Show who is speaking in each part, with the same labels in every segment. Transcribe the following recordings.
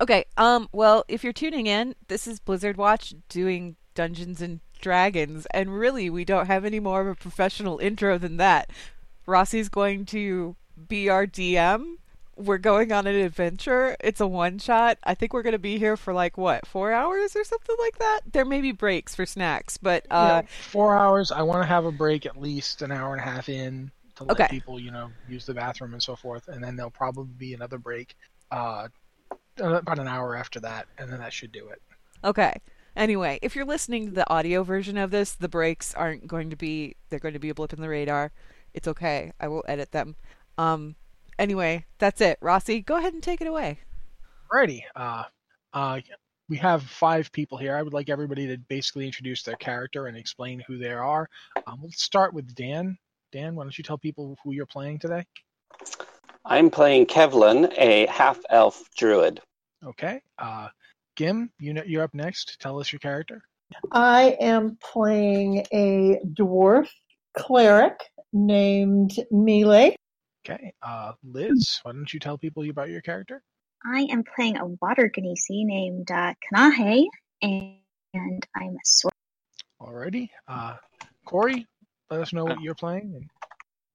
Speaker 1: Okay. Um. Well, if you're tuning in, this is Blizzard Watch doing Dungeons and Dragons, and really, we don't have any more of a professional intro than that. Rossi's going to be our DM. We're going on an adventure. It's a one shot. I think we're going to be here for like what four hours or something like that. There may be breaks for snacks, but
Speaker 2: You know,
Speaker 1: uh,
Speaker 2: four hours. I want to have a break at least an hour and a half in to let
Speaker 1: Okay.
Speaker 2: people, you know, use the bathroom and so forth, and then there'll probably be another break uh, about an hour after that, and then that should do it.
Speaker 1: Okay. Anyway, if you're listening to the audio version of this, the breaks aren't going to be they're going to be a blip in the radar. It's okay. I will edit them. Um anyway, that's it. Rossi, go ahead and take it away.
Speaker 2: Alrighty. Uh, uh, we have five people here. I would like everybody to basically introduce their character and explain who they are. Um, we'll start with Dan. Dan, why don't you tell people who you're playing today?
Speaker 3: I'm playing Kevlin, a half elf druid.
Speaker 2: Okay. Uh, Gim, you know, you're up next. Tell us your character.
Speaker 4: I am playing a dwarf cleric named Melee.
Speaker 2: Okay. Uh, Liz, why don't you tell people about your character?
Speaker 5: I am playing a water genasi named uh, Kanahe, and, and I'm a sword.
Speaker 2: Alrighty. Uh, Corey, let us know what you're playing. And,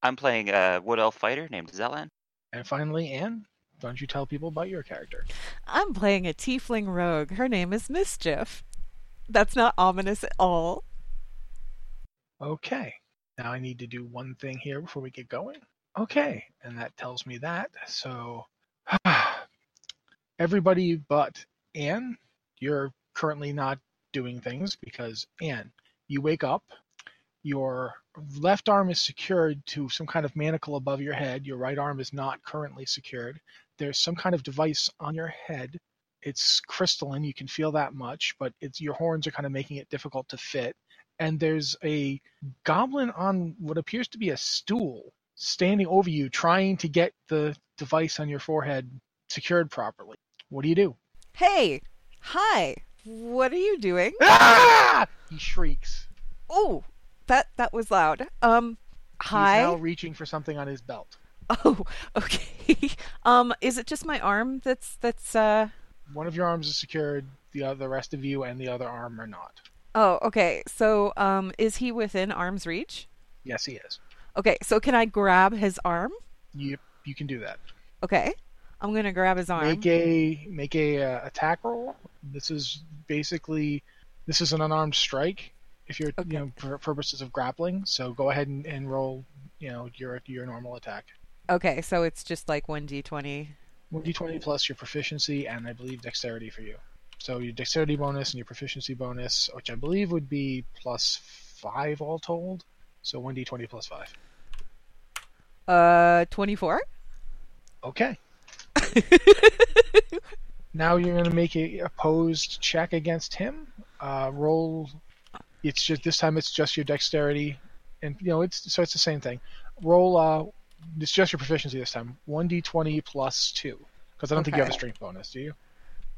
Speaker 6: I'm playing a wood elf fighter named Zelan.
Speaker 2: and finally, Anne, why don't you tell people about your character?
Speaker 1: I'm playing a tiefling rogue. Her name is Mischief. That's not ominous at all.
Speaker 2: Okay. Now I need to do one thing here before we get going. Okay. And that tells me that. So everybody but Anne, you're currently not doing things because Anne, you wake up, your left arm is secured to some kind of manacle above your head, your right arm is not currently secured. There's some kind of device on your head. It's crystalline, you can feel that much, but it's your horns are kind of making it difficult to fit. And there's a goblin on what appears to be a stool standing over you trying to get the device on your forehead secured properly. What do you do?
Speaker 1: Hey. Hi. What are you doing?
Speaker 2: Ah! He shrieks.
Speaker 1: Oh, that that was loud. Um hi.
Speaker 2: He's now reaching for something on his belt.
Speaker 1: Oh, okay. um is it just my arm that's that's uh
Speaker 2: One of your arms is secured, the other the rest of you and the other arm are not.
Speaker 1: Oh, okay. So, um, is he within arm's reach?
Speaker 2: Yes, he is.
Speaker 1: Okay, so can I grab his arm?
Speaker 2: You you can do that.
Speaker 1: Okay, I'm gonna grab his arm.
Speaker 2: Make a make a uh, attack roll. This is basically this is an unarmed strike if you're
Speaker 1: Okay.
Speaker 2: you know for purposes of grappling. So go ahead and, and roll you know your your normal attack.
Speaker 1: Okay, so it's just like one d20.
Speaker 2: one d20 plus your proficiency and I believe dexterity for you. So your dexterity bonus and your proficiency bonus, which I believe would be plus five all told. So one d20 plus five.
Speaker 1: Uh, 24.
Speaker 2: Okay. now you're going to make a opposed check against him. Uh, roll. It's just this time. It's just your dexterity, and you know it's so it's the same thing. Roll. Uh, it's just your proficiency this time. One d20 plus two, because I don't think you have a
Speaker 1: Okay.
Speaker 2: strength bonus, do you?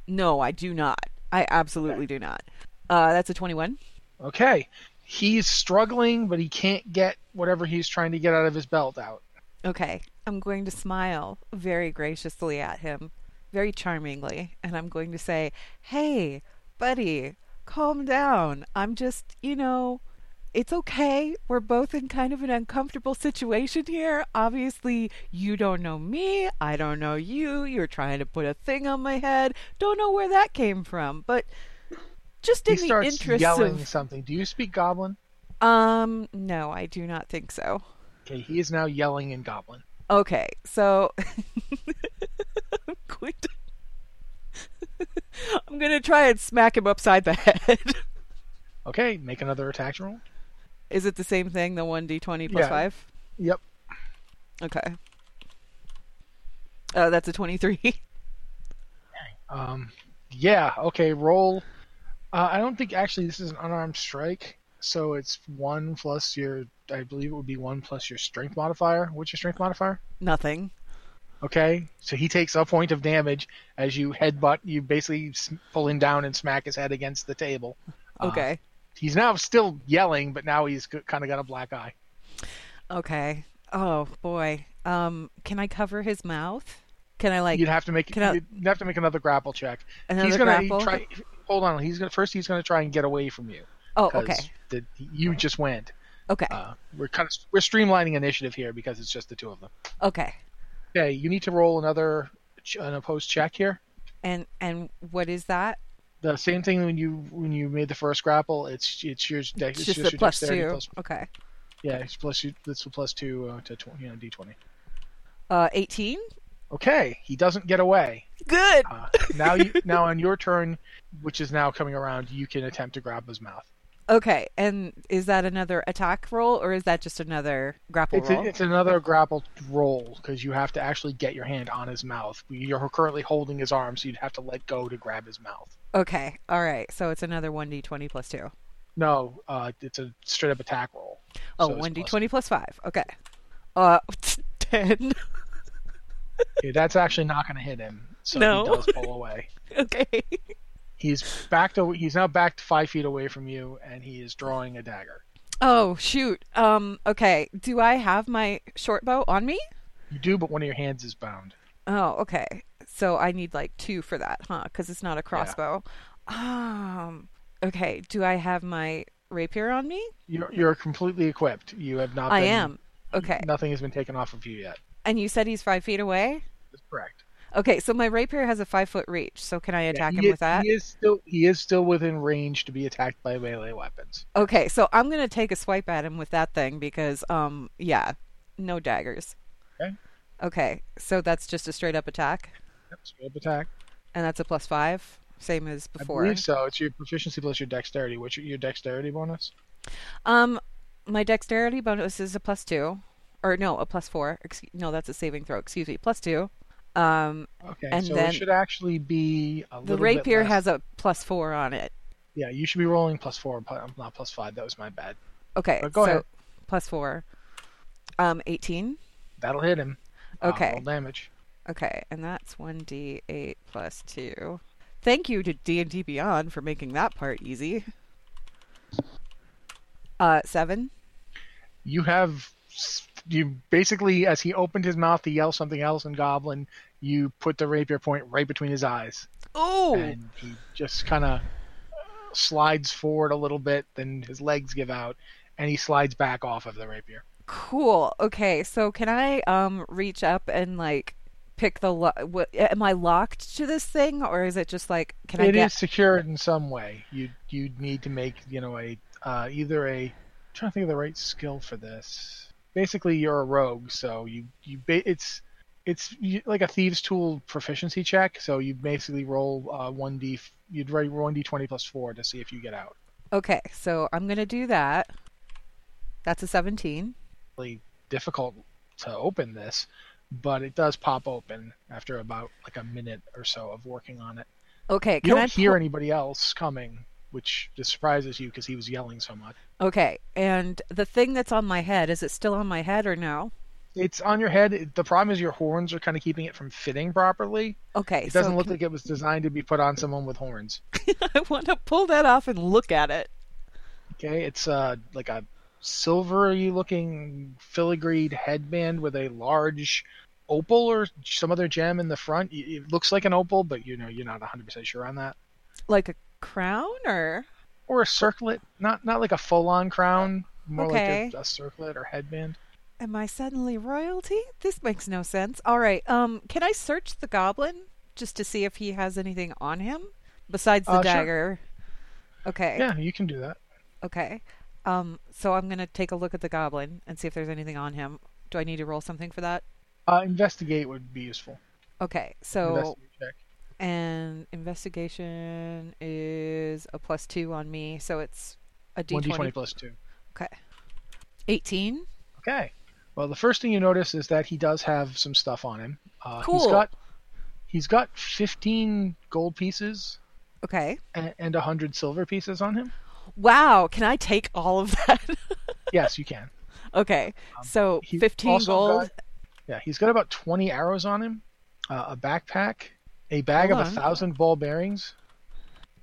Speaker 1: No, I do not. I absolutely do not. Uh, that's a 21.
Speaker 2: Okay. He's struggling, but he can't get whatever he's trying to get out of his belt out.
Speaker 1: Okay, I'm going to smile very graciously at him, very charmingly, and I'm going to say, Hey, buddy, calm down. I'm just, you know, it's okay. We're both in kind of an uncomfortable situation here. Obviously, you don't know me. I don't know you. You're trying to put a thing on my head. Don't know where that came from, but just in
Speaker 2: he
Speaker 1: the
Speaker 2: starts
Speaker 1: interest
Speaker 2: yelling
Speaker 1: of.
Speaker 2: something. Do you speak Goblin?
Speaker 1: Um, no, I do not think so.
Speaker 2: Okay, he is now yelling in Goblin.
Speaker 1: Okay, so I'm going to I'm gonna try and smack him upside the head.
Speaker 2: Okay, make another attack roll.
Speaker 1: Is it the same thing? The one d twenty plus
Speaker 2: Yeah.
Speaker 1: five.
Speaker 2: Yep.
Speaker 1: Okay. Uh, that's a twenty three.
Speaker 2: Um, yeah. Okay, roll. Uh, I don't think actually this is an unarmed strike, so it's one plus your. I believe it would be one plus your strength modifier. What's your strength modifier?
Speaker 1: Nothing.
Speaker 2: Okay, so he takes a point of damage as you headbutt. You basically s- pull him down and smack his head against the table. Uh,
Speaker 1: Okay.
Speaker 2: he's now still yelling, but now he's kind of got a black eye.
Speaker 1: okay. Oh boy. Um, can I cover his mouth? Can I like
Speaker 2: you'd have to make
Speaker 1: can I-
Speaker 2: you'd have to make another grapple check.
Speaker 1: another
Speaker 2: he's gonna
Speaker 1: grapple?
Speaker 2: try. Hold on. He's gonna first. He's gonna try and get away from you.
Speaker 1: oh,
Speaker 2: 'cause
Speaker 1: okay,
Speaker 2: The, you just went.
Speaker 1: okay,
Speaker 2: Uh, we're kind of we're streamlining initiative here because it's just the two of them.
Speaker 1: okay.
Speaker 2: Okay, you need to roll another ch- an opposed check here.
Speaker 1: And and what is that?
Speaker 2: The same thing when you when you made the first grapple. It's it's your
Speaker 1: It's
Speaker 2: dex- it's
Speaker 1: just
Speaker 2: your
Speaker 1: a plus
Speaker 2: dexterity
Speaker 1: two.
Speaker 2: plus-
Speaker 1: Okay,
Speaker 2: yeah, it's plus you. That's a plus two uh, to tw- you know, d twenty.
Speaker 1: uh, eighteen.
Speaker 2: Okay, he doesn't get away.
Speaker 1: Good.
Speaker 2: Uh, now you now on your turn, which is now coming around, you can attempt to grab his mouth.
Speaker 1: Okay, and is that another attack roll or is that just another grapple
Speaker 2: It's,
Speaker 1: roll?
Speaker 2: a, it's another grapple roll because you have to actually get your hand on his mouth. You're currently holding his arm, so you'd have to let go to grab his mouth.
Speaker 1: Okay, all right. So it's another one d twenty plus two.
Speaker 2: No, uh, it's a straight up attack roll.
Speaker 1: Oh,
Speaker 2: So it's
Speaker 1: one d
Speaker 2: plus-
Speaker 1: twenty plus five. Okay. Uh, ten.
Speaker 2: Yeah, that's actually not going to hit him, so
Speaker 1: No.
Speaker 2: he does pull away.
Speaker 1: okay.
Speaker 2: He's backed. Away, he's now backed five feet away from you, and he is drawing a dagger.
Speaker 1: Oh shoot. Um. Okay. Do I have my short bow on me?
Speaker 2: You do, but one of your hands is bound.
Speaker 1: Oh, okay. So I need like two for that, huh? Because it's not a crossbow. Um. Okay. Do I have my rapier on me?
Speaker 2: You're, you're completely equipped. You have not.
Speaker 1: I
Speaker 2: been-
Speaker 1: am. Okay.
Speaker 2: Nothing has been taken off of you yet.
Speaker 1: And you said he's five feet away.
Speaker 2: That's correct.
Speaker 1: Okay. So my rapier has a five foot reach. So can I attack
Speaker 2: Yeah,
Speaker 1: him
Speaker 2: he
Speaker 1: with
Speaker 2: is-
Speaker 1: that?
Speaker 2: He is still he is still within range to be attacked by melee weapons.
Speaker 1: Okay. So I'm gonna take a swipe at him with that thing because um yeah, no daggers.
Speaker 2: Okay.
Speaker 1: Okay. So that's just a straight up attack,
Speaker 2: Yep, straight up attack.
Speaker 1: and that's a plus five, same as
Speaker 2: I
Speaker 1: before.
Speaker 2: believe so. It's your proficiency plus your dexterity. What's your, your dexterity bonus?
Speaker 1: Um, my dexterity bonus is a plus two, or no, a plus four. Excuse, no, that's a saving throw. Excuse me, plus two. Um,
Speaker 2: Okay,
Speaker 1: And
Speaker 2: so
Speaker 1: then-
Speaker 2: it should actually be a
Speaker 1: the
Speaker 2: little bit
Speaker 1: rapier
Speaker 2: less.
Speaker 1: has a plus four on it.
Speaker 2: Yeah, you should be rolling plus four, but um, not plus five. That was my bad.
Speaker 1: Okay,
Speaker 2: But go
Speaker 1: so
Speaker 2: ahead.
Speaker 1: plus four. Um, eighteen.
Speaker 2: That'll hit him.
Speaker 1: Okay.
Speaker 2: Uh, roll damage.
Speaker 1: Okay, and that's one d eight plus two. Thank you to D and D Beyond for making that part easy. Uh, seven.
Speaker 2: You have you basically as he opened his mouth to yell something else in Goblin, you put the rapier point right between his eyes.
Speaker 1: Oh,
Speaker 2: and he just kind of slides forward a little bit. Then his legs give out, and he slides back off of the rapier.
Speaker 1: Cool. Okay, so can I um reach up and like pick the lo- what am I locked to this thing or is it just like can
Speaker 2: It is
Speaker 1: I get
Speaker 2: secured in some way. You you need to make you know a uh, either a I'm trying to think of the right skill for this. Basically, you're a rogue, so you you ba- it's it's you- like a thieves' tool proficiency check. So you basically roll uh, one d you'd write one d twenty plus four to see if you get out.
Speaker 1: Okay, so I'm going to do that. That's a 17.
Speaker 2: really difficult to open this, but it does pop open after about like a minute or so of working on it.
Speaker 1: Okay,
Speaker 2: You
Speaker 1: can I
Speaker 2: don't hear
Speaker 1: pull-
Speaker 2: anybody else coming, which just surprises you because he was yelling so much.
Speaker 1: Okay, and the thing that's on my head is it still on my head or no?
Speaker 2: It's on your head. It- The problem is your horns are kind of keeping it from fitting properly.
Speaker 1: Okay,
Speaker 2: It
Speaker 1: so
Speaker 2: doesn't look
Speaker 1: can-
Speaker 2: like it was designed to be put on someone with horns.
Speaker 1: I want to pull that off and look at it.
Speaker 2: Okay, it's uh like a silvery looking filigreed headband with a large opal or some other gem in the front. It it looks like an opal, but you know you're not 100% sure on that.
Speaker 1: Like a crown or
Speaker 2: or a circlet, not not like a full on crown, more
Speaker 1: Okay.
Speaker 2: like a, a circlet or headband.
Speaker 1: am I suddenly royalty? This makes no sense. All right. Um, can I search the goblin just to see if he has anything on him besides the
Speaker 2: Uh, sure.
Speaker 1: dagger? Okay.
Speaker 2: Yeah, you can do that.
Speaker 1: Okay. Um, so I'm gonna take a look at the goblin and see if there's anything on him. Do I need to roll something for that?
Speaker 2: Uh, investigate would be useful.
Speaker 1: Okay. So
Speaker 2: Investigate check.
Speaker 1: and investigation is a plus two on me, so it's a D
Speaker 2: One d
Speaker 1: twenty
Speaker 2: twenty plus two.
Speaker 1: eighteen.
Speaker 2: Okay. Well, the first thing you notice is that he does have some stuff on him. Uh, He's
Speaker 1: Cool.
Speaker 2: got he's got fifteen gold pieces
Speaker 1: Okay.
Speaker 2: and, and hundred silver pieces on him.
Speaker 1: Wow. Can I take all of that?
Speaker 2: Yes, you can.
Speaker 1: okay.
Speaker 2: Um,
Speaker 1: So
Speaker 2: He's
Speaker 1: fifteen
Speaker 2: also
Speaker 1: gold.
Speaker 2: got- yeah, he's got about twenty arrows on him, uh, a backpack, a bag
Speaker 1: Hold
Speaker 2: of a
Speaker 1: on.
Speaker 2: thousand ball bearings.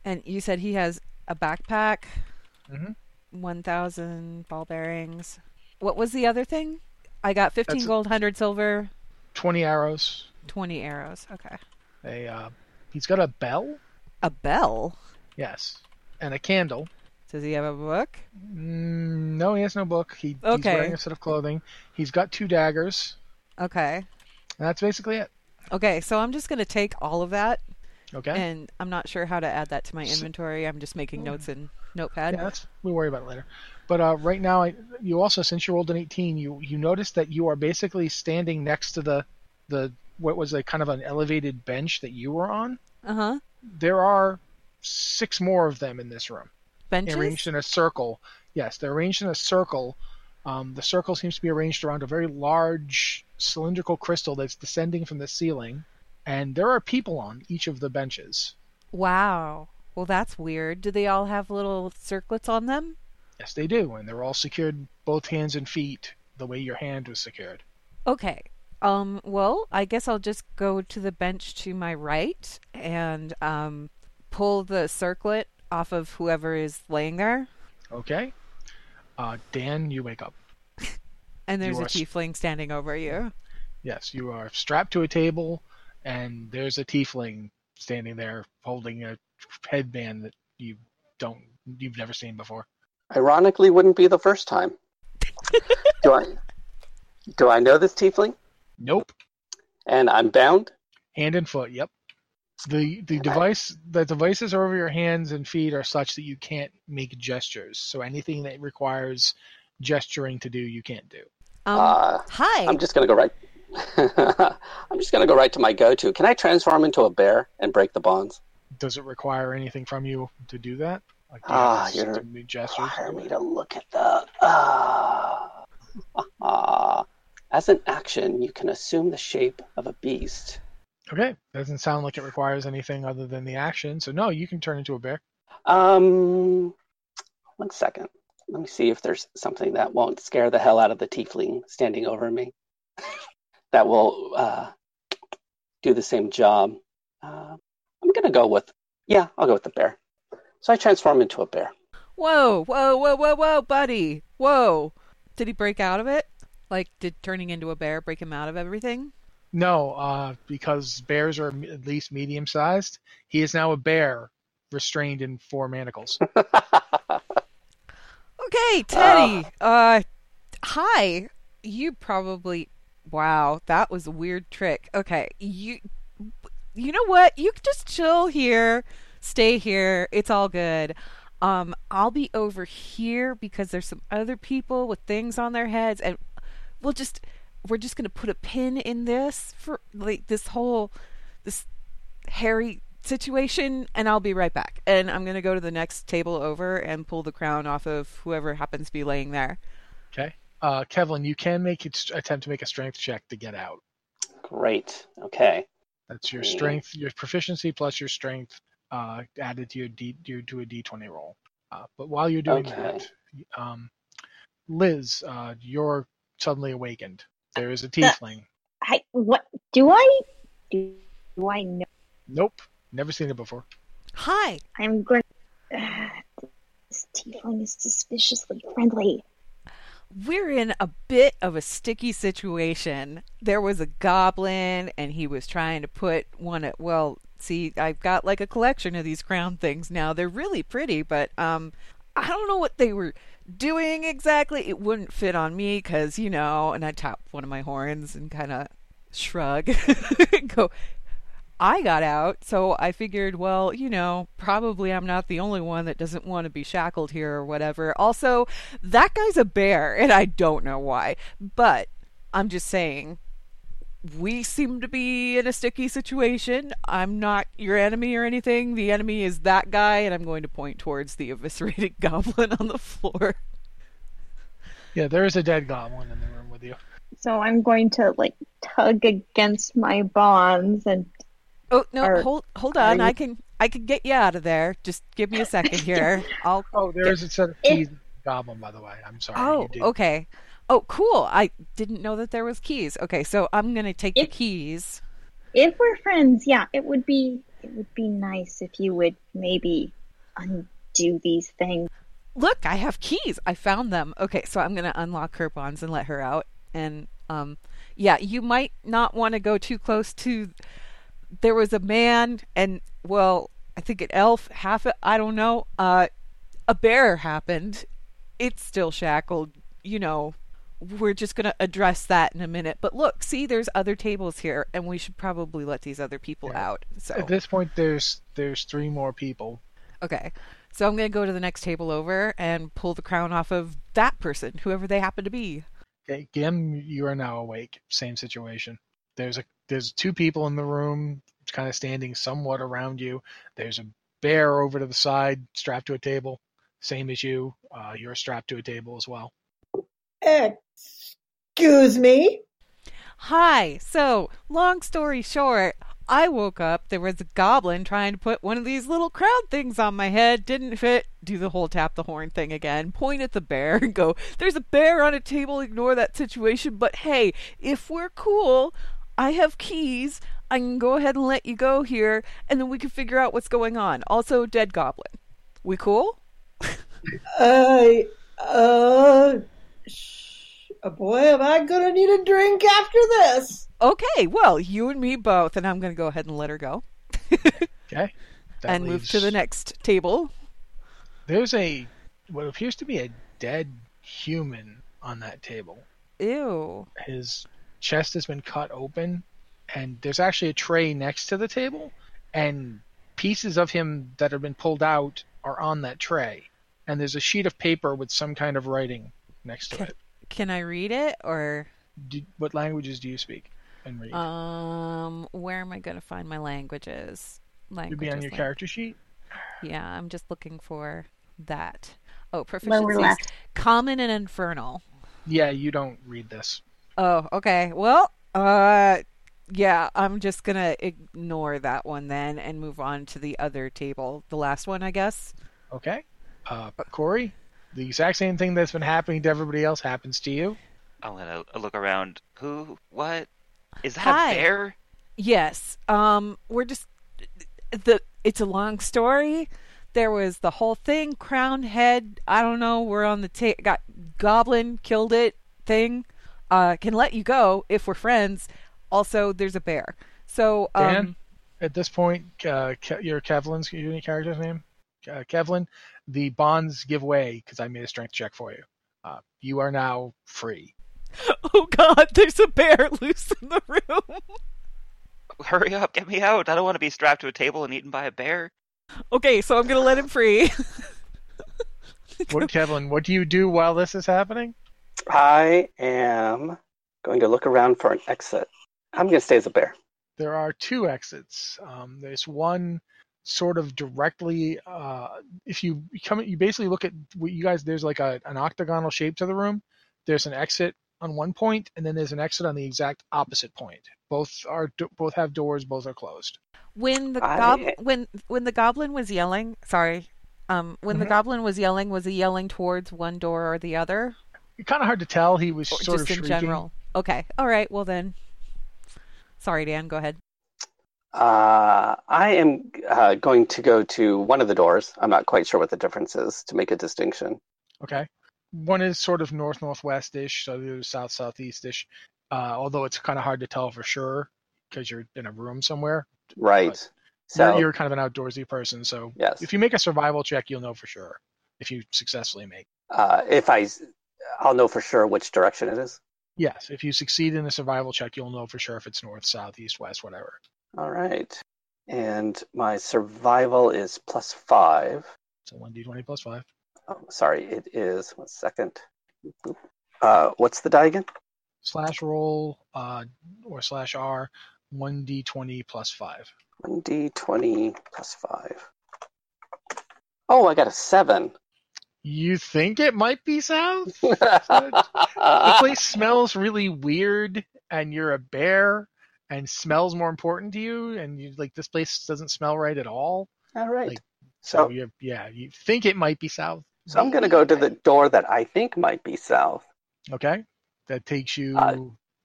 Speaker 1: And you said he has a backpack,
Speaker 2: Mhm.
Speaker 1: 1,000 ball bearings. What was the other thing? I got 15
Speaker 2: That's-
Speaker 1: gold, 100 silver,
Speaker 2: twenty arrows,
Speaker 1: 20 arrows. Okay.
Speaker 2: They, uh, he's got a bell,
Speaker 1: A bell?
Speaker 2: yes, and a candle.
Speaker 1: Does he have a book?
Speaker 2: Mm, no, he has no book. He, He's
Speaker 1: Okay.
Speaker 2: wearing a set of clothing. He's got two daggers,
Speaker 1: Okay.
Speaker 2: and that's basically it.
Speaker 1: Okay, so I'm just going to take all of that,
Speaker 2: Okay.
Speaker 1: and I'm not sure how to add that to my
Speaker 2: S- Oh.
Speaker 1: inventory. I'm just making notes in Notepad.
Speaker 2: yeah, that's, we worry about it later. But uh, right now, I, you also since you rolled an 18, you you notice that you are basically standing next to the the what was a kind of an elevated bench that you were on.
Speaker 1: Uh huh.
Speaker 2: There are six more of them in this room,
Speaker 1: Benches?
Speaker 2: arranged in a circle. Yes, they're arranged in a circle. Um, the circle seems to be arranged around a very large cylindrical crystal that's descending from the ceiling, and there are people on each of the benches.
Speaker 1: Wow. Well, that's weird. Do they all have little circlets on them?
Speaker 2: Yes, they do, and they're all secured, both hands and feet, the way your hand was secured.
Speaker 1: Okay. Um, well, I guess I'll just go to the bench to my right and um, pull the circlet off of whoever is laying there.
Speaker 2: Okay. Uh, Dan, you wake up.
Speaker 1: And there's
Speaker 2: You
Speaker 1: a
Speaker 2: are s-
Speaker 1: tiefling standing over you.
Speaker 2: Yes, you are strapped to a table, and there's a tiefling standing there holding a headband that you don't, you've never seen before.
Speaker 3: Ironically, wouldn't be the first time. do I? Do I know this tiefling?
Speaker 2: Nope.
Speaker 3: And I'm bound.
Speaker 2: Hand and foot. Yep. The the
Speaker 3: Right.
Speaker 2: device the devices over your hands and feet are such that you can't make gestures. So anything that requires gesturing to do, you can't do.
Speaker 1: Um,
Speaker 3: uh,
Speaker 1: hi.
Speaker 3: I'm just gonna go right. I'm just gonna go right to my go-to. Can I transform into a bear and break the bonds?
Speaker 2: Does it require anything from you to do that? Like do you
Speaker 3: Ah,
Speaker 2: have to s-
Speaker 3: you're-
Speaker 2: to make gestures?
Speaker 3: Require me to look at the. Ah. as an action, you can assume the shape of a beast.
Speaker 2: Okay, doesn't sound like it requires anything other than the action. So no, you can turn into a bear.
Speaker 3: Um, one second. Let me see if there's something that won't scare the hell out of the tiefling standing over me. that will uh, do the same job. Uh, I'm gonna go with yeah. I'll go with the bear. So I transform into a bear.
Speaker 1: Whoa, whoa, whoa, whoa, whoa, buddy. Whoa. Did he break out of it? Like, did turning into a bear break him out of everything?
Speaker 2: No, uh, because bears are m- at least medium sized. He is now a bear, restrained in four manacles.
Speaker 1: Okay, Teddy. Uh, hi. You probably. Wow, that was a weird trick. Okay, you. You know what? You can just chill here, stay here. It's all good. Um, I'll be over here because there's some other people with things on their heads, and we'll just we're just gonna put a pin in this for like this whole this hairy situation and I'll be right back. And I'm going to go to the next table over and pull the crown off of whoever happens to be laying there.
Speaker 2: Okay, uh, Kevlin, you can make it st- attempt to make a strength check to get out.
Speaker 3: Great. Okay.
Speaker 2: That's your
Speaker 3: Mm.
Speaker 2: strength, your proficiency plus your strength uh, added to your D due to a D20 roll. Uh, but while you're doing
Speaker 3: Okay.
Speaker 2: that, um, Liz, uh, you're suddenly awakened. There is a tiefling.
Speaker 5: I, what do I do? I know?
Speaker 2: Nope, never seen it before.
Speaker 1: Hi.
Speaker 5: I'm going. uh, this tiefling is suspiciously friendly.
Speaker 1: We're in a bit of a sticky situation. There was a goblin and he was trying to put one at well, see, I've got like a collection of these crown things now. They're really pretty, but um I don't know what they were doing exactly. It wouldn't fit on me cuz you know, and I tap one of my horns and kind of shrug. Go I got out, so I figured, well, you know, probably I'm not the only one that doesn't want to be shackled here or whatever. Also, that guy's a bear, and I don't know why. But I'm just saying, we seem to be in a sticky situation. I'm not your enemy or anything. The enemy is that guy, and I'm going to point towards the eviscerated goblin on the floor.
Speaker 2: Yeah, there is a dead goblin in the room with you.
Speaker 5: So I'm going to like tug against my bonds and
Speaker 1: Oh no,
Speaker 5: Are-
Speaker 1: hold hold
Speaker 5: are
Speaker 1: on. I
Speaker 5: you-
Speaker 1: can I can get you out of there. Just give me a second here. I'll
Speaker 2: Oh, there is a set of
Speaker 5: Eh.
Speaker 2: keys goblin, by the way. I'm sorry.
Speaker 1: Oh,
Speaker 2: you did-
Speaker 1: okay. Oh, cool. I didn't know that there was keys. Okay, so I'm gonna take the
Speaker 5: If-
Speaker 1: keys.
Speaker 5: if we're friends, yeah, it would be it would be nice if you would maybe undo these things.
Speaker 1: Look, I have keys. I found them. Okay, so I'm gonna unlock her bonds and let her out, and Um, yeah, you might not want to go too close to. There was a man, and well, I think an elf, half, a- I don't know. Uh, a bear happened. It's still shackled. You know, we're just going to address that in a minute. But look, see, there's other tables here, and we should probably let these other people
Speaker 2: Yeah.
Speaker 1: out. So
Speaker 2: At this point, there's there's three more people.
Speaker 1: Okay. So I'm going to go to the next table over and pull the crown off of that person, whoever they happen to be.
Speaker 2: Okay, Gim, you are now awake. Same situation. There's a there's two people in the room, kind of standing somewhat around you. There's a bear over to the side, strapped to a table. Same as you. Uh, you're strapped to a table as well.
Speaker 4: Excuse me.
Speaker 1: Hi. So, long story short, I woke up. There was a goblin trying to put one of these little crown things on my head. Didn't fit. Do the whole tap the horn thing again. Point at the bear and go, There's a bear on a table. Ignore that situation. But hey, if we're cool, I have keys. I can go ahead and let you go here, and then we can figure out what's going on. Also, dead goblin. We cool?
Speaker 4: I, uh, sh- oh boy, am I gonna need a drink after this?
Speaker 1: Okay, well, you and me both, and I'm going to go ahead and let her go
Speaker 2: Okay. That
Speaker 1: and move to
Speaker 2: leaves-
Speaker 1: the next table.
Speaker 2: There's a what appears to be a dead human on that table.
Speaker 1: Ew.
Speaker 2: His chest has been cut open, and there's actually a tray next to the table, and pieces of him that have been pulled out are on that tray. And there's a sheet of paper with some kind of writing next to
Speaker 1: Okay.
Speaker 2: it.
Speaker 1: Can I read it or
Speaker 2: Do, what languages do you speak and read?
Speaker 1: um where am I going to find my languages?
Speaker 2: You'd
Speaker 1: Languages.
Speaker 2: be on your
Speaker 1: lang-
Speaker 2: character sheet.
Speaker 1: Yeah, I'm just looking for that. Oh,
Speaker 5: Lower
Speaker 1: proficiencies.
Speaker 5: left.
Speaker 1: Common and infernal.
Speaker 2: Yeah, you don't read this.
Speaker 1: Oh, okay. Well, uh yeah, I'm just going to ignore that one then and move on to the other table. The last one, I guess.
Speaker 2: Okay. Uh, Corey, the exact same thing that's been happening to everybody else happens to you.
Speaker 6: I'm gonna look around. Who? What? Is that
Speaker 1: Hi.
Speaker 6: a bear?
Speaker 1: Yes. Um we're just the it's a long story. There was the whole thing, crown head, I don't know, we're on the ta- got goblin killed it thing. Uh can let you go if we're friends. Also there's a bear. So um
Speaker 2: Dan? at this point, uh, Ke- your Kevlin's your character's name, uh, Kevlin, the bonds give way because I made a strength check for you. Uh, you are now free.
Speaker 1: Oh god, there's a bear loose in the room.
Speaker 6: Hurry up! Get me out! I don't want to be strapped to a table and eaten by a bear.
Speaker 1: okay, so I'm going to let him free.
Speaker 2: What, Kevlin, what do you do while this is happening?
Speaker 3: I am going to look around for an exit. I'm going to stay as a bear.
Speaker 2: There are two exits. Um, there's one sort of directly. Uh, if you come, you basically look at what you guys. There's like a, an octagonal shape to the room. There's an exit on one point, and then there's an exit on the exact opposite point. Both are both have doors. Both are closed.
Speaker 1: when the
Speaker 3: I-
Speaker 1: goblin when when the goblin was yelling, sorry. Um when the
Speaker 2: Mhm.
Speaker 1: goblin was yelling, was he yelling towards one door or the other?
Speaker 2: kind of hard to tell. He was
Speaker 1: Or
Speaker 2: sort
Speaker 1: just
Speaker 2: of
Speaker 1: in
Speaker 2: shrieking.
Speaker 1: general. Okay. All right. Well then. Sorry, Dan. Go ahead.
Speaker 3: Uh, I am uh, going to go to one of the doors. I'm not quite sure what the difference is to make a distinction.
Speaker 2: Okay, one is sort of north northwest ish, so the other is south southeast ish. Uh, although it's kind of hard to tell for sure because you're in a room somewhere.
Speaker 3: Right. So,
Speaker 2: you're, you're kind of an outdoorsy person, so
Speaker 3: yes.
Speaker 2: if you make a survival check, you'll know for sure if you successfully make.
Speaker 3: uh, if I, I'll know for sure which direction it is.
Speaker 2: Yes, if you succeed in a survival check, you'll know for sure if it's north, south, east, west, whatever.
Speaker 3: All right. And my survival is plus five.
Speaker 2: So one d twenty plus five.
Speaker 3: Oh, sorry, it is. One second. Uh, what's the die again?
Speaker 2: Slash roll uh, or slash R, one d twenty plus five.
Speaker 3: 1d20 plus 5. Oh, I got a 7.
Speaker 2: You think it might be south? the
Speaker 3: I
Speaker 2: place smells really weird and you're a bear and smells more important to you and you like this place doesn't smell right at all
Speaker 3: All right.
Speaker 2: like, so
Speaker 3: so,
Speaker 2: you're yeah you think it might be south
Speaker 3: so I'm going to go to the door that I think might be south.
Speaker 2: okay that takes you
Speaker 3: Uh,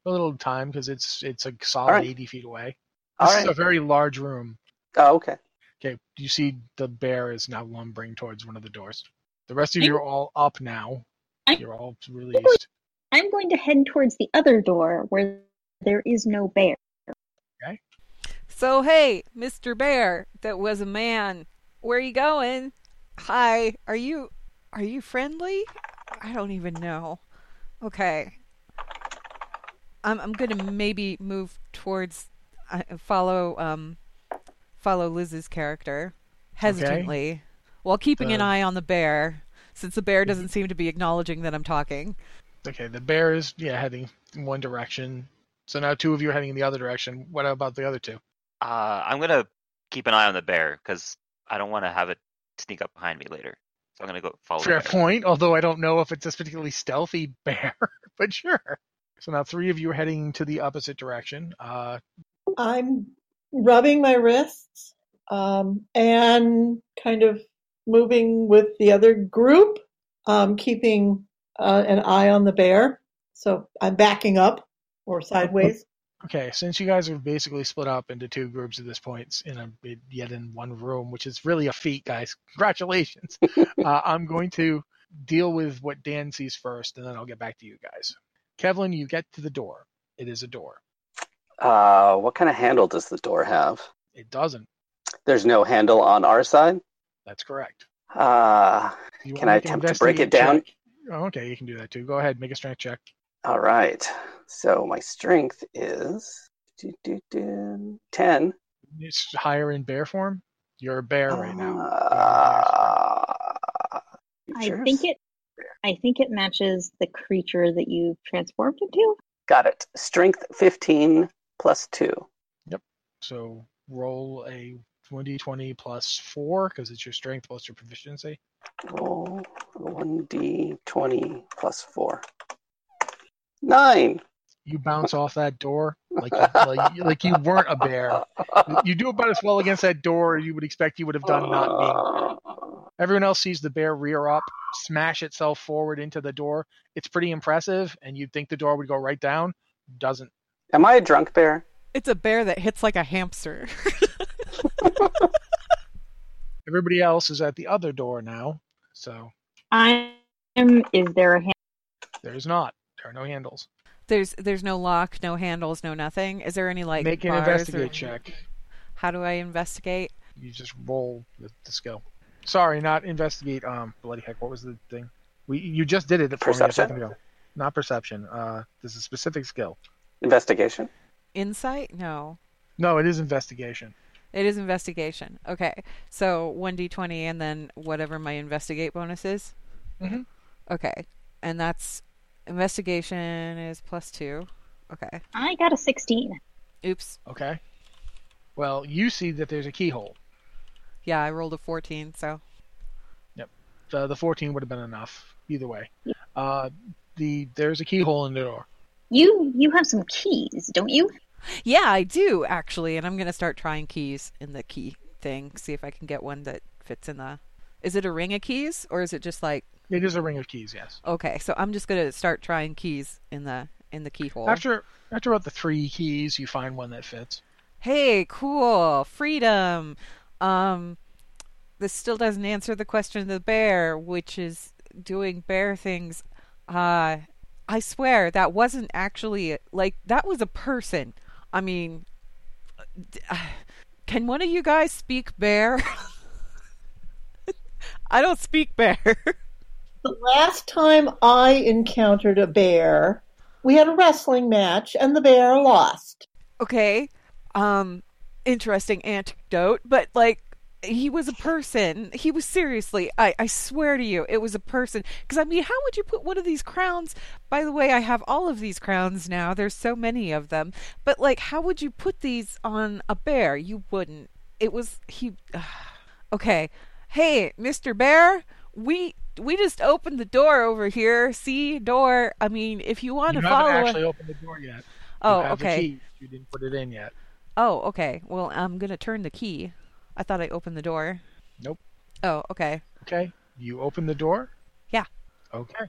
Speaker 2: a little time because it's it's a solid
Speaker 3: right.
Speaker 2: 80 feet away
Speaker 3: All
Speaker 2: this is
Speaker 3: right.
Speaker 2: a very large room
Speaker 3: Oh, okay.
Speaker 2: okay you see the bear is now lumbering towards one of the doors the rest of you are all up now
Speaker 5: I-
Speaker 2: you're all released
Speaker 5: I'm going to head towards the other door where there is no bear.
Speaker 1: So hey, Mr. Bear, that was a man. Where you going? Hi, are you are you friendly? I don't even know. Okay. I'm I'm going to maybe move towards I follow um follow Liz's character hesitantly while keeping an
Speaker 2: The-
Speaker 1: eye on the bear since the bear doesn't seem to be acknowledging that I'm talking.
Speaker 2: Okay, the bear is yeah heading in one direction. So now two of you are heading in the other direction. What about the other two?
Speaker 6: Uh, I'm gonna keep an eye on the bear because I don't want to have it sneak up behind me later. So I'm gonna go follow.
Speaker 2: Fair
Speaker 6: the bear.
Speaker 2: point. Although I don't know if it's a particularly stealthy bear, but sure. So now three of you are heading to the opposite direction. Uh,
Speaker 4: I'm rubbing my wrists um, and kind of moving with the other group, um, keeping uh, an eye on the bear. So I'm backing up or sideways.
Speaker 2: okay, since you guys are basically split up into two groups at this point, in a in- yet in one room, which is really a feat, guys. Congratulations. uh, I'm going to deal with what Dan sees first, and then I'll get back to you guys. Kevlin, you get to the door. It is a door.
Speaker 3: Uh, what kind of handle does the door have?
Speaker 2: It doesn't.
Speaker 3: There's no handle on our side.
Speaker 2: That's correct.
Speaker 3: Uh,
Speaker 2: You
Speaker 3: Can
Speaker 2: wanna
Speaker 3: I
Speaker 2: make an
Speaker 3: attempt to break it
Speaker 2: investigate
Speaker 3: down?
Speaker 2: check? Oh, okay, you can do that too. Go ahead, make a strength check.
Speaker 3: all right. So my strength is do, do, do, 10.
Speaker 2: It's higher in bear form. You're a bear right now.
Speaker 3: Uh,
Speaker 5: I
Speaker 3: creatures?
Speaker 5: think it I think it matches the creature that you've transformed into.
Speaker 3: Got it. Strength 15 plus 2.
Speaker 2: So roll a 1d20 plus 4 because it's your strength plus your proficiency.
Speaker 3: Roll 1d20 plus 4. 9.
Speaker 2: You bounce off that door like you, like, you- like you weren't a bear. You do about as well against that door as you would expect you would have done not being
Speaker 3: Uh.
Speaker 2: Everyone else sees the bear rear up, smash itself forward into the door. It's pretty impressive, and you'd think the door would go right down. Doesn't.
Speaker 3: Am I a drunk bear?
Speaker 1: It's a bear that hits like a hamster.
Speaker 2: Everybody else is at the other door now, so
Speaker 5: I'm is there a hand
Speaker 2: there's not. There are no handles.
Speaker 1: there's there's no lock, no handles, no nothing. Is there any like
Speaker 2: Make an
Speaker 1: bars or-
Speaker 2: investigate check.
Speaker 1: How do I investigate?
Speaker 2: You just roll with the skill. Sorry, not investigate. Um, bloody heck, what was the thing? We you just did it for me a
Speaker 3: Perception?
Speaker 2: second ago. Not perception. Uh, there's a specific skill.
Speaker 3: Investigation?
Speaker 1: Insight? No.
Speaker 2: No, it is investigation.
Speaker 1: It is investigation. Okay. So 1d20 and then whatever my investigate bonus is.
Speaker 2: Mhm.
Speaker 1: Okay. And that's investigation is plus 2. Okay.
Speaker 5: I got a sixteen.
Speaker 1: Oops.
Speaker 2: Okay. Well, you see that there's a keyhole.
Speaker 1: Yeah, I rolled a 14, so
Speaker 2: the the 14 would have been enough either way. Uh, the there's a keyhole in the door.
Speaker 5: You you have some keys, don't you?
Speaker 1: Yeah, I do actually, and I'm going to start trying keys in the key thing. See if I can get one that fits in the Is it a ring of keys or is it just like
Speaker 2: It is a ring of keys, yes.
Speaker 1: okay, so I'm just going to start trying keys in the in the keyhole.
Speaker 2: After after about the three keys, you find one that fits.
Speaker 1: hey cool freedom um this still doesn't answer the question of the bear which is doing bear things uh i swear that wasn't actually like that was a person i mean d- can one of you guys speak bear i don't speak bear
Speaker 4: The last time I encountered a bear, we had a wrestling match and the bear lost.
Speaker 1: okay um interesting anecdote but like he was a person he was seriously i i swear to you it was a person because i mean how would you put one of these crowns by the way i have all of these crowns now there's so many of them but like how would you put these on a bear you wouldn't it was he okay hey mr bear we we just opened the door over here see door i mean if you want
Speaker 2: You
Speaker 1: to
Speaker 2: haven't
Speaker 1: follow
Speaker 2: actually opened the door yet. You
Speaker 1: oh
Speaker 2: have the
Speaker 1: okay
Speaker 2: key. You didn't put it in yet.
Speaker 1: Oh, okay. Well, I'm gonna turn the key. I thought I opened the door.
Speaker 2: Nope.
Speaker 1: Oh, okay.
Speaker 2: Okay. You open the door.
Speaker 1: Yeah.
Speaker 2: Okay.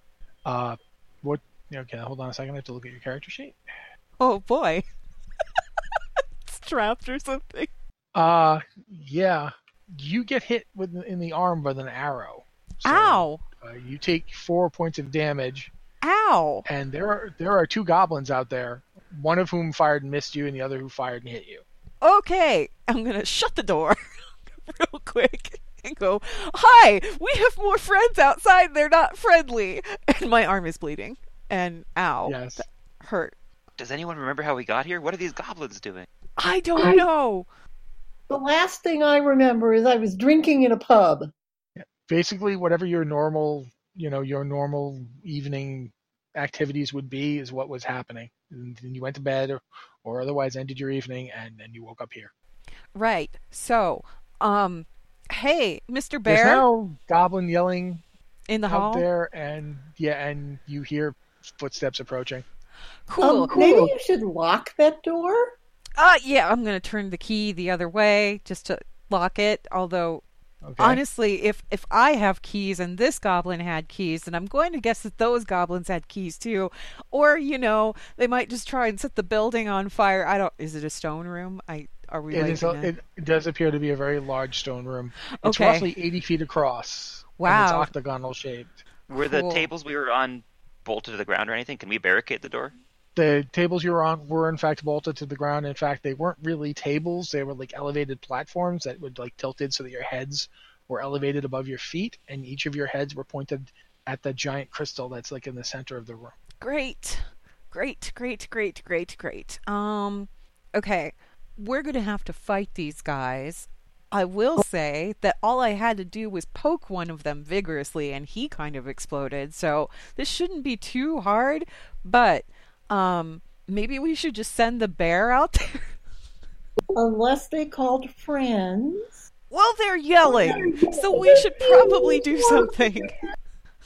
Speaker 2: Uh, what? Okay, hold on a second. I have to look at your character sheet.
Speaker 1: Oh boy. it's trapped or something.
Speaker 2: Uh, yeah. You get hit with in the arm with an arrow. So,
Speaker 1: Ow.
Speaker 2: Uh, you take four points of damage
Speaker 1: Ow!
Speaker 2: and there are there are two goblins out there, one of whom fired and missed you, and the other who fired and hit you.
Speaker 1: Okay, I'm gonna shut the door real quick and go, Hi, we have more friends outside. They're not friendly. And my arm is bleeding. And ow,
Speaker 2: Yes,
Speaker 1: hurt.
Speaker 6: Does anyone remember how we got here? What are these goblins doing?
Speaker 1: I don't
Speaker 4: I-
Speaker 1: know.
Speaker 4: The last thing I remember is I was drinking in a pub.
Speaker 2: basically whatever your normal you know your normal evening activities would be is what was happening. And then you went to bed or, or otherwise ended your evening, and then you woke up here.
Speaker 1: Right. So, um, hey, Mr.
Speaker 2: There's
Speaker 1: Bear
Speaker 2: now goblin yelling
Speaker 1: in the
Speaker 2: out
Speaker 1: hall.
Speaker 2: there, and yeah, and you hear footsteps approaching.
Speaker 1: Cool.
Speaker 4: Um, Maybe you should lock that door.
Speaker 1: uh, yeah, I'm gonna turn the key the other way just to lock it. Although,
Speaker 2: Okay.
Speaker 1: honestly, if if I have keys and this goblin had keys, then I'm going to guess that those goblins had keys too. Or you know, they might just try and set the building on fire. I don't. Is it a stone room? I are we?
Speaker 2: it,
Speaker 1: like
Speaker 2: is
Speaker 1: in a-
Speaker 2: a, it does appear to be a very large stone room. It's
Speaker 1: Okay.
Speaker 2: roughly 80 feet across. And it's
Speaker 1: Wow.
Speaker 2: octagonal shaped.
Speaker 6: Were the
Speaker 1: Cool.
Speaker 6: tables we were on bolted to the ground or anything? Can we barricade the door?
Speaker 2: The tables you were on were in fact bolted to the ground. In fact, they weren't really tables. They were like elevated platforms that would like tilted so that your heads were elevated above your feet, and each of your heads were pointed at the giant crystal that's like in the center of the room.
Speaker 1: Great. Great, great, great, great, great. Um okay. We're going to have to fight these guys. I will say that all I had to do was poke one of them vigorously and he kind of exploded. So this shouldn't be too hard, but um maybe we should just send the bear out there.
Speaker 4: Unless they called friends.
Speaker 1: well, they're yelling. So we should probably do something.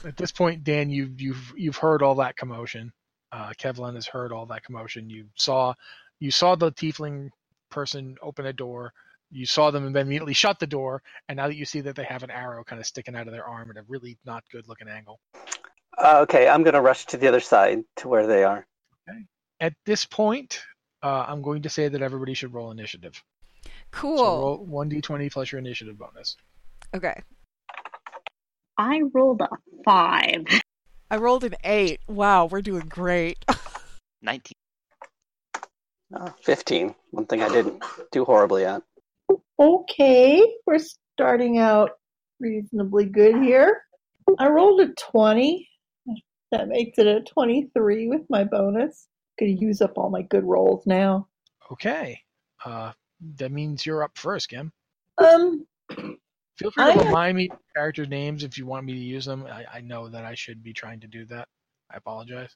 Speaker 2: At this point, Dan, you, you've you've heard all that commotion. Uh, Kevlin has heard all that commotion. You saw you saw the tiefling person open a door. You saw them and then immediately shut the door. And now that you see that they have an arrow kind of sticking out of their arm at a really not good looking angle.
Speaker 3: Uh, okay, I'm going to rush to the other side to where they are.
Speaker 2: At this point, uh, I'm going to say that everybody should roll initiative.
Speaker 1: Cool.
Speaker 2: So roll one d20 plus your initiative bonus.
Speaker 1: okay.
Speaker 5: I rolled a five.
Speaker 1: I rolled an 8. Wow, we're doing great.
Speaker 6: 19.
Speaker 3: Uh, 15. One thing I didn't do horribly at.
Speaker 4: Okay, we're starting out reasonably good here. I rolled a 20. That makes it a 23 with my bonus. Gonna use up all my good rolls now.
Speaker 2: Okay, uh, that means you're up first, Kim.
Speaker 4: Um,
Speaker 2: Feel free to
Speaker 4: I-
Speaker 2: remind me of character names if you want me to use them. I, I know that I should be trying to do that. I apologize.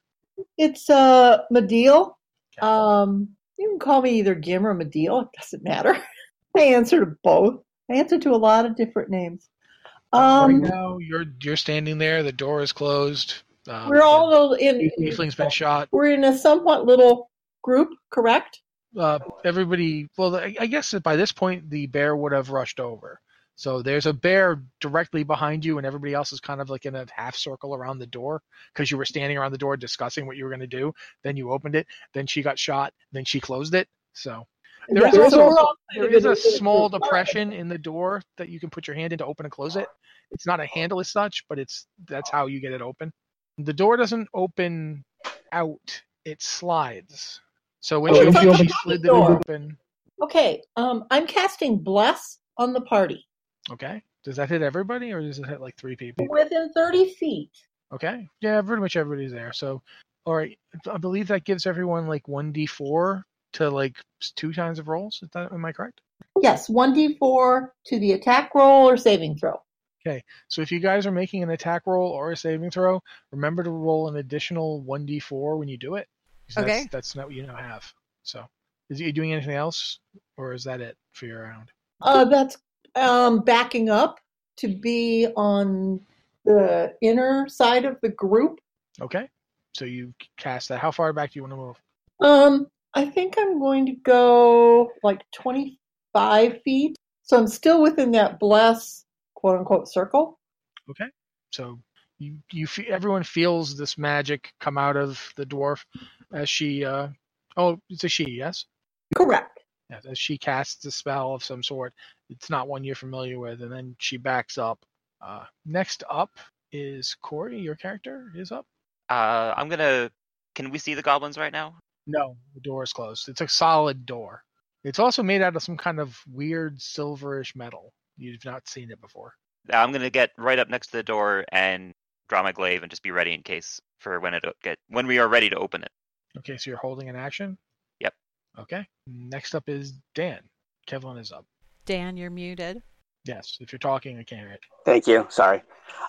Speaker 4: it's uh Medeal.
Speaker 2: Okay.
Speaker 4: Um, you can call me either Gim or Medeal. It doesn't matter. I answer to both. I answer to a lot of different names. Um,
Speaker 2: right now, you're you're standing there. The door is closed. Um,
Speaker 4: we're all
Speaker 2: the
Speaker 4: in.
Speaker 2: tiefling's been shot.
Speaker 4: We're in a somewhat little group, correct?
Speaker 2: Uh, everybody. Well, I I guess that by this point the bear would have rushed over. So there's a bear directly behind you, and everybody else is kind of like in a half circle around the door because you were standing around the door discussing what you were going to do. Then you opened it. Then she got shot. Then she closed it. So There is
Speaker 4: Yeah, so
Speaker 2: also-
Speaker 4: we're all-
Speaker 2: there is a small depression in the door that you can put your hand in to open and close it. It's not a handle as such, but it's that's how you get it open. The door doesn't open out; it slides. So when
Speaker 4: Oh,
Speaker 2: she
Speaker 4: it's
Speaker 2: opened,
Speaker 4: like
Speaker 2: she
Speaker 4: the
Speaker 2: slid the door
Speaker 4: door.
Speaker 2: open.
Speaker 4: Okay. Um, I'm casting bless on the party
Speaker 2: Okay, does that hit everybody, or does it hit like three people?
Speaker 4: within 30 feet.
Speaker 2: Okay, yeah, pretty much everybody's there. So, all right, I believe that gives everyone like one d four to like two times of rolls. Is that am I correct?
Speaker 4: Yes, 1d4 to the attack roll or saving throw.
Speaker 2: So if you guys are making an attack roll or a saving throw, remember to roll an additional 1d4 when you do it. 'cause
Speaker 1: Okay.
Speaker 2: That's, that's not what you now have. So is you doing anything else, or is that it for your round?
Speaker 4: Uh, that's um, backing up to be on the inner side of the group.
Speaker 2: Okay. So you cast that. How far back do you want to move?
Speaker 4: Um, I think I'm going to go like 25 feet. So I'm still within that bless, quote unquote, circle.
Speaker 2: So you you fe- everyone feels this magic come out of the dwarf as she uh oh it's a she yes
Speaker 4: Correct.
Speaker 2: Yes, as she casts a spell of some sort. It's not one you're familiar with, and then she backs up. Uh, next up is Corey. Your character is up.
Speaker 6: Uh, I'm gonna. Can we see the goblins right now?
Speaker 2: No, the door is closed. It's a solid door. It's also made out of some kind of weird silverish metal. You've not seen it before.
Speaker 6: Uh, I'm gonna get right up next to the door and draw my glaive and just be ready in case for when it get when we are ready to open it.
Speaker 2: Okay, so you're holding an action?
Speaker 6: Yep.
Speaker 2: Okay. Next up is Dan. Kevlin is up.
Speaker 1: Dan, you're muted.
Speaker 2: Yes, if you're talking, I can't hear it.
Speaker 3: Thank you. Sorry.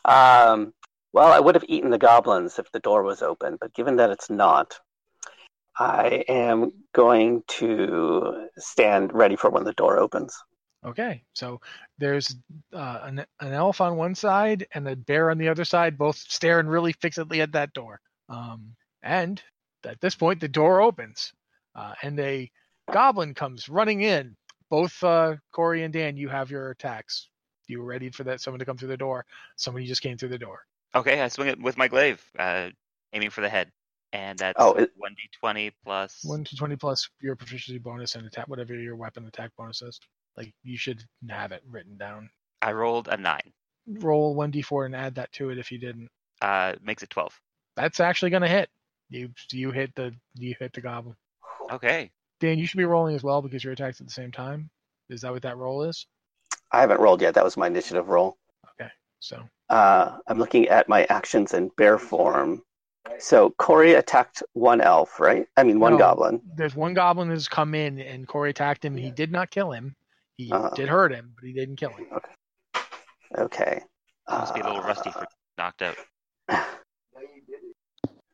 Speaker 3: Um, well, I would have eaten the goblins if the door was open, but given that it's not, I am going to stand ready for when the door opens.
Speaker 2: Okay, so there's uh, an, an elf on one side and a bear on the other side, both staring really fixedly at that door. Um, and at this point, the door opens, uh, and a goblin comes running in. Both uh, Corey and Dan, you have your attacks. You were ready for that someone to come through the door. Somebody just came through the door.
Speaker 6: Okay, I swing it with my glaive, uh, aiming for the head, and that's
Speaker 3: Oh, it-
Speaker 6: one d twenty plus.
Speaker 2: One to twenty plus your proficiency bonus and attack, whatever your weapon attack bonus is. Like you should have it written down.
Speaker 6: I rolled a nine.
Speaker 2: Roll one d4 and add that to it if you didn't.
Speaker 6: Uh, makes it twelve.
Speaker 2: That's actually gonna hit. You you hit the you hit the goblin.
Speaker 6: Okay.
Speaker 2: Dan, you should be rolling as well because you're attacked at the same time. Is that what that roll is?
Speaker 3: I haven't rolled yet. That was my initiative roll.
Speaker 2: So
Speaker 3: Uh, I'm looking at my actions in bear form. So Corey attacked one elf, right? I mean, one
Speaker 2: No.
Speaker 3: goblin.
Speaker 2: there's one goblin that's come in and Corey attacked him. He did not kill him. He
Speaker 3: Uh-huh.
Speaker 2: did hurt him, but he didn't kill him.
Speaker 3: Okay.
Speaker 6: Must be a little rusty for
Speaker 3: Ah.
Speaker 6: knocked out.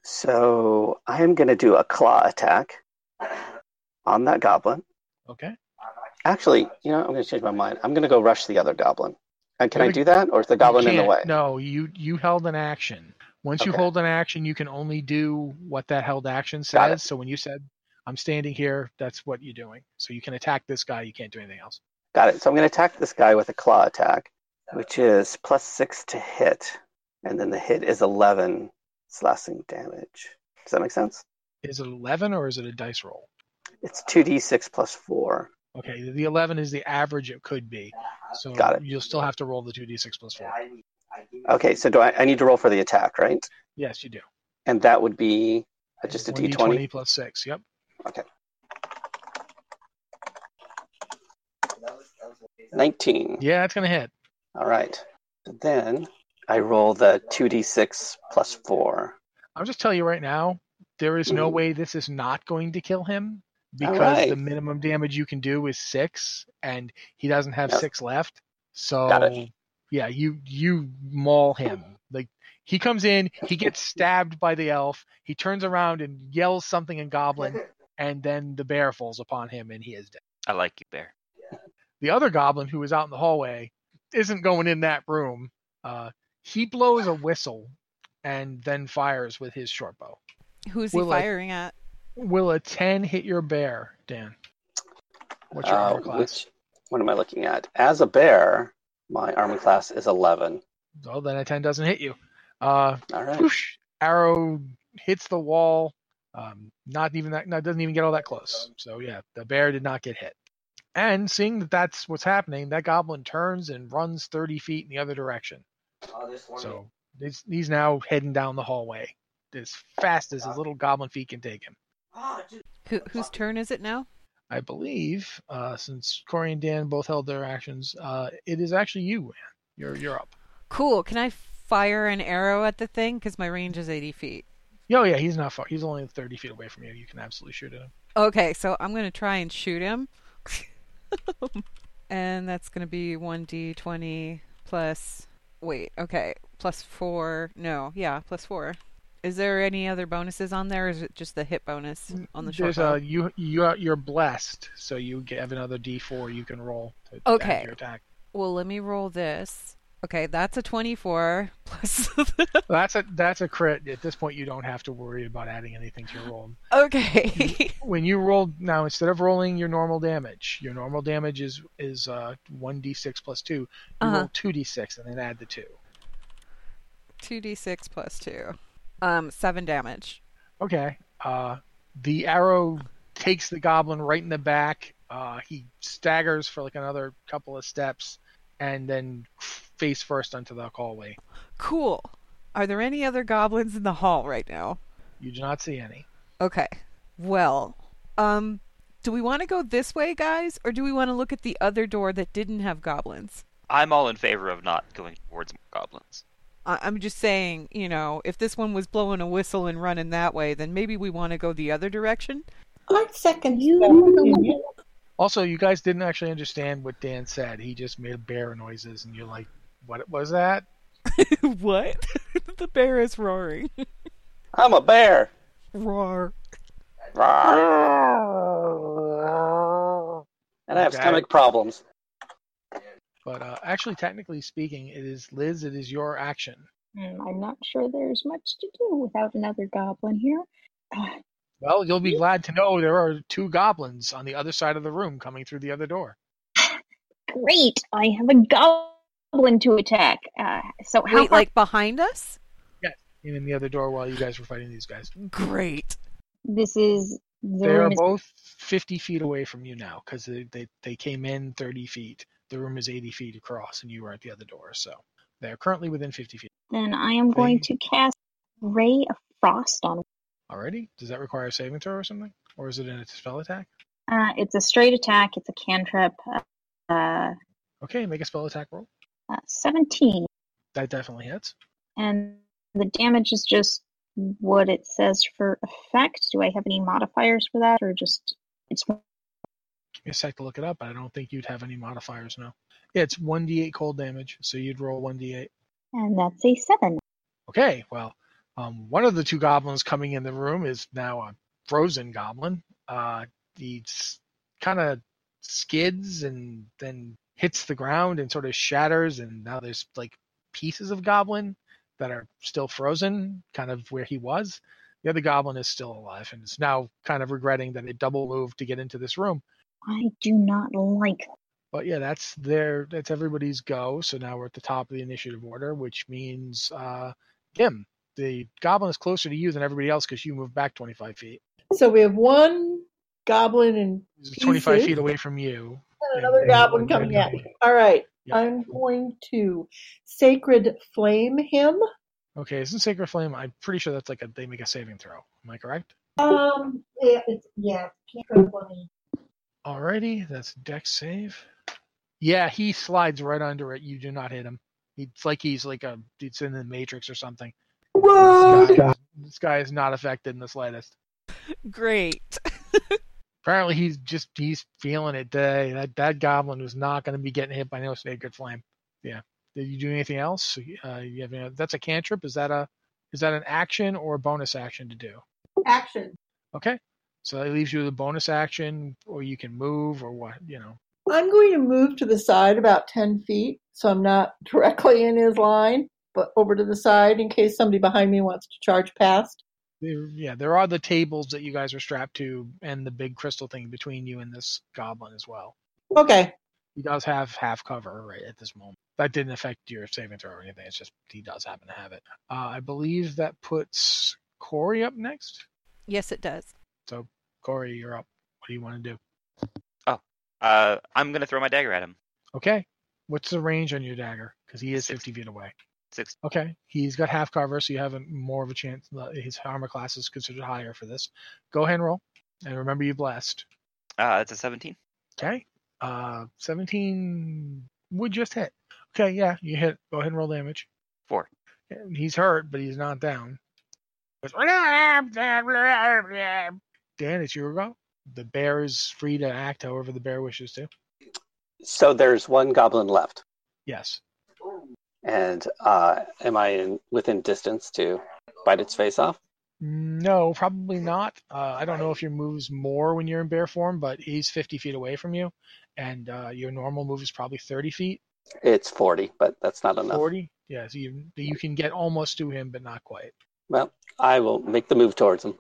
Speaker 3: So I am going to do a claw attack on that goblin.
Speaker 2: Okay.
Speaker 3: Actually, you know, I'm going to change my mind. I'm going to go rush the other goblin. And can I
Speaker 2: Really?
Speaker 3: do that, or is the goblin
Speaker 2: You
Speaker 3: in the
Speaker 2: can't-
Speaker 3: way?
Speaker 2: No, you you held an action. Once you
Speaker 3: Okay.
Speaker 2: hold an action, you can only do what that held action
Speaker 3: Got it.
Speaker 2: says. So when you said I'm standing here, that's what you're doing. So you can attack this guy, you can't do anything else.
Speaker 3: Got it. So I'm going to attack this guy with a claw attack, which is plus six to hit, and then the hit is eleven slashing damage. Does that make sense?
Speaker 2: Is it eleven or is it a dice roll?
Speaker 3: It's two d six plus four.
Speaker 2: Okay, the eleven is the average it could be. So
Speaker 3: Got it.
Speaker 2: you'll still have to roll the two D six plus four.
Speaker 3: Okay, so do I? I need to roll for the attack, right?
Speaker 2: Yes, you do.
Speaker 3: And that would be uh, just a
Speaker 2: One
Speaker 3: d
Speaker 2: D
Speaker 3: twenty.
Speaker 2: plus six. Yep.
Speaker 3: Nineteen.
Speaker 2: Yeah, it's gonna hit.
Speaker 3: All right. Then I roll the 2d6 plus 4.
Speaker 2: I'll just tell you right now, there is no
Speaker 3: Mhm.
Speaker 2: way this is not going to kill him because
Speaker 3: right.
Speaker 2: the minimum damage you can do is six, and he doesn't have
Speaker 3: Yep.
Speaker 2: six left. So
Speaker 3: Got it.
Speaker 2: yeah, you you maul him. Like he comes in, he gets stabbed by the elf, he turns around and yells something in goblin, and then the bear falls upon him and he is dead.
Speaker 6: I like you, bear.
Speaker 2: The other goblin who is out in the hallway isn't going in that room. Uh, he blows a whistle and then fires with his short bow.
Speaker 1: Who's
Speaker 2: Will
Speaker 1: he
Speaker 2: I-
Speaker 1: firing at?
Speaker 2: Will a 10 hit your bear, Dan? What's your
Speaker 3: Uh,
Speaker 2: armor class?
Speaker 3: Which, what am I looking at? As a bear, my armor class is 11.
Speaker 2: Well, then a 10 doesn't hit you. Uh,
Speaker 3: All right.
Speaker 2: whoosh, arrow hits the wall. Um, not even that, no, doesn't even get all that close. So, yeah, the bear did not get hit. And seeing that that's what's happening, that goblin turns and runs 30 feet in the other direction. So he's, he's now heading down the hallway as fast as his little goblin feet can take him.
Speaker 1: Who, whose turn is it now?
Speaker 2: I believe, uh, since Corey and Dan both held their actions, uh, it is actually you, man. You're you're up.
Speaker 1: Cool. Can I fire an arrow at the thing? Because my range is 80 feet.
Speaker 2: Oh yeah, he's not far. He's only thirty feet away from you. You can absolutely shoot at him.
Speaker 1: Okay, so I'm going to try and shoot him. and that's going to be 1d20 plus. Wait, okay. Plus 4. No, yeah, plus 4. Is there any other bonuses on there, or is it just the hit bonus on the short
Speaker 2: Mm, There's
Speaker 1: bow?
Speaker 2: a, uh, you you are, you're blessed, so you get- have another D4 you can roll to add to
Speaker 1: Okay.
Speaker 2: your attack.
Speaker 1: Well, let me roll this. Okay, that's a 24 plus.
Speaker 2: That's a that's a crit. At this point, you don't have to worry about adding anything to your roll.
Speaker 1: okay.
Speaker 2: When you roll now, instead of rolling your normal damage, your normal damage is is uh, one D6 plus two. You
Speaker 1: Uh-huh.
Speaker 2: roll two D6 and then add the two.
Speaker 1: 2d6 plus 2. Um, 7 damage.
Speaker 2: Okay. Uh, the arrow takes the goblin right in the back. Uh, he staggers for like another couple of steps and then face first onto the hallway.
Speaker 1: Cool. Are there any other goblins in the hall right now?
Speaker 2: You do not see any.
Speaker 1: Okay. Well, um, do we want to go this way, guys, or do we want to look at the other door that didn't have goblins?
Speaker 6: I'm all in favor of not going towards more goblins.
Speaker 1: I- I'm just saying, you know, if this one was blowing a whistle and running that way, then maybe we want to go the other direction.
Speaker 4: I second
Speaker 5: You-
Speaker 4: that opinion.
Speaker 2: Also, you guys didn't actually understand what Dan said. He just made bear noises, and you're like, "What was that?"
Speaker 1: what? the bear is roaring.
Speaker 3: I'm a bear.
Speaker 1: Roar.
Speaker 3: And I have
Speaker 2: Okay.
Speaker 3: stomach problems.
Speaker 2: But uh, actually, technically speaking, it is Liz. It is your action.
Speaker 5: Hmm, I'm not sure there's much to do without another goblin here. Ah,
Speaker 2: Well, you'll be glad to know there are two goblins on the other side of the room coming through the other door.
Speaker 5: great! I have a goblin to attack. Uh, so how
Speaker 1: Wait,
Speaker 5: far-
Speaker 1: like behind us?
Speaker 2: And in the other door while you guys were fighting these guys.
Speaker 1: Great.
Speaker 5: this is the
Speaker 2: they are
Speaker 5: room is
Speaker 2: both 50 feet away from you now because they, they, they came in 30 feet. The room is 80 feet across, and you were at the other door. So they're currently within 50 feet.
Speaker 5: then I am going to
Speaker 2: Thing.
Speaker 5: cast Ray of Frost on.
Speaker 2: Already? Does that require a saving throw or something? Or is it in a spell attack?
Speaker 5: Uh, it's a straight attack. It's a cantrip. Uh,
Speaker 2: Okay, make a spell attack roll.
Speaker 5: uh, 17,
Speaker 2: That definitely hits.
Speaker 5: and the damage is just what it says for effect. Do I have any modifiers for that, or just it's
Speaker 2: Give me a sec to look it up, but I don't think you'd have any modifiers now. Yeah, it's 1d8 cold damage, so you'd roll 1d8.
Speaker 5: and that's a seven.
Speaker 2: Okay, well, um, one of the two goblins coming in the room is now a frozen goblin. Uh, he kind of skids and then hits the ground and sort of shatters, and now there's like pieces of goblin that are still frozen, kind of where he was. The other goblin is still alive and is now kind of regretting that it double moved to get into this room.
Speaker 5: I do not like.
Speaker 2: But yeah, that's their that's everybody's go. So now we're at the top of the initiative order, which means uh Gim. The goblin is closer to you than everybody else because you moved back 25 feet.
Speaker 4: So we have one goblin and
Speaker 2: He's 25
Speaker 4: Pieces.
Speaker 2: feet away from you.
Speaker 4: And another goblin coming at me. All right,
Speaker 2: Yeah.
Speaker 4: I'm going to sacred flame him.
Speaker 2: Okay, isn't Sacred Flame? I'm pretty sure that's like a they make a saving throw. Am I correct?
Speaker 4: Um, yeah, it's, yeah, it's cantrip on me.
Speaker 2: Alrighty, that's deck save. Yeah, he slides right under it. You do not hit him. It's like he's like a it's in the Matrix or something. This guy, this guy is not affected in the slightest.
Speaker 1: Great.
Speaker 2: apparently he's just he's feeling it today. That that goblin was not going to be getting hit by no sacred flame. Yeah. Did you do anything else? Uh, you have, that's a cantrip. Is that a is that an action or a bonus action to do?
Speaker 4: Action.
Speaker 2: Okay. So that leaves you with a bonus action, or you can move, or what you know.
Speaker 4: I'm going to move to the side about 10 feet, so I'm not directly in his line, but over to the side in case somebody behind me wants to charge past.
Speaker 2: There, yeah, there are the tables that you guys are strapped to, and the big crystal thing between you and this goblin as well.
Speaker 4: Okay,
Speaker 2: He does have half cover right at this moment. That didn't affect your saving throw or anything. It's just he does happen to have it. Uh, I believe that puts Corey up next.
Speaker 1: Yes, it does.
Speaker 2: Corey, you're up. What do you want to do?
Speaker 6: Uh, I'm gonna throw my dagger at him.
Speaker 2: Okay. What's the range on your dagger? Because he is 50 feet away.
Speaker 6: Six.
Speaker 2: Okay. He's got half cover, so you have a, more of a chance. His armor class is considered higher for this. Go ahead and roll. And remember, you blessed.
Speaker 6: Uh, that's a 17.
Speaker 2: Okay. Uh, 17 would just hit. Okay. Yeah. You hit. Go ahead and roll damage.
Speaker 6: Four.
Speaker 2: And He's hurt, but he's not down. Goes, "Ah, Dan, it's your go. The bear is free to act however the bear wishes to.
Speaker 3: So there's one goblin left.
Speaker 2: Yes.
Speaker 3: And uh, am I in, within distance to bite its face off?
Speaker 2: No, probably not. Uh, I don't know if your move's more when you're in bear form, but he's 50 feet away from you, and uh, your normal move is probably 30 feet,
Speaker 3: It's 40, but that's not enough.
Speaker 2: 40. Yeah, so you, you can get almost to him, but not quite.
Speaker 3: Well, I will make the move towards him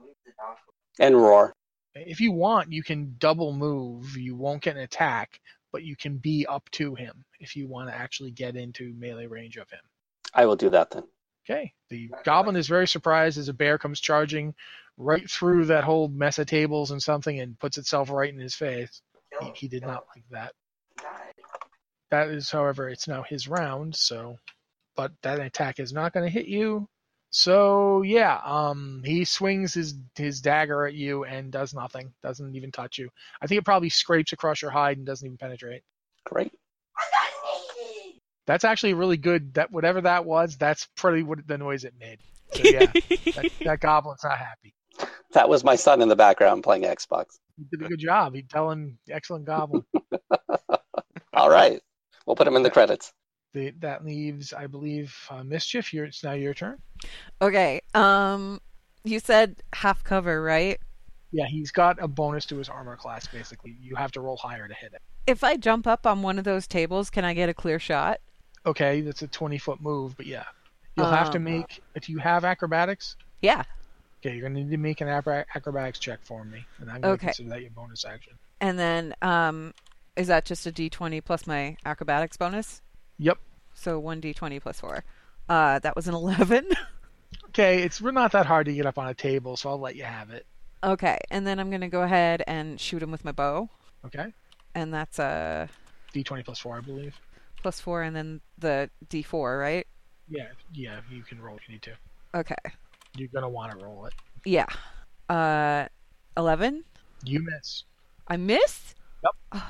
Speaker 3: and roar.
Speaker 2: If you want, you can double move. You won't get an attack, but you can be up to him if you want to actually get into melee range of him.
Speaker 3: I will do that then.
Speaker 2: Okay. The goblin is very surprised as a bear comes charging right through that whole mess of tables and something and puts itself right in his face. He, he did not like that. That is, however, it's now his round, so. But that attack is not going to hit you. So yeah, um, he swings his his dagger at you and does nothing. Doesn't even touch you. I think it probably scrapes across your hide and doesn't even penetrate.
Speaker 3: Great.
Speaker 2: That's actually really good. That whatever that was, that's pretty what the noise it made. So yeah, that, that goblin's not happy.
Speaker 3: That was my son in the background playing Xbox.
Speaker 2: He did a good job. He telling excellent goblin.
Speaker 3: All right. We'll put him in the credits.
Speaker 2: the, that leaves, I believe, uh, mischief. Your, it's now your turn.
Speaker 1: Okay. Um, you said half cover, right?
Speaker 2: Yeah, he's got a bonus to his armor class. Basically, you have to roll higher to hit it.
Speaker 1: If I jump up on one of those tables, can I get a clear shot?
Speaker 2: Okay, that's a twenty foot move, but yeah, you'll have to
Speaker 1: Um,
Speaker 2: make if you have acrobatics.
Speaker 1: Yeah.
Speaker 2: Okay, you're gonna need to make an acro- acrobatics check for me, and I'm gonna
Speaker 1: Okay.
Speaker 2: consider that your bonus action.
Speaker 1: And then, um, is that just a d20 plus my acrobatics bonus?
Speaker 2: Yep.
Speaker 1: So 1d20 plus 4. Uh, that was an 11.
Speaker 2: Okay, it's we're not that hard to get up on a table, so I'll let you have it.
Speaker 1: okay. And then I'm going to go ahead and shoot him with my bow.
Speaker 2: Okay,
Speaker 1: And that's a
Speaker 2: D20 plus four, I believe.
Speaker 1: plus 4 and then the d4, right?
Speaker 2: Yeah, yeah, you can roll if you need to.
Speaker 1: Okay.
Speaker 2: You're gonna want to roll it.
Speaker 1: Yeah. Uh, 11?
Speaker 2: You miss.
Speaker 1: I miss?
Speaker 2: Yep.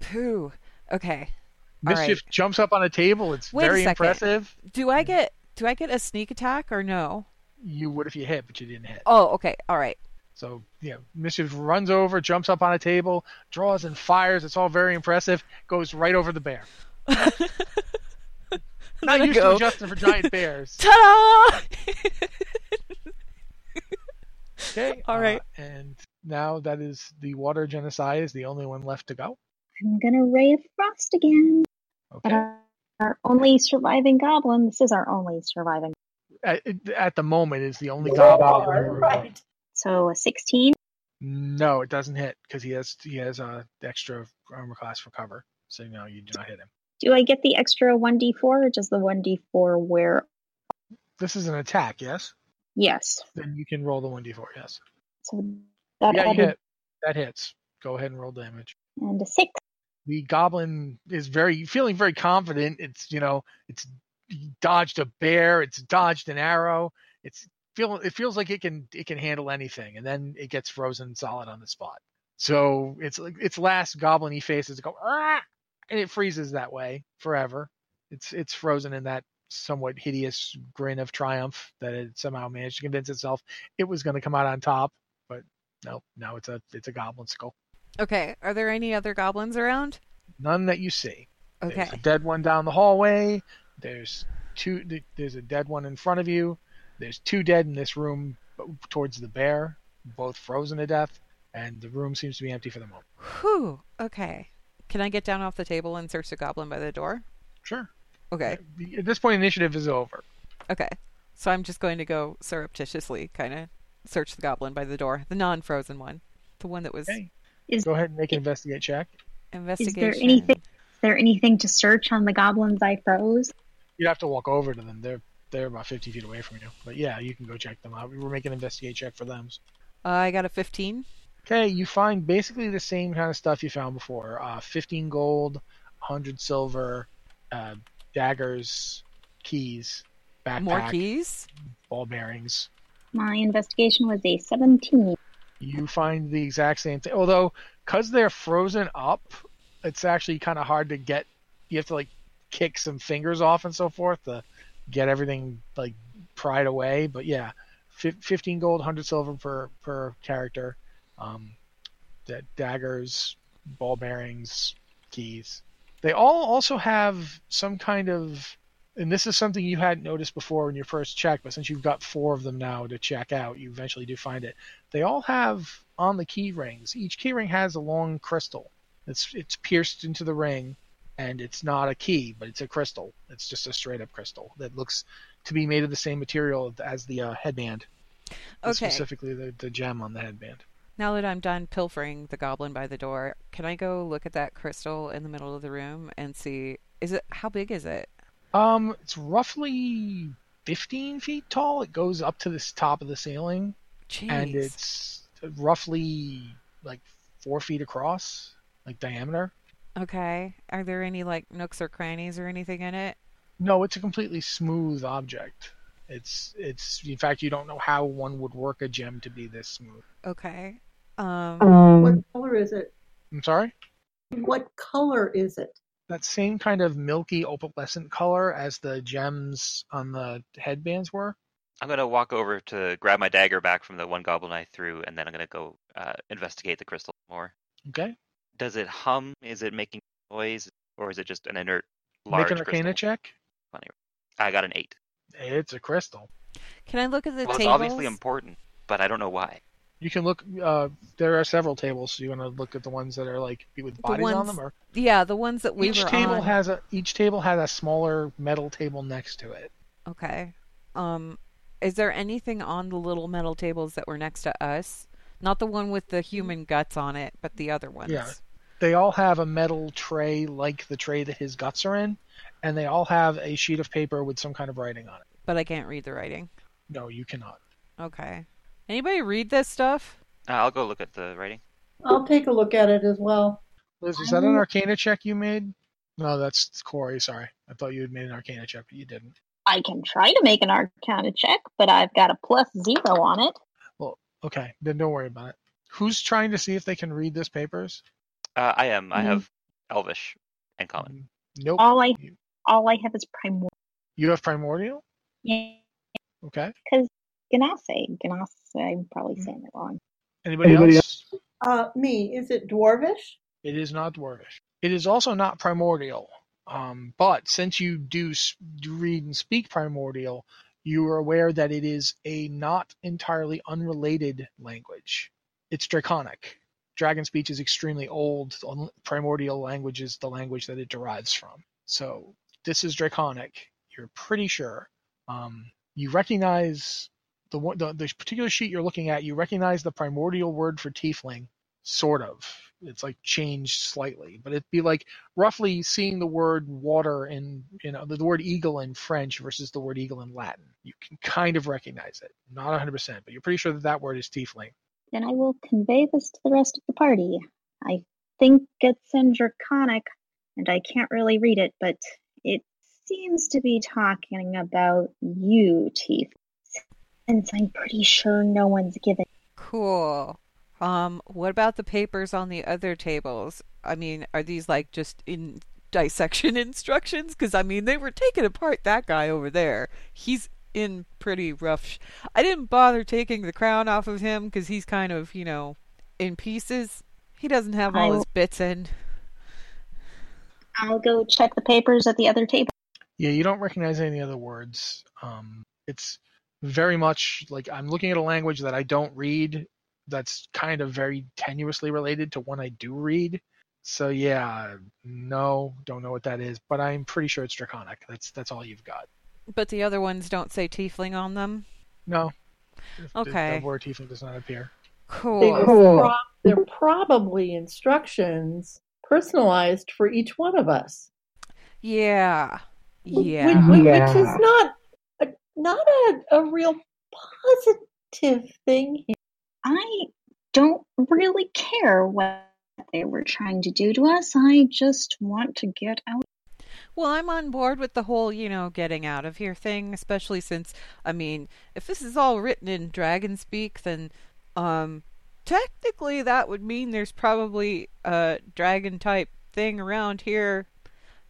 Speaker 1: Pooh. Okay. All right.
Speaker 2: Mischief jumps up on a table. It's
Speaker 1: Wait a
Speaker 2: very
Speaker 1: second.
Speaker 2: impressive.
Speaker 1: Do I get do I get a sneak attack or no?
Speaker 2: You would if you hit, but you didn't hit.
Speaker 1: Oh, okay. All right.
Speaker 2: So yeah, mischief runs over, jumps up on a table, draws and fires. It's all very impressive. Goes right over the bear. Not
Speaker 1: I
Speaker 2: used
Speaker 1: go.
Speaker 2: to adjusting for giant bears.
Speaker 1: Ta-da!
Speaker 2: Okay,
Speaker 1: All right.
Speaker 2: uh, and now that is the water genocide is the only one left to go.
Speaker 5: I'm gonna Ray of Frost again. But
Speaker 2: Okay.
Speaker 5: our, our only surviving goblin. This is our only surviving.
Speaker 2: at, at the moment is the only goblin. in the room.
Speaker 4: right.
Speaker 5: So a 16.
Speaker 2: No, it doesn't hit because he has he has uh, extra armor class for cover. So no, you do not hit him.
Speaker 5: Do I get the extra 1d4 or does the 1d4 wear?
Speaker 2: This is an attack, yes.
Speaker 5: Yes.
Speaker 2: Then you can roll the one d four, yes.
Speaker 5: So that
Speaker 2: yeah, you
Speaker 5: added
Speaker 2: hit. That hits. Go ahead and roll damage.
Speaker 5: and a 6.
Speaker 2: The goblin is very feeling very confident. It's you know it's he dodged a bear. It's dodged an arrow. It's feel it feels like it can it can handle anything, and then it gets frozen solid on the spot. So it's like its last goblin-y face is go ah, and it freezes that way forever. It's it's frozen in that somewhat hideous grin of triumph that it somehow managed to convince itself it was going to come out on top, but no, now it's a it's a goblin skull.
Speaker 1: Okay. Are there any other goblins around?
Speaker 2: None that you see. There's a
Speaker 1: Okay.
Speaker 2: dead one down the hallway. There's two. th- There's a dead one in front of you. There's two dead in this room b- towards the bear, both frozen to death, and the room seems to be empty for the moment.
Speaker 1: Whew. Okay. Can I get down off the table and search the goblin by the door?
Speaker 2: Sure.
Speaker 1: Okay.
Speaker 2: At this point, initiative is over.
Speaker 1: Okay. So I'm just going to go surreptitiously kind of search the goblin by the door, the non-frozen one, the one that was
Speaker 2: Okay.
Speaker 5: Is
Speaker 2: Go ahead and make an investigate check.
Speaker 1: investigation.
Speaker 5: anything- Is there anything to search on the goblins I froze?
Speaker 2: You'd have to walk over to them. They're they're about 50 feet away from you. But yeah, you can go check them out. We were making an investigate check for them.
Speaker 1: Uh, I got a 15.
Speaker 2: Okay, you find basically the same kind of stuff you found before. Uh, 15 gold, 100 silver, uh, daggers, keys, backpack,
Speaker 1: More keys.
Speaker 2: ball bearings.
Speaker 5: My investigation was a 17.
Speaker 2: You find the exact same thing. Although, because they're frozen up, it's actually kind of hard to get. You have to, like, kick some fingers off and so forth to get everything, like, pried away. But yeah, fif- 15 gold, 100 silver per, per character. Um, da- daggers, ball bearings, keys. They all also have some kind of, and this is something you hadn't noticed before in your first check, but since you've got four of them now to check out, you eventually do find it. They all have on the key rings. Each key ring has a long crystal. It's it's pierced into the ring, and it's not a key, but it's a crystal. It's just a straight up crystal that looks to be made of the same material as the uh, headband, and
Speaker 1: Okay.
Speaker 2: specifically the, the gem on the headband.
Speaker 1: Now that I'm done pilfering the goblin by the door, can I go look at that crystal in the middle of the room and see is it how big is it?
Speaker 2: Um, it's roughly 15 feet tall. It goes up to this top of the ceiling,
Speaker 1: Jeez.
Speaker 2: and it's roughly like four feet across, like diameter.
Speaker 1: Okay. Are there any like nooks or crannies or anything in it?
Speaker 2: No, it's a completely smooth object. It's it's in fact you don't know how one would work a gem to be this smooth.
Speaker 1: Okay. Um,
Speaker 4: What
Speaker 7: Um,
Speaker 4: color is it?
Speaker 2: I'm sorry.
Speaker 4: What color is it?
Speaker 2: That same kind of milky opalescent color as the gems on the headbands were.
Speaker 6: I'm gonna walk over to grab my dagger back from the one goblin I threw, and then I'm gonna go uh, investigate the crystal more.
Speaker 2: Okay.
Speaker 6: Does it hum? Is it making noise, or is it just an inert large
Speaker 2: Make an arcana
Speaker 6: crystal?
Speaker 2: check.
Speaker 6: I got an eight.
Speaker 2: It's a crystal.
Speaker 1: can I look at the
Speaker 6: well, it's
Speaker 1: tables?
Speaker 6: obviously important, but I don't know why.
Speaker 2: You can look. Uh, there are several tables. So you want to look at the ones that are like with bodies on
Speaker 1: ones
Speaker 2: them, or
Speaker 1: yeah, the ones that we
Speaker 2: each
Speaker 1: were
Speaker 2: table
Speaker 1: on.
Speaker 2: has a each table has a smaller metal table next to it.
Speaker 1: Okay. Um, is there anything on the little metal tables that were next to us? Not the one with the human guts on it, but the other ones.
Speaker 2: Yeah. They all have a metal tray like the tray that his guts are in, and they all have a sheet of paper with some kind of writing on it.
Speaker 1: But I can't read the writing.
Speaker 2: No, you cannot.
Speaker 1: Okay. Anybody read this stuff?
Speaker 6: Uh, I'll go look at the writing.
Speaker 4: I'll take a look at it as well.
Speaker 2: Liz, was that an Arcana check you made? No, that's Corey. Sorry, I thought you had made an Arcana check, but you didn't.
Speaker 5: I can try to make an Arcana check, but I've got a plus zero on it.
Speaker 2: Okay, then don't worry about it. Who's trying to see if they can read this papers?
Speaker 6: Uh, I am. I
Speaker 5: Mhm.
Speaker 6: have Elvish and Common.
Speaker 2: Nope.
Speaker 5: All I
Speaker 2: You-
Speaker 5: all I have is Primordial.
Speaker 2: You have Primordial. Okay.
Speaker 5: Ganase. Ganase. I'm probably saying it wrong.
Speaker 2: Anybody,
Speaker 7: Anybody
Speaker 2: else?
Speaker 4: Uh, me, is it dwarvish?
Speaker 2: It is not dwarvish. It is also not primordial. Um, but since you do s- do read and speak primordial, you are aware that it is a not entirely unrelated language. It's draconic. Dragon speech is extremely old. Un- Primordial language is the language that it derives from. So this is draconic. You're pretty sure. Um, you recognize the, one- the the particular sheet you're looking at. You recognize the primordial word for tiefling sort of. It's like changed slightly, but it'd be like roughly seeing the word water in you know the word eagle in French versus the word eagle in Latin. You can kind of recognize it, not 100, percent but you're pretty sure that that word is tiefling.
Speaker 5: Then I will convey this to the rest of the party. I think it's in Draconic, and I can't really read it, but it seems to be talking about you, Teeth. Since I'm pretty sure no one's given.
Speaker 1: Cool. Um, what about the papers on the other tables? I mean, are these like just in dissection instructions? Because I mean, they were taking apart that guy over there. He's in pretty rough. Sh- I didn't bother taking the crown off of him because he's kind of, you know, in pieces. He doesn't have all
Speaker 5: I-
Speaker 1: his bits in.
Speaker 5: I'll go check the papers at the other table.
Speaker 2: Yeah, you don't recognize any other words. Um, it's very much like I'm looking at a language that I don't read. That's kind of very tenuously related to one I do read. So yeah, no, don't know what that is, but I'm pretty sure it's draconic. That's that's all you've got.
Speaker 1: But the other ones don't say tiefling on them.
Speaker 2: No. If the-
Speaker 1: Okay.
Speaker 2: The word tiefling does not appear.
Speaker 4: They
Speaker 1: Cool.
Speaker 4: were
Speaker 7: Cool.
Speaker 4: prob- they're probably instructions personalized for each one of us.
Speaker 1: Yeah.
Speaker 4: Which,
Speaker 1: Yeah.
Speaker 4: which
Speaker 7: Yeah.
Speaker 4: is not a, not a, a real positive thing. here.
Speaker 5: I don't really care what they were trying to do to us. I just want to get out.
Speaker 1: Well, I'm on board with the whole, you know, getting out of here thing, especially since, I mean, if this is all written in dragon speak, then, um, technically that would mean there's probably a dragon type thing around here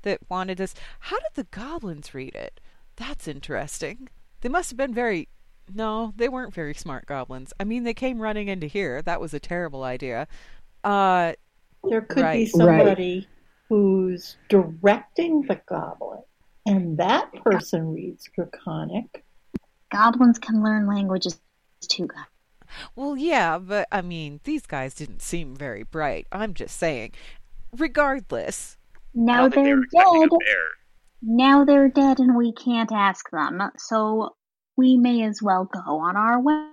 Speaker 1: that wanted us. How did the goblins read it? That's interesting. They must have been very. No, they weren't very smart goblins. I mean, they came running into here. That was a terrible idea. Uh,
Speaker 4: There could be
Speaker 1: Right.
Speaker 7: Right.
Speaker 4: somebody who's directing the goblin, and that person reads Draconic.
Speaker 5: Goblins can learn languages too, guys.
Speaker 1: Well, yeah, but I mean, these guys didn't seem very bright. I'm just saying. Regardless,
Speaker 6: I
Speaker 5: Now
Speaker 6: don't think they
Speaker 5: they're
Speaker 6: were expecting
Speaker 5: dead.
Speaker 6: a bear.
Speaker 5: Now they're dead and we can't ask them, so we may as well go on our way.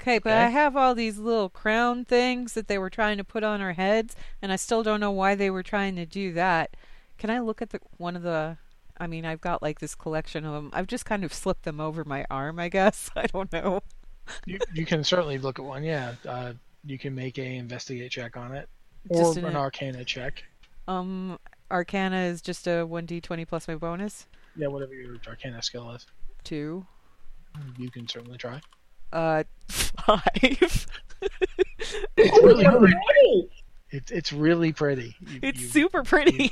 Speaker 1: okay, but
Speaker 2: Okay.
Speaker 1: I have all these little crown things that they were trying to put on our heads, and I still don't know why they were trying to do that. Can I look at the one of the? I mean, I've got like this collection of them. I've just kind of slipped them over my arm, I guess. I don't know.
Speaker 2: You, you can certainly look at one. Yeah, uh, you can make a investigate check on it, or
Speaker 1: Just
Speaker 2: an,
Speaker 1: an-
Speaker 2: Arcana check.
Speaker 1: Um, Arcana is just a one d twenty plus my bonus.
Speaker 2: Yeah, whatever your Arcana skill is.
Speaker 1: two,
Speaker 2: You can certainly try.
Speaker 1: uh, five.
Speaker 2: It's really
Speaker 4: You're
Speaker 2: pretty.
Speaker 4: right.
Speaker 2: It's it's really pretty. You,
Speaker 1: It's super pretty.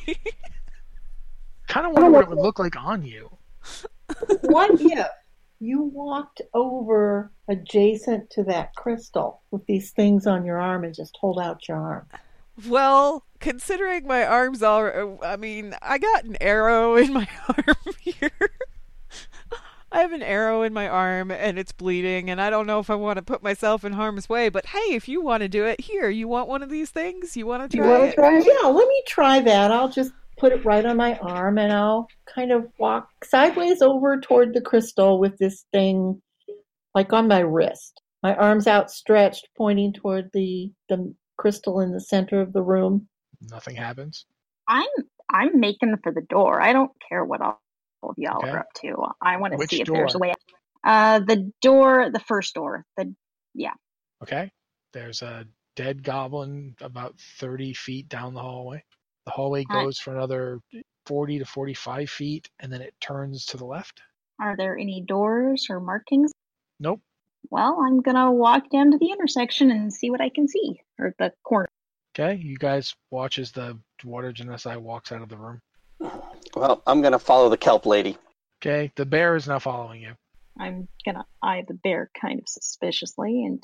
Speaker 2: kind of wonder what it would look like on you.
Speaker 4: What if you walked over adjacent to that crystal with these things on your arm and just hold out your arm?
Speaker 1: well, considering my arms are, I mean, I got an arrow in my arm here. I have an arrow in my arm and it's bleeding, and I don't know if I want to put myself in harm's way. But hey, if you want to do it, here, you want one of these things? You want to
Speaker 3: You
Speaker 1: try
Speaker 3: want
Speaker 1: it?
Speaker 3: to try it?
Speaker 4: Yeah, let me try that. I'll just put it right on my arm and I'll kind of walk sideways over toward the crystal with this thing like on my wrist. My arms outstretched pointing toward the the crystal in the center of the room.
Speaker 2: Nothing happens.
Speaker 5: I'm I'm making for the door. I don't care what all of y'all
Speaker 2: Okay.
Speaker 5: are up to. I want to
Speaker 2: Which
Speaker 5: see if there's a
Speaker 2: door?
Speaker 5: way. Uh, the door, the first door. The
Speaker 2: Okay. There's a dead goblin about 30 feet down the hallway. The hallway
Speaker 5: Alright.
Speaker 2: goes for another 40 to 45 feet, and then it turns to the left.
Speaker 5: are there any doors or markings?
Speaker 2: Nope.
Speaker 5: Well, I'm gonna walk down to the intersection and see what I can see, or the corner.
Speaker 2: Okay. You guys watch as the water genocide walks out of the room.
Speaker 3: Well, I'm gonna follow the kelp lady.
Speaker 2: Okay. The bear is now following you.
Speaker 5: I'm gonna eye the bear kind of suspiciously, and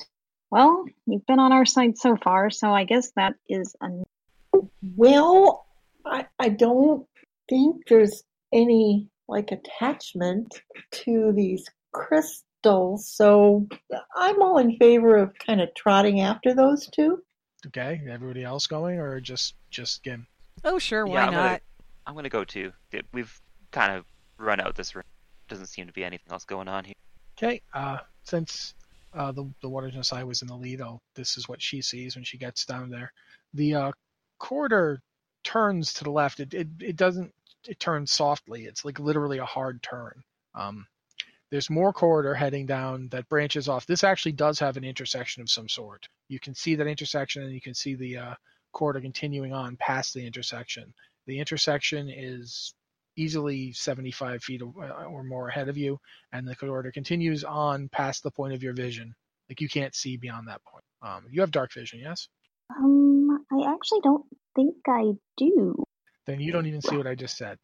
Speaker 5: well, you've been on our side so far, so I guess that is a
Speaker 4: Well, I I don't think there's any like attachment to these crystals, so I'm all in favor of kind of trotting after those two.
Speaker 2: Okay. Everybody else going, or just just Gim?
Speaker 1: Oh, sure,
Speaker 6: Yeah,
Speaker 1: why
Speaker 6: I'm gonna-
Speaker 1: not?
Speaker 6: I'm gonna go too. Th- We've kind of run out this room. Doesn't seem to be anything else going on here.
Speaker 2: Okay. Uh, since uh, the the water genocide was in the lead, I'll, this is what she sees when she gets down there. The uh, corridor turns to the left. It, it it doesn't. It turns softly. It's like literally a hard turn. Um, there's more corridor heading down that branches off. This actually does have an intersection of some sort. You can see that intersection, and you can see the uh, corridor continuing on past the intersection. The intersection is easily 75 feet or- or more ahead of you and the corridor continues on past the point of your vision. Like you can't see beyond that point. Um, you have dark vision, yes?
Speaker 5: um. I actually don't think I do.
Speaker 2: Then you don't even see what I just said.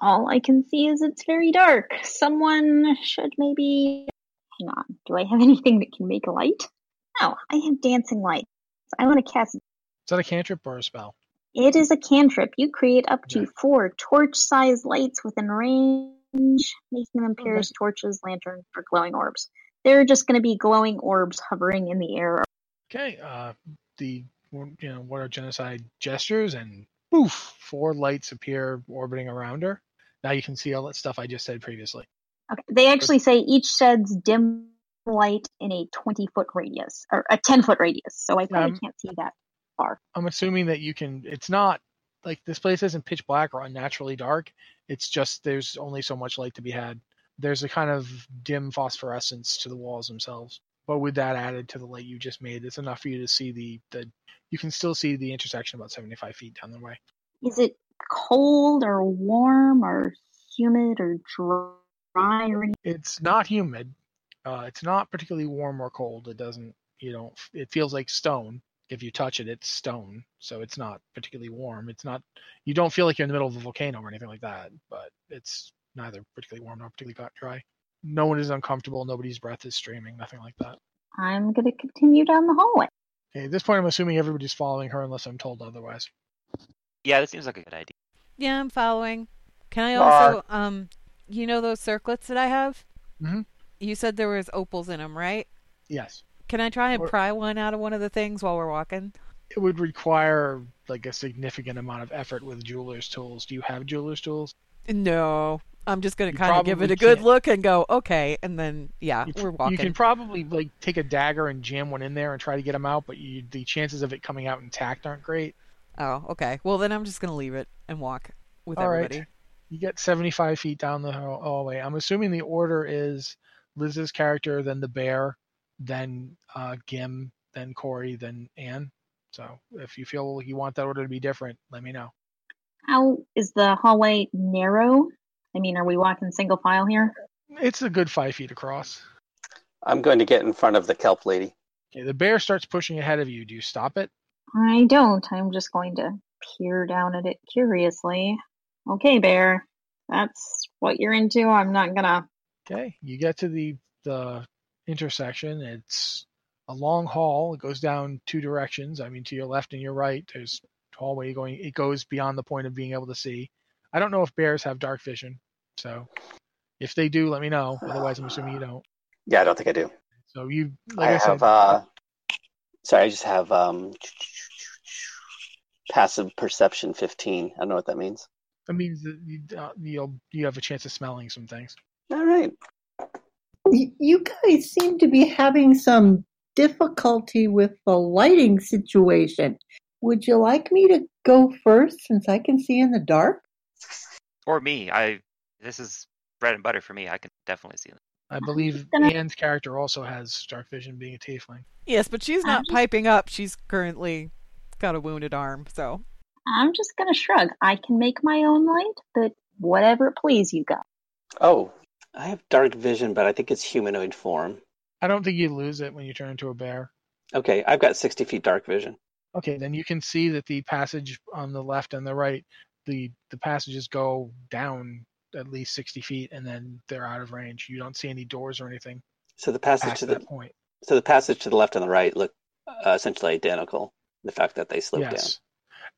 Speaker 5: All I can see is it's very dark. Someone should maybe. Hang on. Do I have anything that can make a light? No, I have dancing lights. I want to cast.
Speaker 2: Is that a cantrip or a spell?
Speaker 5: It is a cantrip. You create up to
Speaker 2: Okay.
Speaker 5: four torch-sized lights within range, making them
Speaker 2: Okay.
Speaker 5: pairs, torches, lanterns, or glowing orbs. They're just going to be glowing orbs hovering in the air.
Speaker 2: Okay. Uh, the you know what are genocide gestures and poof, four lights appear orbiting around her. Now you can see all that stuff I just said previously.
Speaker 5: Okay. They actually say each sheds dim light in a twenty-foot radius or a ten-foot radius. So I probably
Speaker 2: Um,
Speaker 5: can't see that.
Speaker 2: I'm assuming that you can. It's not like this place isn't pitch black or unnaturally dark. It's just there's only so much light to be had. There's a kind of dim phosphorescence to the walls themselves, but with that added to the light you just made, it's enough for you to see the the. You can still see the intersection about 75 feet down the way.
Speaker 5: Is it cold or warm or humid or dry or anything?
Speaker 2: It's not humid. Uh, it's not particularly warm or cold. It doesn't. You don't. It feels like stone. If you touch it, it's stone. So it's not particularly warm. It's not. You don't feel like you're in the middle of a volcano or anything like that. But it's neither particularly warm nor particularly hot- dry. No one is uncomfortable. Nobody's breath is streaming. Nothing like that.
Speaker 5: I'm going to continue down the hallway.
Speaker 2: Okay. At this point, I'm assuming everybody's following her unless I'm told otherwise.
Speaker 6: Yeah, that seems like a good idea.
Speaker 1: Yeah, I'm following. Can I
Speaker 3: Lar.
Speaker 1: also, um, you know those circlets that I have?
Speaker 3: Mm-hmm.
Speaker 2: Mhm.
Speaker 1: You said there was opals in them, right?
Speaker 2: Yes.
Speaker 1: Can I try and
Speaker 2: Or-
Speaker 1: pry one out of one of the things while we're walking?
Speaker 2: It would require like a significant amount of effort with jeweler's tools. Do you have jeweler's tools?
Speaker 1: No, I'm just gonna
Speaker 2: You
Speaker 1: kind of give it
Speaker 2: probably
Speaker 1: a good
Speaker 2: can't.
Speaker 1: look and go, okay, and then yeah,
Speaker 2: you, c-
Speaker 1: Uh, we're
Speaker 2: you
Speaker 1: walking.
Speaker 2: can probably like take a dagger and jam one in there and try to get them out, but you, the chances of it coming out intact aren't great.
Speaker 1: Oh, okay. Well, then I'm just gonna leave it and walk with
Speaker 2: All right.
Speaker 1: everybody.
Speaker 2: You get 75 feet down the hall- hallway. I'm assuming the order is Liz's character, then the bear, then uh, Gim, then Corey, then Anne. So if you feel you want that order to be different, let me know.
Speaker 5: How is the hallway narrow? I mean, are we walking single file here?
Speaker 2: It's a good five feet across.
Speaker 3: I'm going to get in front of the kelp lady.
Speaker 2: Okay, the bear starts pushing ahead of you. Do you stop it?
Speaker 5: I don't. I'm just going to peer down at it curiously. Okay, bear. That's what you're into. I'm not gonna.
Speaker 2: Okay, you get to the the intersection. It's a long hall. It goes down two directions. I mean, to your left and your right. There's hallway going. It goes beyond the point of being able to see. I don't know if bears have dark vision, so if they do, let me know. Otherwise, I'm assuming you don't.
Speaker 3: Yeah, I don't think I do.
Speaker 2: So you, like
Speaker 3: I,
Speaker 2: I,
Speaker 3: have.
Speaker 2: said,
Speaker 3: Uh, sorry, I just have um, passive perception 15. I don't know what that means.
Speaker 2: I mean, you, uh, you'll you have a chance of smelling some things.
Speaker 3: All right.
Speaker 4: Y- You guys seem to be having some difficulty with the lighting situation. Would you like me to go first since I can see in the dark?
Speaker 6: Or me. I this is bread and butter for me. I can definitely see them.
Speaker 2: I believe
Speaker 5: gonna-
Speaker 2: Anne's character also has dark vision, being a tiefling.
Speaker 1: Yes, but she's not
Speaker 5: Um.
Speaker 1: piping up. She's currently got a wounded arm, so
Speaker 5: I'm just gonna shrug. I can make my own light, but whatever it please you go.
Speaker 3: Oh, I have dark vision, but I think it's humanoid form.
Speaker 2: I don't think you lose it when you turn into a bear.
Speaker 3: Okay, I've got 60 feet dark vision.
Speaker 2: Okay, then you can see that the passage on the left and the right, the the passages go down at least 60 feet, and then they're out of range. You don't see any doors or anything
Speaker 3: So the passage
Speaker 2: past
Speaker 3: to the
Speaker 2: that point.
Speaker 3: so the passage to the left and the right look uh, essentially identical. The fact that they slope
Speaker 2: yes.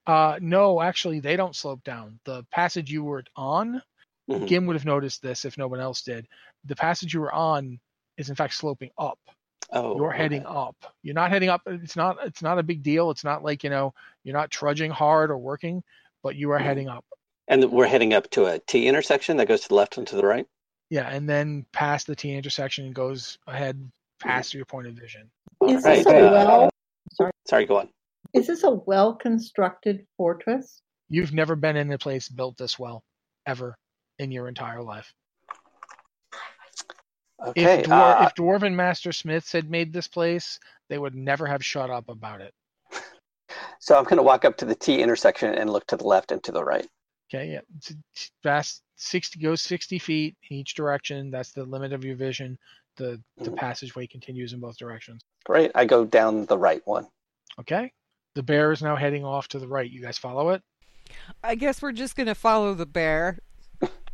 Speaker 2: Uh, no, actually, they don't slope down. The passage you were on,
Speaker 3: down. Mhm.
Speaker 2: Gim would have noticed this if no one else did. The passage you were on is in fact sloping up.
Speaker 3: Oh,
Speaker 2: you're
Speaker 3: okay.
Speaker 2: heading up. You're not heading up. It's not. It's not a big deal. It's not like you know. You're not trudging hard or working, but you are
Speaker 3: Mhm.
Speaker 2: heading up.
Speaker 3: And we're heading up to a T intersection that goes to the left and to the right.
Speaker 2: Yeah, and then past the T intersection and goes ahead past your point of vision.
Speaker 4: Is
Speaker 3: All right,
Speaker 4: this a
Speaker 3: uh,
Speaker 4: well?
Speaker 3: Sorry, go on.
Speaker 4: Is this a well-constructed fortress?
Speaker 2: You've never been in a place built this well, ever, in your entire life.
Speaker 3: Okay.
Speaker 2: if, Dwar-
Speaker 3: uh,
Speaker 2: if Dwarven Master Smiths had made this place, they would never have shut up about it.
Speaker 3: so I'm going to walk up to the T intersection and look to the left and to the right.
Speaker 2: Okay, yeah. It's- it's Fast sixty goes sixty feet in each direction. That's the limit of your vision. The the
Speaker 3: Mhm.
Speaker 2: passageway continues in both directions.
Speaker 3: Great. I go down the right one.
Speaker 2: Okay. The bear is now heading off to the right. You guys follow it?
Speaker 1: I guess we're just gonna follow the bear.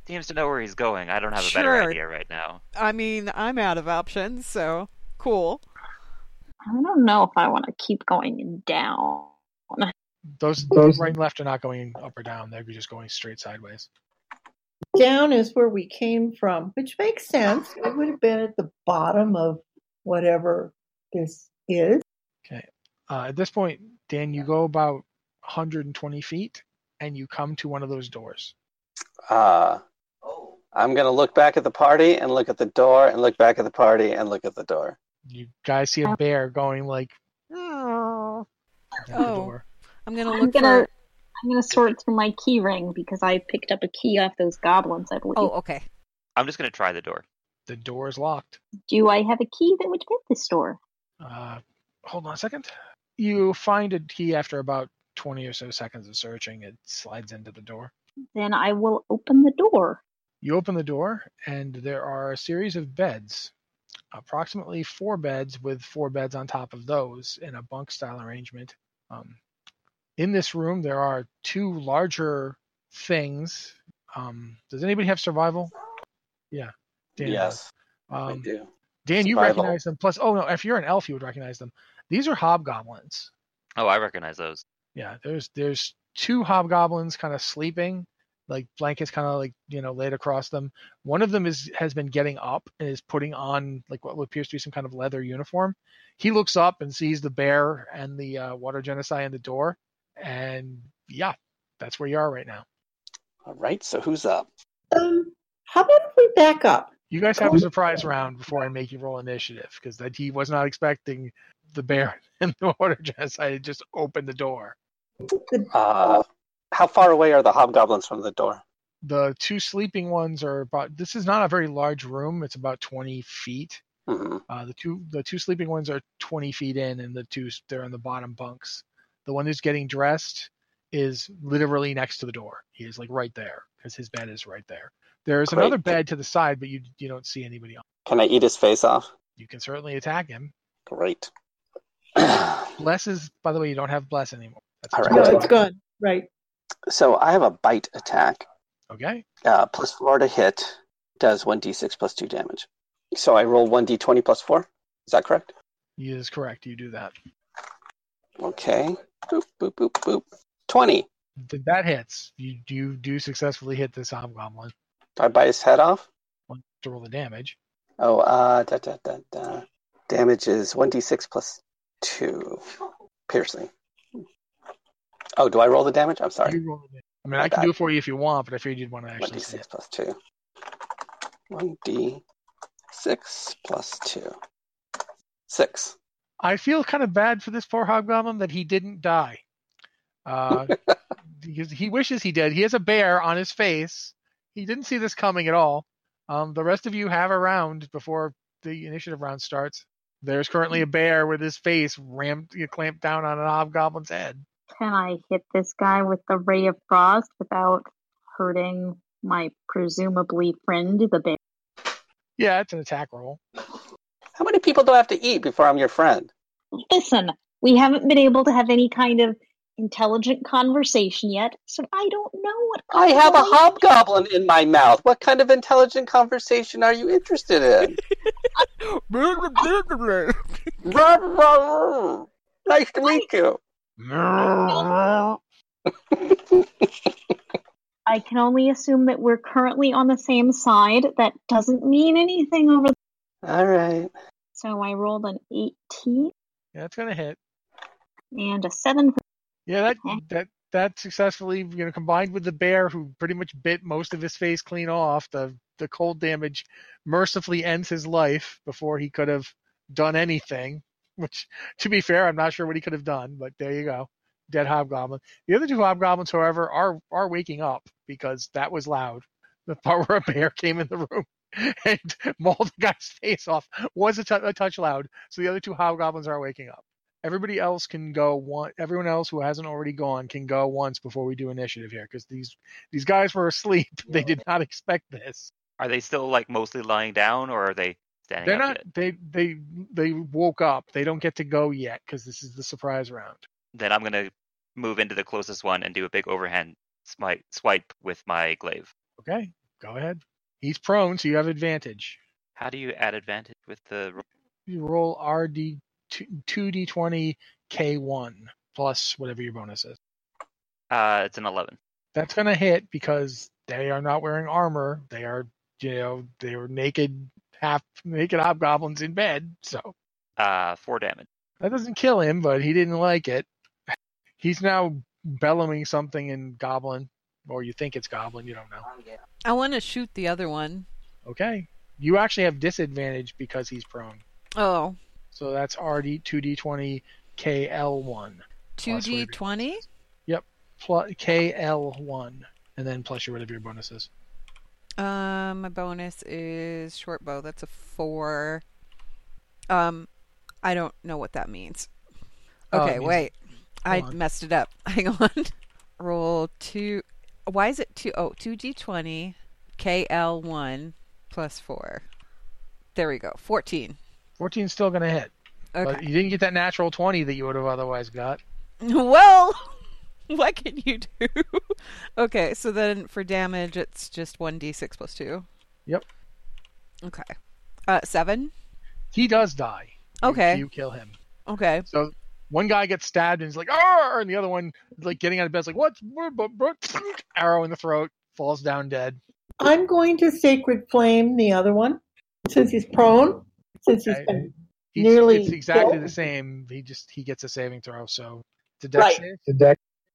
Speaker 6: Seems to know where he's going. I don't have a
Speaker 1: Sure.
Speaker 6: better idea right now.
Speaker 1: I mean, I'm out of options, so cool.
Speaker 5: I don't know if I want to keep going down.
Speaker 2: Those right and left are not going up or down. They're just going straight sideways.
Speaker 4: Down is where we came from, which makes sense. It would have been at the bottom of whatever this is.
Speaker 2: Uh, at this point, Dan, you go about 120 feet and you come to one of those doors.
Speaker 3: Uh, I'm going to look back at the party and look at the door and look back at the party and look at the door.
Speaker 2: You guys see a bear going like, "Meow," at the
Speaker 1: Oh.
Speaker 2: door.
Speaker 1: I'm gonna
Speaker 5: I'm
Speaker 1: look
Speaker 5: gonna-
Speaker 1: for.
Speaker 5: I'm gonna sort through my key ring because I picked up a key off those goblins. I believe.
Speaker 1: Oh, okay.
Speaker 6: I'm just gonna try the door.
Speaker 2: The door is locked.
Speaker 5: Do I have a key that would fit this door?
Speaker 2: Uh, hold on a second. You find a key after about 20 or so seconds of searching. It slides into the door.
Speaker 5: Then I will open the door.
Speaker 2: You open the door, and there are a series of beds, approximately four beds, with four beds on top of those in a bunk style arrangement. Um, in this room, there are two larger things. Um, does anybody have survival? Yeah. Dan does.
Speaker 3: yes, I
Speaker 2: Um,
Speaker 3: do.
Speaker 2: Dan, you
Speaker 3: Survival.
Speaker 2: recognize them. Plus, oh no, if you're an elf, you would recognize them. These are hobgoblins.
Speaker 6: Oh, I recognize those.
Speaker 2: Yeah, there's there's two hobgoblins kind of sleeping, like blankets kind of like you know laid across them. One of them is has been getting up and is putting on like what appears to be some kind of leather uniform. He looks up and sees the bear and the uh, water genocide in the door, and yeah, that's where you are right now.
Speaker 3: All right. So who's up?
Speaker 4: Um, how about if we back up?
Speaker 2: You guys have a surprise round before I make you roll initiative because that he was not expecting the bear and the water genocide to just opened the door.
Speaker 3: Uh, how far away are the hobgoblins from the door?
Speaker 2: the two sleeping ones are about this is not a very large room it's about 20 feet
Speaker 3: hmm
Speaker 2: uh, the two the two sleeping ones are 20 feet in and the two they're on the bottom bunks the one who's getting dressed is literally next to the door he is like right there because his bed is right there. There is
Speaker 3: Great.
Speaker 2: another bed to the side, but you you don't see anybody. on
Speaker 3: Can I eat his face off?
Speaker 2: it. You can certainly attack him.
Speaker 3: Great.
Speaker 2: Bless is, by the way, you don't have bless anymore. That's
Speaker 3: All
Speaker 4: No,
Speaker 3: right.
Speaker 4: it's gone. Right.
Speaker 3: so I have a bite attack.
Speaker 2: Okay.
Speaker 3: Uh, plus four to hit does 1d6 plus 2 damage. So I roll 1d20 plus 4. Is that correct?
Speaker 2: He is correct. You do that.
Speaker 3: Okay. Boop, boop, boop, boop. 20.
Speaker 2: Th- That hits. You do do successfully hit this hobgoblin.
Speaker 3: Do I bite his head off?
Speaker 2: Want to roll the damage.
Speaker 3: Oh, uh, da, da, da, da. Damage is 1d6 plus 2. Piercing. Oh, do I roll the damage? I'm sorry.
Speaker 2: You roll the damage. I mean, I can do it for you if you want, but I figured you'd want to actually see it.
Speaker 3: 1d6 plus 2. 1d6 plus 2. 6.
Speaker 2: I feel kind of bad for this poor hobgoblin that he didn't die. Uh, because he wishes he did. He has a bear on his face. He didn't see this coming at all. Um, the rest of you have a round before the initiative round starts. There's currently a bear with his face rammed, you know, clamped down on an hobgoblin's head.
Speaker 5: Can I hit this guy with the ray of frost without hurting my presumably friend, the bear?
Speaker 2: Yeah, it's an attack roll.
Speaker 3: How many people do I have to eat before I'm your friend?
Speaker 5: Listen, we haven't been able to have any kind of intelligent conversation yet, so I don't know what.
Speaker 3: I have a
Speaker 5: kind of
Speaker 3: hobgoblin in my mouth. What kind of intelligent conversation are you interested in? Ruh, ruh, ruh. nice to meet you.
Speaker 5: I can only assume that we're currently on the same side. That doesn't mean anything over.
Speaker 3: All right.
Speaker 5: So I rolled an 18
Speaker 2: Yeah, it's gonna hit.
Speaker 5: and a 7.
Speaker 2: Yeah, that
Speaker 5: Okay.
Speaker 2: that that successfully, you know, combined with the bear who pretty much bit most of his face clean off, the the cold damage mercifully ends his life before he could have done anything. Which, to be fair, I'm not sure what he could have done, but there you go, dead hobgoblin. The other two hobgoblins, however, are are waking up because that was loud. The part where a bear came in the room and mauled the guy's face off was a tou- a touch loud. So the other two hobgoblins are waking up. Everybody else can go one. Everyone else who hasn't already gone can go once before we do initiative here, because these these guys were asleep. They did not expect this.
Speaker 6: Are they still like mostly lying down, or are they standing
Speaker 2: They're
Speaker 6: up
Speaker 2: not.
Speaker 6: yet?
Speaker 2: They they they woke up. They don't get to go yet because this is the surprise round.
Speaker 6: Then I'm gonna move into the closest one and do a big overhand swipe, swipe with my glaive.
Speaker 2: Okay, go ahead. He's prone, so you have advantage.
Speaker 6: How do you add advantage with the? ro-
Speaker 2: You roll RD two D twenty K one plus whatever your bonus is.
Speaker 6: Uh, it's an eleven.
Speaker 2: That's gonna hit because they are not wearing armor. They are you know they were naked half naked hobgoblins in bed. So.
Speaker 6: Uh, four damage.
Speaker 2: That doesn't kill him, but he didn't like it. He's now bellowing something in Goblin, or you think it's Goblin, you don't know.
Speaker 1: I want to shoot the other one.
Speaker 2: Okay. You actually have disadvantage because he's prone.
Speaker 1: Oh,
Speaker 2: So that's RD 2D20 KL1. Plus whatever your
Speaker 1: 2d20?
Speaker 2: Plus KL1. And then plus your whatever your bonus is.
Speaker 1: Um, my bonus is short bow. That's a 4. Um, I don't know what that means.
Speaker 2: Oh, it
Speaker 1: Okay,
Speaker 2: means-
Speaker 1: wait. I
Speaker 2: on.
Speaker 1: messed it up. Hang on. Roll 2. Why is it 2? Oh, 2d20 KL1 plus 4. There we go. 14.
Speaker 2: 14 still going to hit. But
Speaker 1: Okay.
Speaker 2: you didn't get that natural 20 that you would have otherwise got.
Speaker 1: Well, what can you do? okay, so then for damage, it's just 1d6 plus 2.
Speaker 2: Yep.
Speaker 1: Okay. Uh, 7?
Speaker 2: He does die. You-
Speaker 1: Okay.
Speaker 2: you kill him.
Speaker 1: Okay.
Speaker 2: So one guy gets stabbed and he's like, "Arr!" and the other one is like getting out of bed's like, "What?" Arrow in the throat, falls down dead.
Speaker 4: I'm going to sacred flame the other one since he's prone. Since he's
Speaker 2: Okay.
Speaker 4: been
Speaker 2: He's,
Speaker 4: Nearly
Speaker 2: it's exactly
Speaker 4: dead.
Speaker 2: the same. He just he gets a saving throw. So to
Speaker 4: Right.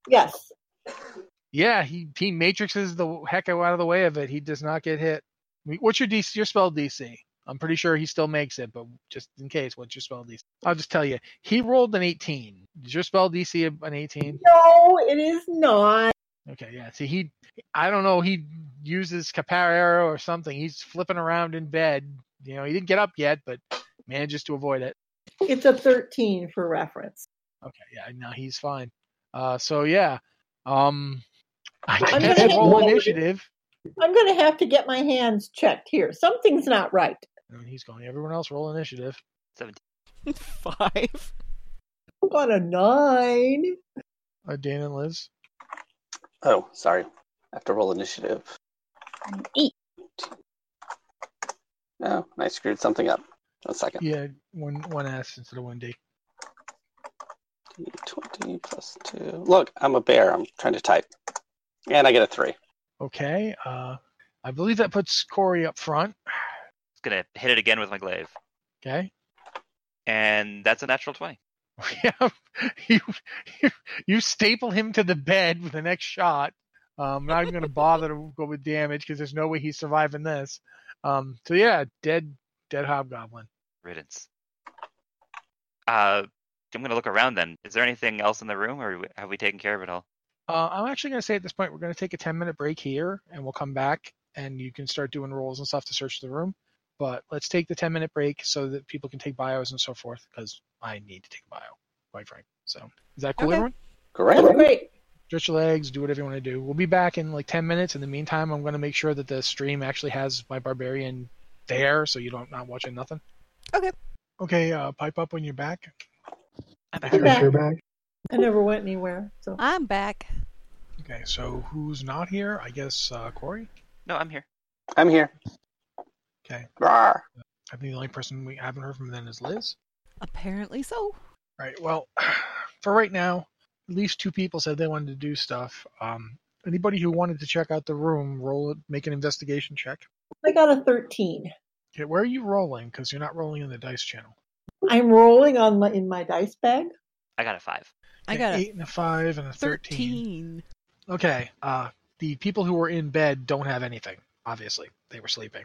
Speaker 4: yes.
Speaker 2: Yeah, he he matrixes the heck out of the way of it. He does not get hit. I mean, What's your DC? Your spell DC? I'm pretty sure he still makes it, but just in case, what's your spell DC? I'll just tell you. He rolled an 18. Is your spell DC an 18?
Speaker 4: No, it is not.
Speaker 2: Okay, yeah. See, he, I don't know, he uses Caparero or something. He's flipping around in bed. You know, he didn't get up yet, but manages to avoid it.
Speaker 4: It's a 13 for reference.
Speaker 2: Okay, yeah. No, he's fine. Uh, so yeah. Um, I
Speaker 4: I'm
Speaker 2: guess
Speaker 4: gonna
Speaker 2: roll
Speaker 4: hit-
Speaker 2: initiative.
Speaker 4: I'm going to have to get my hands checked here. Something's not right.
Speaker 2: And he's going, everyone else roll initiative.
Speaker 6: 17.
Speaker 1: Five.
Speaker 4: I'm on a nine.
Speaker 2: Uh, Dan and Liz.
Speaker 3: Oh, sorry. I have to roll initiative.
Speaker 5: An eight.
Speaker 3: No, Oh, I screwed something up. One second.
Speaker 2: Yeah, one one S instead of one D.
Speaker 3: 20 plus 2. Look, I'm a bear. I'm trying to type. And I get a 3.
Speaker 2: Okay. Uh, I believe that puts Corey up front.
Speaker 6: It's gonna hit it again with my glaive,
Speaker 2: Okay.
Speaker 6: and that's a natural twenty.
Speaker 2: Yeah, you, you you staple him to the bed with the next shot. Um, not even going to bother to go with damage because there's no way he's surviving this. Um, so yeah, dead dead hobgoblin.
Speaker 6: Riddance. Uh, I'm gonna look around then. Is there anything else in the room, or have we taken care of it all?
Speaker 2: Uh, I'm actually going to say at this point we're going to take a 10 minute break here, and we'll come back, and you can start doing rolls and stuff to search the room. But let's take the 10 minute break so that people can take bios and so forth because I need to take a bio, quite frank. So is that cool,
Speaker 1: Okay.
Speaker 2: everyone?
Speaker 3: Great.
Speaker 4: Great.
Speaker 2: stretch your legs, do whatever you want to do. We'll be back in like 10 minutes. In the meantime, I'm going to make sure that the stream actually has my barbarian there so you don't not watching nothing.
Speaker 1: Okay.
Speaker 2: Okay, uh, pipe up when you're back.
Speaker 4: I'm back.
Speaker 7: You're back.
Speaker 4: I never went anywhere. So
Speaker 1: I'm back.
Speaker 2: Okay, so who's not here? I guess uh, Corey.
Speaker 6: No, I'm here.
Speaker 3: I'm here.
Speaker 2: Okay,
Speaker 3: Rawr.
Speaker 2: I think the only person we haven't heard from then is Liz.
Speaker 1: Apparently so.
Speaker 2: All right, well, for right now, at least two people said they wanted to do stuff. Um, anybody who wanted to check out the room, roll it, make an investigation check.
Speaker 4: I got a 13.
Speaker 2: Okay, where are you rolling? Because you're not rolling in the dice channel.
Speaker 4: I'm rolling on my, in my dice bag.
Speaker 6: I got a five.
Speaker 1: I
Speaker 2: Okay,
Speaker 1: got a
Speaker 2: eight and a five and a 13.
Speaker 1: 13.
Speaker 2: Okay. Uh, the people who were in bed don't have anything. Obviously, they were sleeping.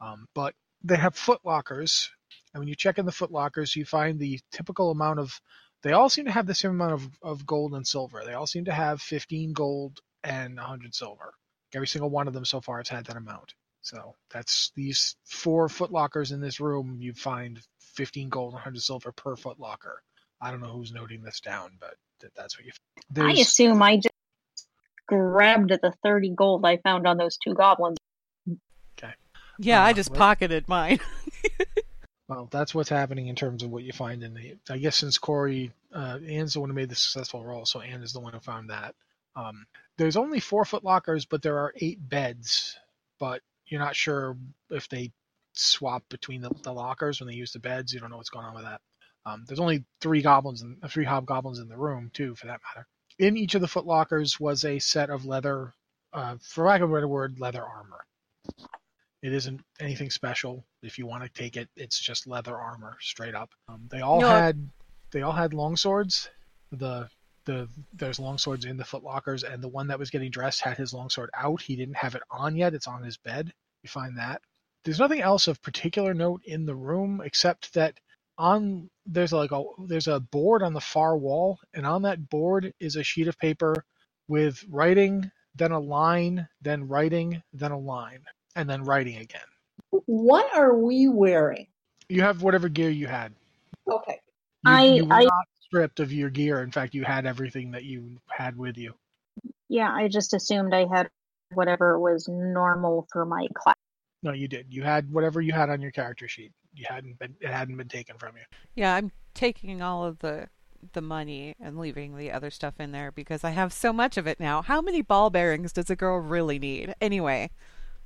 Speaker 2: Um, but they have foot lockers, and when you check in the foot lockers, you find the typical amount of. They all seem to have the same amount of, of gold and silver. They all seem to have 15 gold and 100 silver. Every single one of them so far has had that amount. So that's these four foot lockers in this room. You find 15 gold and 100 silver per foot locker. I don't know who's noting this down, but th- that's what you.
Speaker 5: I
Speaker 2: There's-
Speaker 5: assume I just grabbed the 30 gold I found on those two goblins.
Speaker 1: Yeah, I
Speaker 2: Uh,
Speaker 1: just
Speaker 2: what-
Speaker 1: pocketed mine.
Speaker 2: Well, that's what's happening in terms of what you find in the. I guess since Corey, uh, Anne's the one who made the successful roll, so Anne is the one who found that. Um, there's only four foot lockers, but there are eight beds. But you're not sure if they swap between the, the lockers when they use the beds. You don't know what's going on with that. Um, there's only three goblins and three hobgoblins in the room too, for that matter. In each of the foot lockers was a set of leather, uh, for lack of a better word, leather armor. It isn't anything special. If you want to take it, it's just leather armor, straight up. Um, they all
Speaker 1: No.
Speaker 2: had, they all had long swords. The the there's long swords in the footlockers, and the one that was getting dressed had his long sword out. He didn't have it on yet. It's on his bed. You find that. There's nothing else of particular note in the room except that on there's like a there's a board on the far wall, and on that board is a sheet of paper with writing, then a line, then writing, then a line, and then writing again.
Speaker 4: What are we wearing?
Speaker 2: You have whatever gear you had.
Speaker 4: Okay.
Speaker 2: You,
Speaker 5: I-
Speaker 2: you were
Speaker 5: I-
Speaker 2: not stripped of your gear. In fact, you had everything that you had with you.
Speaker 5: Yeah, I just assumed I had whatever was normal for my class.
Speaker 2: No, you did. You had whatever you had on your character sheet. You hadn't been it hadn't been taken from you.
Speaker 1: Yeah, I'm taking all of the the money and leaving the other stuff in there because I have so much of it now. How many ball bearings does a girl really need? Anyway,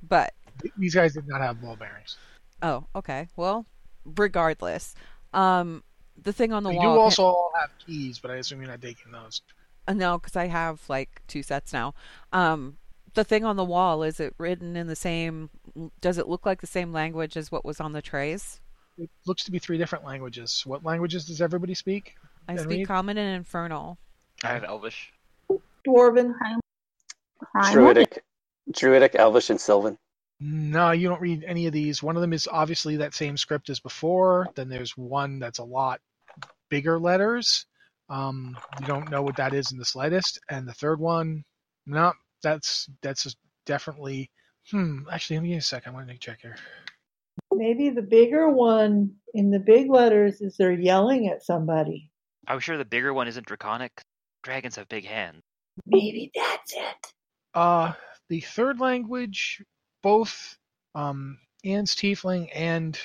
Speaker 1: but
Speaker 2: Th- These guys did not have ball bearings.
Speaker 1: oh, okay. Well, regardless, um the thing on the
Speaker 2: you do
Speaker 1: wall
Speaker 2: also all have keys, but I assume you're not taking those.
Speaker 1: Uh, No, because I have like two sets now. Um, the thing on the wall is it written in the same? Does it look like the same language as what was on the trays?
Speaker 2: It looks to be three different languages. What languages does everybody speak?
Speaker 1: I
Speaker 2: And
Speaker 1: speak
Speaker 2: read?
Speaker 1: Common and Infernal.
Speaker 6: I have Elvish.
Speaker 4: Dwarven.
Speaker 5: I'm
Speaker 3: Druidic. Druidic, Elvish, and Sylvan.
Speaker 2: No, you don't read any of these. One of them is obviously that same script as before. Then there's one that's a lot bigger letters. Um, you don't know what that is in the slightest. And the third one, no, that's that's just definitely. Hmm. Actually, give me a second. I want to check here.
Speaker 4: Maybe the bigger one in the big letters is they're yelling at somebody.
Speaker 6: I'm sure the bigger one isn't draconic. Dragons have big hands.
Speaker 4: Maybe that's it.
Speaker 2: Uh, The third language, both um, Anne's Tiefling and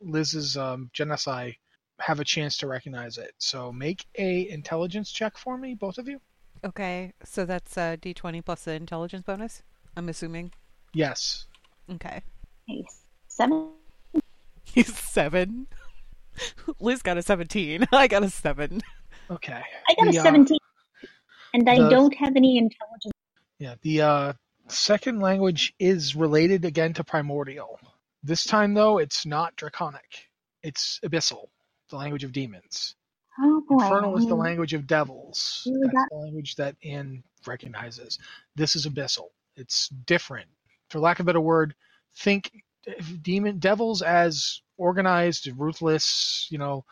Speaker 2: Liz's um, Genocide have a chance to recognize it. So make a intelligence check for me, both of you.
Speaker 1: Okay, so that's uh, d20 plus the intelligence bonus, I'm assuming.
Speaker 2: Yes.
Speaker 1: Okay.
Speaker 5: Nice. Seven.
Speaker 1: He's seven. Liz got a 17. I got a seven.
Speaker 2: Okay.
Speaker 5: I got
Speaker 2: The,
Speaker 5: a
Speaker 2: uh,
Speaker 5: 17, and I
Speaker 2: the-
Speaker 5: don't have any intelligence.
Speaker 2: Yeah, the uh, second language is related again to primordial. This time, though, it's not draconic. It's abyssal, the language of demons.
Speaker 5: Oh boy.
Speaker 2: Infernal is the
Speaker 5: Mm,
Speaker 2: language of devils.
Speaker 5: You
Speaker 2: That's
Speaker 5: got-
Speaker 2: the language that Anne recognizes. This is abyssal. It's different. For lack of a better word, think demon devils as organized, ruthless, you know,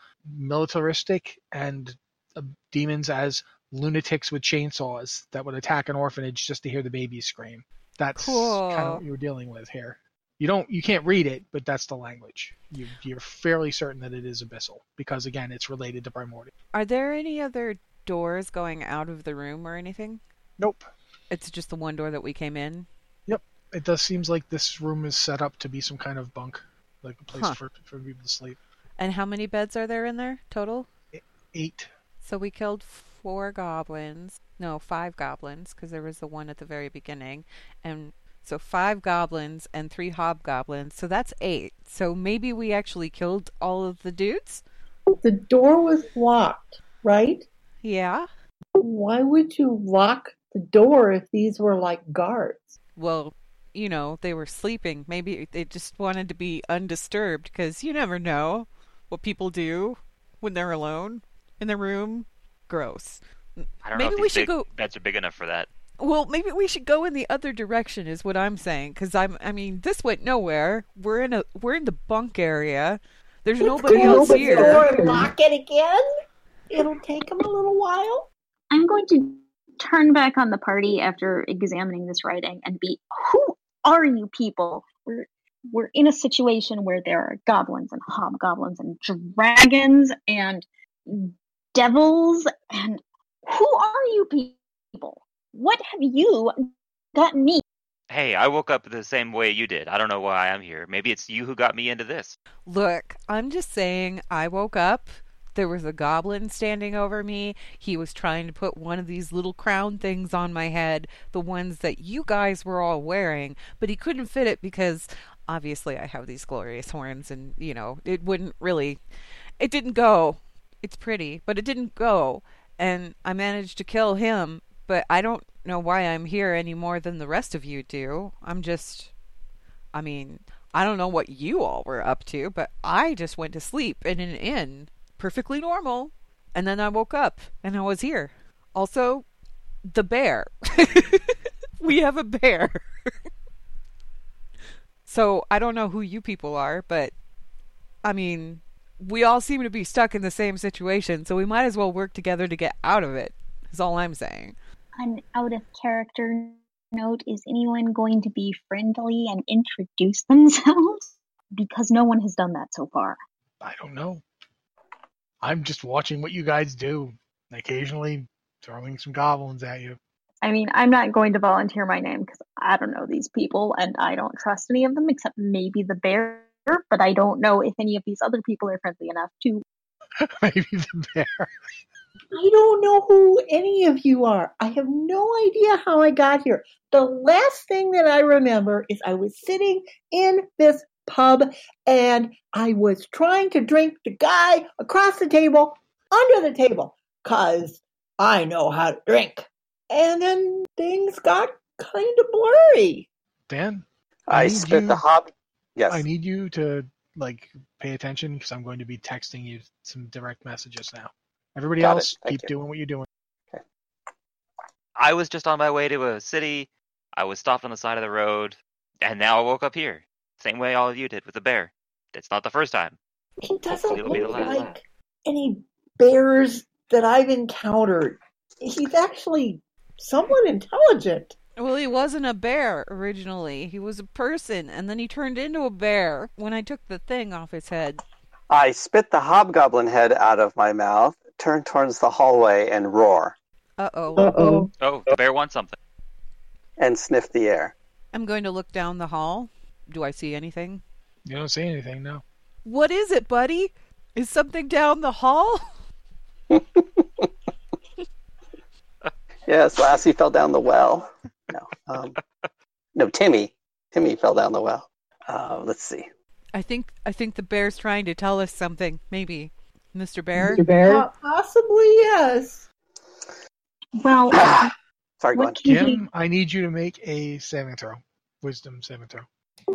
Speaker 2: militaristic, and uh, demons as lunatics with chainsaws that would attack an orphanage just to hear the baby scream. That's kind
Speaker 1: Cool.
Speaker 2: of what you're dealing with here. You don't, you can't read it, but that's the language. You, you're fairly certain that it is abyssal because again, it's related to primordial.
Speaker 1: Are there any other doors going out of the room or anything?
Speaker 2: Nope.
Speaker 1: It's just the one door that we came in.
Speaker 2: It does seems like this room is set up to be some kind of bunk, like a place
Speaker 1: Huh.
Speaker 2: for, for people to sleep.
Speaker 1: And how many beds are there in there total?
Speaker 2: Eight.
Speaker 1: So we killed four goblins. No, five goblins, because there was the one at the very beginning. And so five goblins and three hobgoblins. So that's eight. So maybe we actually killed all of the dudes?
Speaker 4: The door was locked, right?
Speaker 1: Yeah.
Speaker 4: Why would you lock the door if these were like guards?
Speaker 1: Well, you know, they were sleeping. Maybe they just wanted to be undisturbed, because you never know what people do when they're alone in their room. Gross.
Speaker 6: I don't know
Speaker 1: Maybe
Speaker 6: if
Speaker 1: we
Speaker 6: these
Speaker 1: should
Speaker 6: big
Speaker 1: go-
Speaker 6: beds are big enough for that.
Speaker 1: Well, maybe we should go in the other direction is what I'm saying cuz I'm I mean this went nowhere. We're in a we're in the bunk area. There's nobody
Speaker 4: Open
Speaker 1: else
Speaker 4: the
Speaker 1: here.
Speaker 4: door and lock it again. It'll take them a little while.
Speaker 5: I'm going to turn back on the party after examining this writing and be who are you people? We're we're in a situation where there are goblins and hobgoblins and dragons and devils and who are you people? What have you got me?
Speaker 6: Hey, I woke up the same way you did. I don't know why I'm here. Maybe it's you who got me into this.
Speaker 1: Look, I'm just saying I woke up there was a goblin standing over me. He was trying to put one of these little crown things on my head, the ones that you guys were all wearing, but he couldn't fit it because obviously I have these glorious horns and, you know, it wouldn't really it didn't go. It's pretty, but it didn't go. And I managed to kill him, but I don't know why I'm here any more than the rest of you do. I'm just. I mean, I don't know what you all were up to, but I just went to sleep in an inn. Perfectly normal. And then I woke up and I was here. Also, the bear. we have a bear. so I don't know who you people are, but I mean, we all seem to be stuck in the same situation, so we might as well work together to get out of it. Is all I'm saying.
Speaker 5: An out of character note is anyone going to be friendly and introduce themselves? Because no one has done that so far.
Speaker 2: I don't know. I'm just watching what you guys do. Occasionally throwing some goblins at you.
Speaker 5: I mean, I'm not going to volunteer my name because I don't know these people and I don't trust any of them except maybe the bear. But I don't know if any of these other people are friendly enough to.
Speaker 2: Maybe the bear.
Speaker 4: I don't know who any of you are. I have no idea how I got here. The last thing that I remember is I was sitting in this pub and I was trying to drink the guy across the table, under the table, because I know how to drink. And then things got kind of blurry.
Speaker 2: Dan, I
Speaker 3: I
Speaker 2: need
Speaker 3: spit
Speaker 2: you-
Speaker 3: the hob. Yes.
Speaker 2: I need you to like pay attention because I'm going to be texting you some direct messages now. Everybody
Speaker 3: Got it.
Speaker 2: else,
Speaker 3: Thank
Speaker 2: keep
Speaker 3: you.
Speaker 2: doing what you're doing.
Speaker 6: I was just on my way to a city. I was stopped on the side of the road, and now I woke up here. Same way all of you did with the bear. It's not the first time.
Speaker 4: It
Speaker 6: Hopefully
Speaker 4: doesn't
Speaker 6: it'll be
Speaker 4: look
Speaker 6: the last.
Speaker 4: like any bears that I've encountered. He's actually somewhat intelligent.
Speaker 1: Well, he wasn't a bear originally. He was a person, and then he turned into a bear when I took the thing off his head.
Speaker 3: I spit the hobgoblin head out of my mouth, turn towards the hallway, and roar
Speaker 1: Uh oh.
Speaker 4: Uh oh.
Speaker 6: Oh, the bear wants something.
Speaker 3: and sniff the air.
Speaker 1: I'm going to look down the hall. Do I see anything?
Speaker 2: You don't see anything, no.
Speaker 1: What is it, buddy? Is something down the hall?
Speaker 3: Yes, Lassie fell down the well. No, um, no, Timmy. Timmy fell down the well. Uh, let's see.
Speaker 1: I think I think the bear's trying to tell us something. Maybe, Mr. Bear.
Speaker 7: Mr. Bear?
Speaker 4: Po- possibly yes.
Speaker 5: Well,
Speaker 3: Sorry, go on.
Speaker 5: what can he
Speaker 2: Jim, I need you to make a saving throw, wisdom saving throw,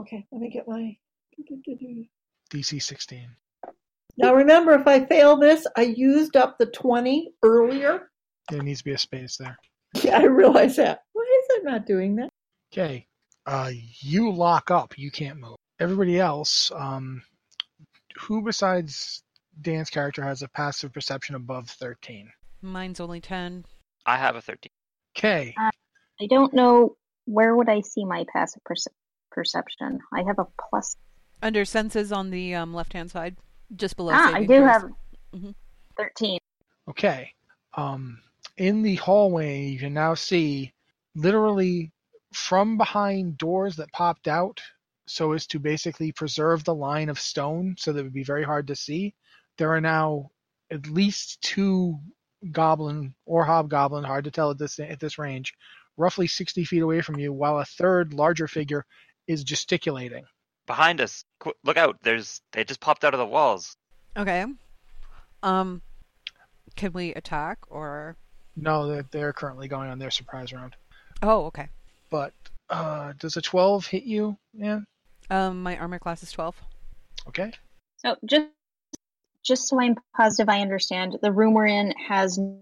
Speaker 4: Okay, let me get my.
Speaker 2: DC 16.
Speaker 4: Now remember, if I fail this, I used up the twenty earlier.
Speaker 2: There needs to be a space there.
Speaker 4: Yeah, I realize that. Why is it not doing that?
Speaker 2: Okay. Uh, you lock up. You can't move. Everybody else, um, who besides Dan's character has a passive perception above 13?
Speaker 1: Mine's only ten.
Speaker 6: I have a 13.
Speaker 2: Okay.
Speaker 5: I don't know where would I see my passive perce- perception. I have a plus.
Speaker 1: Under senses on the um, left-hand side, just below.
Speaker 5: Ah, I
Speaker 1: saving
Speaker 5: do
Speaker 1: throws.
Speaker 5: have
Speaker 1: Mhm.
Speaker 5: thirteen.
Speaker 2: Okay. Um, in the hallway, you can now see literally from behind doors that popped out so as to basically preserve the line of stone so that it would be very hard to see. There are now at least two goblin or hobgoblin, hard to tell at this at this range, roughly 60 feet away from you, while a third larger figure is gesticulating.
Speaker 6: Behind us. Qu- look out. There's. They just popped out of the walls.
Speaker 1: Okay. Um, can we attack or?
Speaker 2: No, they're, they're currently going on their surprise round.
Speaker 1: Oh, okay.
Speaker 2: But uh, does a 12 hit you, man?
Speaker 1: Um, my armor class is twelve.
Speaker 2: Okay.
Speaker 5: So just just so I'm positive I understand, the room we're in has no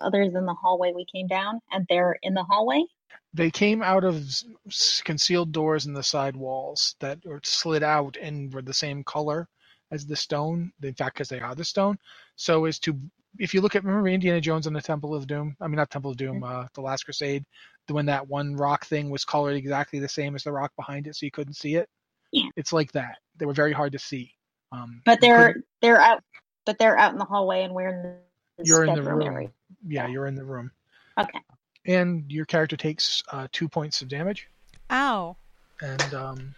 Speaker 5: other than the hallway we came down, and they're in the hallway.
Speaker 2: They came out of s- s- concealed doors in the side walls that were slid out and were the same color as the stone. In fact, because they are the stone. So as to, if you look at, remember Indiana Jones and the Temple of Doom? I mean, not Temple of Doom,
Speaker 5: Mm-hmm.
Speaker 2: uh, The Last Crusade, when that one rock thing was colored exactly the same as the rock behind it, so you couldn't see it.
Speaker 5: Yeah.
Speaker 2: It's like that. They were very hard to see. Um,
Speaker 5: But
Speaker 2: you
Speaker 5: they're
Speaker 2: couldn't-
Speaker 5: they're out. But they're out in the hallway, and we're in the this
Speaker 2: you're in the
Speaker 5: bedroom
Speaker 2: room.
Speaker 5: area.
Speaker 2: Yeah,
Speaker 5: Yeah.
Speaker 2: you're in the room.
Speaker 5: Okay.
Speaker 2: And your character takes uh, two points of damage,
Speaker 1: Ow!
Speaker 2: and um,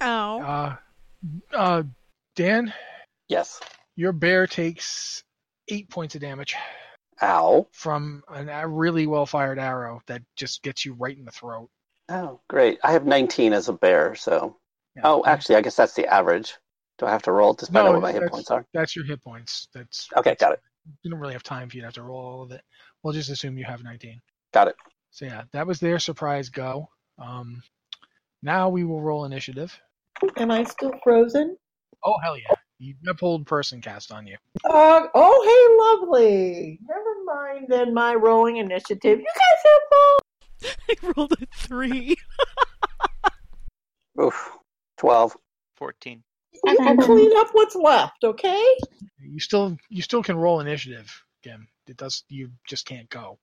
Speaker 1: Ow!
Speaker 2: Uh, uh, Dan,
Speaker 3: Yes.
Speaker 2: your bear takes eight points of damage
Speaker 3: Ow.
Speaker 2: from an, a really well fired arrow that just gets you right in the throat.
Speaker 3: Oh, great. I have 19 as a bear, so.
Speaker 2: Yeah.
Speaker 3: Oh, actually, I guess that's the average. Do I have to roll to find
Speaker 2: No,
Speaker 3: out what my hit
Speaker 2: that's-
Speaker 3: points are?
Speaker 2: that's your hit points. That's
Speaker 3: Okay, got it.
Speaker 2: You don't really have time for you to have to roll all of it. We'll just assume you have 19.
Speaker 3: Got it.
Speaker 2: So yeah, that was their surprise go. Um, now we will roll initiative.
Speaker 4: Am I still frozen?
Speaker 2: Oh hell yeah! You pulled person cast on you.
Speaker 4: Uh, oh, hey, lovely. Never mind then my rolling initiative. You guys have fun.
Speaker 1: I rolled a three.
Speaker 3: Oof. 12.
Speaker 6: 14.
Speaker 4: You can clean up what's left, okay?
Speaker 2: You still you still can roll initiative, Jim. It does you just can't go.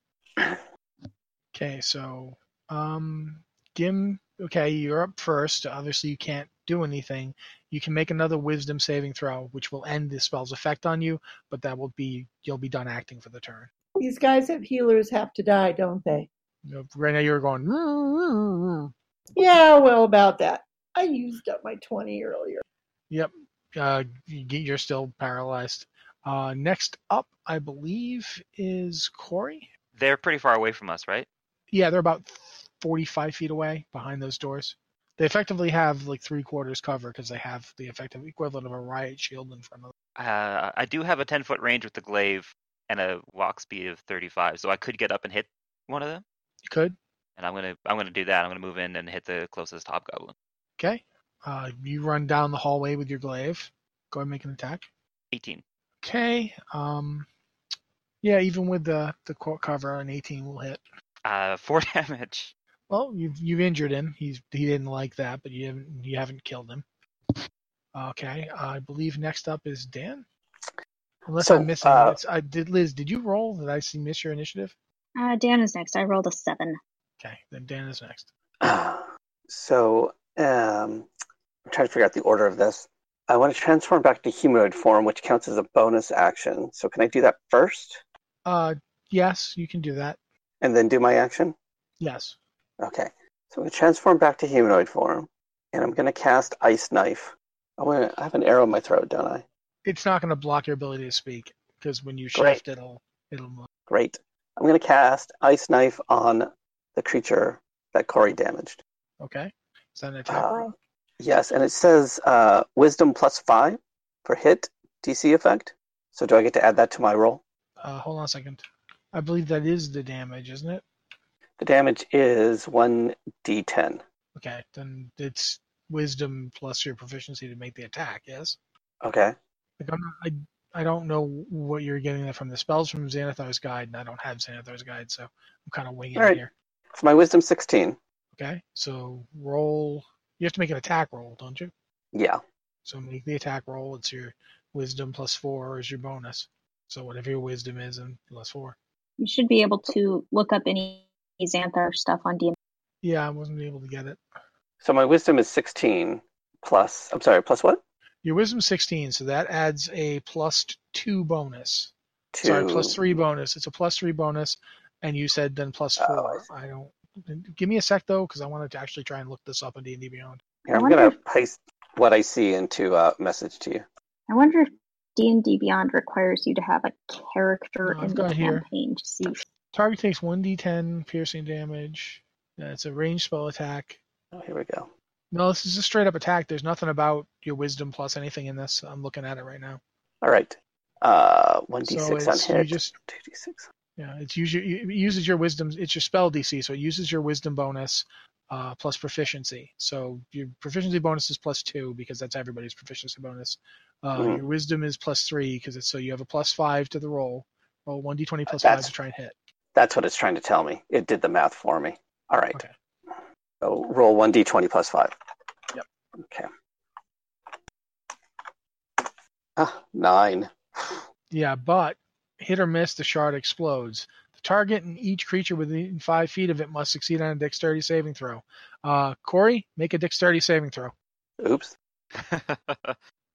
Speaker 2: Okay, so um Gim okay, you're up first. Obviously you can't do anything. You can make another wisdom saving throw, which will end the spell's effect on you, but that will be you'll be done acting for the turn.
Speaker 4: These guys have healers have to die, don't they?
Speaker 2: You know, Right now you're going
Speaker 4: Yeah, well, about that. I used up my 20 earlier.
Speaker 2: Yep. Uh, you- you're still paralyzed. Uh, next up, I believe, is Corey.
Speaker 6: They're pretty far away from us, right?
Speaker 2: Yeah, they're about 45 feet away behind those doors. They effectively have like three quarters cover because they have the effective equivalent of a riot shield in front of them.
Speaker 6: Uh, I do have a 10 foot range with the glaive and a walk speed of 35, so I could get up and hit one of them.
Speaker 2: You could.
Speaker 6: And I'm gonna I'm gonna do that. I'm gonna move in and hit the closest hobgoblin.
Speaker 2: Okay. Uh, you run down the hallway with your glaive. Go ahead and make an attack.
Speaker 6: 18.
Speaker 2: Okay. Um, yeah, even with the, the court cover, an 18 will hit.
Speaker 6: Uh, four damage.
Speaker 2: Well, you've you've injured him. He's he didn't like that, but you haven't you haven't killed him. Okay, I believe next up is Dan. Unless
Speaker 3: So,
Speaker 2: I'm missing,
Speaker 3: uh,
Speaker 2: it's, I did Liz. Did you roll? Did I see miss your initiative?
Speaker 5: Uh, Dan is next. I rolled a seven.
Speaker 2: Okay, then Dan is next.
Speaker 3: so, um, I'm trying to figure out the order of this. I want to transform back to humanoid form, which counts as a bonus action. So, can I do that first
Speaker 2: Uh, yes, you can do that.
Speaker 3: and then do my action?
Speaker 2: Yes.
Speaker 3: Okay. So I'm going to transform back to humanoid form, and I'm going to cast Ice Knife. I'm gonna, I have an arrow in my throat, don't I?
Speaker 2: It's not going to block your ability to speak because when you
Speaker 3: Great.
Speaker 2: shift, it'll it'll move.
Speaker 3: Great. I'm going to cast Ice Knife on the creature that Corey damaged.
Speaker 2: Okay, is that an attack?
Speaker 3: Uh,
Speaker 2: roll?
Speaker 3: yes, and it says uh, Wisdom plus five for hit DC effect. So do I get to add that to my roll?
Speaker 2: Uh, hold on a second. I believe that is the damage, isn't it?
Speaker 3: The damage is one d10.
Speaker 2: Okay, then it's wisdom plus your proficiency to make the attack. Yes.
Speaker 3: Okay.
Speaker 2: Like I'm not, I I don't know what you're getting that from. The spells from Xanathar's Guide, and I don't have Xanathar's Guide, so I'm kind of winging
Speaker 3: All right.
Speaker 2: it here.
Speaker 3: So my Wisdom 16.
Speaker 2: Okay, so roll. You have to make an attack roll, don't you?
Speaker 3: Yeah.
Speaker 2: So make the attack roll. It's your wisdom plus four is your bonus. So whatever your wisdom is and plus four.
Speaker 5: You should be able to look up any Xanthar stuff on DM.
Speaker 2: Yeah, I wasn't able to get it.
Speaker 3: So my Wisdom is 16 plus, I'm sorry, plus what?
Speaker 2: Your wisdom's 16, so that adds a plus two bonus.
Speaker 3: Two.
Speaker 2: Sorry, plus three bonus. It's a plus three bonus, and you said then plus
Speaker 3: Oh,
Speaker 2: four. I don't. Give me a sec though, because I wanted to actually try and look this up in D and D Beyond.
Speaker 3: Here, I'm
Speaker 5: I wonder
Speaker 3: going to paste what I see into a message to you.
Speaker 5: I wonder if D and D Beyond requires you to have a character
Speaker 2: No, I've
Speaker 5: in the
Speaker 2: got here.
Speaker 5: campaign to see.
Speaker 2: Target takes 1d10 piercing damage. That's a ranged spell attack.
Speaker 3: Oh, here we go.
Speaker 2: No, this is a straight up attack. There's nothing about your wisdom plus anything in this. I'm looking at it right now.
Speaker 3: All right. Uh, 1d6
Speaker 2: So
Speaker 3: on
Speaker 2: it's, you
Speaker 3: hit.
Speaker 2: just
Speaker 3: 2d6.
Speaker 2: Yeah, it's usually it uses your wisdom. It's your spell DC, so it uses your wisdom bonus uh, plus proficiency. So your proficiency bonus is plus two because that's everybody's proficiency bonus. Uh,
Speaker 3: Mhm.
Speaker 2: Your wisdom is plus three because it's so you have a plus five to the roll. Roll one d20 plus
Speaker 3: That's-
Speaker 2: five to try and hit.
Speaker 3: That's what it's trying to tell me. It did the math for me. All right.
Speaker 2: Okay.
Speaker 3: So roll 1d20 plus 5.
Speaker 2: Yep.
Speaker 3: Okay. Ah, nine.
Speaker 2: Yeah, but hit or miss, the shard explodes. The target and each creature within five feet of it must succeed on a dexterity saving throw. Uh, Corey, make a dexterity saving throw.
Speaker 3: Oops.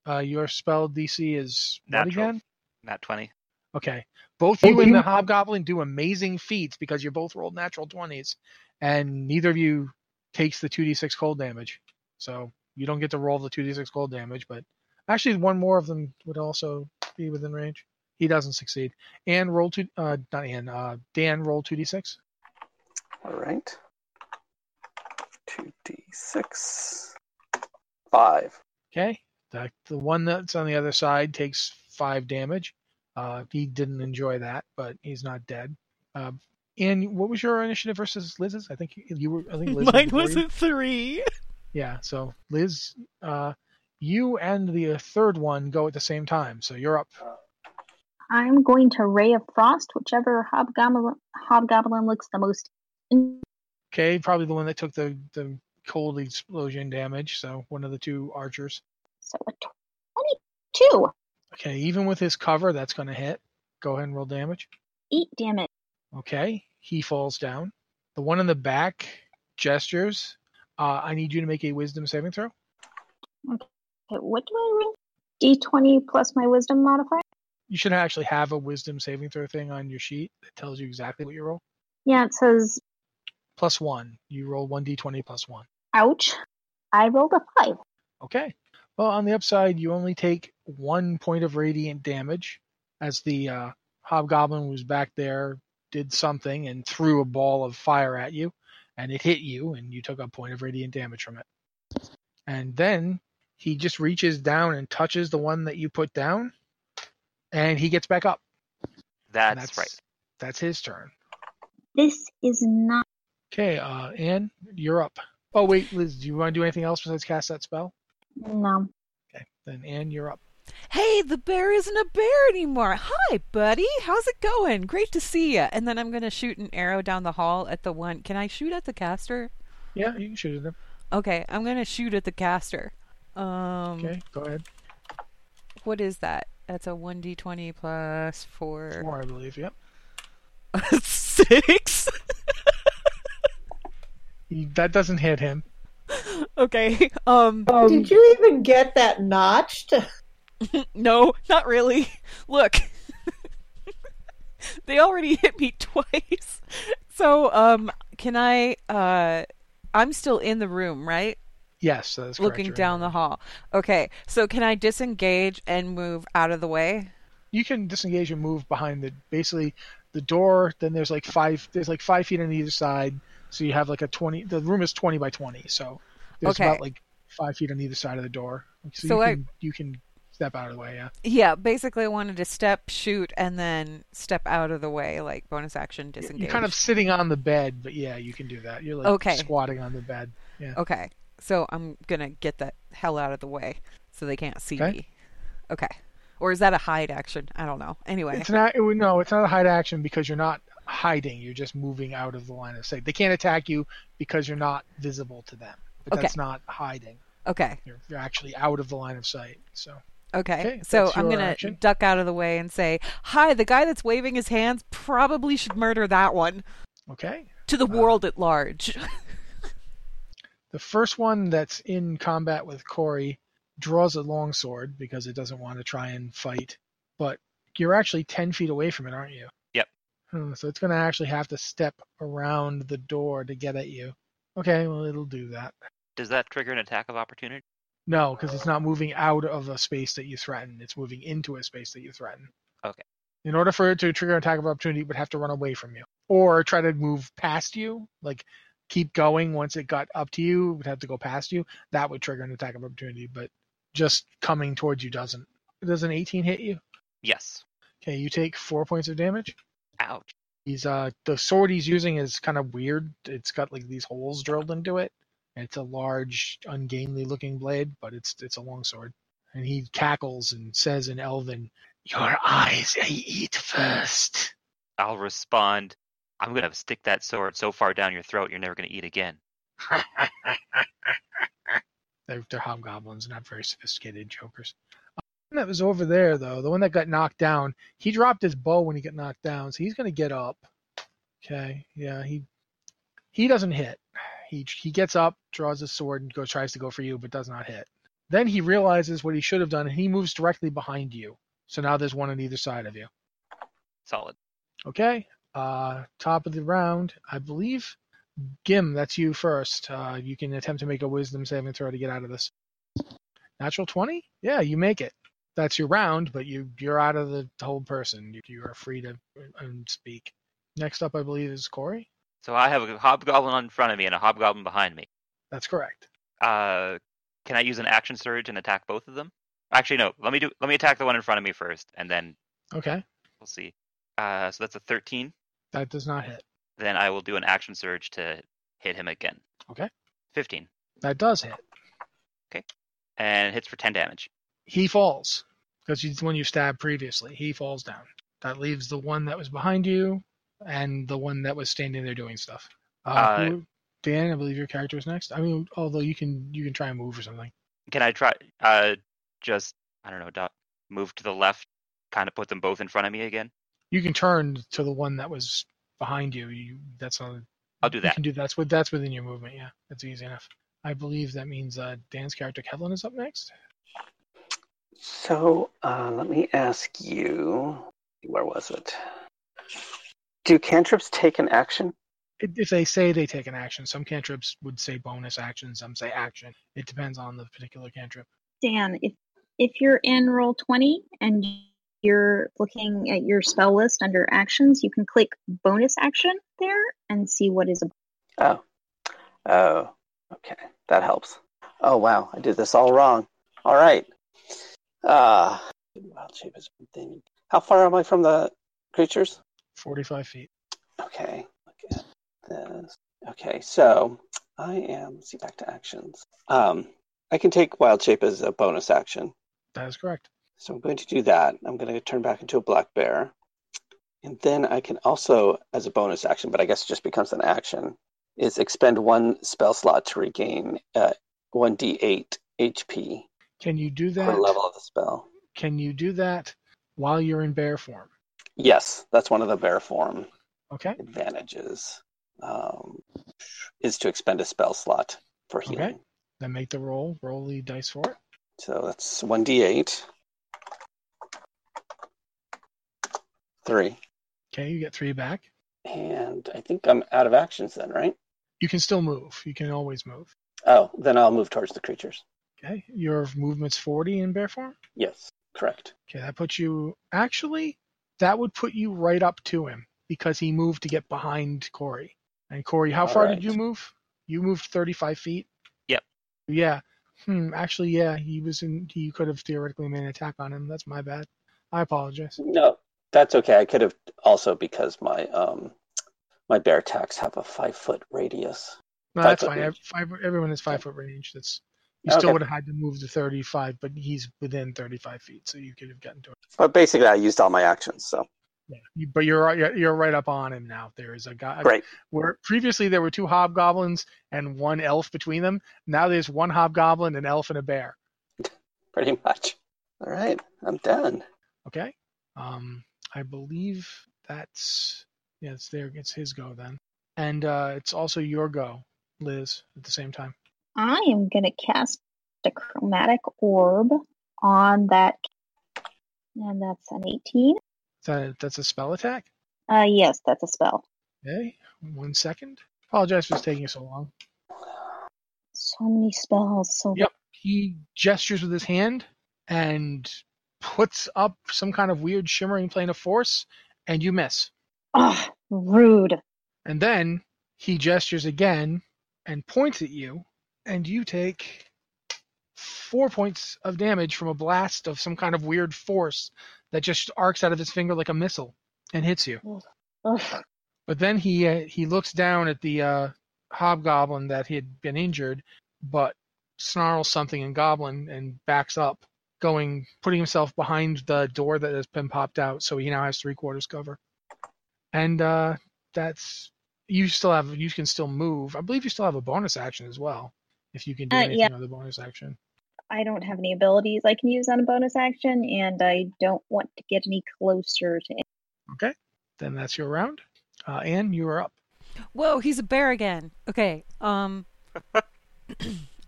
Speaker 2: Uh, your spell DC is what
Speaker 6: Natural.
Speaker 2: again?
Speaker 6: Not 20.
Speaker 2: Okay. Both you and the hobgoblin do amazing feats because you both rolled natural 20s, and neither of you takes the 2d6 cold damage. So you don't get to roll the 2d6 cold damage, but actually, one more of them would also be within range. He doesn't succeed. And roll two, uh, not Ann, uh, Dan roll 2d6.
Speaker 3: All right. 2d6. 5.
Speaker 2: Okay. The, the one that's on the other side takes five damage. Uh, he didn't enjoy that, but he's not dead. Uh, and what was your initiative versus Liz's? I think you, you were. I think Liz
Speaker 7: Mine
Speaker 2: before
Speaker 7: was
Speaker 2: you.
Speaker 7: at three.
Speaker 2: Yeah. So Liz, uh, you and the third one go at the same time. So you're up.
Speaker 5: I'm going to Ray of Frost, whichever hobgoblin, hobgoblin looks the most. in-
Speaker 2: Okay. Probably the one that took the the cold explosion damage. So one of the two archers.
Speaker 5: So a 22.
Speaker 2: Okay. Even with his cover, that's going to hit. Go ahead and roll damage.
Speaker 5: Eat, damn it.
Speaker 2: Okay, he falls down. The one in the back gestures. Uh, I need you to make a wisdom saving throw.
Speaker 5: Okay, what do I roll? D20 plus my wisdom modifier?
Speaker 2: You should actually have a wisdom saving throw thing on your sheet that tells you exactly what you roll.
Speaker 5: Yeah, it says,
Speaker 2: Plus one. You roll 1d20 plus one.
Speaker 5: ouch. I rolled a 5.
Speaker 2: Okay. Well, on the upside, you only take one point of radiant damage as the uh, hobgoblin who was back there did something and threw a ball of fire at you, and it hit you, and you took a point of radiant damage from it. And then he just reaches down and touches the one that you put down, and he gets back up.
Speaker 6: That's,
Speaker 2: And
Speaker 6: right.
Speaker 2: That's his turn.
Speaker 5: This is not.
Speaker 2: Okay, uh, Anne, you're up. Oh, wait, Liz, do you want to do anything else besides cast that spell?
Speaker 5: No.
Speaker 2: Okay, then Anne, you're up.
Speaker 1: Hey, the bear isn't a bear anymore. Hi, buddy. How's it going? Great to see ya. And then I'm going to shoot an arrow down the hall at the one. Can I shoot at the caster?
Speaker 2: Yeah, you can shoot at him.
Speaker 1: Okay, I'm going to shoot at the caster. Um,
Speaker 2: Okay, go ahead.
Speaker 1: What is that? That's a 1d20 plus 4.
Speaker 2: Four, I believe. Yep.
Speaker 1: 6?
Speaker 2: He- That doesn't hit him.
Speaker 1: okay. Um,
Speaker 4: Did you even get that notched?
Speaker 1: no, not really. Look. they already hit me twice. So, um, can I, uh, I'm still in the room, right?
Speaker 2: Yes, that is correct.
Speaker 1: Looking
Speaker 2: You're in
Speaker 1: down the
Speaker 2: room.
Speaker 1: hall. Okay, so can I disengage and move out of the way?
Speaker 2: You can disengage and move behind the basically the door. Then there's like five. There's like five feet on either side, so you have like a twenty. The room is twenty by twenty, so there's
Speaker 1: Okay.
Speaker 2: about like five feet on either side of the door. So,
Speaker 1: So
Speaker 2: you
Speaker 1: I-
Speaker 2: can you can step out of the way. Yeah.
Speaker 1: Yeah, basically, I wanted to step, shoot, and then step out of the way, like bonus action, disengage.
Speaker 2: You're kind of sitting on the bed, but yeah, you can do that. You're like
Speaker 1: Okay.
Speaker 2: squatting on the bed. Yeah.
Speaker 1: Okay, so I'm gonna get that hell out of the way so they can't see
Speaker 2: Okay.
Speaker 1: me. Okay, or is that a hide action? I don't know. Anyway,
Speaker 2: It's not. It, would- no, it's not a hide action because you're not hiding. You're just moving out of the line of sight. They can't attack you because you're not visible to them. But
Speaker 1: Okay.
Speaker 2: that's not hiding.
Speaker 1: okay,
Speaker 2: You're, you're actually out of the line of sight. So
Speaker 1: okay.
Speaker 2: Okay,
Speaker 1: so
Speaker 2: that's
Speaker 1: I'm
Speaker 2: your
Speaker 1: gonna
Speaker 2: action.
Speaker 1: duck out of the way and say, "Hi, the guy that's waving his hands probably should murder that one
Speaker 2: okay.
Speaker 1: to the world at large."
Speaker 2: The first one that's in combat with Corey draws a longsword because it doesn't want to try and fight. But you're actually 10 feet away from it, aren't you?
Speaker 6: Yep.
Speaker 2: Hmm, so it's going to actually have to step around the door to get at you. Okay, well, it'll do that.
Speaker 6: Does that trigger an attack of opportunity?
Speaker 2: No, because it's not moving out of a space that you threaten. It's moving into a space that you threaten.
Speaker 6: Okay.
Speaker 2: In order for it to trigger an attack of opportunity, it would have to run away from you or try to move past you, like keep going. Once it got up to you, it would have to go past you. That would trigger an attack of opportunity, but just coming towards you doesn't. Does an 18 hit you?
Speaker 6: Yes.
Speaker 2: Okay, you take four points of damage.
Speaker 6: Ouch.
Speaker 2: He's uh the sword he's using is kind of weird. It's got like these holes drilled into it. It's a large, ungainly looking blade, but it's it's a long sword. And he cackles and says in Elven, "Your eyes, I eat first.
Speaker 6: I'll respond. I'm gonna stick that sword so far down your throat you're never gonna eat again.
Speaker 2: they're, they're hobgoblins, not very sophisticated jokers. The one that was over there, though, the one that got knocked down, he dropped his bow when he got knocked down, so he's going to get up. Okay, yeah, he he doesn't hit. He he gets up, draws his sword, and goes tries to go for you, but does not hit. Then he realizes what he should have done, and he moves directly behind you. So now there's one on either side of you.
Speaker 6: Solid.
Speaker 2: Okay. Uh, top of the round, I believe. Gim, that's you first. Uh, you can attempt to make a wisdom saving throw to get out of this. Natural 20? Yeah, you make it. That's your round, but you, you're out of the whole person. You, you are free to um, speak. Next up, I believe, is Corey.
Speaker 6: So I have a hobgoblin in front of me and a hobgoblin behind me.
Speaker 2: That's correct.
Speaker 6: Uh, can I use an action surge and attack both of them? Actually, no. Let me do. Let me attack the one in front of me first, and then
Speaker 2: Okay.
Speaker 6: we'll see. Uh, so that's a 13.
Speaker 2: That does not hit.
Speaker 6: Then I will do an action surge to hit him again.
Speaker 2: Okay.
Speaker 6: 15
Speaker 2: That does hit.
Speaker 6: and hits for 10 damage.
Speaker 2: He falls because he's the one you stabbed previously. He falls down. That leaves the one that was behind you and the one that was standing there doing stuff. Uh,
Speaker 6: Uh,
Speaker 2: who- Dan, I believe your character was next. I mean, although you can you can try and move or something.
Speaker 6: Can I try? Uh, just I don't know. Dot, move to the left, kind of put them both in front of me again.
Speaker 2: You can turn to the one that was behind you. You that's on.
Speaker 6: I'll do
Speaker 2: You
Speaker 6: that.
Speaker 2: can do that's what that's within your movement. Yeah, that's easy enough. I believe that means uh, Dan's character Kevlin is up next.
Speaker 3: So uh, let me ask you, where was it? Do cantrips take an action?
Speaker 2: If if they say they take an action, some cantrips would say bonus action, some say action. It depends on the particular cantrip.
Speaker 5: Dan, if if you're in roll 20 and you're looking at your spell list under actions, you can click bonus action there and see what is a
Speaker 3: Oh, oh, okay, that helps. Oh wow, I did this all wrong. All right. Uh, wild shape is one thing. How far am I from the creatures?
Speaker 2: Forty-five feet.
Speaker 3: Okay, look at this. Okay, so I am. Let's see, back to actions. Um, I can take wild shape as a bonus action.
Speaker 2: That is correct.
Speaker 3: So I'm going to do that. I'm going to turn back into a black bear. And then I can also, as a bonus action, but I guess it just becomes an action, is expend one spell slot to regain uh, 1d8 HP
Speaker 2: Can you do
Speaker 3: per
Speaker 2: that?
Speaker 3: level of the spell.
Speaker 2: Can you do that while you're in bear form?
Speaker 3: Yes, that's one of the bear form
Speaker 2: Okay.
Speaker 3: advantages, um, is to expend a spell slot for
Speaker 2: Okay.
Speaker 3: healing.
Speaker 2: Then make the roll. Roll the dice for it.
Speaker 3: So that's 1d8. Three.
Speaker 2: Okay, you get three back.
Speaker 3: And I think I'm out of actions then, right?
Speaker 2: You can still move. You can always move.
Speaker 3: Oh, then I'll move towards the creatures.
Speaker 2: Okay. Your movement's 40 in bear form.
Speaker 3: Yes, correct.
Speaker 2: Okay, that puts you. Actually, that would put you right up to him because he moved to get behind Corey. And Corey, how
Speaker 3: All
Speaker 2: far
Speaker 3: right.
Speaker 2: did you move? You moved 35 feet.
Speaker 6: Yep.
Speaker 2: Yeah. Hmm. Actually, yeah. He was in. He could have theoretically made an attack on him. That's my bad. I apologize.
Speaker 3: No, that's okay. I could have also because my um my bear attacks have a five foot radius.
Speaker 2: No,
Speaker 3: Five
Speaker 2: that's
Speaker 3: foot
Speaker 2: fine.
Speaker 3: range.
Speaker 2: Ev- Five, everyone has five foot range. That's you still
Speaker 3: Okay.
Speaker 2: would have had to move to 35, but he's within 35 feet, so you could have gotten to him.
Speaker 7: But basically, I used all my actions. So
Speaker 2: Yeah. You, but you're, you're you're right up on him now. There is a guy.
Speaker 7: great.
Speaker 2: Where previously there were two hobgoblins and one elf between them. Now there's one hobgoblin, an elf, and a bear.
Speaker 3: Pretty much.
Speaker 7: All right, I'm done.
Speaker 2: Okay. Um, I believe that's yeah, it's there. It's his go then, and uh, it's also your go, Liz, at the same time.
Speaker 5: I am going to cast a chromatic orb on that. And that's an
Speaker 2: Is
Speaker 5: 18.
Speaker 2: That that's a spell attack.
Speaker 5: Uh, yes, that's a spell.
Speaker 2: Okay. One second. Apologize for this taking so long.
Speaker 5: So many spells. So
Speaker 2: Yep. He gestures with his hand and puts up some kind of weird shimmering plane of force, and you miss.
Speaker 5: Ugh, rude.
Speaker 2: And then he gestures again and points at you, and you take four points of damage from a blast of some kind of weird force that just arcs out of his finger like a missile and hits you.
Speaker 5: Ugh.
Speaker 2: But then he uh, he looks down at the uh, hobgoblin that had been injured, but snarls something in goblin and backs up, going putting himself behind the door that has been popped out, so he now has three quarters cover. And uh, that's you still have you can still move. I believe you still have a bonus action as well if you can do
Speaker 5: Uh,
Speaker 2: anything
Speaker 5: yeah.
Speaker 2: with a bonus action.
Speaker 5: I don't have any abilities I can use on a bonus action, and I don't want to get any closer to.
Speaker 2: Okay, then that's your round. Uh, Anne, you are up.
Speaker 1: Whoa, he's a bear again. Okay. Um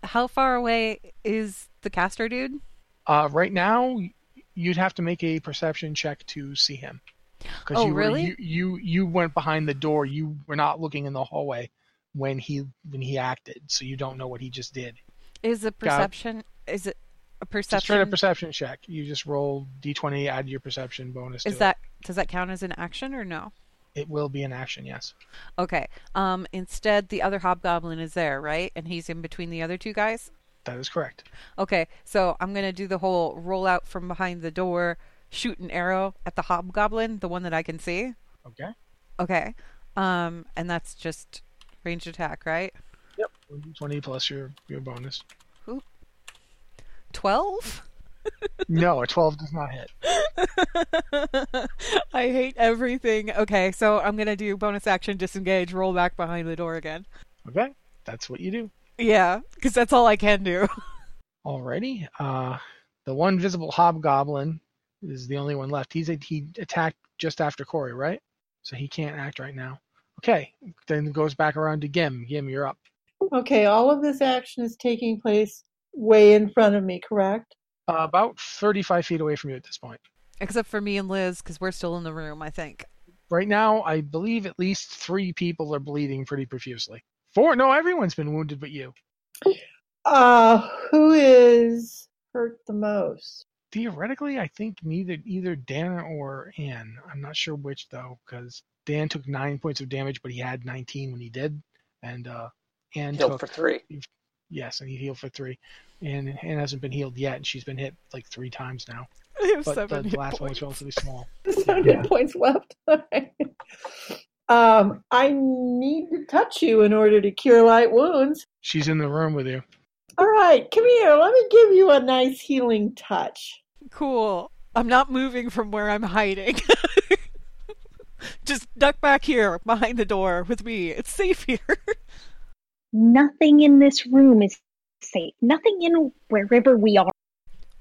Speaker 1: how far away is the caster dude?
Speaker 2: Uh, right now, you'd have to make a perception check to see him. 'Cause
Speaker 1: Oh,
Speaker 2: you were-
Speaker 1: really?
Speaker 2: you, you you went behind the door. You were not looking in the hallway when he when he acted, so you don't know what he just did.
Speaker 1: Is a perception is it a
Speaker 2: Just try a
Speaker 1: perception?
Speaker 2: perception check. You just roll d20, add your perception bonus. to
Speaker 1: Is
Speaker 2: it.
Speaker 1: that does that count as an action or no?
Speaker 2: It will be an action. Yes.
Speaker 1: Okay. Um instead the other hobgoblin is there, right? And he's in between the other two guys?
Speaker 2: That is correct.
Speaker 1: Okay, so I'm gonna do the whole roll out from behind the door, shoot an arrow at the hobgoblin, the one that I can see.
Speaker 2: Okay.
Speaker 1: Okay. Um and that's just range attack, right?
Speaker 2: Twenty plus your your bonus.
Speaker 1: Twelve?
Speaker 2: No, a twelve does not hit.
Speaker 1: I hate everything. Okay, so I'm gonna do bonus action, disengage, roll back behind the door again.
Speaker 2: Okay, that's what you do.
Speaker 1: Yeah, because that's all I can do.
Speaker 2: Alrighty. Uh, the one visible hobgoblin is the only one left. He's he attacked just after Corey, right? So he can't act right now. Okay. Then it goes back around to Gim. Gim, you're up.
Speaker 4: Okay, all of this action is taking place way in front of me, correct?
Speaker 2: Uh, about 35 feet away from you at this point.
Speaker 1: Except for me and Liz, because we're still in the room, I think.
Speaker 2: Right now, I believe at least three people are bleeding pretty profusely. Four? No, everyone's been wounded but you.
Speaker 4: Uh, who is hurt the most?
Speaker 2: Theoretically, I think neither either Dan or Anne. I'm not sure which though, because Dan took nine points of damage, but he had 19 when he did, and uh, Anne
Speaker 7: Healed
Speaker 2: took
Speaker 7: for three.
Speaker 2: Yes, and he healed for three. And Anne hasn't been healed yet, and she's been hit like three times now.
Speaker 1: I have
Speaker 2: But the,
Speaker 1: seven
Speaker 2: the
Speaker 1: hit
Speaker 2: last one was
Speaker 1: points.
Speaker 2: relatively small.
Speaker 4: Seven
Speaker 2: Yeah.
Speaker 4: points left. um, I need to touch you in order to cure light wounds.
Speaker 2: She's in the room with you.
Speaker 4: All right, come here. Let me give you a nice healing touch.
Speaker 1: Cool. I'm not moving from where I'm hiding. Just duck back here behind the door with me. It's safe here.
Speaker 5: Nothing in this room is safe. Nothing in wherever we are.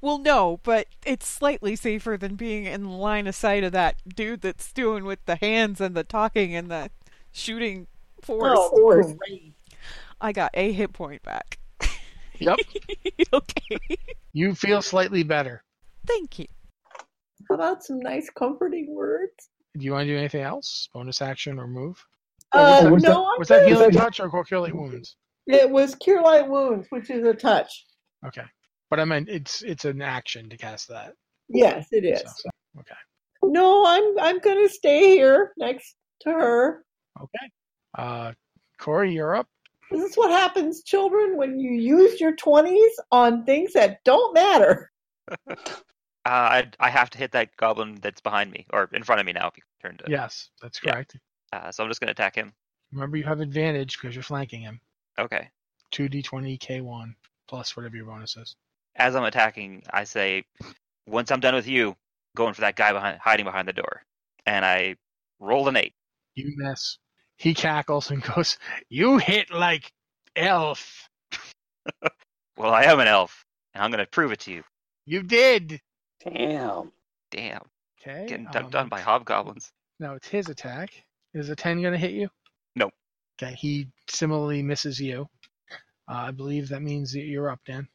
Speaker 1: Well, no, but it's slightly safer than being in the line of sight of that dude that's doing with the hands and the talking and the shooting force.
Speaker 4: Oh, great.
Speaker 1: I got a hit point back.
Speaker 2: Yep.
Speaker 1: okay.
Speaker 2: you feel slightly better.
Speaker 1: Thank you.
Speaker 4: How about some nice comforting words?
Speaker 2: Do you want to do anything else? Bonus action or move?
Speaker 4: Uh,
Speaker 2: Oh, was
Speaker 4: no, I'm
Speaker 2: Was that
Speaker 4: good.
Speaker 2: healing touch or cure light wounds?
Speaker 4: It was cure light wounds, which is a touch.
Speaker 2: Okay, but I meant it's it's an action to cast that.
Speaker 4: Yes, it is.
Speaker 2: So- okay.
Speaker 4: No, I'm I'm gonna stay here next to her.
Speaker 2: Okay. Uh, Corey, you're up.
Speaker 4: This is what happens, children, when you use your twenties on things that don't matter.
Speaker 6: Uh, I I have to hit that goblin that's behind me or in front of me now. If you turn to
Speaker 2: Yes, that's
Speaker 6: Yeah.
Speaker 2: correct.
Speaker 6: Uh, so I'm just gonna attack him.
Speaker 2: Remember, you have advantage because you're flanking him.
Speaker 6: Okay.
Speaker 2: Two d20 k1 plus whatever your bonus is.
Speaker 6: As I'm attacking, I say, "Once I'm done with you, going for that guy behind hiding behind the door." And I rolled an eight.
Speaker 2: You miss. He cackles and goes, "You hit like elf.
Speaker 6: Well, I am an elf, and I'm gonna prove it to you.
Speaker 2: You did."
Speaker 7: Damn.
Speaker 6: Damn,
Speaker 2: Okay.
Speaker 6: getting
Speaker 2: um,
Speaker 6: dunked on by hobgoblins.
Speaker 2: Now it's his attack. Is a 10 going to hit you?
Speaker 6: No.
Speaker 2: Okay, he similarly misses you. Uh, I believe that means that you're up, Dan.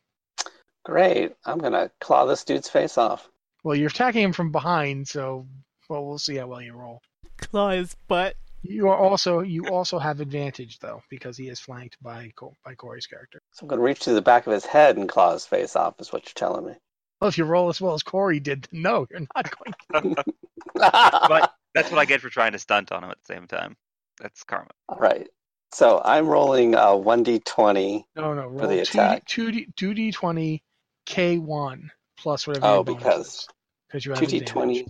Speaker 7: Great. I'm gonna claw this dude's face off.
Speaker 2: Well, you're attacking him from behind, so well, we'll see how well you roll.
Speaker 1: Claw his butt.
Speaker 2: You are also you also have advantage though because he is flanked by Co- by Corey's character.
Speaker 7: So I'm gonna reach through the back of his head and claw his face off. Is what you're telling me.
Speaker 2: Well, if you roll as well as Corey did, then no, you're not going. to.
Speaker 6: But that's what I get for trying to stunt on him at the same time. That's karma.
Speaker 7: All right. So I'm rolling a one d twenty.
Speaker 2: No, no,
Speaker 7: For the
Speaker 2: roll
Speaker 7: attack.
Speaker 2: two d two d twenty k one plus whatever.
Speaker 7: Oh,
Speaker 2: your bonus
Speaker 7: because-
Speaker 2: is, because you have
Speaker 7: Two d twenty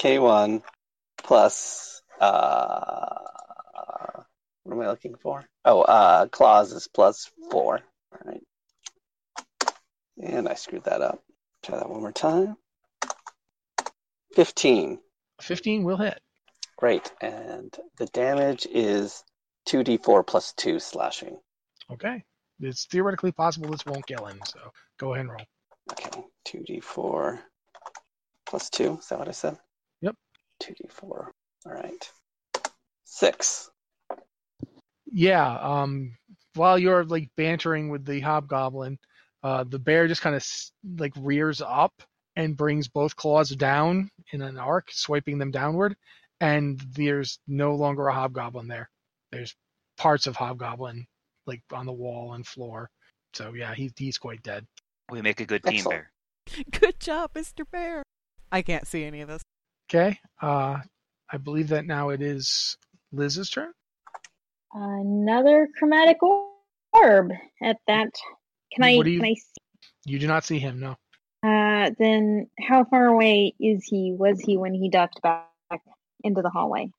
Speaker 7: k one plus uh what am I looking for? Oh, uh claws is plus four. All right. And I screwed that up. Try that one more time. Fifteen.
Speaker 2: Fifteen will hit.
Speaker 7: Great. And the damage is two d four plus two slashing.
Speaker 2: Okay, it's theoretically possible this won't kill him. So go ahead and roll.
Speaker 7: Okay. Two d four plus two. Is that what I said?
Speaker 2: Yep.
Speaker 7: Two d four. All right. Six.
Speaker 2: yeah um while you're like bantering with the hobgoblin uh the bear just kind of s- like rears up and brings both claws down in an arc swiping them downward and there's no longer a hobgoblin there there's parts of hobgoblin like on the wall and floor so yeah he, he's quite dead
Speaker 6: We make a good team
Speaker 7: Excellent.
Speaker 6: bear.
Speaker 1: Good job, Mr. Bear. I can't see any of this.
Speaker 2: okay uh i believe that now it is liz's turn
Speaker 5: Another chromatic orb at that. Can I?
Speaker 2: What do you-
Speaker 5: Can I? See?
Speaker 2: you do not see him no
Speaker 5: Uh, then how far away is he? Was he when he ducked back into the hallway?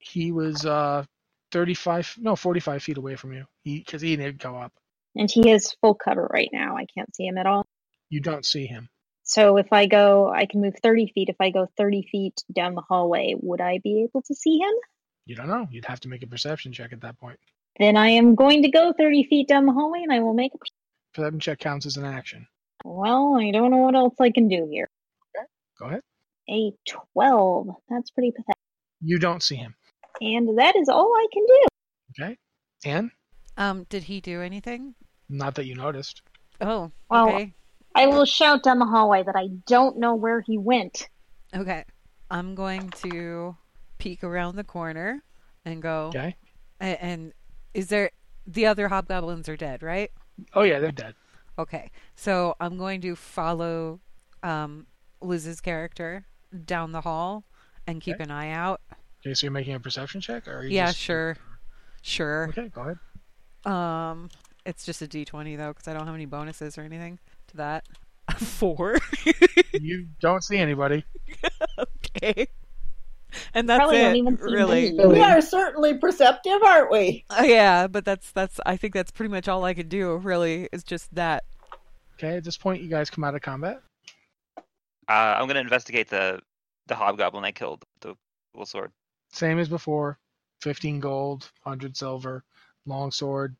Speaker 2: he was uh 35 no 45 feet away from you he because he didn't go up
Speaker 5: And he has full cover right now. I can't see him at all.
Speaker 2: you don't see him
Speaker 5: So if I go, I can move 30 feet. If I go 30 feet down the hallway, would I be able to see him?
Speaker 2: You don't know. You'd have to make a perception check at that point.
Speaker 5: Then I am going to go 30 feet down the hallway and I will make a.
Speaker 2: Perception check counts as an action.
Speaker 5: Well, I don't know what else I can do here.
Speaker 2: Go ahead.
Speaker 5: A 12. That's pretty pathetic.
Speaker 2: You don't see him.
Speaker 5: And that is all I can do.
Speaker 2: Okay. And
Speaker 1: Um, did he do anything?
Speaker 2: not that you noticed.
Speaker 1: Oh,
Speaker 5: Well-
Speaker 1: okay.
Speaker 5: I will shout down the hallway that I don't know where he went.
Speaker 1: Okay. I'm going to peek around the corner and go.
Speaker 2: Okay.
Speaker 1: a- And is there the other hobgoblins are dead, right?
Speaker 2: Oh yeah, they're dead.
Speaker 1: Okay. So I'm going to follow um, Liz's character down the hall and keep an eye out.
Speaker 2: Okay, so you're making a perception check, or are you
Speaker 1: yeah,
Speaker 2: just-
Speaker 1: sure. Sure.
Speaker 2: Okay, go ahead.
Speaker 1: Um, it's just a d20 though, because I don't have any bonuses or anything to that. Four.
Speaker 2: You don't see anybody.
Speaker 1: okay. And that's
Speaker 5: Probably
Speaker 1: it.
Speaker 5: don't even see
Speaker 1: really.
Speaker 5: me.
Speaker 4: We are certainly perceptive, aren't we?
Speaker 1: Uh, yeah, but that's that's. I think that's pretty much all I could do. Really, is just that.
Speaker 2: Okay, at this point, you guys come out of combat.
Speaker 6: Uh, I'm gonna investigate the the hobgoblin I killed with the little sword.
Speaker 2: Same as before. Fifteen gold, hundred silver, long sword,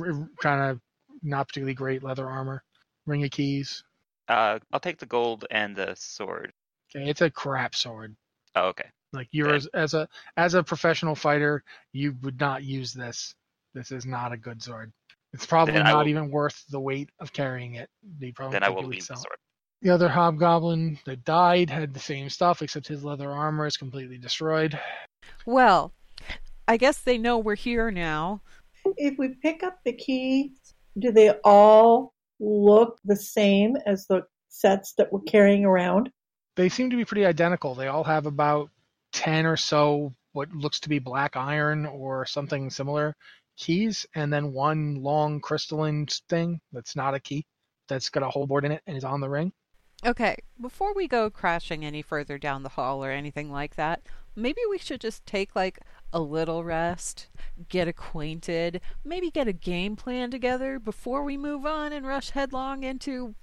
Speaker 2: r- kind of not particularly great leather armor, ring of keys.
Speaker 6: Uh, I'll take the gold and the sword.
Speaker 2: Okay, it's a crap sword.
Speaker 6: Oh, okay.
Speaker 2: Like you're
Speaker 6: Okay.
Speaker 2: as, as a as a professional fighter, you would not use this. This is not a good sword. It's probably
Speaker 6: Then I
Speaker 2: not
Speaker 6: will-
Speaker 2: even worth the weight of carrying it. They probably
Speaker 6: then I
Speaker 2: think
Speaker 6: will
Speaker 2: it would
Speaker 6: leave the
Speaker 2: sell.
Speaker 6: sword.
Speaker 2: The other hobgoblin that died had the same stuff, except his leather armor is completely destroyed.
Speaker 1: Well, I guess they know we're here now.
Speaker 4: If we pick up the key, do they all look the same as the sets that we're carrying around?
Speaker 2: They seem to be pretty identical. They all have about 10 or so what looks to be black iron or something similar keys, and then one long crystalline thing that's not a key that's got a hole board in it and is on the ring.
Speaker 1: Okay, before we go crashing any further down the hall or anything like that, maybe we should just take like a little rest, get acquainted, maybe get a game plan together before we move on and rush headlong into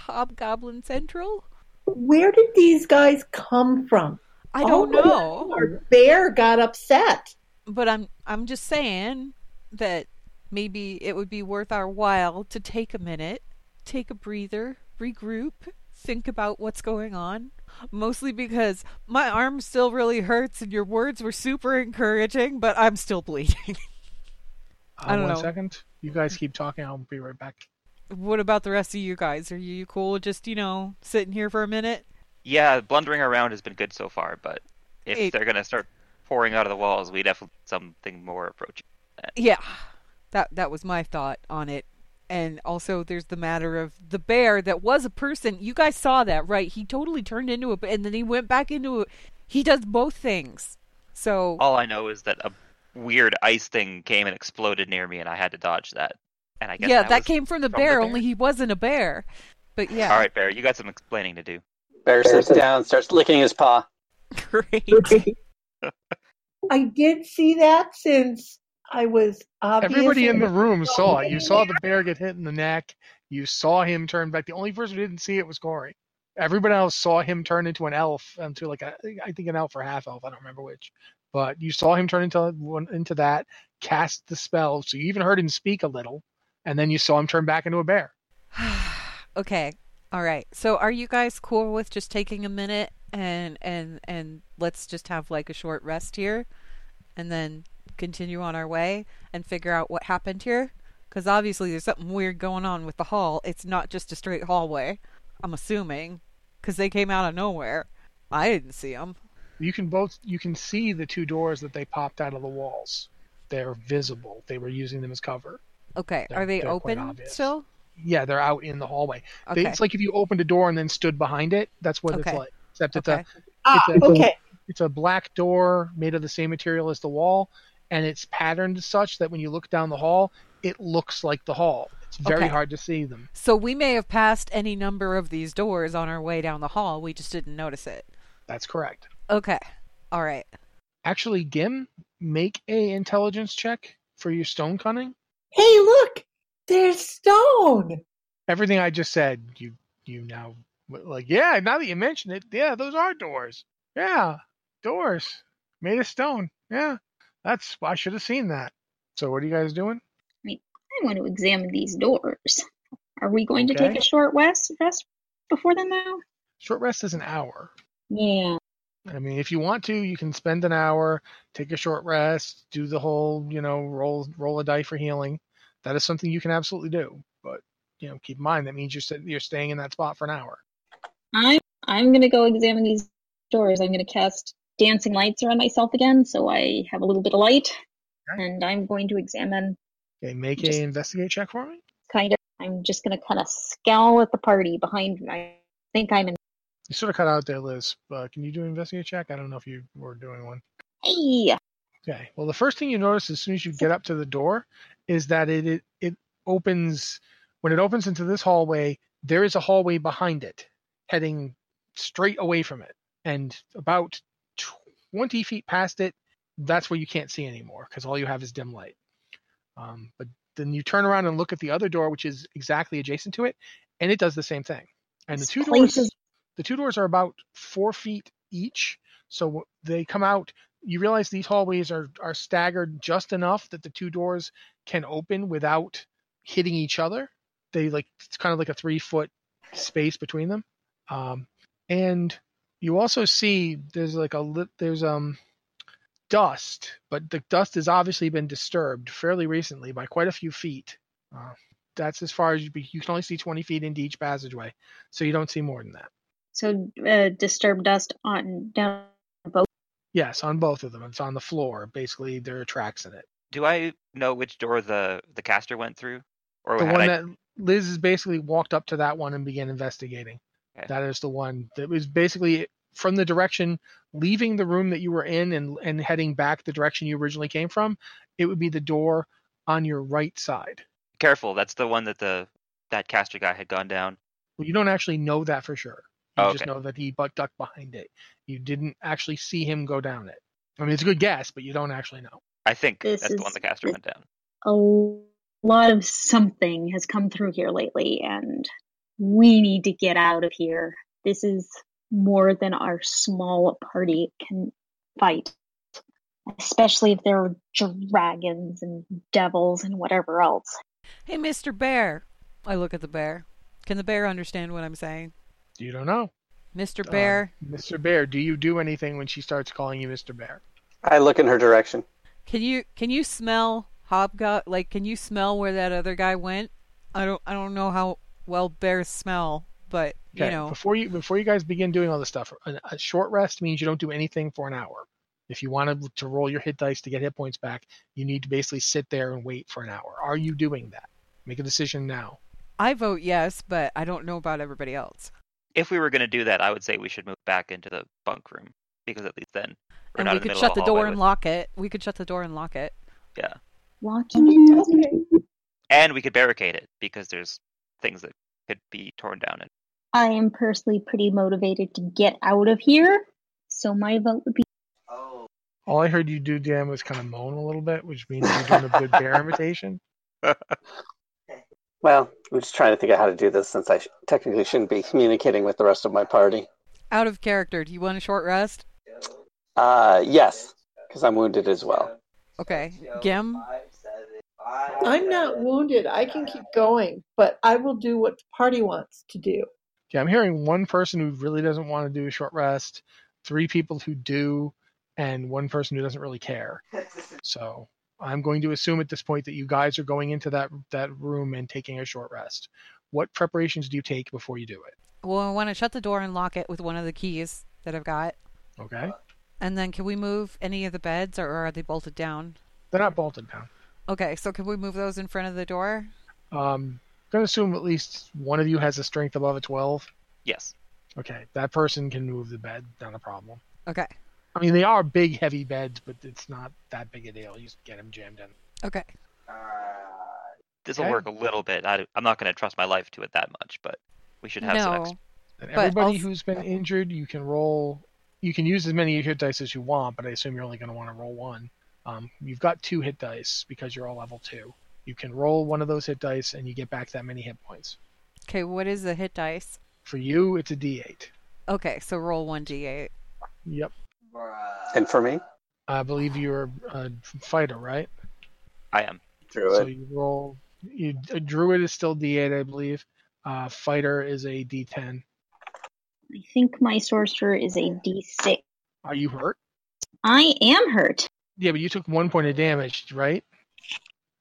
Speaker 1: Hobgoblin Central.
Speaker 4: Where did these guys come from?
Speaker 1: I don't
Speaker 4: Oh,
Speaker 1: know,
Speaker 4: Our bear got upset.
Speaker 1: but I'm I'm just saying that maybe it would be worth our while to take a minute, take a breather, regroup, think about what's going on. Mostly because my arm still really hurts and your words were super encouraging, but I'm still bleeding.
Speaker 2: Uh,
Speaker 1: I don't
Speaker 2: one
Speaker 1: know.
Speaker 2: second. You guys keep talking. I'll be right back.
Speaker 1: what about the rest of you guys? Are you cool just, you know, sitting here for a minute?
Speaker 6: Yeah, blundering around has been good so far, but if
Speaker 1: It-
Speaker 6: they're gonna start pouring out of the walls, we definitely need something more approaching.
Speaker 1: Yeah. That that was my thought on it. And also there's the matter of the bear that was a person. You guys saw that, right? He totally turned into a and then he went back into a he does both things. So
Speaker 6: All I know is that a weird ice thing came and exploded near me, and I had to dodge that. And I guess
Speaker 1: yeah, that,
Speaker 6: was-
Speaker 1: came from the,
Speaker 6: from the
Speaker 1: bear,
Speaker 6: bear.
Speaker 1: only he wasn't a bear. But yeah.
Speaker 6: All right, Bear, you got some explaining to do.
Speaker 7: Bear sits down, starts licking his paw.
Speaker 1: Great.
Speaker 4: I did see that since I was obviously.
Speaker 2: Everybody in the room saw it. You saw the bear get hit in the neck. You saw him turn back. The only person who didn't see it was Corey. Everybody else saw him turn into an elf, into like a, I think an elf or half elf. I don't remember which. But you saw him turn into one into that, cast the spell. So you even heard him speak a little, and then you saw him turn back into a bear.
Speaker 1: okay. All right. So are you guys cool with just taking a minute and and and let's just have like a short rest here and then continue on our way and figure out what happened here? Cuz obviously there's something weird going on with the hall. It's not just a straight hallway. I'm assuming cuz they came out of nowhere. I didn't see them.
Speaker 2: You can both you can see the two doors that they popped out of the walls. They're visible. They were using them as cover.
Speaker 1: Okay.
Speaker 2: They're-
Speaker 1: are they
Speaker 2: they're quite
Speaker 1: open
Speaker 2: obvious.
Speaker 1: still?
Speaker 2: Yeah, they're out in the hallway. They,
Speaker 1: Okay.
Speaker 2: It's like if you opened a door and then stood behind it. That's what
Speaker 1: Okay.
Speaker 2: it's like. Except it's
Speaker 1: okay.
Speaker 2: a
Speaker 4: Ah,
Speaker 2: It's a-
Speaker 4: okay.
Speaker 2: it's a black door made of the same material as the wall, and it's patterned such that when you look down the hall, it looks like the hall. It's very
Speaker 1: Okay.
Speaker 2: hard to see them.
Speaker 1: So we may have passed any number of these doors on our way down the hall. We just didn't notice it.
Speaker 2: That's correct.
Speaker 1: Okay. All right.
Speaker 2: Actually, Gim, make a intelligence check for your stone cunning.
Speaker 4: Hey, look, there's stone.
Speaker 2: Everything I just said, you you now like yeah. Now that you mention it, yeah, those are doors. Yeah, doors made of stone. Yeah, that's I should have seen that. So what are you guys doing?
Speaker 5: I want to examine these doors. Are we going to
Speaker 2: Okay.
Speaker 5: take a short rest, rest before then, though?
Speaker 2: Short rest is an hour.
Speaker 5: Yeah.
Speaker 2: I mean, if you want to, you can spend an hour, take a short rest, do the whole, you know, roll roll a die for healing. That is something you can absolutely do. But you know, keep in mind that means you're sit- you're staying in that spot for an hour.
Speaker 5: I'm I'm gonna go examine these doors. I'm gonna cast dancing lights around myself again, so I have a little bit of light,
Speaker 2: Okay.
Speaker 5: and I'm going to examine.
Speaker 2: Okay, make
Speaker 5: Just-
Speaker 2: a investigate check for me.
Speaker 5: Kind of, I'm just gonna kind of scowl at the party behind me. I think I'm in.
Speaker 2: You sort of cut out there, Liz. But can you do an investigate check? I don't know if you were doing one.
Speaker 5: Hey,
Speaker 2: Okay. Well, the first thing you notice as soon as you get up to the door is that it it, it opens when it opens into this hallway. There is a hallway behind it, heading straight away from it, and about twenty feet past it, that's where you can't see anymore because all you have is dim light. Um, but then you turn around and look at the other door, which is exactly adjacent to it, and it does the same thing. And the
Speaker 5: This
Speaker 2: two
Speaker 5: place
Speaker 2: doors,
Speaker 5: is-
Speaker 2: the two doors are about four feet each, so they come out you realize these hallways are are staggered just enough that the two doors can open without hitting each other. They like it's kind of like a three foot space between them. Um, and you also see there's like a lit there's um dust, but the dust has obviously been disturbed fairly recently by quite a few feet. Uh, that's as far as you, you can only see 20 feet into each passageway, so you don't see more than that.
Speaker 5: so uh, disturbed dust on down.
Speaker 2: Yes, on both of them. It's on the floor. Basically, there are tracks in it.
Speaker 6: Do I know which door the the caster went through? Or
Speaker 2: the
Speaker 6: had
Speaker 2: one
Speaker 6: I...
Speaker 2: that Liz has basically walked up to that one and began investigating.
Speaker 6: Okay.
Speaker 2: That is the one that was basically from the direction leaving the room that you were in and and heading back the direction you originally came from. It would be the door on your right side.
Speaker 6: careful, that's the one that the that caster guy had gone down.
Speaker 2: Well, you don't actually know that for sure. You
Speaker 6: Oh,
Speaker 2: just
Speaker 6: okay.
Speaker 2: know that he butt ducked behind it. You didn't actually see him go down it. I mean, it's a good guess, but you don't actually know.
Speaker 6: I think
Speaker 5: This
Speaker 6: that's
Speaker 5: is-
Speaker 6: the one the caster
Speaker 5: this-
Speaker 6: went down.
Speaker 5: a lot of something has come through here lately, and we need to get out of here. This is more than our small party can fight, especially if there are dragons and devils and whatever else.
Speaker 1: Hey, Mr. Bear. I look at the bear. Can the bear understand what I'm saying?
Speaker 2: You don't know.
Speaker 1: Mr.
Speaker 2: Um,
Speaker 1: Bear,
Speaker 2: Mr. Bear, do you do anything when she starts calling you Mr. Bear?
Speaker 7: I look in her direction.
Speaker 1: can you can you smell Hobgo like can you smell where that other guy went? I don't I don't know how well bears smell, but you know
Speaker 2: before you before you guys begin doing all this stuff, a, a short rest means you don't do anything for an hour. If you wanted to roll your hit dice to get hit points back, you need to basically sit there and wait for an hour. Are you doing that? Make a decision now.
Speaker 1: I vote yes, but I don't know about everybody else.
Speaker 6: If we were gonna do that, I would say we should move back into the bunk room. Because at least then we're
Speaker 1: and we
Speaker 6: not in the
Speaker 1: could
Speaker 6: middle
Speaker 1: shut
Speaker 6: of
Speaker 1: the
Speaker 6: a hallway
Speaker 1: door
Speaker 6: with-
Speaker 1: and lock it. We could shut the door and lock it.
Speaker 6: Yeah.
Speaker 5: Locking it
Speaker 4: Mm-hmm.
Speaker 5: doesn't.
Speaker 6: And we could barricade it because there's things that could be torn down and
Speaker 5: I am personally pretty motivated to get out of here, so my vote would be
Speaker 7: Oh.
Speaker 2: All I heard you do, Dan, was kind of moan a little bit, which means you're doing a good bear imitation.
Speaker 7: Well, I'm just trying to think of how to do this since I sh- technically shouldn't be communicating with the rest of my party.
Speaker 1: Out of character. Do you want a short rest?
Speaker 7: Uh, yes, because I'm wounded as well.
Speaker 1: Okay. Gim,
Speaker 4: I'm not wounded. I can keep going, but I will do what the party wants to do.
Speaker 2: Yeah, I'm hearing one person who really doesn't want to do a short rest, three people who do, and one person who doesn't really care. So I'm going to assume at this point that you guys are going into that that room and taking a short rest. What preparations do you take before you do it?
Speaker 1: well, I want to shut the door and lock it with one of the keys that I've got.
Speaker 2: Okay,
Speaker 1: And then can we move any of the beds or are they bolted down?
Speaker 2: they're not bolted down.
Speaker 1: Okay, so can we move those in front of the door?
Speaker 2: Um, going to assume at least one of you has a strength above a 12.
Speaker 6: yes.
Speaker 2: Okay, that person can move the bed, not a problem.
Speaker 1: Okay.
Speaker 2: I mean, they are big, heavy beds, but it's not that big a deal. You just get them jammed in.
Speaker 1: Okay.
Speaker 6: This will
Speaker 2: Okay.
Speaker 6: work a little bit. I, I'm not going to trust my life to it that much, but we should have some.
Speaker 1: no.
Speaker 6: Ex-
Speaker 2: And
Speaker 1: But
Speaker 2: everybody
Speaker 1: also-
Speaker 2: who's been injured, you can roll. You can use as many hit dice as you want, but I assume you're only going to want to roll one. Um, you've got two hit dice because you're all level two. You can roll one of those hit dice, and you get back that many hit points.
Speaker 1: Okay, what is the hit dice?
Speaker 2: For you, it's a D8.
Speaker 1: Okay, so roll 1d8.
Speaker 2: Yep.
Speaker 7: And for me,
Speaker 2: I believe you're a fighter, right?
Speaker 6: I am.
Speaker 7: through
Speaker 2: So you roll. You, a druid is still D8, I believe. Uh, fighter is a D10.
Speaker 5: I think my sorcerer is a d6.
Speaker 2: Are you hurt?
Speaker 5: I am hurt.
Speaker 2: Yeah, but you took one point of damage, right?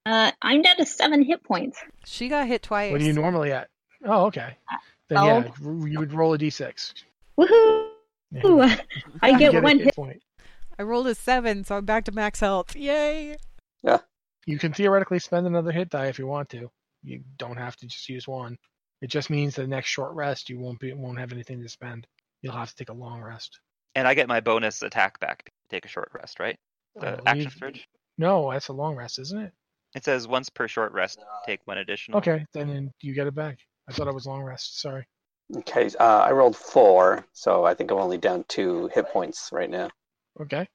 Speaker 5: Uh, I'm down to seven hit points.
Speaker 1: She got hit twice.
Speaker 2: What are you normally at? Oh, okay. Then
Speaker 5: Uh,
Speaker 2: yeah, r- you would roll a d6.
Speaker 5: Woohoo!
Speaker 2: Yeah.
Speaker 5: I
Speaker 2: You
Speaker 5: get,
Speaker 2: a
Speaker 5: one hit.
Speaker 2: point.
Speaker 1: I rolled a 7, so I'm back to max health. Yay!
Speaker 2: You can theoretically spend another hit die if you want to. You don't have to just use one. It just means the next short rest you won't be won't have anything to spend. You'll have to take a long rest.
Speaker 6: And I get my bonus attack back. Take a short rest, right? The
Speaker 2: I
Speaker 6: action
Speaker 2: believe-
Speaker 6: surge.
Speaker 2: No, that's a long rest, isn't it?
Speaker 6: It says once per short rest, take one additional.
Speaker 2: Okay, then you get it back. I thought it was long rest. Sorry.
Speaker 7: it. Okay, uh, I rolled four, so I think I'm only down two hit points right now.
Speaker 2: Okay.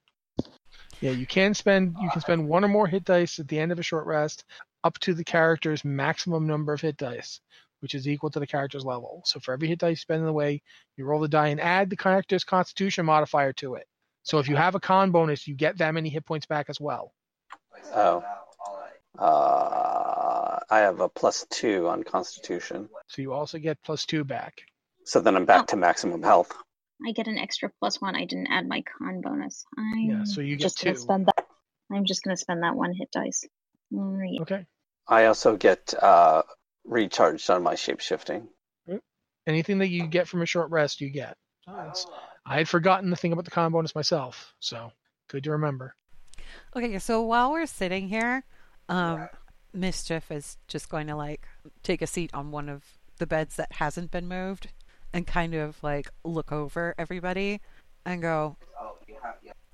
Speaker 2: Yeah, you can spend you can spend one or more hit dice at the end of a short rest, up to the character's maximum number of hit dice, which is equal to the character's level. So for every hit dice you spend in the way, you roll the die and add the character's constitution modifier to it. So if you have a con bonus, you get that many hit points back as well.
Speaker 7: Oh. Uh, I have a plus two on Constitution,
Speaker 2: So you also get plus two back.
Speaker 7: so then I'm back to maximum health.
Speaker 5: I get an extra plus one. I didn't add my con bonus. I'm
Speaker 2: Yeah, so you get
Speaker 5: just
Speaker 2: two.
Speaker 5: gonna spend that. I'm just gonna spend that one hit dice. All right.
Speaker 2: Okay.
Speaker 7: I also get uh, recharged on my shapeshifting.
Speaker 2: Anything that you get from a short rest, you get. It's- I had forgotten the thing about the con bonus myself, so good to remember.
Speaker 1: Okay, so while we're sitting here, um, Mischief is just going to like take a seat on one of the beds that hasn't been moved and kind of like look over everybody and go,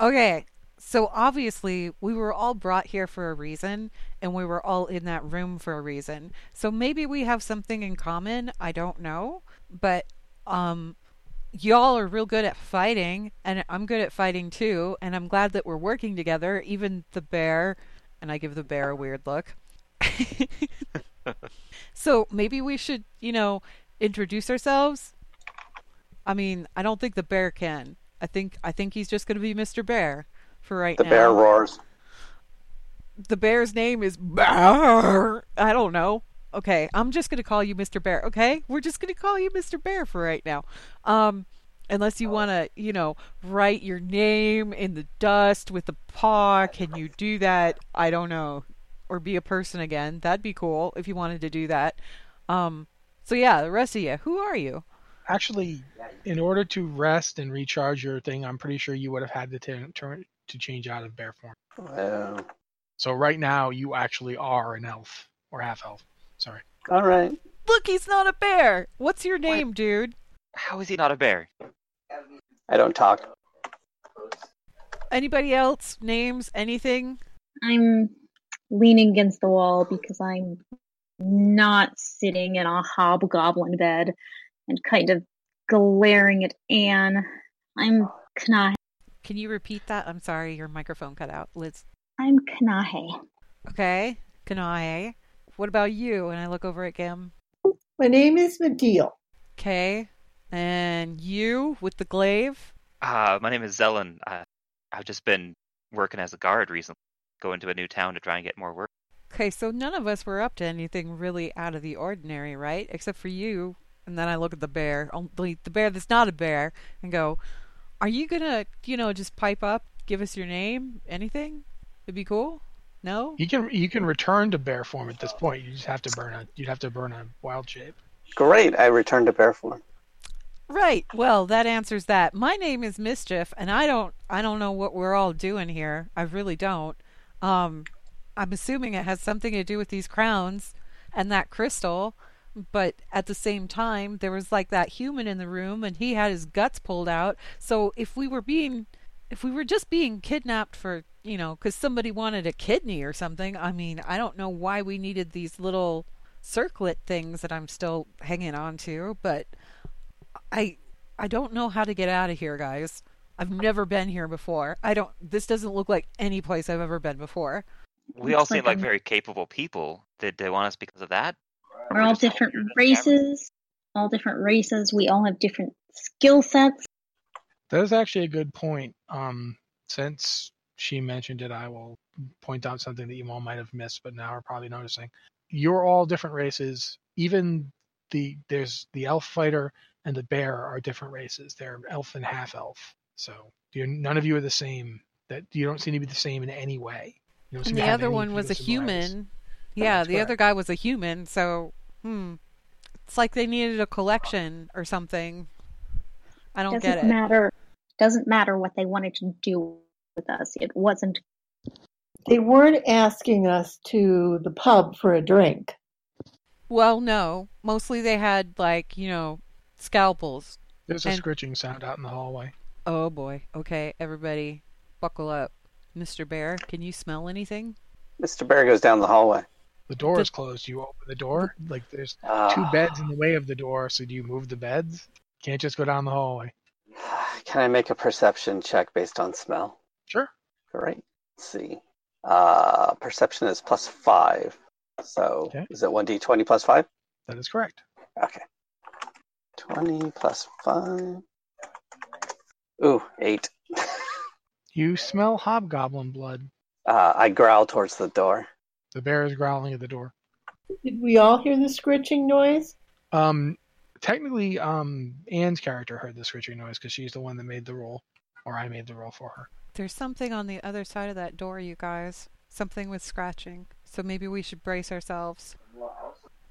Speaker 1: Okay, so obviously we were all brought here for a reason and we were all in that room for a reason. So maybe we have something in common. I don't know. But um, y'all are real good at fighting and I'm good at fighting too and I'm glad that we're working together even the bear and I give the bear a weird look. so maybe we should, you know, introduce ourselves. I mean, I don't think the bear can. I think I think he's just going to be Mr. Bear for right
Speaker 7: The
Speaker 1: now.
Speaker 7: bear roars.
Speaker 1: the bear's name is Bear. I don't know. Okay, I'm just gonna call you Mr. Bear. Okay, we're just gonna call you Mr. Bear for right now. Um, unless you wanna, you know, write your name in the dust with a paw. Can you do that? I don't know. Or be a person again. That'd be cool if you wanted to do that. Um, so yeah, the rest of you, who are you?
Speaker 2: Actually, in order to rest and recharge your thing, I'm pretty sure you would have had to turn turn- to change out of bear form.
Speaker 7: Oh,
Speaker 2: So right now, you actually are an elf or half elf. Sorry.
Speaker 7: all right.
Speaker 1: Look, he's not a bear. What's your name, dude?
Speaker 6: How is he not a bear?
Speaker 7: I don't talk.
Speaker 1: Anybody else? Names? Anything?
Speaker 5: I'm leaning against the wall because I'm not sitting in a hobgoblin bed and kind of glaring at Anne. I'm Kanahe.
Speaker 1: Can you repeat that? I'm sorry, your microphone cut out. Liz.
Speaker 5: I'm Kanahe.
Speaker 1: Okay, Kanae. What about you? And I look over at Gim.
Speaker 4: My name is Medeal.
Speaker 1: Okay. And you with the glaive?
Speaker 6: Uh, my name is Zelen. Uh, I've just been working as a guard recently, going to a new town to try and get more work.
Speaker 1: Okay, so none of us were up to anything really out of the ordinary, right? Except for you. And then I look at the bear, only the bear that's not a bear, and go, Are you gonna, you know, just pipe up, give us your name, anything? It'd be cool? No?
Speaker 2: You can you can return to bear form at this point. You just have to burn a you'd have to burn a wild shape.
Speaker 7: Great. I returned to bear form.
Speaker 1: Right. Well, that answers that. My name is Mischief, and I don't I don't know what we're all doing here. I really don't. Um I'm assuming it has something to do with these crowns and that crystal, but at the same time there was like that human in the room and he had his guts pulled out. So if we were being if we were just being kidnapped for, you know, cuz somebody wanted a kidney or something, I mean, I don't know why we needed these little circlet things that I'm still hanging on to, but I I don't know how to get out of here, guys. I've never been here before. I don't this doesn't look like any place I've ever been before.
Speaker 6: We all
Speaker 5: Looks
Speaker 6: seem
Speaker 5: like
Speaker 6: like
Speaker 5: I'm-
Speaker 6: very capable people. Did they want us because of that?
Speaker 5: We're all different races, all different races. We all have different skill sets.
Speaker 2: That is actually a good point. Um, since she mentioned it, I will point out something that you all might have missed, but now are probably noticing. You're all different races. Even the there's the elf fighter and the bear are different races. They're elf and half elf. So you're, none of you are the same. That you don't seem to be the same in any way. You don't seem
Speaker 1: And
Speaker 2: to
Speaker 1: the
Speaker 2: have
Speaker 1: other
Speaker 2: any
Speaker 1: one was a
Speaker 2: similarities.
Speaker 1: human. Yeah,
Speaker 2: That's
Speaker 1: the other
Speaker 2: correct.
Speaker 1: guy was a human, so hmm. It's like they needed a collection or something. I don't
Speaker 5: doesn't
Speaker 1: get it.
Speaker 5: matter. Doesn't matter what they wanted to do with us. It wasn't.
Speaker 4: They weren't asking us to the pub for a drink.
Speaker 1: Well, no. Mostly they had like, you know, scalpels.
Speaker 2: There's a
Speaker 1: and-
Speaker 2: scritching sound out in the hallway.
Speaker 1: Oh boy. Okay, everybody buckle up. Mr. Bear, can you smell anything?
Speaker 7: Mr. Bear goes down the hallway.
Speaker 2: The door
Speaker 1: The-
Speaker 2: is closed. You open the door. Like there's two
Speaker 7: Ah.
Speaker 2: beds in the way of the door. So do you move the beds? Can't just go down the hallway.
Speaker 7: Can I make a perception check based on smell?
Speaker 2: Sure.
Speaker 7: Great. Let's see. Uh, perception is plus five. So
Speaker 2: Okay.
Speaker 7: is it 1d20 plus five?
Speaker 2: That is correct.
Speaker 7: Okay. 20 plus five. Ooh, eight.
Speaker 2: You smell hobgoblin blood.
Speaker 7: Uh, I growl towards the door.
Speaker 2: The bear is growling at the door.
Speaker 4: Did we all hear the scritching noise?
Speaker 2: Um, technically, um, Anne's character heard the screeching noise because she's the one that made the roll, or I made the roll for her.
Speaker 1: There's something on the other side of that door, you guys. Something with scratching. So maybe we should brace ourselves.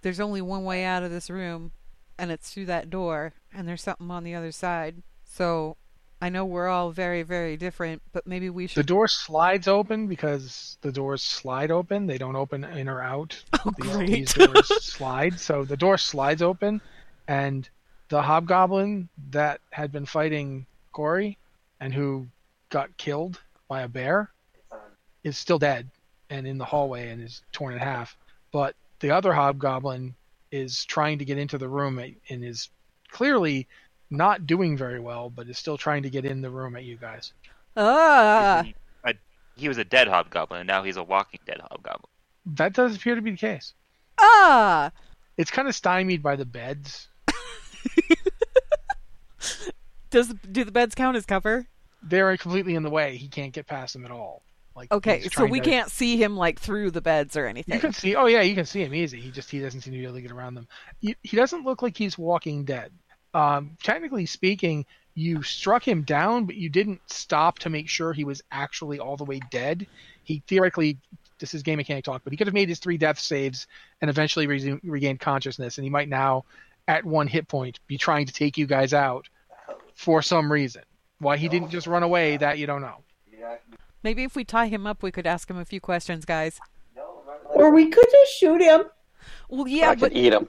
Speaker 1: There's only one way out of this room, and it's through that door, and there's something on the other side. So I I know we're all very, very different, but maybe we
Speaker 2: The
Speaker 1: should.
Speaker 2: door slides open because the doors slide open. They don't open in or out.
Speaker 1: Oh,
Speaker 2: These,
Speaker 1: great.
Speaker 2: these doors slide. So the door slides open, and the hobgoblin that had been fighting Gory and who got killed by a bear is still dead and in the hallway and is torn in half. But the other hobgoblin is trying to get into the room and is clearly not doing very well, but is still trying to get in the room at you guys.
Speaker 1: ah,
Speaker 5: Uh.
Speaker 6: He, a, he was a dead hobgoblin, and now he's a walking dead hobgoblin.
Speaker 2: That does appear to be the case.
Speaker 1: ah.
Speaker 2: It's kind of stymied by the beds.
Speaker 1: Does do the beds count as cover?
Speaker 2: They're completely in the way. He can't get past them at all. Like
Speaker 1: Okay,
Speaker 2: he's
Speaker 1: so
Speaker 2: trying
Speaker 1: we
Speaker 2: to-
Speaker 1: can't see him like through the beds or anything.
Speaker 2: You can see. Oh yeah, you can see him easy. He just he doesn't seem to be able to get around them. He, he doesn't look like he's walking dead. Um, technically speaking, you struck him down, but you didn't stop to make sure he was actually all the way dead. He theoretically, this is game mechanic talk, but he could have made his three death saves and eventually resume, regained consciousness, and he might now, at one hit point, be trying to take you guys out for some reason. Why he didn't just run away, that you don't know.
Speaker 1: Maybe if we tie him up, we could ask him a few questions, guys.
Speaker 4: Or we could just shoot him.
Speaker 1: Well,
Speaker 7: I
Speaker 1: yeah,
Speaker 7: could
Speaker 1: but
Speaker 7: eat him.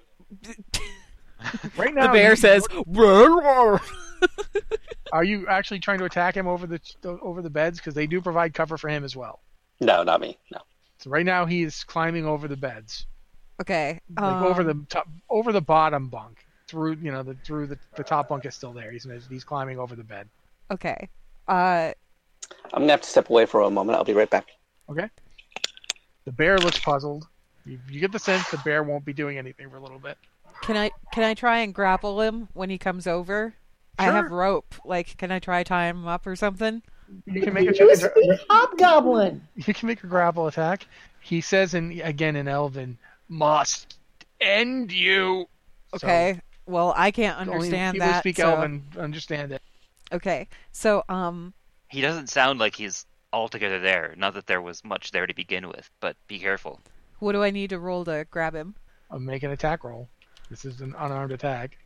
Speaker 2: Right now,
Speaker 1: the bear
Speaker 2: you-
Speaker 1: says, "Roar."
Speaker 2: Are you actually trying to attack him over the over the beds? Because they do provide cover for him as well.
Speaker 7: No, not me. No.
Speaker 2: So right now he is climbing over the beds,
Speaker 1: "Okay,
Speaker 2: like
Speaker 1: um,
Speaker 2: over the top, over the bottom bunk, through you know the through the, the top bunk is still there. He's he's climbing over the bed.
Speaker 1: okay." Uh,
Speaker 7: I'm gonna have to step away for a moment. I'll be right back.
Speaker 2: The bear looks puzzled. You, you get the sense the bear won't be doing anything for a little bit.
Speaker 1: can I can I try and grapple him when he comes over? I have
Speaker 2: Sure.
Speaker 1: rope. Like, can I try tie him up or something?
Speaker 2: You can make a
Speaker 4: Use
Speaker 2: chicken,
Speaker 4: the hobgoblin.
Speaker 2: you can make a grapple attack. He says in again in Elven, must end you. So,
Speaker 1: Okay. well, I can't
Speaker 2: only
Speaker 1: understand
Speaker 2: people who
Speaker 1: that.
Speaker 2: speak
Speaker 1: so-
Speaker 2: Elven understand it.
Speaker 1: Okay. So, um,
Speaker 6: He doesn't sound like he's altogether there. Not that there was much there to begin with, but be careful.
Speaker 1: what do I need to roll to grab him?
Speaker 2: Uh, make an attack roll. This is an unarmed attack.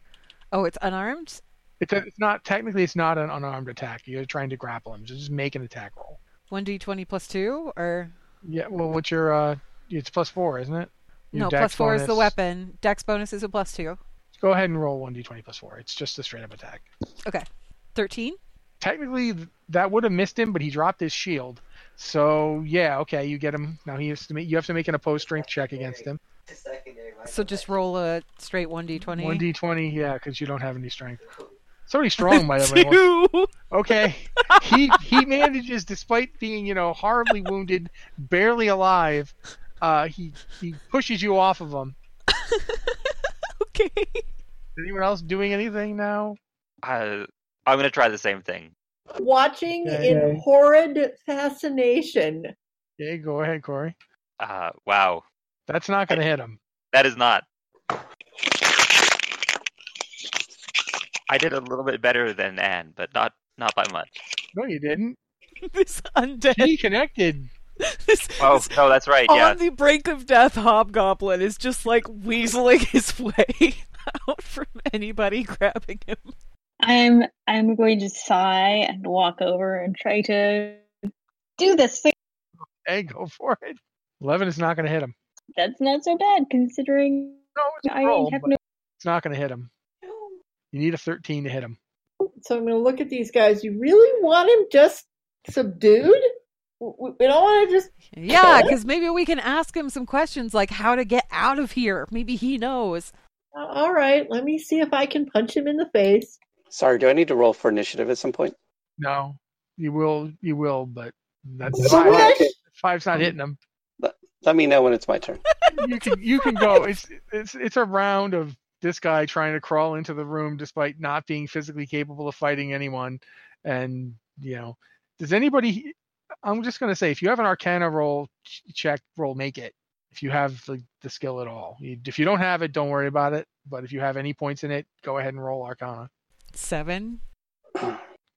Speaker 1: Oh, it's unarmed.
Speaker 2: It's, a, it's not technically it's not an unarmed attack. You're trying to grapple him. So just make an attack roll.
Speaker 1: One d twenty plus two, or
Speaker 2: Yeah. Well, what's your? uh It's plus four, isn't it? Your
Speaker 1: no?
Speaker 2: dex
Speaker 1: Plus four is the
Speaker 2: bonus.
Speaker 1: weapon. Dex bonus is a plus two.
Speaker 2: Go ahead and roll one d20 plus four. It's just a straight up attack.
Speaker 1: Okay, thirteen.
Speaker 2: Technically, th- that would have missed him, but he dropped his shield. So yeah, okay, you get him. Now he has to make. You have to make an opposed strength check against him.
Speaker 1: So just roll a straight one d twenty.
Speaker 2: One d20, yeah, because you don't have any strength. Somebody strong might have. anyone- Okay. He he manages despite being, you know, horribly wounded, barely alive. Uh, he he pushes you off of him.
Speaker 1: Okay.
Speaker 2: Is anyone else doing anything now?
Speaker 6: Uh, I'm gonna try the same thing.
Speaker 4: Watching
Speaker 2: Okay.
Speaker 4: in horrid fascination.
Speaker 2: Okay, go ahead, Corey.
Speaker 6: Uh, wow,
Speaker 2: That's not gonna hit him.
Speaker 6: that is not. I did a little bit better than Anne, but not not by much.
Speaker 2: No, you didn't.
Speaker 1: this undead.
Speaker 2: He connected.
Speaker 1: This,
Speaker 6: Oh
Speaker 1: this
Speaker 6: no, that's right. Yeah,
Speaker 1: on the brink of death, hobgoblin is just like weaseling his way out from anybody grabbing him.
Speaker 5: I'm I'm going to sigh and walk over and try to do this thing.
Speaker 2: Hey, go for it. Eleven is not gonna hit him.
Speaker 5: That's not so bad considering
Speaker 2: No, it's, a
Speaker 5: I
Speaker 2: roll,
Speaker 5: have
Speaker 2: but
Speaker 5: no
Speaker 2: it's not gonna hit him. You need a thirteen to hit him.
Speaker 4: So I'm going to look at these guys. You really want him just subdued? W- w- We don't want to just.
Speaker 1: Yeah, because maybe we can ask him some questions like how to get out of here. Maybe he knows.
Speaker 4: "Uh, All right, let me see if I can punch him in the face.
Speaker 7: Sorry, do I need to roll for initiative at some point?
Speaker 2: No. You will you will, but that's
Speaker 4: So
Speaker 2: five.
Speaker 4: what?
Speaker 2: Five's not hitting him.
Speaker 7: Let me know when it's my turn.
Speaker 2: you can you can go. It's it's it's a round of this guy trying to crawl into the room despite not being physically capable of fighting anyone. And you know, does anybody? I'm just gonna say, if you have an Arcana roll ch- check, roll make it. If you have the, the skill at all, You- if you don't have it, don't worry about it. But if you have any points in it, go ahead and roll Arcana.
Speaker 1: Seven.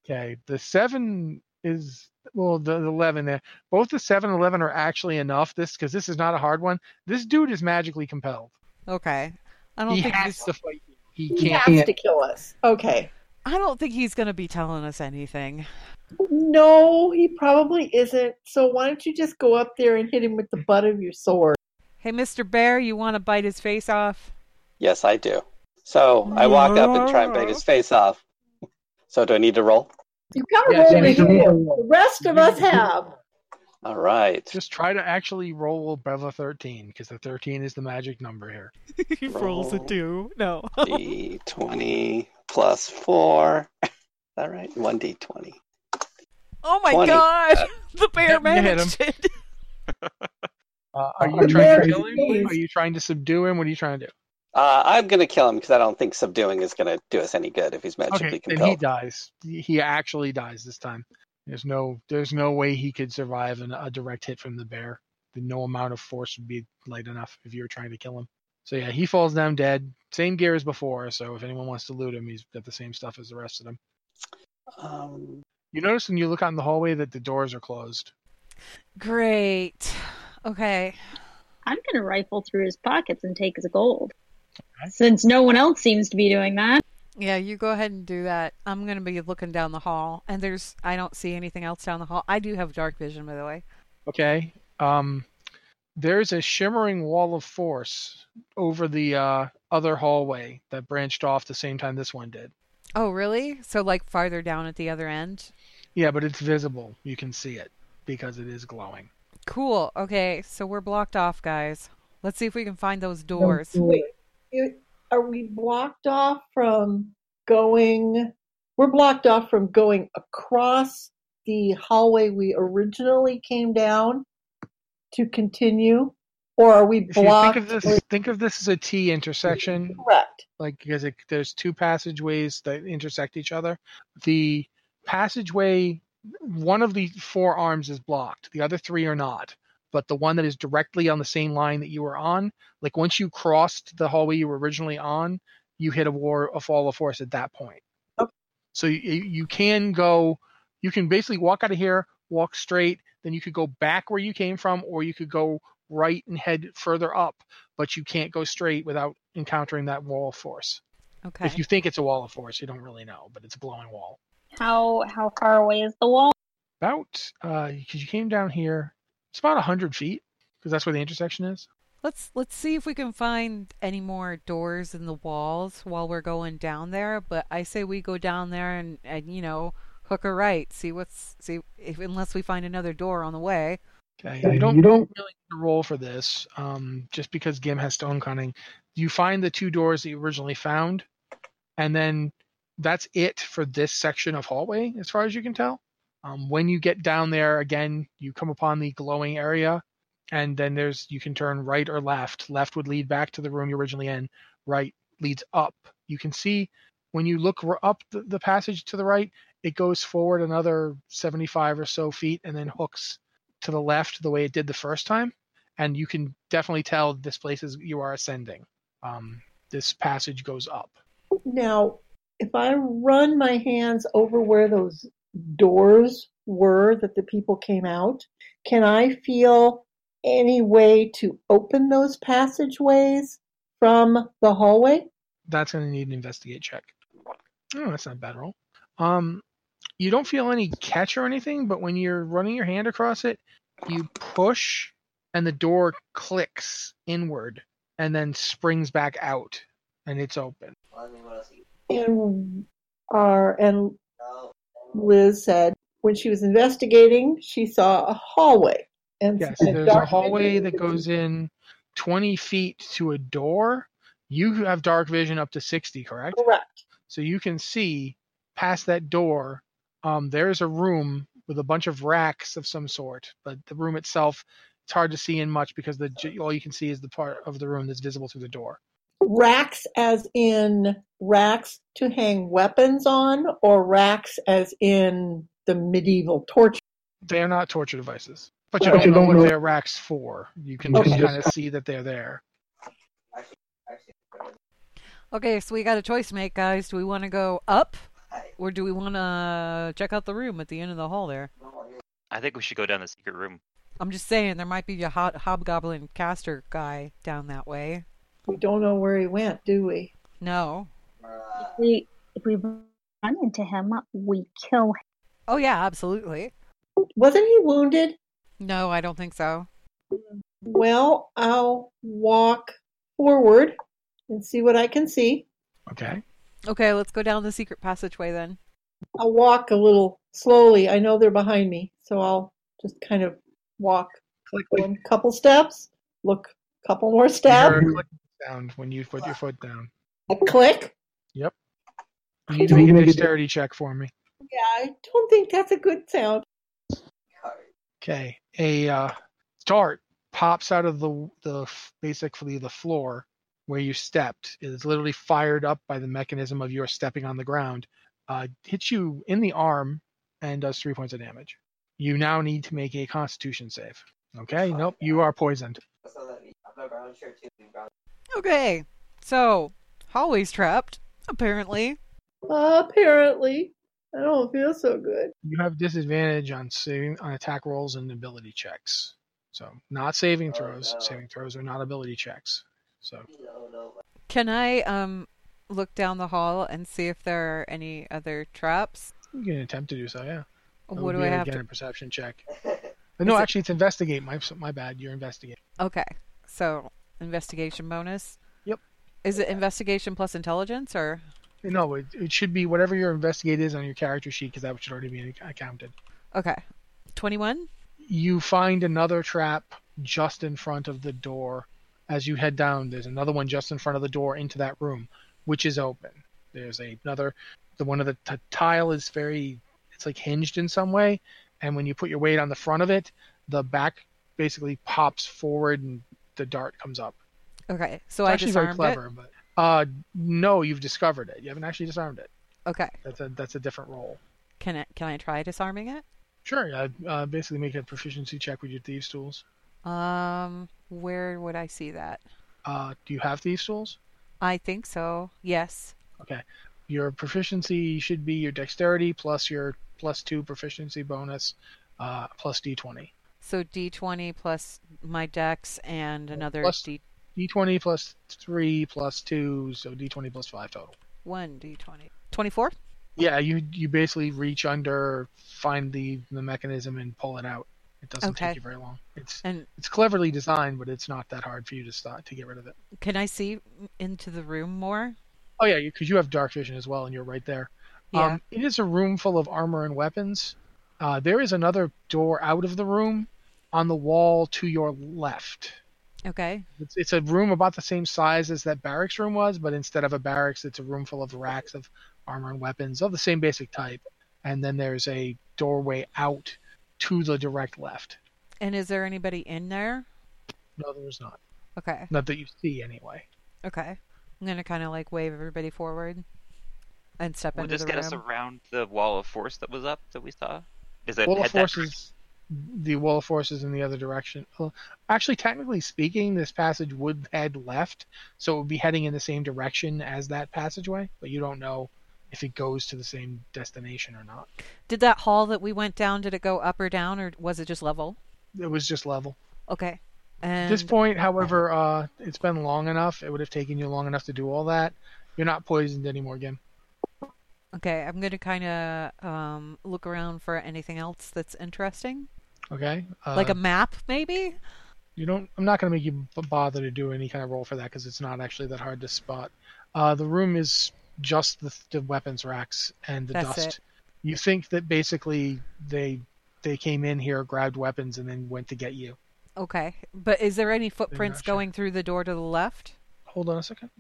Speaker 2: Okay, the seven is well, the, the eleven there. Both the seven and eleven are actually enough. This because this is not a hard one. This dude is magically compelled.
Speaker 1: Okay. I don't
Speaker 2: he
Speaker 1: think
Speaker 2: has
Speaker 1: he's
Speaker 2: to fight you. He
Speaker 4: He
Speaker 2: can't.
Speaker 4: has to kill us. Okay.
Speaker 1: I don't think he's going to be telling us anything.
Speaker 4: No, he probably isn't. So why don't you just go up there and hit him with the butt of your sword?
Speaker 1: Hey, Mr. Bear, you want to bite his face off?
Speaker 7: Yes, I do. So I walk up and try and bite his face off. So do I need to roll?
Speaker 4: You got
Speaker 2: Yeah,
Speaker 4: to roll
Speaker 2: you
Speaker 4: to
Speaker 2: need to
Speaker 4: hit.
Speaker 2: roll.
Speaker 4: The rest of us have.
Speaker 7: All right.
Speaker 2: Just try to actually roll above a 13 because the 13 is the magic number here.
Speaker 1: he rolls a
Speaker 7: Roll.
Speaker 1: two. No.
Speaker 7: D20 plus four. Is that right? 1D20.
Speaker 1: oh my
Speaker 7: 20.
Speaker 1: gosh! the bear
Speaker 2: Yep, you hit
Speaker 1: managed it.
Speaker 2: Uh, are you trying
Speaker 4: Oh, there
Speaker 2: to
Speaker 4: it
Speaker 2: kill him?
Speaker 4: is.
Speaker 2: Are you trying to subdue him? What are you trying to do?
Speaker 7: Uh, I'm going to kill him because I don't think subduing is going to do us any good if he's magically
Speaker 2: Okay, then he
Speaker 7: compelled.
Speaker 2: dies. He he actually dies this time. There's no there's no way he could survive an, a direct hit from the bear. No amount of force would be light enough if you were trying to kill him. So yeah, he falls down dead. Same gear as before. So if anyone wants to loot him, he's got the same stuff as the rest of them.
Speaker 7: Um,
Speaker 2: You notice when you look out in the hallway that the doors are closed.
Speaker 1: Great. Okay.
Speaker 5: I'm going to rifle through his pockets and take his gold.
Speaker 2: Okay.
Speaker 5: Since no one else seems to be doing that.
Speaker 1: Yeah, you go ahead and do that. I'm going to be looking down the hall, and there's I don't see anything else down the hall. I do have dark vision, by the way.
Speaker 2: Okay. Um, there's a shimmering wall of force over the uh, other hallway that branched off the same time this one did.
Speaker 1: Oh, really? So like farther down at the other end?
Speaker 2: Yeah, but it's visible. You can see it because it is glowing.
Speaker 1: Cool. Okay, so we're blocked off, guys. Let's see if we can find those doors.
Speaker 4: Wait, you- are we blocked off from going? We're blocked off from going across the hallway we originally came down to continue, or are we
Speaker 2: If you think
Speaker 4: blocked?
Speaker 2: of this, think of this as a T intersection,
Speaker 4: Correct.
Speaker 2: like because it, there's two passageways that intersect each other. The passageway, one of the four arms is blocked, the other three are not. But the one that is directly on the same line that you were on, like once you crossed the hallway you were originally on, you hit a war a fall of force at that point.
Speaker 4: Okay.
Speaker 2: So you, you can go, you can basically walk out of here, walk straight, then you could go back where you came from, or you could go right and head further up but you can't go straight without encountering that wall of force.
Speaker 1: Okay.
Speaker 2: If you think it's a wall of force, you don't really know, but it's a glowing wall.
Speaker 5: How how far away is the wall?
Speaker 2: About because you came down here, it's about hundred feet because that's where the intersection is.
Speaker 1: Let's let's see if we can find any more doors in the walls while we're going down there. But I say we go down there and and you know hook a right, see what's see if unless we find another door on the way.
Speaker 2: Okay,
Speaker 8: Okay,
Speaker 2: you don't
Speaker 8: you don't
Speaker 2: really need to roll for this, um, just because Gim has stone cunning. You find the two doors that you originally found, and then that's it for this section of hallway, as far as you can tell. Um, when you get down there again, you come upon the glowing area, and then there's you can turn right or left. Left would lead back to the room you originally in. Right leads up. You can see when you look r- up the, the passage to the right, it goes forward another 75 or so feet, and then hooks to the left the way it did the first time, and you can definitely tell this place is you are ascending. Um, this passage goes up.
Speaker 4: Now, if I run my hands over where those doors were that the people came out, can I feel any way to open those passageways from the hallway?
Speaker 2: That's going to need an investigate check. Oh, that's not a bad roll. Um, you don't feel any catch or anything, but when you're running your hand across it, you push, and the door clicks inward, and then springs back out, and it's open.
Speaker 4: And are and Liz said when she was investigating, she saw a hallway. And
Speaker 2: Yes,
Speaker 4: said,
Speaker 2: there's a
Speaker 4: "Dark
Speaker 2: hallway
Speaker 4: vision
Speaker 2: that
Speaker 4: is
Speaker 2: goes in 20 feet to a door. You have dark vision up to 60, correct?
Speaker 4: correct.
Speaker 2: So you can see past that door, um, there's a room with a bunch of racks of some sort, but the room itself, it's hard to see in much because the j- all you can see is the part of the room that's visible through the door.
Speaker 4: Racks, as in racks to hang weapons on, or racks as in the medieval torture.
Speaker 2: They are not torture devices, but you
Speaker 8: But
Speaker 2: don't
Speaker 8: you
Speaker 2: know
Speaker 8: don't
Speaker 2: what
Speaker 8: know-
Speaker 2: they're racks for. You can
Speaker 8: Okay.
Speaker 2: just kind of see that they're there.
Speaker 1: Okay, so we got a choice to make, guys. Do we want to go up, or do we want to check out the room at the end of the hall there?
Speaker 6: I think we should go down the secret room.
Speaker 1: I'm just saying there might be a hot hobgoblin caster guy down that way.
Speaker 4: We don't know where he went, do we?
Speaker 1: No.
Speaker 5: We if we run into him, we kill him.
Speaker 1: Oh, yeah, absolutely.
Speaker 4: Wasn't he wounded?
Speaker 1: No, I don't think so.
Speaker 4: Well, I'll walk forward and see what I can see.
Speaker 2: Okay.
Speaker 1: Okay, let's go down the secret passageway then.
Speaker 4: I'll walk a little slowly. I know they're behind me, so I'll just kind of walk like one couple steps, look a couple more
Speaker 2: You hear
Speaker 4: steps,
Speaker 2: a clicking sound when you put your foot down.
Speaker 4: a click.
Speaker 2: You need to make a dexterity check for me.
Speaker 4: Yeah, I don't think that's a good sound.
Speaker 2: Okay. A uh, dart pops out of the the f- basically the floor where you stepped. It is literally fired up by the mechanism of your stepping on the ground. Uh, hits you in the arm and does three points of damage. You now need to make a Constitution save. Okay. Nope. You are poisoned.
Speaker 1: Okay, so Holly's trapped, apparently.
Speaker 4: Apparently, I don't feel so good.
Speaker 2: You have disadvantage on saving on attack rolls and ability checks. So not saving
Speaker 7: Oh,
Speaker 2: throws.
Speaker 7: no.
Speaker 2: Saving throws are not ability checks. So
Speaker 1: Can I um look down the hall and see if there are any other traps?
Speaker 2: you can attempt to do so. Yeah. That
Speaker 1: What
Speaker 2: would
Speaker 1: do
Speaker 2: be
Speaker 1: I
Speaker 2: a-
Speaker 1: have
Speaker 2: again,
Speaker 1: to?
Speaker 2: a perception check. But no,
Speaker 1: Is it-
Speaker 2: actually, it's investigate. My my bad. You're investigating.
Speaker 1: Okay, so investigation bonus.
Speaker 2: Yep.
Speaker 1: Is it investigation plus intelligence or?
Speaker 2: No, it, it should be whatever your investigate is on your character sheet because that should already be ac- accounted.
Speaker 1: Okay, twenty-one.
Speaker 2: You find another trap just in front of the door. As you head down, there's another one just in front of the door into that room, which is open. There's a, another. The one of the t- tile is very. It's like hinged in some way, and when you put your weight on the front of it, the back basically pops forward and the dart comes up.
Speaker 1: Okay, so
Speaker 2: It's
Speaker 1: I
Speaker 2: actually very
Speaker 1: disarmed
Speaker 2: clever, but uh, no, you've discovered it. You haven't actually disarmed it.
Speaker 1: it. Okay,
Speaker 2: That's a that's a different role.
Speaker 1: can I can I try disarming it?
Speaker 2: Sure, yeah. Uh, basically, make a proficiency check with your thieves tools.
Speaker 1: Um, where would I see that?
Speaker 2: Uh, do you have thieves tools?
Speaker 1: I think so. Yes.
Speaker 2: Your proficiency should be your dexterity plus your plus two proficiency bonus, uh, plus d20.
Speaker 1: So D20 plus my dex and another
Speaker 2: Plus-
Speaker 1: D1,
Speaker 2: D20 plus three plus two, so d20 plus five total.
Speaker 1: D20. 24?
Speaker 2: Yeah, you you basically reach under, find the the mechanism, and pull it out. It doesn't
Speaker 1: Okay.
Speaker 2: take you very long. It's
Speaker 1: And
Speaker 2: it's cleverly designed, but it's not that hard for you to start to get rid of it.
Speaker 1: can I see into the room more?
Speaker 2: Oh yeah, because you have dark vision as well, and you're right there.
Speaker 1: Yeah.
Speaker 2: Um, it is a room full of armor and weapons. Uh, there is another door out of the room on the wall to your left.
Speaker 1: okay.
Speaker 2: It's, it's a room about the same size as that barracks room was, but instead of a barracks, it's a room full of racks of armor and weapons of the same basic type. And then there's a doorway out to the direct left.
Speaker 1: And is there anybody in there?
Speaker 2: No, there's not.
Speaker 1: Okay.
Speaker 2: Not that you see, anyway.
Speaker 1: Okay. I'm going to kind of like wave everybody forward and step
Speaker 6: We'll
Speaker 1: into
Speaker 6: just
Speaker 1: the
Speaker 6: get
Speaker 1: room.
Speaker 6: us around the wall of force that was up that we saw. Is it
Speaker 2: Wall of
Speaker 6: head that-
Speaker 2: forces. The wall of forces in the other direction. Well, Actually, technically speaking, this passage would head left, so it would be heading in the same direction as that passageway. But you don't know if it goes to the same destination or not.
Speaker 1: Did that hall that we went down, did it go up or down or was it just level?
Speaker 2: It was just level.
Speaker 1: Okay. And
Speaker 2: At this point, however, uh, it's been long enough. It would have taken you long enough to do all that. You're not poisoned anymore, Gim.
Speaker 1: okay, I'm going to kind of um, look around for anything else that's interesting.
Speaker 2: Okay. Uh,
Speaker 1: like a map, maybe?
Speaker 2: You don't. I'm not going to make you b- bother to do any kind of roll for that because it's not actually that hard to spot. Uh, the room is just the, the weapons racks and the
Speaker 1: That's
Speaker 2: dust.
Speaker 1: it.
Speaker 2: You think that basically they they came in here, grabbed weapons, and then went to get you.
Speaker 1: Okay, but is there any footprints
Speaker 2: sure.
Speaker 1: going through the door to the left?
Speaker 2: Hold on a second.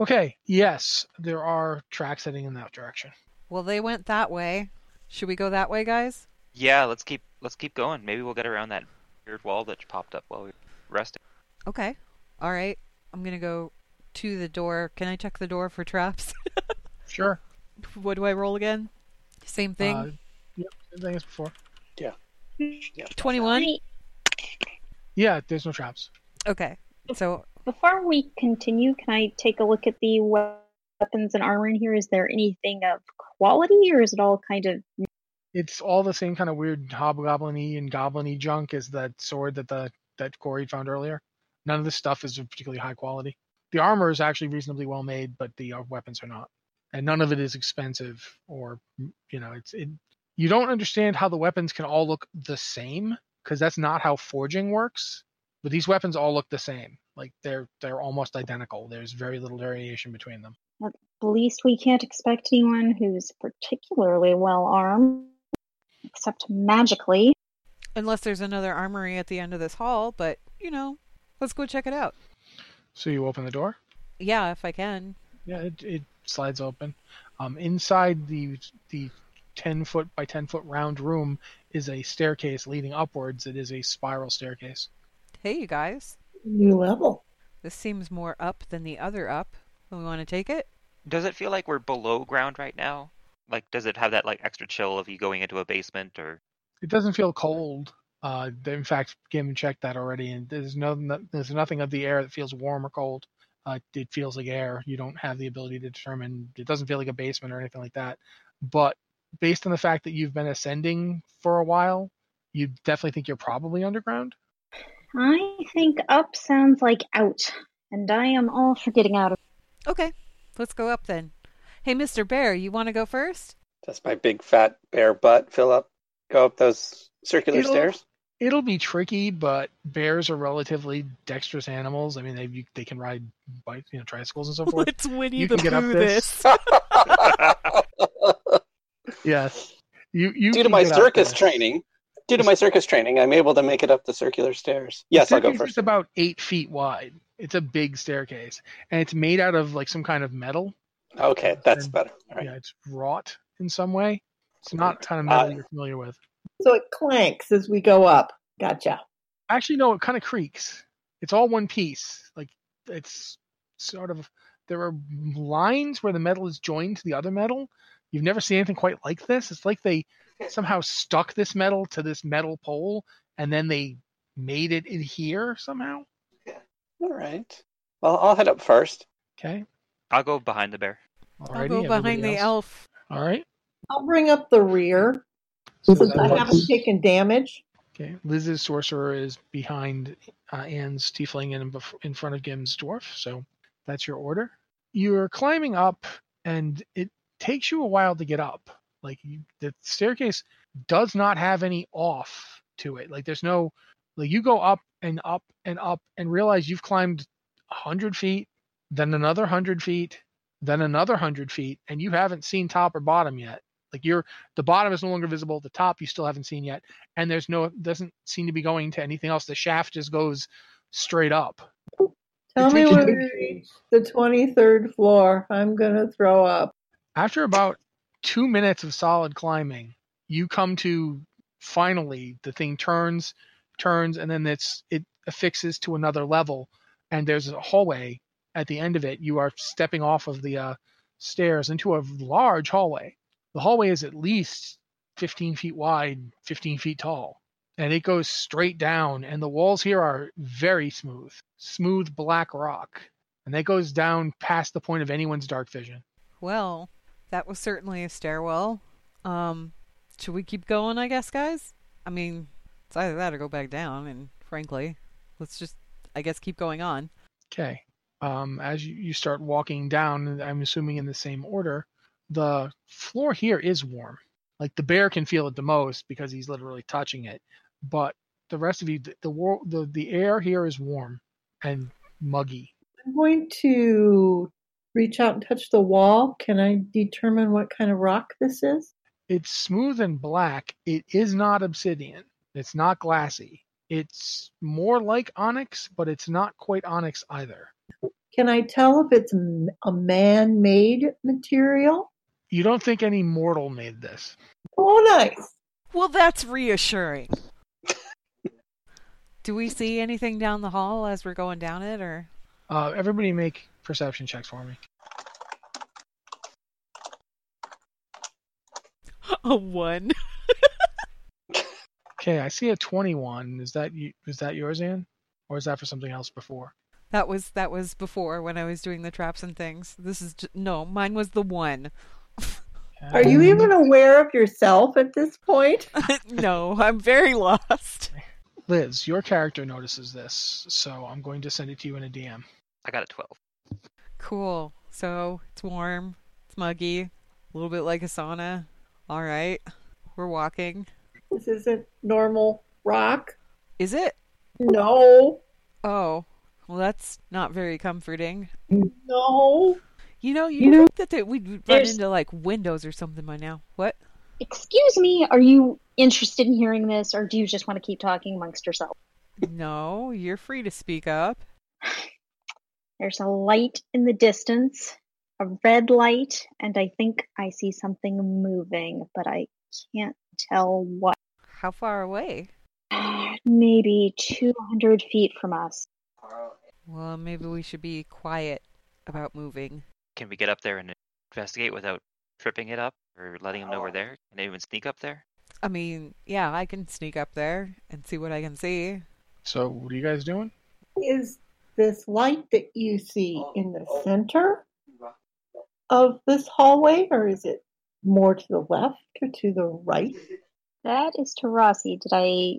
Speaker 2: Okay. Yes, there are tracks heading in that direction.
Speaker 1: Well, they went that way. Should we go that way, guys?
Speaker 6: Yeah, let's keep let's keep going. Maybe we'll get around that weird wall that popped up while we were resting.
Speaker 1: Okay. All right. I'm going to go to the door. Can I check the door for traps?
Speaker 2: Sure.
Speaker 1: what do I roll again? Same thing.
Speaker 2: Uh, yep. Same thing as before.
Speaker 1: 21.
Speaker 5: Wait,
Speaker 2: Yeah. There's no traps.
Speaker 1: Okay. So,
Speaker 5: Before we continue, can I take a look at the weapons and armor in here? Is there anything of quality, or is it all kind of
Speaker 2: It's all the same kind of weird hobgoblin-y and goblin-y junk as that sword that the that Corey found earlier. None of this stuff is of particularly high quality. The armor is actually reasonably well made, but the uh, weapons are not. and none of it is expensive or mm, you know it's it, you don't understand how the weapons can all look the same because that's not how forging works but these weapons all look the same like they're they're almost identical there's very little variation between them
Speaker 5: At least we can't expect anyone who's particularly well armed, except magically.
Speaker 1: Unless there's another armory at the end of this hall, but you know, let's go check it out.
Speaker 2: so you open the door
Speaker 1: Yeah, if I can.
Speaker 2: Yeah, it, it slides open. Um, inside the the ten foot by ten foot round room is a staircase leading upwards. It is a spiral staircase.
Speaker 1: Hey, you guys.
Speaker 4: New level.
Speaker 1: This seems more up than the other up. We want to take it?
Speaker 6: Does it feel like we're below ground right now? Like, does it have that like extra chill of you going into a basement or?
Speaker 2: It doesn't feel cold. Uh, they- in fact, Gim checked that already, and there's no, no there's nothing of the air that feels warm or cold. Uh, it feels like air. You don't have the ability to determine. It doesn't feel like a basement or anything like that. But based on the fact that you've been ascending for a while, you definitely think you're probably underground.
Speaker 5: I think up sounds like out, and I am all for getting out of.
Speaker 1: Okay, let's go up then. Hey, Mr. Bear, you want to go first?
Speaker 7: Does my big fat bear butt fill up? Go up those circular
Speaker 2: It'll-
Speaker 7: stairs?
Speaker 2: it'll be tricky, but bears are relatively dexterous animals. I mean, they you- they can ride bike, you know, tricycles and so forth.
Speaker 1: Let's Winnie
Speaker 2: You
Speaker 1: the
Speaker 2: can get up
Speaker 1: Pooh
Speaker 2: this.
Speaker 1: this.
Speaker 2: yes, you you
Speaker 7: Due to
Speaker 2: can
Speaker 7: my
Speaker 2: get up
Speaker 7: circus
Speaker 2: there.
Speaker 7: training, due to my circus training, I'm able to make it up the circular stairs. Yes, I'll go
Speaker 2: Staircase is
Speaker 7: first.
Speaker 2: about eight feet wide. It's a big staircase, and it's made out of like some kind of metal.
Speaker 7: Okay, that's better. All right.
Speaker 2: Yeah, it's wrought in some way. It's not a kind of metal
Speaker 7: Uh,
Speaker 2: you're familiar with.
Speaker 4: So it clanks as we go up. Gotcha.
Speaker 2: Actually, no, it kind of creaks. It's all one piece. Like it's sort of there are lines where the metal is joined to the other metal. You've never seen anything quite like this. It's like they somehow stuck this metal to this metal pole and then they made it adhere somehow.
Speaker 7: All right. Well, I'll head up first.
Speaker 2: Okay.
Speaker 6: I'll go behind the bear.
Speaker 1: I'll
Speaker 2: Alrighty,
Speaker 1: go behind
Speaker 2: everybody
Speaker 1: the
Speaker 2: else?
Speaker 1: elf.
Speaker 2: All right.
Speaker 4: I'll bring up the rear
Speaker 2: So
Speaker 4: since
Speaker 2: that
Speaker 4: I haven't
Speaker 2: puts-
Speaker 4: taken damage.
Speaker 2: okay. Liz's sorcerer is behind uh, Anne's tiefling and bef- in front of Gim's dwarf. So that's your order. You're climbing up, and it takes you a while to get up. Like you, the staircase does not have any off to it. Like there's no like you go up and up and up and realize you've climbed a hundred feet, then another hundred feet, then another hundred feet, and you haven't seen top or bottom yet. Like you're the bottom is no longer visible, the top you still haven't seen yet, and there's no doesn't seem to be going to anything else. The shaft just goes straight up.
Speaker 4: Tell
Speaker 2: It
Speaker 4: me
Speaker 2: takes
Speaker 4: when
Speaker 2: you-
Speaker 4: we reach the 23rd floor. I'm going to throw up.
Speaker 2: After about two minutes of solid climbing, you come to finally the thing turns, turns, and then it's it affixes to another level, and there's a hallway at the end of it. You are stepping off of the uh, stairs into a large hallway. The hallway is at least 15 feet wide, 15 feet tall, and it goes straight down. And the walls here are very smooth, smooth black rock, and that goes down past the point of anyone's dark vision.
Speaker 1: Well, that was certainly a stairwell. Um, should we keep going, I guess, guys? I mean, it's either that or go back down, and frankly, let's just, I guess, keep going on.
Speaker 2: Okay. Um, as you, you start walking down, and I'm assuming in the same order, the floor here is warm. Like the bear can feel it the most because he's literally touching it, but the rest of you, the the, wor- the, the air here is warm and muggy.
Speaker 4: I'm going to reach out and touch the wall. Can I determine what kind of rock this is?
Speaker 2: It's smooth and black. It is not obsidian. It's not glassy. It's more like onyx, but it's not quite onyx either.
Speaker 4: Can I tell if it's m- a man made material?
Speaker 2: You don't think any mortal made this?
Speaker 4: Oh, nice.
Speaker 1: Well, that's reassuring. Do we see anything down the hall as we're going down it, or?
Speaker 2: Uh, everybody make perception checks for me.
Speaker 1: A one.
Speaker 2: Okay, I see a 21. Is that you? Is that yours, Anne, or is that for something else before?
Speaker 1: That was that was before when I was doing the traps and things. This is j no, mine was the one.
Speaker 4: Are you even aware of yourself at this point?
Speaker 1: no, I'm very lost.
Speaker 2: Liz? Your character notices this, so I'm going to send it to you in a DM.
Speaker 6: I got a twelve.
Speaker 1: Cool. So it's warm. It's smuggy, a little bit like a sauna. All right, we're walking.
Speaker 4: This isn't normal rock.
Speaker 1: Is it?
Speaker 4: No,
Speaker 1: Oh, well, that's not very comforting.
Speaker 4: no.
Speaker 1: You know, you,
Speaker 8: You know-
Speaker 1: think that they, we'd run
Speaker 5: There's-
Speaker 1: into like windows or something by now. What?
Speaker 5: Excuse me, are you interested in hearing this, or do you just want to keep talking amongst yourself?
Speaker 1: No, you're free to speak up.
Speaker 5: There's a light in the distance, a red light, and I think I see something moving, but I can't tell what.
Speaker 1: How far away?
Speaker 5: Maybe 200 feet from us.
Speaker 1: Well, maybe we should be quiet about moving.
Speaker 6: Can we get up there and investigate without tripping it up or letting them know
Speaker 2: Oh.
Speaker 6: we're there? Can anyone sneak up there?
Speaker 1: I mean, yeah, I can sneak up there and see what I can see.
Speaker 2: So what are you guys doing?
Speaker 4: Is this light that you see in the center of this hallway, or is it more to the left or to the right?
Speaker 5: That is to Rossi. Did I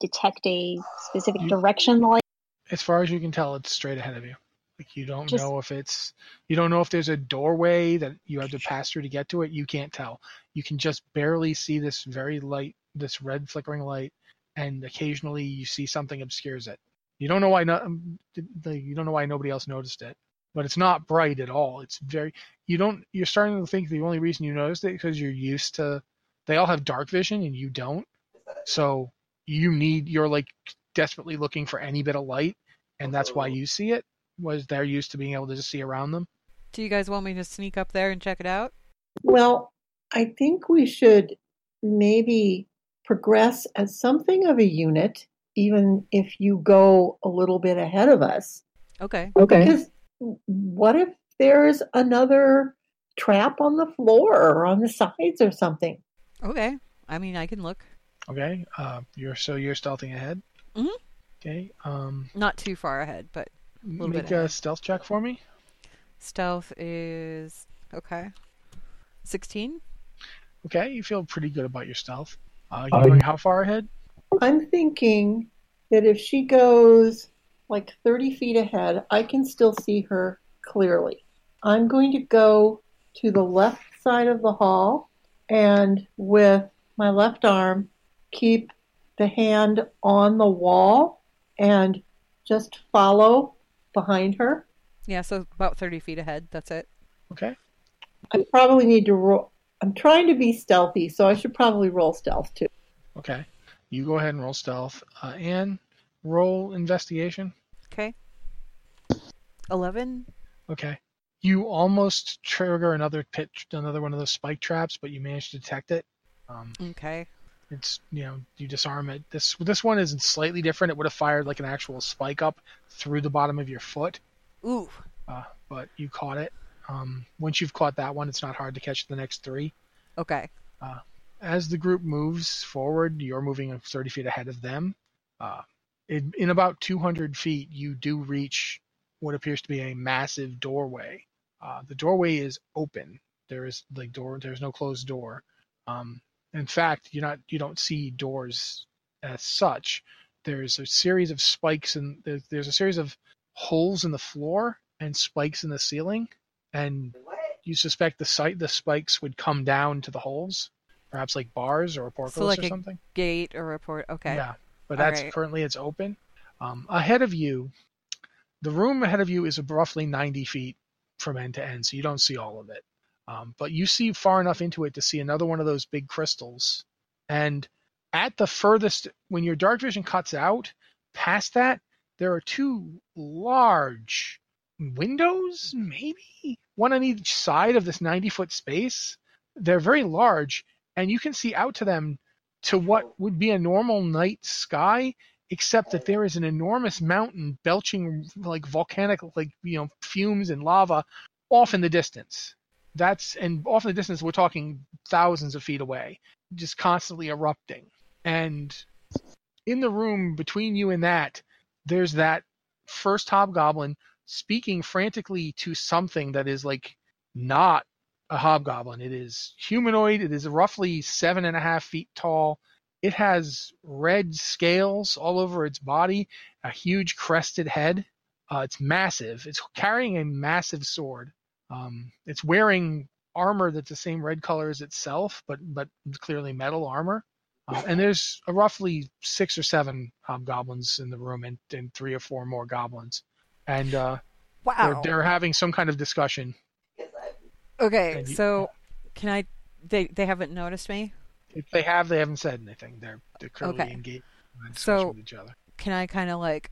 Speaker 5: detect a specific
Speaker 2: You-
Speaker 5: direction the light?
Speaker 2: As far as you can tell, it's straight ahead of you. Like you don't
Speaker 5: Just-
Speaker 2: know if it's you don't know if there's a doorway that you have to pass through to get to it. You can't tell. You can just barely see this very light, this red flickering light, and occasionally you see something obscures it. You don't know why not. You don't know why nobody else noticed it, but it's not bright at all. It's very. You don't. You're starting to think the only reason you noticed it because you're used to. They all have dark vision and you don't. So you need. You're like desperately looking for any bit of light and that's why you see it was they're used to being able to just see around them
Speaker 1: Do you guys want me to sneak up there and check it out?
Speaker 4: Well, I think we should maybe progress as something of a unit, even if you go a little bit ahead of us.
Speaker 1: Okay.
Speaker 8: Okay.
Speaker 4: Because what if there's another trap on the floor or on the sides or something?
Speaker 1: Okay. I mean, I can look.
Speaker 2: okay uh, you're so you're stealthing ahead
Speaker 1: Mhm.
Speaker 2: okay um
Speaker 1: Not too far ahead, but little bit
Speaker 2: make a
Speaker 1: ahead.
Speaker 2: stealth check for me
Speaker 1: stealth is okay. 16?
Speaker 2: okay you feel pretty good about your stealth uh,
Speaker 8: Uh,
Speaker 2: you're going how far ahead
Speaker 4: I'm thinking that if she goes like 30 feet ahead, I can still see her clearly. I'm going to go to the left side of the hall and with my left arm keep the hand on the wall and just follow behind her.
Speaker 1: Yeah, so about 30 feet ahead. That's it.
Speaker 2: okay
Speaker 4: I probably need to roll. I'm trying to be stealthy, so I should probably roll stealth too.
Speaker 2: okay you go ahead and roll stealth uh, and roll investigation
Speaker 1: Okay. 11?
Speaker 2: okay you almost trigger another pit another one of those spike traps but you manage to detect it um,
Speaker 1: Okay.
Speaker 2: it's you know you disarm it this this one is slightly different it would have fired like an actual spike up through the bottom of your foot
Speaker 1: Ooh.
Speaker 2: uh, but you caught it um, once you've caught that one it's not hard to catch the next three
Speaker 1: Okay.
Speaker 2: as the group moves forward you're moving 30 feet ahead of them uh, in, in about 200 feet you do reach what appears to be a massive doorway uh, the doorway is open there is like door there's no closed door um, in fact you're not you don't see doors as such there's a series of spikes and there's, there's a series of holes in the floor and spikes in the ceiling and you suspect the site the spikes would come down to the holes perhaps like bars or
Speaker 1: like
Speaker 2: portcullis or
Speaker 1: a-
Speaker 2: something
Speaker 1: Gate or report. Okay.
Speaker 2: yeah, but
Speaker 1: All
Speaker 2: that's
Speaker 1: right.
Speaker 2: currently it's open. Um, ahead of you, the room ahead of you is roughly 90 feet from end to end, so you don't see all of it. Um, but you see far enough into it to see another one of those big crystals. And at the furthest, when your dark vision cuts out, past that, there are two large windows, maybe one on each side of this 90 foot space. They're very large, and you can see out to them to what would be a normal night sky, except that there is an enormous mountain belching like volcanic, like you know, fumes and lava off in the distance. That's and off in the distance, we're talking thousands of feet away, just constantly erupting. And in the room between you and that, there's that first hobgoblin speaking frantically to something that is like not a hobgoblin. It is humanoid. It is roughly seven and a half feet tall. It has red scales all over its body, a huge crested head. Uh, it's massive. It's carrying a massive sword. Um, it's wearing armor that's the same red color as itself, but but clearly metal armor. Um, and there's a roughly six or seven hobgoblins in the room, and, and three or four more goblins, and uh,
Speaker 1: Wow.
Speaker 2: they're, they're having some kind of discussion.
Speaker 1: okay,
Speaker 2: and you-
Speaker 1: so can I? They they haven't noticed me.
Speaker 2: If they have, they haven't said anything. They're they're clearly
Speaker 1: Okay.
Speaker 2: engaged in a discussion
Speaker 1: So-
Speaker 2: with each other.
Speaker 1: Can I kind of like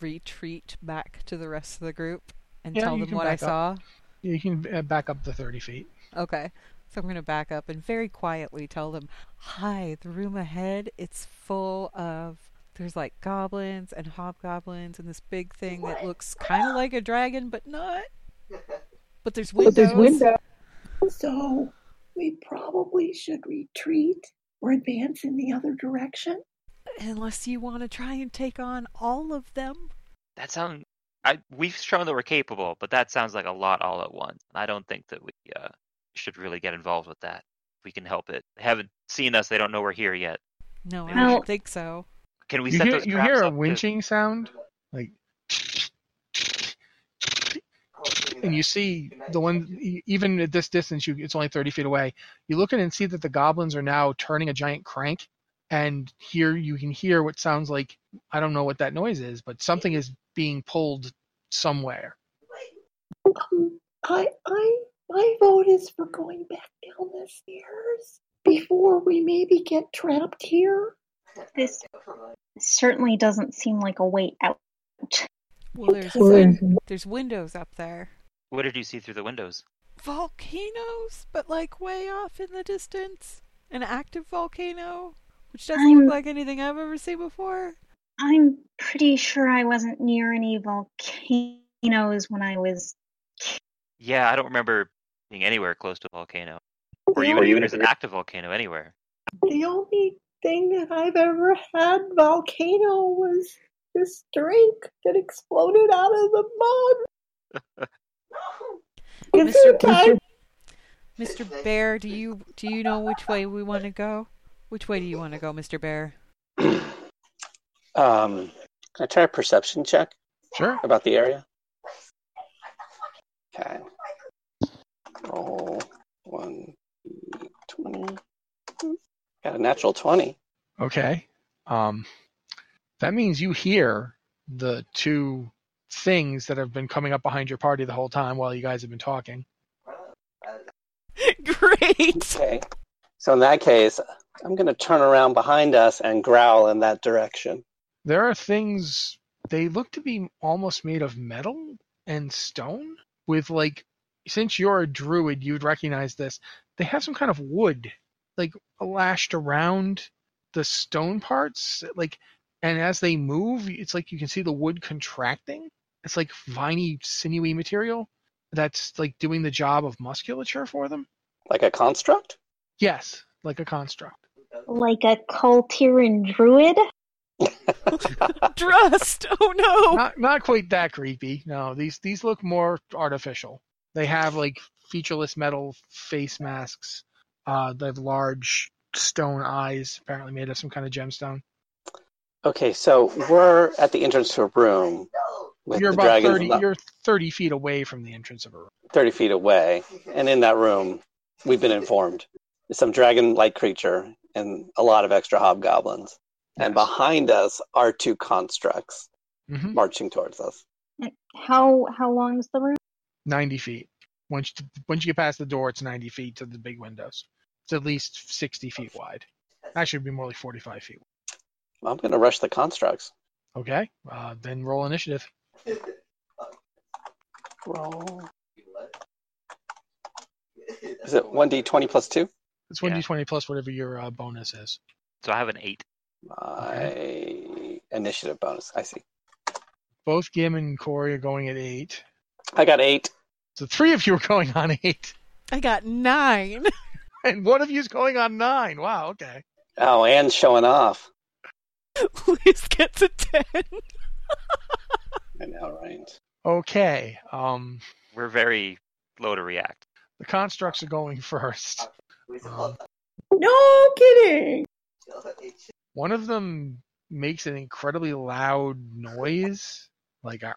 Speaker 1: retreat back to the rest of the group and
Speaker 2: Yeah,
Speaker 1: tell
Speaker 2: you
Speaker 1: them
Speaker 2: can
Speaker 1: what I
Speaker 2: back
Speaker 1: saw?
Speaker 2: up. You can uh, back up the thirty feet.
Speaker 1: Okay. So I'm going to back up and very quietly tell them, "Hi, the room ahead, it's full of there's like goblins and hobgoblins and this big thing that looks kind of like a dragon but not. But there's windows.
Speaker 4: But there's windows. So we probably should retreat or advance in the other direction.
Speaker 1: Unless you want to try and take on all of them.
Speaker 6: That sounds. I we've shown that we're capable, but that sounds like a lot all at once. I don't think that we uh, should really get involved with that. We can help it. They haven't seen us. They don't know we're here yet.
Speaker 1: No, I
Speaker 5: Well-
Speaker 1: don't think so.
Speaker 6: Can we
Speaker 2: you
Speaker 6: set
Speaker 2: hear,
Speaker 6: those
Speaker 2: you
Speaker 6: traps
Speaker 2: hear a
Speaker 6: up to-
Speaker 2: winching sound, like, and you see the one. e- Even at this distance, you it's only thirty feet away. You look in and see that the goblins are now turning a giant crank, and here you can hear what sounds like I don't know what that noise is, but something is being pulled somewhere.
Speaker 4: Um, I, I, my vote is for going back down the stairs before we maybe get trapped here.
Speaker 5: This certainly doesn't seem like a way out.
Speaker 1: Well, there's
Speaker 4: Or-
Speaker 1: there's windows up there.
Speaker 6: What did you see through the windows?
Speaker 1: Volcanoes, but like way off in the distance. An active volcano, which doesn't
Speaker 5: I'm-
Speaker 1: look like anything I've ever seen before.
Speaker 5: I'm pretty sure I wasn't near any volcanoes when I was.
Speaker 6: Yeah, I don't remember being anywhere close to a volcano, or
Speaker 4: The
Speaker 6: even if
Speaker 4: only-
Speaker 6: there's an active volcano anywhere.
Speaker 4: The only thing that I've ever had volcano was this drink that exploded out of the mug. Is there
Speaker 1: Mr.
Speaker 4: time?
Speaker 1: Mr. Bear, do you do you know which way we want to go? Which way do you want to go, Mr. Bear?
Speaker 3: Um, can I try a perception check
Speaker 2: Sure.
Speaker 3: about the area? Okay. Roll one twenty. Got a natural twenty.
Speaker 2: Okay. Um, that means you hear the two things that have been coming up behind your party the whole time while you guys have been talking.
Speaker 1: Great.
Speaker 3: Okay. So in that case, I'm going to turn around behind us and growl in that direction.
Speaker 2: There are things they look to be almost made of metal and stone with like since you're a druid you'd recognize this. They have some kind of wood like lashed around the stone parts like and as they move it's like you can see the wood contracting. It's like viney sinewy material that's like doing the job of musculature for them.
Speaker 3: Like a construct?
Speaker 2: Yes, like a construct.
Speaker 5: Like a Coltiran druid?
Speaker 1: Drust. Oh no.
Speaker 2: not not quite that creepy. No, these these look more artificial. They have like featureless metal face masks. Uh, they have large stone eyes, apparently made of some kind of gemstone.
Speaker 3: Okay, so we're at the entrance to a room with
Speaker 2: You're
Speaker 3: the
Speaker 2: about
Speaker 3: dragons
Speaker 2: thirty.
Speaker 3: about
Speaker 2: You're thirty feet away from the entrance of a room.
Speaker 3: 30 feet away. And in that room, we've been informed there's some dragon like creature and a lot of extra hobgoblins. And
Speaker 2: Yes.
Speaker 3: behind us are two constructs
Speaker 2: Mhm.
Speaker 3: marching towards us.
Speaker 5: How how long's the room?
Speaker 2: ninety feet. Once you, once you get past the door, it's ninety feet to the big windows. It's at least sixty feet wide. Actually, it'd be more like forty-five feet.
Speaker 3: I'm going to rush the constructs.
Speaker 2: Okay, uh, then roll initiative.
Speaker 3: Roll. Is it 1d20 plus 2?
Speaker 2: It's one d twenty plus whatever your uh, bonus is.
Speaker 6: So I have an eight.
Speaker 3: My initiative bonus. I see.
Speaker 2: Both Gim and Corey are going at eight.
Speaker 3: I got 8.
Speaker 2: So three of you are going on eight,
Speaker 1: I got nine.
Speaker 2: and one of you is going on nine. Wow, okay.
Speaker 3: Oh, and showing off.
Speaker 1: Luis gets a ten.
Speaker 3: I know, right?
Speaker 2: Okay. Um,
Speaker 6: We're very low to react.
Speaker 2: the constructs are going first. Um,
Speaker 9: No kidding.
Speaker 2: one of them makes an incredibly loud noise, like a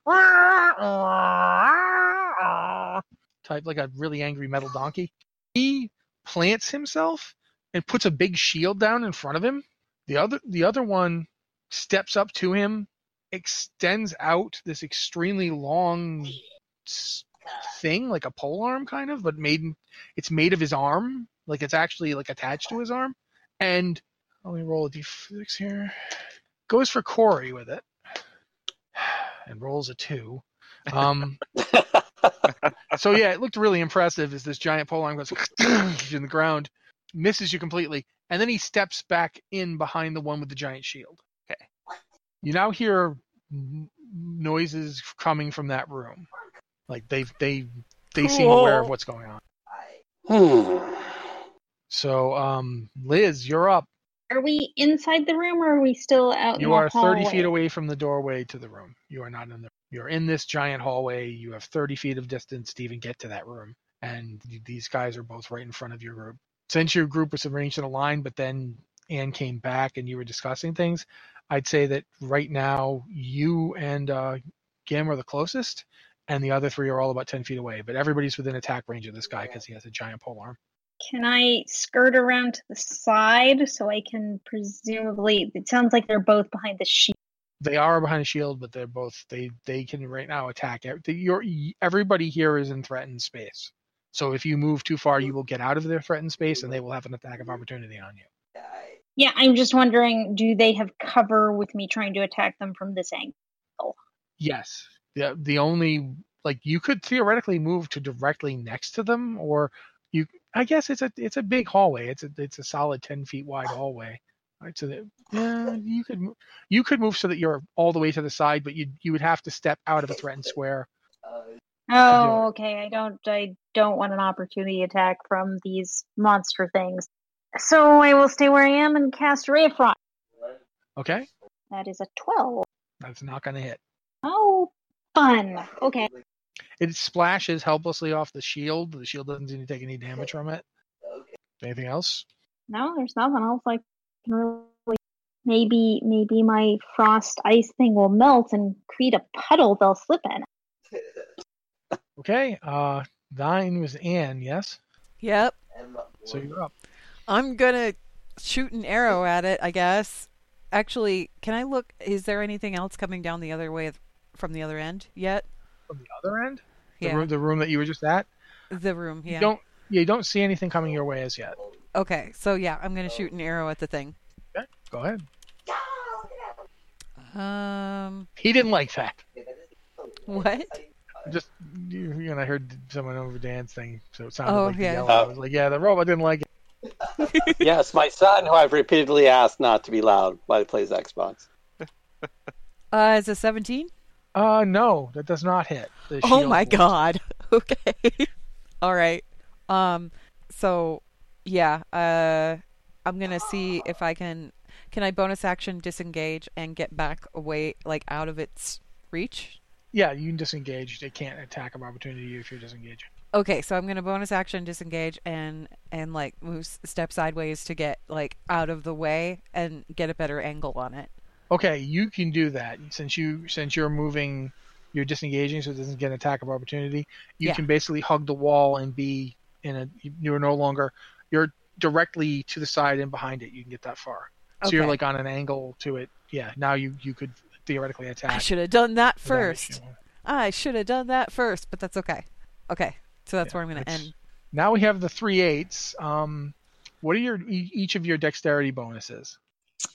Speaker 2: type, like a really angry metal donkey, he plants himself and puts a big shield down in front of him. The other the other one steps up to him, extends out this extremely long s- thing, like a pole arm kind of, but made it's made of his arm, like it's actually like attached to his arm. And let me roll a d6 here. Goes for Corey with it, and rolls a two. Um, so yeah, it looked really impressive. As this giant pole arm goes in the ground, misses you completely, and then he steps back in behind the one with the giant shield.
Speaker 6: Okay.
Speaker 2: You now hear n- noises coming from that room, like they they they seem aware of
Speaker 6: Cool.
Speaker 2: what's going on.
Speaker 7: Hmm.
Speaker 2: So, um, Liz, you're up.
Speaker 5: Are we inside the room or are we still out in
Speaker 2: You
Speaker 5: the
Speaker 2: are 30
Speaker 5: hallway?
Speaker 2: feet away from the doorway to the room. You are not in the. You're in this giant hallway. You have 30 feet of distance to even get to that room, and you- these guys are both right in front of your group. Since your group was arranged in a line, but then Anne came back and you were discussing things, I'd say that right now you and uh, Gim are the closest, and the other three are all about 10 feet away. But everybody's within attack range of this guy because he has a giant pole arm.
Speaker 5: Can I skirt around to the side so I can presumably? It sounds like they're both behind the sheet.
Speaker 2: they are behind a shield, but they're both they they can right now attack. ev- the- Your e, everybody here is in threatened space, so if you move too far, you will get out of their threatened space, and they will have an attack of opportunity on you.
Speaker 5: Yeah, I'm just wondering, do they have cover with me trying to attack them from this angle?
Speaker 2: Yes, the the only like you could theoretically move to directly next to them, or you I guess it's a it's a big hallway. It's a it's a solid ten feet wide hallway. Right, so that yeah, you could mo- you could move so that you're all the way to the side, but you you would have to step out of a threatened square.
Speaker 5: Oh, okay. I don't. I don't want an opportunity attack from these monster things. So I will stay where I am and cast Ray of Frost.
Speaker 2: Okay,
Speaker 5: That is a twelve.
Speaker 2: that's not going to hit.
Speaker 5: Oh, fun. Okay.
Speaker 2: It splashes helplessly off the shield. The shield doesn't seem to take any damage from it. Anything else?
Speaker 5: No, there's nothing else I can really. Maybe, maybe my frost ice thing will melt and create a puddle they'll slip in.
Speaker 2: Okay. Uh, thine was Anne. Yes.
Speaker 1: Yep.
Speaker 2: So you're up.
Speaker 1: I'm gonna shoot an arrow at it, I guess. Actually, can I look? Is there anything else coming down the other way from the other end yet?
Speaker 2: From the other end, the,
Speaker 1: Yeah,
Speaker 2: room, the room that you were just at.
Speaker 1: the room.
Speaker 2: You
Speaker 1: Yeah.
Speaker 2: don't. You don't see anything coming your way as yet.
Speaker 1: Okay, so yeah, I'm gonna shoot an arrow at the thing.
Speaker 2: Go ahead.
Speaker 1: Um,
Speaker 2: He didn't like that.
Speaker 1: what?
Speaker 2: Just you, you and I heard someone over Dan's thing, so it sounded
Speaker 1: Oh,
Speaker 2: like the
Speaker 1: yeah.
Speaker 2: yell. I was like, yeah, the robot didn't like it.
Speaker 7: yes, my son, who I've repeatedly asked not to be loud while he plays Xbox.
Speaker 1: Uh, is a 17?
Speaker 2: Uh, no, that does not hit. The
Speaker 1: Oh
Speaker 2: shield
Speaker 1: my
Speaker 2: will-
Speaker 1: god. Okay. All right. Um, so yeah, uh, I'm gonna see if I can. Can I bonus action disengage and get back away, like out of its reach?
Speaker 2: Yeah, you can disengage. It can't attack of opportunity if you're disengaging.
Speaker 1: Okay, so I'm gonna bonus action disengage and and like move s- step sideways to get like out of the way and get a better angle on it.
Speaker 2: Okay, you can do that since you since you're moving, you're disengaging, so it doesn't get an attack of opportunity. You
Speaker 1: Yeah.
Speaker 2: can basically hug the wall and be in a. You're no longer you're directly to the side and behind it. You can get that far, so you're
Speaker 1: Okay.
Speaker 2: like on an angle to it. Yeah, now you you could theoretically
Speaker 1: I
Speaker 2: attack.
Speaker 1: should have done that
Speaker 2: without
Speaker 1: first.
Speaker 2: issue.
Speaker 1: I should have done that first, but that's okay. Okay, so that's
Speaker 2: Yeah,
Speaker 1: where I'm gonna
Speaker 2: it's-
Speaker 1: end.
Speaker 2: Now we have the three eights. Um, what are your e- each of your dexterity bonuses,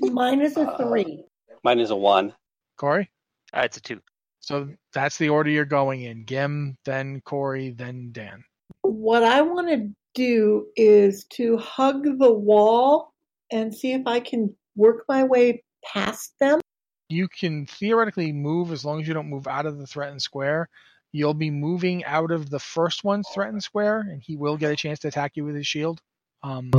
Speaker 4: Mine is a
Speaker 7: Uh,
Speaker 4: three.
Speaker 7: Mine is a one.
Speaker 2: Corey?
Speaker 6: Uh, it's a two.
Speaker 2: So that's the order you're going in: Gim, then Corey, then Dan.
Speaker 4: What I want to do is to hug the wall and see if I can work my way past them.
Speaker 2: you can theoretically move as long as you don't move out of the threatened square. You'll be moving out of the first one's threatened square, and he will get a chance to attack you with his shield. Um,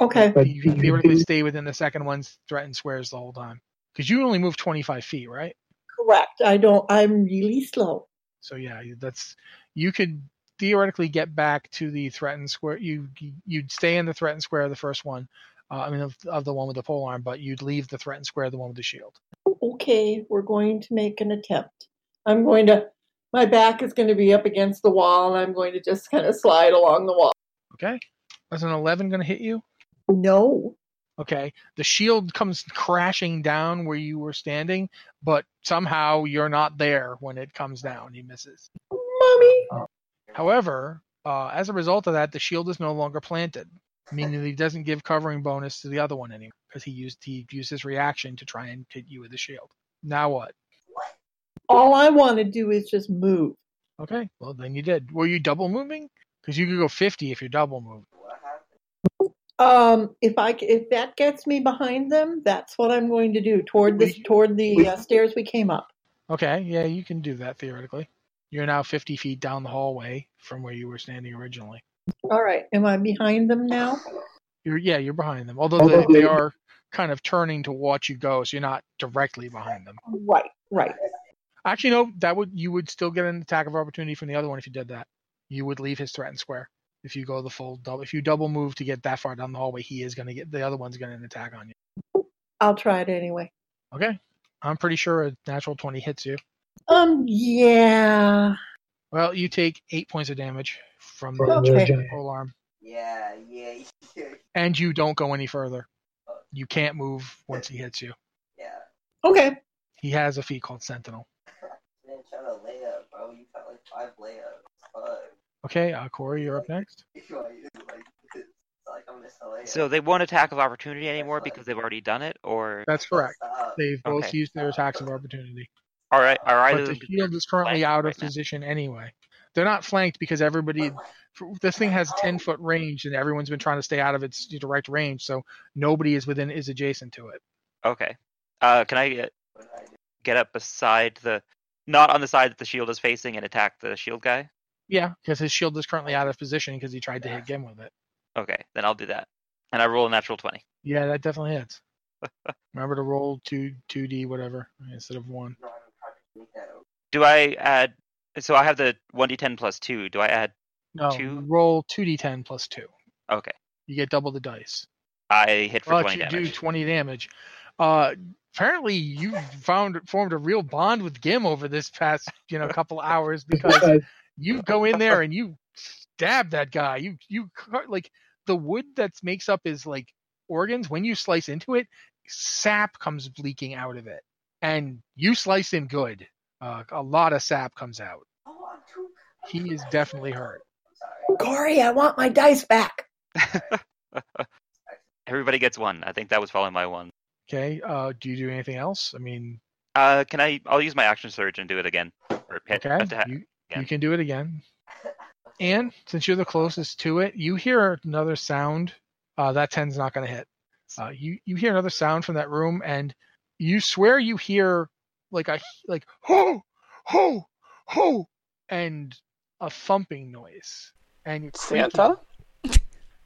Speaker 4: Okay.
Speaker 2: you can theoretically stay within the second one's threatened squares the whole time because you only move 25 feet, right?
Speaker 4: Correct. I don't, I'm really slow.
Speaker 2: So yeah, you- that's you could theoretically get back to the threatened square. You you'd stay in the threatened square of the first one. Uh, I mean, of, of the one with the pole arm, but you'd leave the threatened square of the one with the shield.
Speaker 4: Okay, we're going to make an attempt. I'm going to, my back is going to be up against the wall and I'm going to just kind of slide along the wall.
Speaker 2: Okay. That's an 11 going to hit you?
Speaker 4: No.
Speaker 2: Okay. The shield comes crashing down where you were standing, but somehow you're not there when it comes down. He misses.
Speaker 4: Mommy.
Speaker 2: However, uh, as a result of that, the shield is no longer planted, meaning that he doesn't give covering bonus to the other one anymore because he used he used his reaction to try and hit you with the shield. Now what?
Speaker 4: All I want to do is just move.
Speaker 2: Okay. Well, then you did. Were you double moving? Because you could go 50 if you're double moving.
Speaker 4: Um, if I c- if that gets me behind them, that's what I'm going to do toward this
Speaker 2: We-
Speaker 4: toward the
Speaker 2: we-
Speaker 4: uh, stairs we came up.
Speaker 2: Okay, yeah, you can do that theoretically. You're now 50 feet down the hallway from where you were standing originally.
Speaker 4: All right, am I behind them now?
Speaker 2: You're yeah, you're behind them. Although they, they are kind of turning to watch you go, so you're not directly behind them.
Speaker 4: Right, right.
Speaker 2: Actually, no, that would you would still get an attack of opportunity from the other one if you did that. You would leave his threatened square if you go the full double. If you double move to get that far down the hallway, he is going to get the other one's going to attack on you.
Speaker 4: I'll try it anyway.
Speaker 2: Okay, I'm pretty sure a natural 20 hits you.
Speaker 4: Um, yeah.
Speaker 2: Well, you take eight points of damage from
Speaker 4: From
Speaker 2: the
Speaker 4: the
Speaker 2: giant pole arm.
Speaker 10: Yeah, yeah, yeah,
Speaker 2: and you don't go any further. You can't move once he hits you.
Speaker 10: yeah.
Speaker 4: Okay.
Speaker 2: He has a feat called Sentinel.
Speaker 10: Man, try to lay up, bro. You got like five layups. Fuck.
Speaker 2: Okay, uh, Corey, you're up next.
Speaker 10: It's like, it's like I'm missing a layup.
Speaker 6: So they won't attack of opportunity anymore because they've already done it, or
Speaker 2: That's correct.
Speaker 10: Stop.
Speaker 2: They've both
Speaker 6: Okay.
Speaker 2: used their attacks of opportunity,
Speaker 6: all right, are either
Speaker 2: but
Speaker 6: of
Speaker 2: the
Speaker 6: them
Speaker 2: shield is currently
Speaker 6: flanked
Speaker 2: out of
Speaker 6: right now?
Speaker 2: position anyway. They're not flanked because everybody. This thing has 10 foot range, and everyone's been trying to stay out of its direct range, so nobody is within is adjacent to it.
Speaker 6: Okay. Uh, can I get get up beside the, not on the side that the shield is facing, and attack the shield guy?
Speaker 2: Yeah, because his shield is currently out of position because he tried to hit Gim with it.
Speaker 6: Okay, then I'll do that, and I roll a natural twenty.
Speaker 2: Yeah, that definitely hits. Remember to roll two two d whatever instead of one.
Speaker 6: Do I add? So I have the one d10 plus two. Do I add?
Speaker 2: No,
Speaker 6: Two?
Speaker 2: roll two d10 plus two.
Speaker 6: Okay,
Speaker 2: You get double the dice.
Speaker 6: I hit for
Speaker 2: Well,
Speaker 6: twenty
Speaker 2: you do
Speaker 6: damage.
Speaker 2: twenty damage. Uh, apparently, you found formed a real bond with Gim over this past you know couple hours because you go in there and you stab that guy. You you cut- like the wood that makes up his like organs. When you slice into it, sap comes leaking out of it, and you slice him good. Uh, a lot of sap comes out. He is definitely hurt.
Speaker 8: Corey, I want my dice back.
Speaker 6: Everybody gets one. I think that was following my one.
Speaker 2: Okay. Uh, do you do anything else? I mean,
Speaker 6: Uh, can I? I'll use my action surge and do it again. Or hit,
Speaker 2: Okay,
Speaker 6: attack.
Speaker 2: you,
Speaker 6: again.
Speaker 2: you can do it again. And since you're the closest to it, you hear another sound. Uh, that 10's not going to hit. Uh, you you hear another sound from that room, and you swear you hear like a like ho ho ho, and a thumping noise, and you're creaking.
Speaker 7: Santa?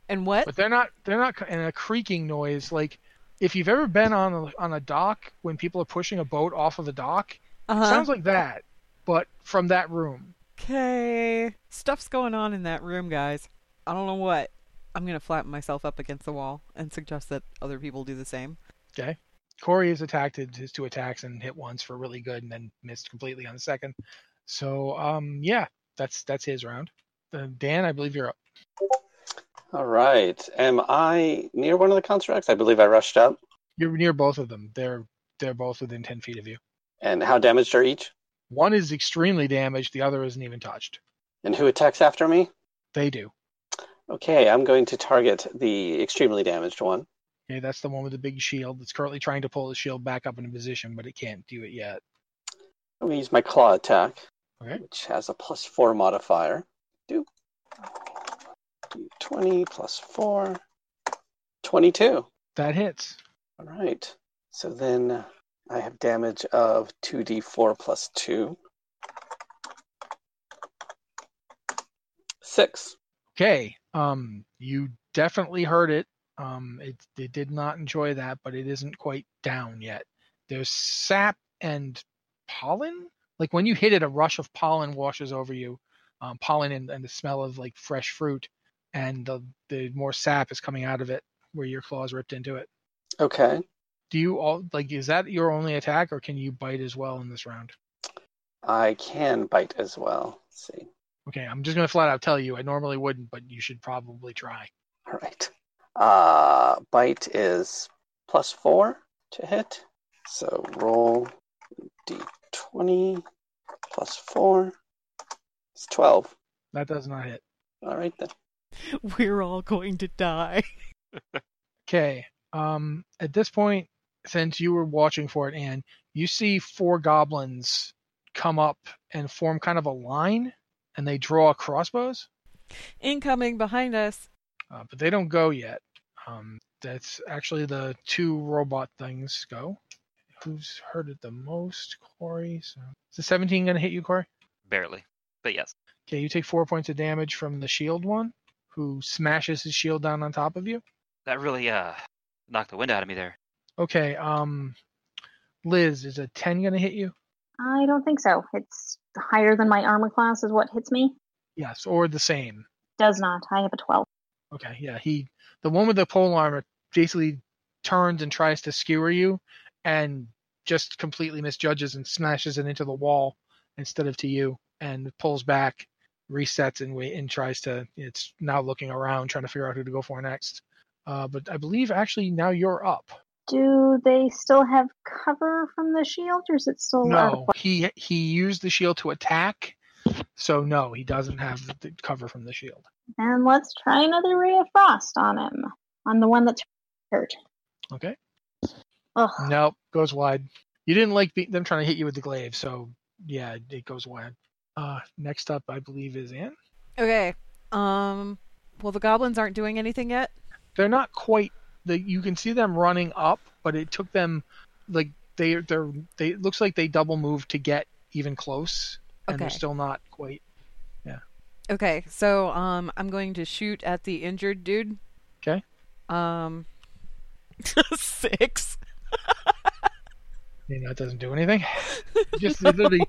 Speaker 1: And what?
Speaker 2: But they're not they're not and a creaking noise like if you've ever been on a, on a dock when people are pushing a boat off of the dock,
Speaker 1: Uh-huh.
Speaker 2: it sounds like that, but from that room.
Speaker 1: Okay. Stuff's going on in that room, guys. I don't know what. I'm going to flatten myself up against the wall and suggest that other people do the same.
Speaker 2: Okay. Corey has attacked his his two attacks and hit once for really good and then missed completely on the second. So um yeah, that's that's his round. Uh, Dan, I believe you're up.
Speaker 7: All right. Am I near one of the constructs? I believe I rushed up.
Speaker 2: You're near both of them. They're they're both within ten feet of you.
Speaker 7: And how damaged are each?
Speaker 2: One is extremely damaged, the other isn't even touched.
Speaker 7: And who attacks after me?
Speaker 2: They do.
Speaker 7: Okay, I'm going to target the extremely damaged one.
Speaker 2: Okay, that's the one with the big shield that's currently trying to pull his shield back up into position, but it can't do it yet.
Speaker 7: I'm going to use my claw attack,
Speaker 2: Okay.
Speaker 7: which has a plus four modifier. Do 20 plus four. 22.
Speaker 2: That hits.
Speaker 7: All right. So then I have damage of 2d4 plus 2. 6.
Speaker 2: Okay. Um, you definitely heard it. Um, it, it did not enjoy that, but it isn't quite down yet. There's sap and pollen. Like when you hit it, a rush of pollen washes over you. Um, pollen and, and the smell of like fresh fruit, and the the more sap is coming out of it where your claws ripped into it.
Speaker 7: Okay.
Speaker 2: Do you all like? Is that your only attack, or can you bite as well in this round?
Speaker 7: I can bite as well. Let's see.
Speaker 2: Okay, I'm just gonna flat out tell you I normally wouldn't, but you should probably try.
Speaker 7: All right. Uh, bite is plus four to hit. So roll d20 plus four. It's 12.
Speaker 2: That does not hit.
Speaker 7: All right then.
Speaker 1: We're all going to die.
Speaker 2: Okay. Um, at this point, since you were watching for it, Anne, you see four goblins come up and form kind of a line, and they draw crossbows,
Speaker 1: Incoming behind us.
Speaker 2: uh, but they don't go yet. Um, that's actually the two robot things go. Who's hurt it the most, Corey? So, is the 17 going to hit you, Corey?
Speaker 6: Barely. But yes.
Speaker 2: Okay, you take four points of damage from the shield one, who smashes his shield down on top of you.
Speaker 6: That really uh knocked the wind out of me there.
Speaker 2: Okay, um, Liz, is a 10 going to hit you?
Speaker 5: I don't think so. It's higher than my armor class, is what hits me.
Speaker 2: Yes, or the same.
Speaker 5: Does not. I have a 12.
Speaker 2: Okay, yeah, he, the one with the pole armor, basically turns and tries to skewer you, and just completely misjudges and smashes it into the wall instead of to you, and pulls back, resets, and wait, and tries to. It's now looking around, trying to figure out who to go for next. Uh, but I believe actually now you're up.
Speaker 5: Do they still have cover from the shield, or is it still out of
Speaker 2: No, he he used the shield to attack, so no, he doesn't have the- the cover from the shield.
Speaker 5: And let's try another ray of frost on him. On the one that's hurt.
Speaker 2: Okay.
Speaker 5: Ugh.
Speaker 2: Nope, goes wide. You didn't like be- them trying to hit you with the glaive, so yeah, it goes wide. Uh, next up, I believe, is Anne.
Speaker 1: Okay. Um. Well, the goblins aren't doing anything yet.
Speaker 2: They're not quite. The, you can see them running up, but it took them like they they're they it looks like they double moved to get even close, and they're
Speaker 1: Okay.
Speaker 2: still not quite.
Speaker 1: Okay. So, um, I'm going to shoot at the injured dude.
Speaker 2: Okay.
Speaker 1: Um. Six.
Speaker 2: You know, it doesn't do anything. Just literally,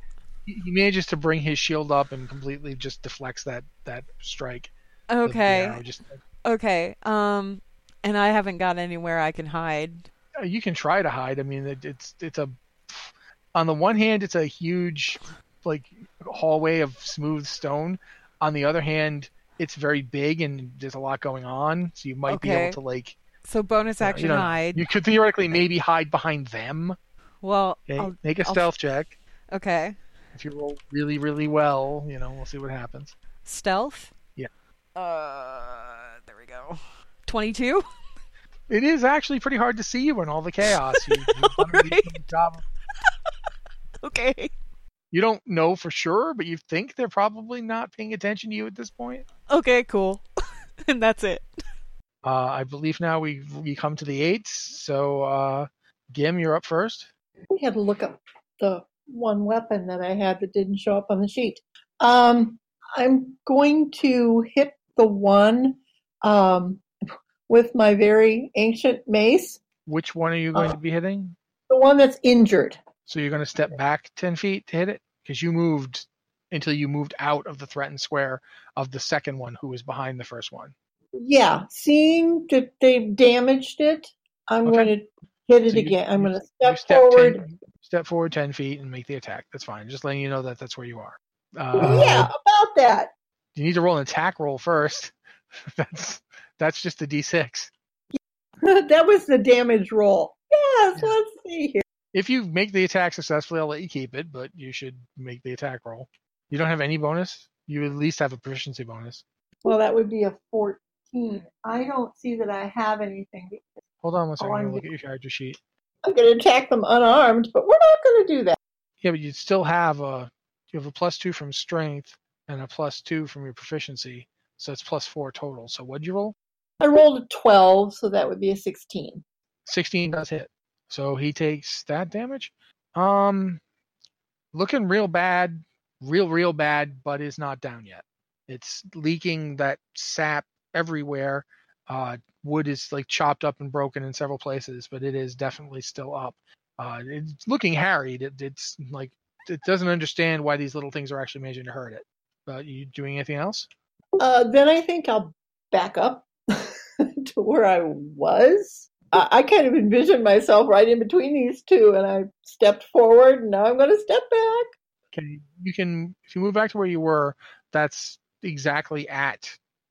Speaker 2: he he manages to bring his shield up and completely just deflects that that strike. The- the
Speaker 1: Okay.
Speaker 2: arrow just
Speaker 1: Okay. Um. And I haven't got anywhere I can hide.
Speaker 2: Uh, you can try to hide. I mean, it, it's it's a on the one hand, it's a huge like hallway of smooth stone. On the other hand, it's very big and there's a lot going on, so you might be
Speaker 1: Okay.
Speaker 2: able to like
Speaker 1: So bonus
Speaker 2: you know,
Speaker 1: action
Speaker 2: you don't know.
Speaker 1: hide.
Speaker 2: You could theoretically maybe hide behind them.
Speaker 1: Well,
Speaker 2: Okay,
Speaker 1: I'll-
Speaker 2: make a
Speaker 1: I'll-
Speaker 2: stealth check.
Speaker 1: okay.
Speaker 2: If you roll really really well, you know we'll see what happens.
Speaker 1: Stealth.
Speaker 2: Yeah.
Speaker 1: Uh. There we go. Twenty-two.
Speaker 2: It is actually pretty hard to see you in all the chaos. You, you've done a really
Speaker 1: Right.
Speaker 2: good job of-
Speaker 1: Okay.
Speaker 2: You don't know for sure, but you think they're probably not paying attention to you at this point.
Speaker 1: Okay. Cool. and that's it.
Speaker 2: Uh, I believe now we we come to the eights. So uh, Gim, you're up first.
Speaker 4: I had to look up the one weapon that I had that didn't show up on the sheet. Um, I'm going to hit the one um, with my very ancient mace,
Speaker 2: Which one are you going
Speaker 4: Uh.
Speaker 2: to be hitting?
Speaker 4: the one that's injured.
Speaker 2: So you're going to step back ten feet to hit it because you moved until you moved out of the threatened square of the second one, who was behind the first one.
Speaker 4: Yeah, seeing that they've damaged it, I'm
Speaker 2: Okay.
Speaker 4: going to hit it
Speaker 2: So you-
Speaker 4: again. I'm
Speaker 2: you-
Speaker 4: going to
Speaker 2: You
Speaker 4: step, forward.
Speaker 2: 10, step forward ten feet and make the attack. That's fine. Just letting you know that that's where you are. Uh,
Speaker 4: yeah, about that.
Speaker 2: You need to roll an attack roll first. that's that's just a d6.
Speaker 4: that was the damage roll. Yes,
Speaker 2: Yeah.
Speaker 4: let's see here.
Speaker 2: if you make the attack successfully, I'll let you keep it, but you should make the attack roll. You don't have any bonus. You at least have a proficiency bonus.
Speaker 4: Well, that would be a 14. I don't see that I have anything.
Speaker 2: Hold on one second.
Speaker 4: Oh,
Speaker 2: I'm
Speaker 4: I'm
Speaker 2: gonna look at your character sheet.
Speaker 4: I'm going to attack them unarmed, but we're not going to do that.
Speaker 2: Yeah, but you still have a you have a plus two from strength and a plus two from your proficiency, so it's plus four total. So what'd you roll?
Speaker 4: I rolled a 12, so that would be a 16.
Speaker 2: Sixteen does hit. So he takes that damage. Um, looking real bad, real real bad, but is not down yet. It's leaking that sap everywhere. Uh, wood is like chopped up and broken in several places, but it is definitely still up. Uh, it's looking harried. It, it's like it doesn't understand why these little things are actually managing to hurt it. But you doing anything else?
Speaker 4: Uh, then I think I'll back up to where I was. I, I kind of envisioned myself right in between these two, and I stepped forward, and now I'm going to step back.
Speaker 2: Okay, you can if you move back to where you were, That's exactly at.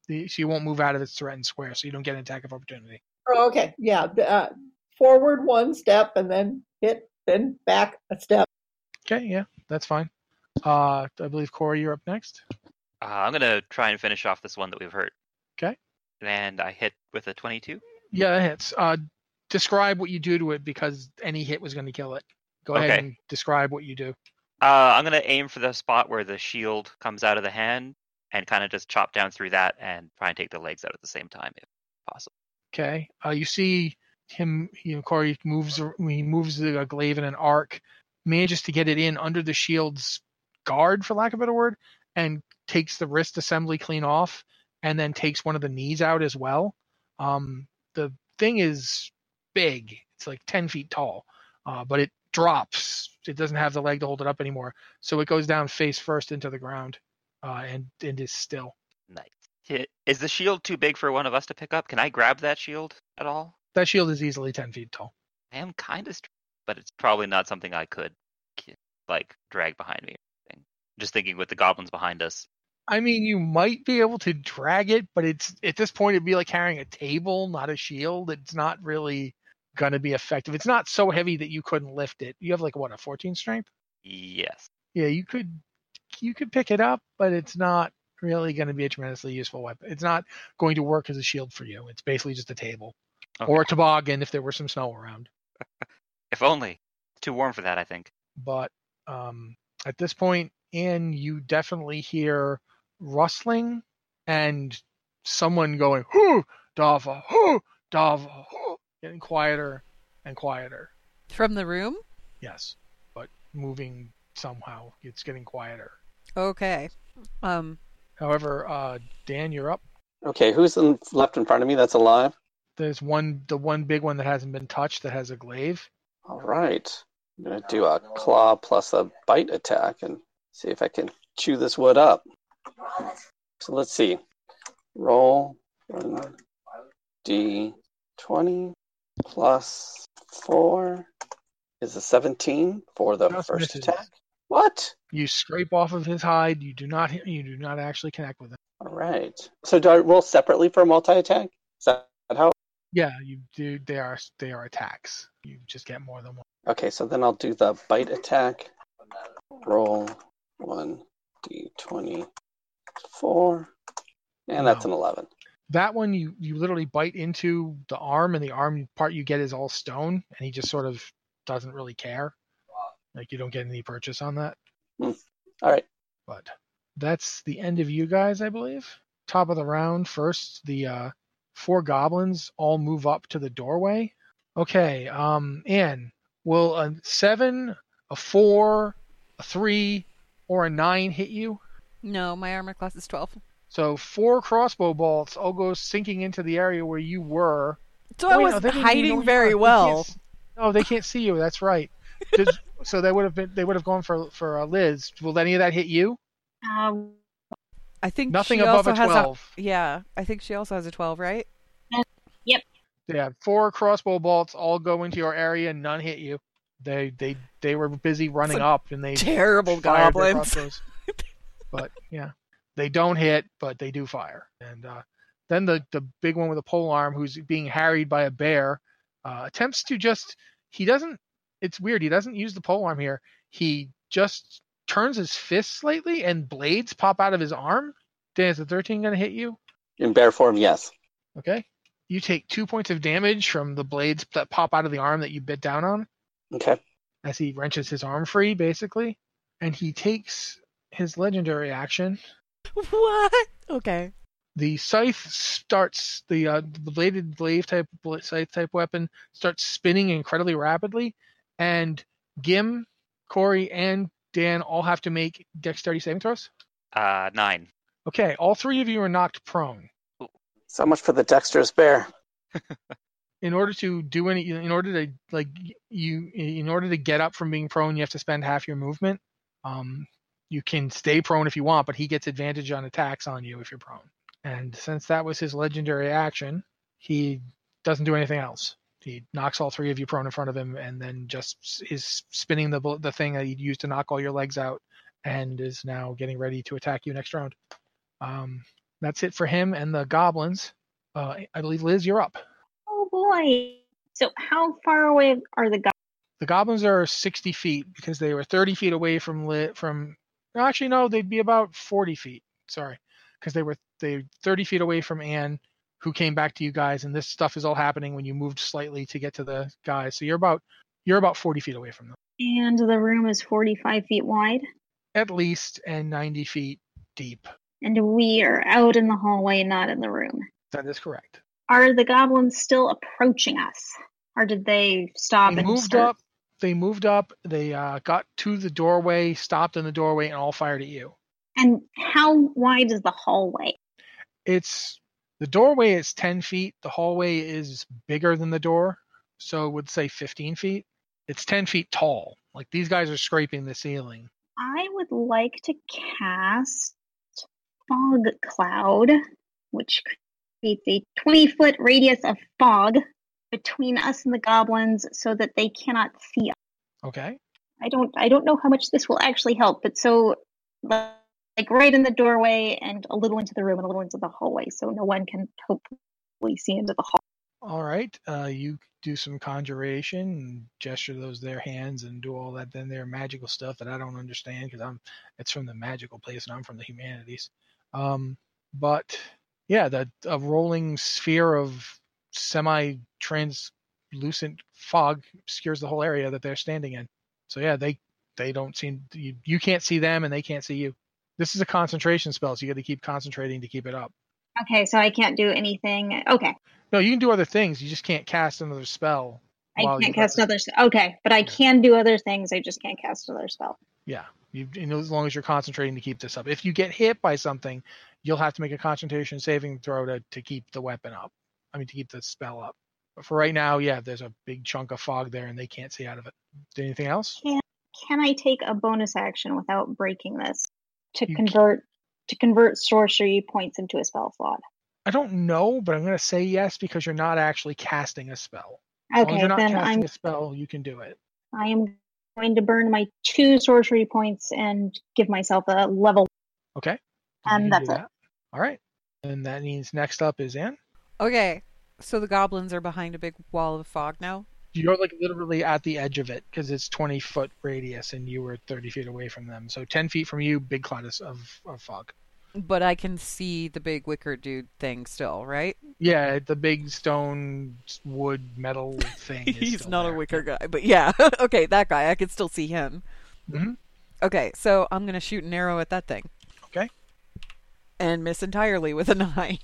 Speaker 2: The, she won't move out of its threatened square, so you don't get an attack of opportunity.
Speaker 4: Oh, okay. Yeah. the, Uh, forward one step and then hit, then back a step.
Speaker 2: Okay, yeah, that's fine. Uh, I believe Corey, you're up next.
Speaker 6: Uh, I'm gonna try and finish off this one that we've hurt.
Speaker 2: Okay.
Speaker 6: And I hit with a 22.
Speaker 2: Yeah, that hits. Uh, describe what you do to it because any hit was going to kill it. Go ahead
Speaker 6: Okay.
Speaker 2: and describe what you do.
Speaker 6: Uh, I'm gonna aim for the spot where the shield comes out of the hand and kind of just chop down through that and try and take the legs out at the same time if possible.
Speaker 2: Okay. Uh, you see him. You know, Corey moves. He moves the uh, glaive in an arc, manages to get it in under the shield's guard, for lack of a better word, and takes the wrist assembly clean off, and then takes one of the knees out as well. Um, the thing is big. It's like ten feet tall, uh, but it drops. It doesn't have the leg to hold it up anymore, so it goes down face first into the ground, uh, and and is still.
Speaker 6: Nice. Hi- Is the shield too big for one of us to pick up? Can I grab that shield at all?
Speaker 2: That shield is easily ten feet tall.
Speaker 6: I am kind of, str- but it's probably not something I could ki- like drag behind me. Or anything. Just thinking with the goblins behind us.
Speaker 2: I mean, you might be able to drag it, but it's at this point it'd be like carrying a table, not a shield. It's not really going to be effective. It's not so heavy that you couldn't lift it. You have like what a 14 strength?
Speaker 6: Yes.
Speaker 2: Yeah, you could you could pick it up, but it's not really going to be a tremendously useful weapon. It's not going to work as a shield for you. It's basically just a table
Speaker 6: Okay.
Speaker 2: or a toboggan if there were some snow around.
Speaker 6: if only. Too warm for that, I think.
Speaker 2: but um, at this point in you definitely hear rustling and someone going whoo dava whoo dava whoo getting quieter and quieter
Speaker 1: From the room?
Speaker 2: yes but moving somehow it's getting quieter
Speaker 1: Okay. Um,
Speaker 2: however uh, dan you're up
Speaker 7: Okay, who's in, left in front of me that's alive?
Speaker 2: there's one the one big one that hasn't been touched that has a glaive
Speaker 7: All right. I'm going to do a claw plus a bite attack and see if I can chew this wood up. So let's see. Roll 1d20 plus 4 is a 17 for the
Speaker 2: Just
Speaker 7: first
Speaker 2: misses.
Speaker 7: attack. What?
Speaker 2: you scrape off of his hide you do not you do not actually connect with him
Speaker 7: All right. So do I roll separately for multi attack? Is that how?
Speaker 2: yeah you do they are they are attacks you just get more than one
Speaker 7: Okay, so then I'll do the bite attack. Roll 1d20 4. And that's an
Speaker 2: No.
Speaker 7: 11.
Speaker 2: that one you you literally bite into the arm and the arm part you get is all stone and he just sort of doesn't really care like you don't get any purchase on that
Speaker 7: Hmm. All right.
Speaker 2: but that's the end of you guys i believe top of the round first the uh four goblins all move up to the doorway okay um and will a seven a four a three or a nine hit you
Speaker 1: no, my armor class is 12.
Speaker 2: so four crossbow bolts all go sinking into the area where you were
Speaker 1: So
Speaker 2: Wait,
Speaker 1: I
Speaker 2: no,
Speaker 1: was
Speaker 2: they didn't even know
Speaker 1: hiding
Speaker 2: you
Speaker 1: very
Speaker 2: were. They can't
Speaker 1: well.
Speaker 2: s- No, they can't see you. That's right. Does- so they would have been. They would have gone for for uh, Liz. Will any of that hit you?
Speaker 5: Um,
Speaker 1: I think
Speaker 2: Nothing
Speaker 1: she
Speaker 2: above
Speaker 1: also
Speaker 2: a
Speaker 1: has
Speaker 2: twelve.
Speaker 1: a yeah. I think she also has a 12, right?
Speaker 2: Yeah, four crossbow bolts all go into your area. and None hit you. They they they were busy running
Speaker 1: a
Speaker 2: up and they
Speaker 1: Terrible
Speaker 2: fired their
Speaker 1: goblins.
Speaker 2: crossbows. but yeah, they don't hit, but they do fire. And uh, then the the big one with a pole arm, who's being harried by a bear, uh, attempts to just he doesn't. It's weird. He doesn't use the pole arm here. He just turns his fist slightly, and blades pop out of his arm. Dan, is the thirteen going to hit you?
Speaker 7: In bear form, yes.
Speaker 2: Okay. You take two points of damage from the blades that pop out of the arm that you bit down on
Speaker 7: Okay.
Speaker 2: as he wrenches his arm free, basically. And he takes his legendary action
Speaker 1: What? Okay.
Speaker 2: the scythe starts the uh, the bladed glaive type bla- scythe type weapon starts spinning incredibly rapidly, and Gim, Corey, and Dan all have to make dexterity saving throws.
Speaker 6: Uh, nine.
Speaker 2: Okay, all three of you are knocked prone.
Speaker 7: So much for the dexterous bear.
Speaker 2: In order to do any, in order to like you, in order to get up from being prone, you have to spend half your movement. Um, you can stay prone if you want, but he gets advantage on attacks on you if you're prone. And since that was his legendary action, he doesn't do anything else. He knocks all three of you prone in front of him, and then just is spinning the bl- the thing that he'd used to knock all your legs out, and is now getting ready to attack you next round. Um, that's it for him and the goblins. Uh, I believe Liz, you're up.
Speaker 5: Oh boy. So how far away are the goblins?
Speaker 2: The goblins are 60 feet because they were 30 feet away from lit from. No, actually, no, they'd be about 40 feet. Sorry, because they were they 30 feet away from Anne, who came back to you guys, and this stuff is all happening when you moved slightly to get to the guys. So you're about you're about 40 feet away from them
Speaker 5: And the room is 45 feet wide.
Speaker 2: at least, and 90 feet deep.
Speaker 5: And we are out in the hallway, not in the room.
Speaker 2: That is correct.
Speaker 5: Are the goblins still approaching us? Or did they stop
Speaker 2: They
Speaker 5: and
Speaker 2: moved
Speaker 5: start?
Speaker 2: up. They moved up. They uh, got to the doorway, stopped in the doorway, and all fired at you.
Speaker 5: And how wide is the hallway?
Speaker 2: It's the doorway is 10 feet. The hallway is bigger than the door, so it would say 15 feet. It's 10 feet tall. Like these guys are scraping the ceiling.
Speaker 5: I would like to cast Fog Cloud, which creates a 20 foot radius of fog between us and the goblins so that they cannot see us.
Speaker 2: Okay.
Speaker 5: I don't I don't know how much this will actually help, but so like right in the doorway and a little into the room and a little into the hallway, so no one can hopefully see into the hall.
Speaker 2: All right. Uh, you do some conjuration and gesture those their hands and do all that. Then their magical stuff that I don't understand because I'm it's from the magical place and I'm from the humanities. Um, but yeah, that a rolling sphere of semi-translucent fog obscures the whole area that they're standing in. So yeah, they they don't seem you, you can't see them and they can't see you. This is a concentration spell, so you got to keep concentrating to keep it up.
Speaker 5: Okay, so I can't do anything. Okay.
Speaker 2: No, you can do other things. You just can't cast another spell.
Speaker 5: I
Speaker 2: while
Speaker 5: can't
Speaker 2: you-
Speaker 5: cast other spell. Okay, but I can do other things. I just can't cast other spell.
Speaker 2: Yeah, you, and as long as you're concentrating to keep this up. If you get hit by something, you'll have to make a concentration saving throw to, to keep the weapon up. I mean, to keep the spell up. But for right now, yeah, there's a big chunk of fog there, and they can't see out of it. Anything else?
Speaker 5: Can I take a bonus action without breaking this to
Speaker 2: You c-
Speaker 5: convert to convert sorcery points into a spell slot?
Speaker 2: I don't know, but I'm going to say yes because you're not actually casting a spell. As long as
Speaker 5: Okay,
Speaker 2: you're not
Speaker 5: then
Speaker 2: casting
Speaker 5: I'm
Speaker 2: a spell, you can do it.
Speaker 5: I am going to burn my two sorcery points and give myself a level.
Speaker 2: Okay.
Speaker 5: And
Speaker 2: you can
Speaker 5: that's
Speaker 2: do
Speaker 5: it.
Speaker 2: All right. And that means next up is Anne.
Speaker 1: Okay, so the goblins are behind a big wall of fog now.
Speaker 2: you're like literally at the edge of it because it's 20 foot radius and you were 30 feet away from them so 10 feet from you big cloud of, of, of fog
Speaker 1: But I can see the big wicker dude thing still, right?
Speaker 2: yeah the big stone wood metal thing is
Speaker 1: He's
Speaker 2: still
Speaker 1: not
Speaker 2: there.
Speaker 1: a wicker guy, but yeah. okay, that guy. I can still see him.
Speaker 2: Mhm.
Speaker 1: Okay, so I'm going to shoot an arrow at that thing.
Speaker 2: Okay.
Speaker 1: And miss entirely with a nine.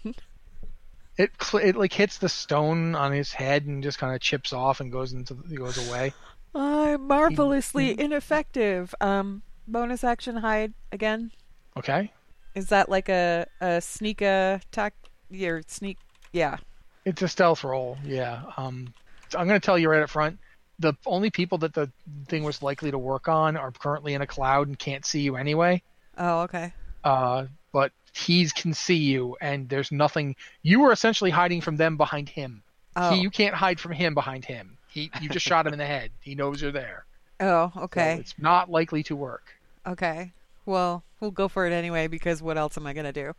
Speaker 2: it, cl- it like hits the stone on his head and just kind of chips off and goes into the, goes away
Speaker 1: I'm marvelously ineffective. Um, bonus action hide again.
Speaker 2: okay
Speaker 1: Is that like a, a sneak attack? Your sneak. Yeah.
Speaker 2: It's a stealth roll, yeah. Um, so I'm going to tell you right up front. The only people that the thing was likely to work on are currently in a cloud and can't see you anyway.
Speaker 1: Oh, okay.
Speaker 2: Uh, but he's can see you, and there's nothing. You were essentially hiding from them behind him.
Speaker 1: Oh.
Speaker 2: He, you can't hide from him behind him. He, you just shot him in the head. He knows you're there.
Speaker 1: Oh,
Speaker 2: So
Speaker 1: okay.
Speaker 2: it's not likely to work.
Speaker 1: Okay. Well, we'll go for it anyway because what else am I gonna do?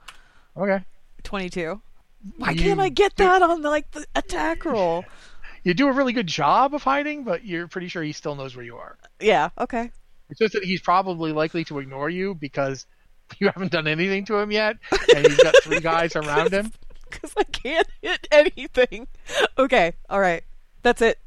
Speaker 2: Okay.
Speaker 1: Twenty-two. Why can't I
Speaker 2: You-
Speaker 1: get that on like the attack roll?
Speaker 2: You do a really good job of hiding, but you're pretty sure he still knows where you are.
Speaker 1: Yeah. Okay.
Speaker 2: It's just that he's probably likely to ignore you because you haven't done anything to him yet, and he's got three guys around him.
Speaker 1: Because I can't hit anything. Okay. All right. That's it.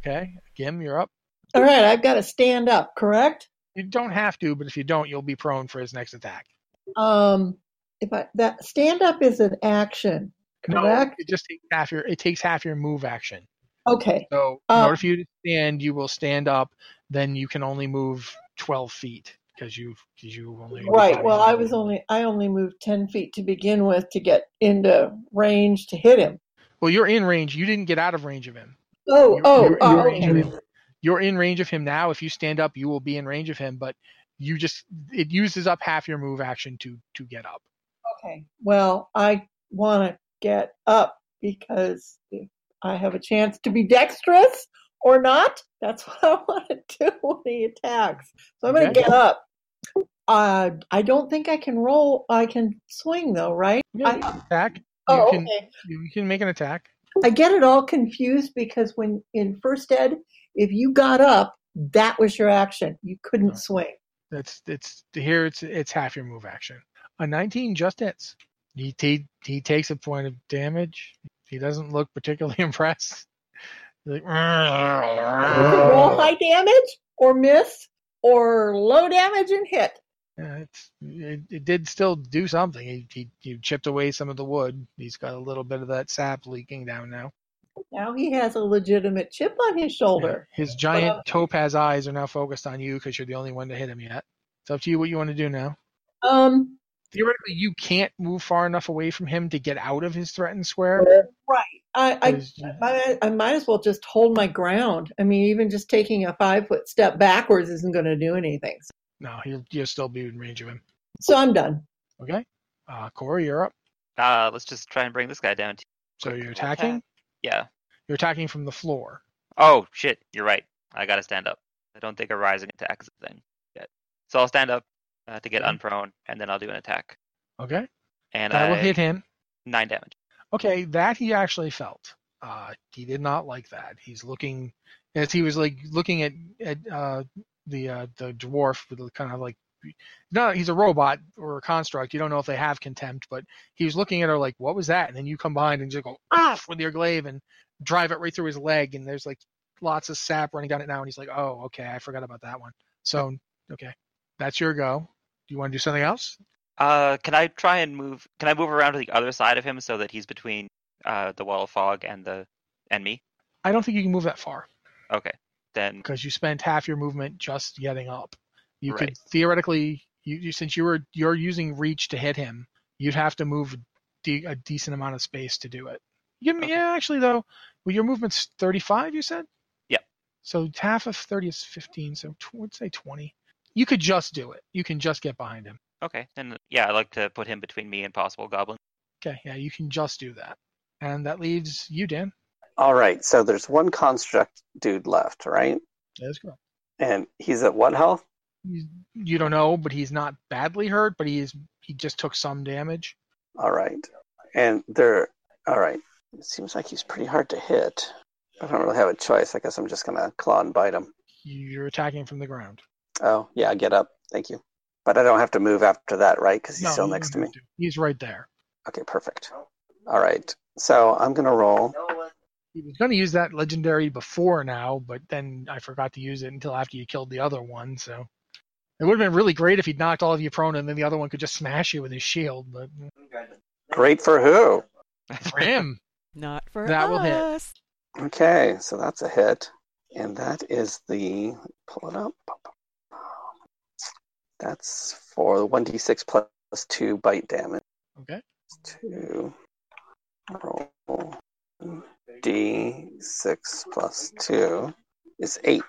Speaker 2: Okay, Gim, you're up.
Speaker 4: All right, I've got to stand up, correct?
Speaker 2: You don't have to, but if you don't, you'll be prone for his next attack.
Speaker 4: Um, if I that stand up is an action,
Speaker 2: No,
Speaker 4: correct?
Speaker 2: it just takes half your it takes half your move action.
Speaker 4: Okay.
Speaker 2: So in
Speaker 4: Uh,
Speaker 2: order for you to stand, you will stand up. Then you can only move twelve feet because you because you only
Speaker 4: Right. Well, I was only I only moved ten feet to begin with to get into range to hit him.
Speaker 2: well. You're in range. You didn't get out of range of him.
Speaker 4: Oh,
Speaker 2: You're-
Speaker 4: oh,
Speaker 2: you're-
Speaker 4: oh,
Speaker 2: you're in
Speaker 4: okay.
Speaker 2: range of him. You're in range of him now. If you stand up, you will be in range of him. But you just it uses up half your move action to to get up.
Speaker 4: Okay. Well, I want to get up because if I have a chance to be dexterous or not, that's what I want to do when he attacks. So I'm going
Speaker 2: Okay.
Speaker 4: to get up. Uh, I don't think I can roll. I can swing though, right?
Speaker 2: Yeah,
Speaker 4: I-
Speaker 2: you can attack. You
Speaker 4: oh,
Speaker 2: can
Speaker 4: okay.
Speaker 2: you can make an attack.
Speaker 4: I get it all confused because when in first ed, if you got up, that was your action. You couldn't
Speaker 2: Oh.
Speaker 4: swing.
Speaker 2: That's it's here. It's it's half your move action. A 19 just hits. He he, he takes a point of damage. He doesn't look particularly impressed. He's like,
Speaker 4: You could roll
Speaker 2: "Uh,
Speaker 4: high damage or miss or low damage and hit.
Speaker 2: it's, it, it did still do something. He, he he chipped away some of the wood. He's got a little bit of that sap leaking down now.
Speaker 4: Now he has a legitimate chip on his shoulder.
Speaker 2: His giant
Speaker 4: Well-
Speaker 2: topaz eyes are now focused on you because you're the only one to hit him yet. It's up to you what you want to do now.
Speaker 4: Um,
Speaker 2: theoretically you can't move far enough away from him to get out of his threatened square.
Speaker 4: right. I, I,
Speaker 2: 'cause you-
Speaker 4: might- I might as well just hold my ground. I mean, even just taking a five foot step backwards isn't going to do anything.
Speaker 2: no, he'll you'll still be in range of him.
Speaker 4: So I'm done.
Speaker 2: Okay. Uh Corey, you're up.
Speaker 6: Uh, let's just try and bring this guy down. To-
Speaker 2: So you're
Speaker 6: attack.
Speaker 2: attacking?
Speaker 6: yeah.
Speaker 2: You're attacking from the floor.
Speaker 6: Oh shit, you're right. I gotta stand up. I don't think a rising attack is a thing yet. So I'll stand up uh, to get
Speaker 2: Mhm.
Speaker 6: unprone, and then I'll do an attack.
Speaker 2: Okay.
Speaker 6: And
Speaker 2: that
Speaker 6: I
Speaker 2: will hit him.
Speaker 6: nine damage.
Speaker 2: Okay, that he actually felt. Uh he did not like that. He's looking as he was like looking at, at uh the uh the dwarf with the kind of like no, he's a robot or a construct. You don't know if they have contempt, but he was looking at her like, "What was that?" And then you come behind and just go off with your glaive and drive it right through his leg. And there's like lots of sap running down it now. And he's like, "Oh, okay, I forgot about that one." So, okay, that's your go. Do you want to do something else?
Speaker 6: Uh, can I try and move? Can I move around to the other side of him so that he's between uh the wall of fog and the and me?
Speaker 2: I don't think you can move that far
Speaker 6: Okay, then
Speaker 2: because you spent half your movement just getting up. You could
Speaker 6: Right.
Speaker 2: theoretically, you, you since you were you're using reach to hit him, you'd have to move de- a decent amount of space to do it. You can,
Speaker 6: Okay.
Speaker 2: Yeah, actually though, well, your movement's 35. You said.
Speaker 6: Yep.
Speaker 2: So half of 30 is 15, so tw- would say 20. You could just do it. You can just get behind him.
Speaker 6: okay, then yeah, I like to put him between me and possible goblin.
Speaker 2: Okay, yeah, you can just do that, and that leaves you, Dan.
Speaker 7: All right, so there's one construct dude left, right?
Speaker 2: That is correct.
Speaker 7: And he's at what health?
Speaker 2: You, you don't know, but he's not badly hurt, but he is he just took some damage.
Speaker 7: All right. And they're all right. It seems like he's pretty hard to hit. I don't really have a choice. I guess I'm just gonna claw and bite him.
Speaker 2: You're attacking from the ground.
Speaker 7: Oh yeah, get up. Thank you. But I don't have to move after that, right? Because he's
Speaker 2: No,
Speaker 7: still
Speaker 2: you
Speaker 7: next to
Speaker 2: don't
Speaker 7: me.
Speaker 2: have He's right there.
Speaker 7: Okay, perfect. All right. So I'm gonna roll.
Speaker 10: No one.
Speaker 2: He was going to use that legendary before now, but then I forgot to use it until after you killed the other one. So it would have been really great if he'd knocked all of you prone, and then the other one could just smash you with his shield. But mm,
Speaker 7: Great for who?
Speaker 2: for him,
Speaker 1: Not for
Speaker 2: That
Speaker 1: us.
Speaker 2: will hit.
Speaker 7: Okay, so that's a hit. And that is the pull it up. That's for 1d6 plus 2 bite damage.
Speaker 2: okay,
Speaker 7: Two. Roll. D6 plus 2 is 8.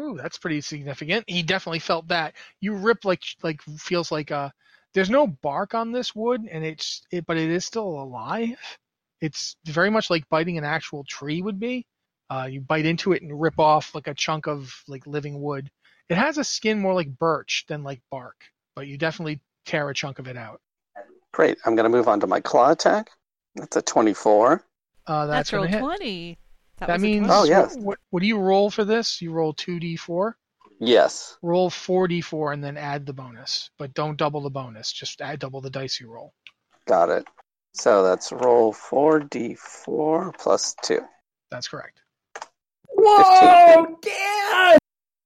Speaker 2: ooh, that's pretty significant. He definitely felt that. You rip like like feels like uh There's no bark on this wood, and it's it, but it is still alive. It's very much like biting an actual tree would be. Uh, you bite into it and rip off like a chunk of like living wood. It has a skin more like birch than like bark, but you definitely tear a chunk of it out.
Speaker 7: Great. I'm going to move on to my claw attack. That's a 24.
Speaker 2: Uh, that's
Speaker 1: Natural
Speaker 2: gonna hit.
Speaker 1: 20. That,
Speaker 2: That
Speaker 1: was a
Speaker 2: means
Speaker 1: 20.
Speaker 7: Oh, yeah. yes.
Speaker 2: what, what what do you roll for this? You roll two d four.
Speaker 7: Yes.
Speaker 2: roll 4d4 and then add the bonus, but don't double the bonus. Just add double the dice you roll.
Speaker 7: Got it. So that's roll 4d4 plus 2.
Speaker 2: That's correct.
Speaker 4: Whoa, Dad!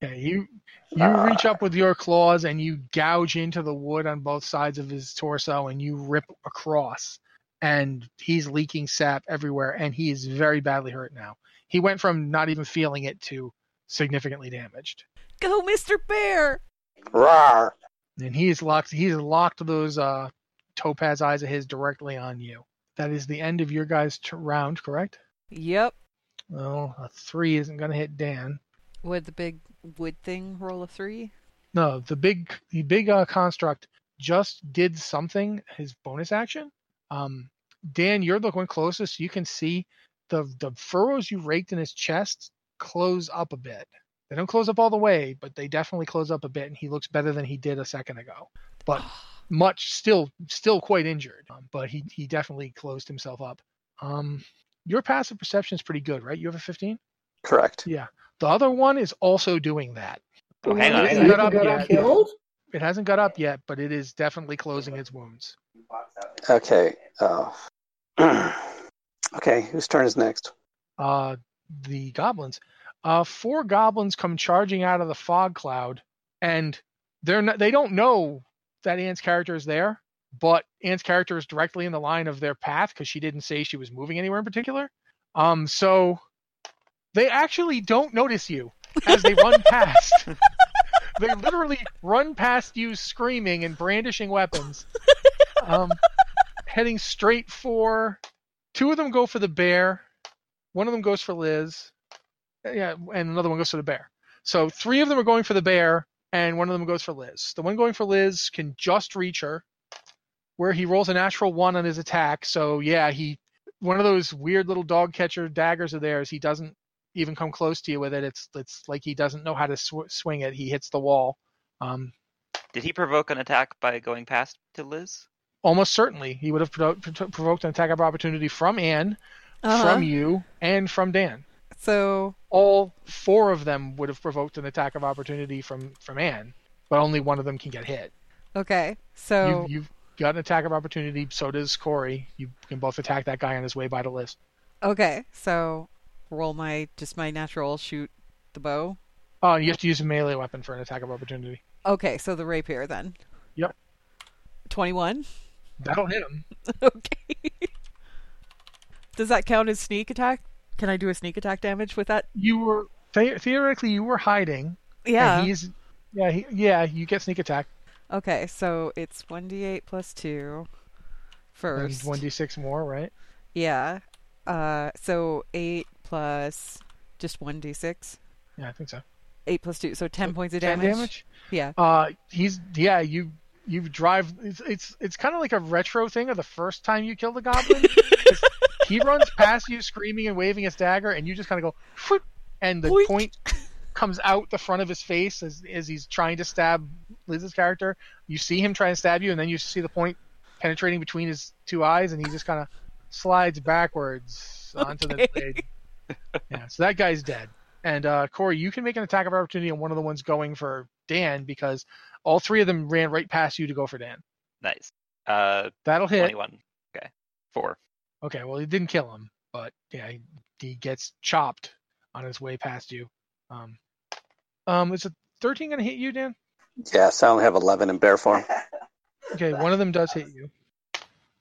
Speaker 2: Okay, you you
Speaker 7: Ah.
Speaker 2: reach up with your claws and you gouge into the wood on both sides of his torso and you rip across. And he's leaking sap everywhere and he is very badly hurt now. He went from not even feeling it to significantly damaged.
Speaker 1: Go, Mr. Bear!
Speaker 7: Rawr.
Speaker 2: And he's locked he's locked those uh topaz eyes of his directly on you. That is the end of your guys' t- round, correct?
Speaker 1: Yep.
Speaker 2: Well, a three isn't going to hit Dan.
Speaker 1: Would the big wood thing roll a three?
Speaker 2: No, the big the big uh, construct just did something. His bonus action. Um, Dan, you're the one closest. You can see the the furrows you raked in his chest close up a bit. They don't close up all the way, but they definitely close up a bit, and he looks better than he did a second ago. But much still, still quite injured, um, but he he definitely closed himself up. Um, your passive perception is pretty good, right? You have a 15.
Speaker 7: Correct.
Speaker 2: Yeah. The other one is also doing that.
Speaker 6: Oh, hang on.
Speaker 2: It
Speaker 6: hang
Speaker 2: hasn't
Speaker 6: on.
Speaker 2: got up
Speaker 4: Got
Speaker 2: yet.
Speaker 4: killed?
Speaker 2: It hasn't got up yet, but it is definitely closing its wounds.
Speaker 10: You box out.
Speaker 7: Okay. Oh. okay. Whose turn is next?
Speaker 2: Uh, the goblins. Uh, four goblins come charging out of the fog cloud, and they're not, they don't know that Anne's character is there, but Anne's character is directly in the line of their path because she didn't say she was moving anywhere in particular. Um, so they actually don't notice you as they run past. they literally run past you screaming and brandishing weapons, um, heading straight for. Two of them go for the bear. One of them goes for Liz. Uh, Yeah, and another one goes for the bear. So three of them are going for the bear, and one of them goes for Liz. The one going for Liz can just reach her, where he rolls a natural one on his attack. So yeah, he one of those weird little dog catcher daggers of theirs. He doesn't even come close to you with it. It's it's like he doesn't know how to sw- swing it. He hits the wall. Um,
Speaker 6: Did he provoke an attack by going past to Liz?
Speaker 2: almost certainly, he would have provo- pro- provoked an attack of opportunity from Anne,
Speaker 1: Uh-huh.
Speaker 2: from you, and from Dan.
Speaker 1: So
Speaker 2: All four of them would have provoked an attack of opportunity from from Anne, but only one of them can get hit.
Speaker 1: okay, so
Speaker 2: You, you've got an attack of opportunity. So does Corey. You can both attack that guy on his way by the list.
Speaker 1: okay, so roll my just my natural shoot the bow.
Speaker 2: Oh, and you have to use a melee weapon for an attack of opportunity.
Speaker 1: Okay, so the rapier then.
Speaker 2: Yep.
Speaker 1: Twenty-one.
Speaker 2: That'll hit him.
Speaker 1: Okay. Does that count as sneak attack? Can I do a sneak attack damage with that?
Speaker 2: You were the- theoretically you were hiding.
Speaker 1: Yeah.
Speaker 2: And he's yeah, he, yeah, you get sneak attack.
Speaker 1: Okay, so it's 1d8 plus 2
Speaker 2: And
Speaker 1: first.
Speaker 2: 1d6 more, right?
Speaker 1: Yeah. Uh, so 8 plus just 1d6.
Speaker 2: Yeah, I think so.
Speaker 1: 8 plus 2, so 10 points of
Speaker 2: 10
Speaker 1: damage.
Speaker 2: damage?
Speaker 1: Yeah.
Speaker 2: Uh he's yeah, you you drive it's it's, it's kind of like a retro thing of the first time you killed a goblin. 'Cause he runs past you screaming and waving his dagger and you just kind of go "Phwip," and the
Speaker 1: Boink.
Speaker 2: point comes out the front of his face as as he's trying to stab Liz's character. You see him try and stab you and then you see the point penetrating between his two eyes and he just kind of slides backwards onto
Speaker 1: Okay.
Speaker 2: the blade. Yeah, so that guy's dead. And uh, Corey, you can make an attack of opportunity on one of the ones going for Dan because all three of them ran right past you to go for Dan.
Speaker 6: Nice. Uh,
Speaker 2: That'll hit.
Speaker 6: 21. Okay. Four.
Speaker 2: Okay, well, it didn't kill him, but yeah, he, he gets chopped on his way past you. Um, um, is a 13 going to hit you, Dan?
Speaker 7: Yeah, so I only have 11 in bear form.
Speaker 2: Okay, one of them does hit you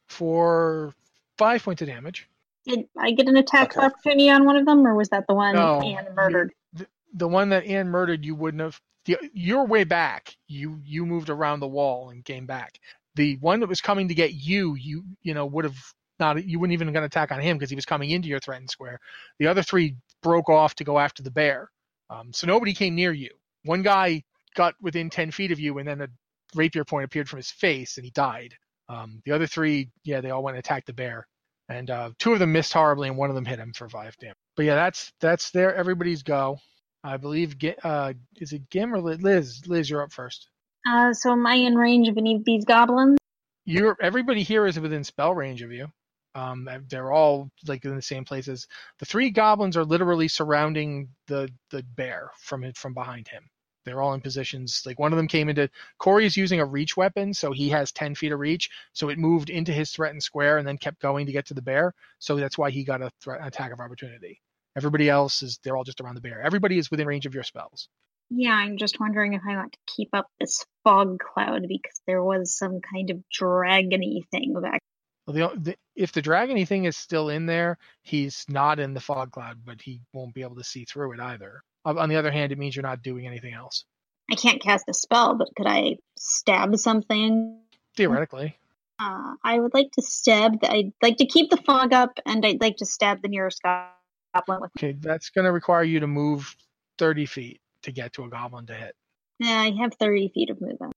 Speaker 2: for five points of damage.
Speaker 5: Did I get an attack
Speaker 7: Okay.
Speaker 5: opportunity on one of them, or was that the one
Speaker 2: No,
Speaker 5: Anne murdered?
Speaker 2: The, the one that Anne murdered, you wouldn't have. The, your way back, you you moved around the wall and came back. The one that was coming to get you, you you know would have not. You wouldn't even gonna attack on him because he was coming into your threatened square. The other three broke off to go after the bear. Um, so nobody came near you. One guy got within ten feet of you, and then a rapier point appeared from his face, and he died. Um, the other three, yeah, they all went and attacked the bear, and uh, two of them missed horribly, and one of them hit him for five damage but yeah, that's that's there. Everybody's go. I believe. Gi- Uh, is it Gim or Liz? Liz? Liz, you're up first.
Speaker 5: Uh, so am I in range of any of these goblins?
Speaker 2: You're everybody here is within spell range of you. Um, they're all like in the same places. The three goblins are literally surrounding the the bear from it from behind him. They're all in positions. Like one of them came into Corey's using a reach weapon, so he has ten feet of reach. So it moved into his threatened square and then kept going to get to the bear. So that's why he got a threat attack of opportunity. Everybody else is they're all just around the bear. Everybody is within range of your spells.
Speaker 5: Yeah, I'm just wondering if I want to keep up this fog cloud because there was some kind of dragony thing back.
Speaker 2: Well, the, the, if the dragony thing is still in there, he's not in the fog cloud, but he won't be able to see through it either. On on the other hand, it means you're not doing anything else.
Speaker 5: I can't cast a spell, but could I stab something?
Speaker 2: Theoretically,
Speaker 5: Uh, I would like to stab. The, I'd like to keep the fog up, and I'd like to stab the nearest goblin with.
Speaker 2: okay, that's going to require you to move 30 feet to get to a goblin to hit.
Speaker 5: Uh, I have 30 feet of movement.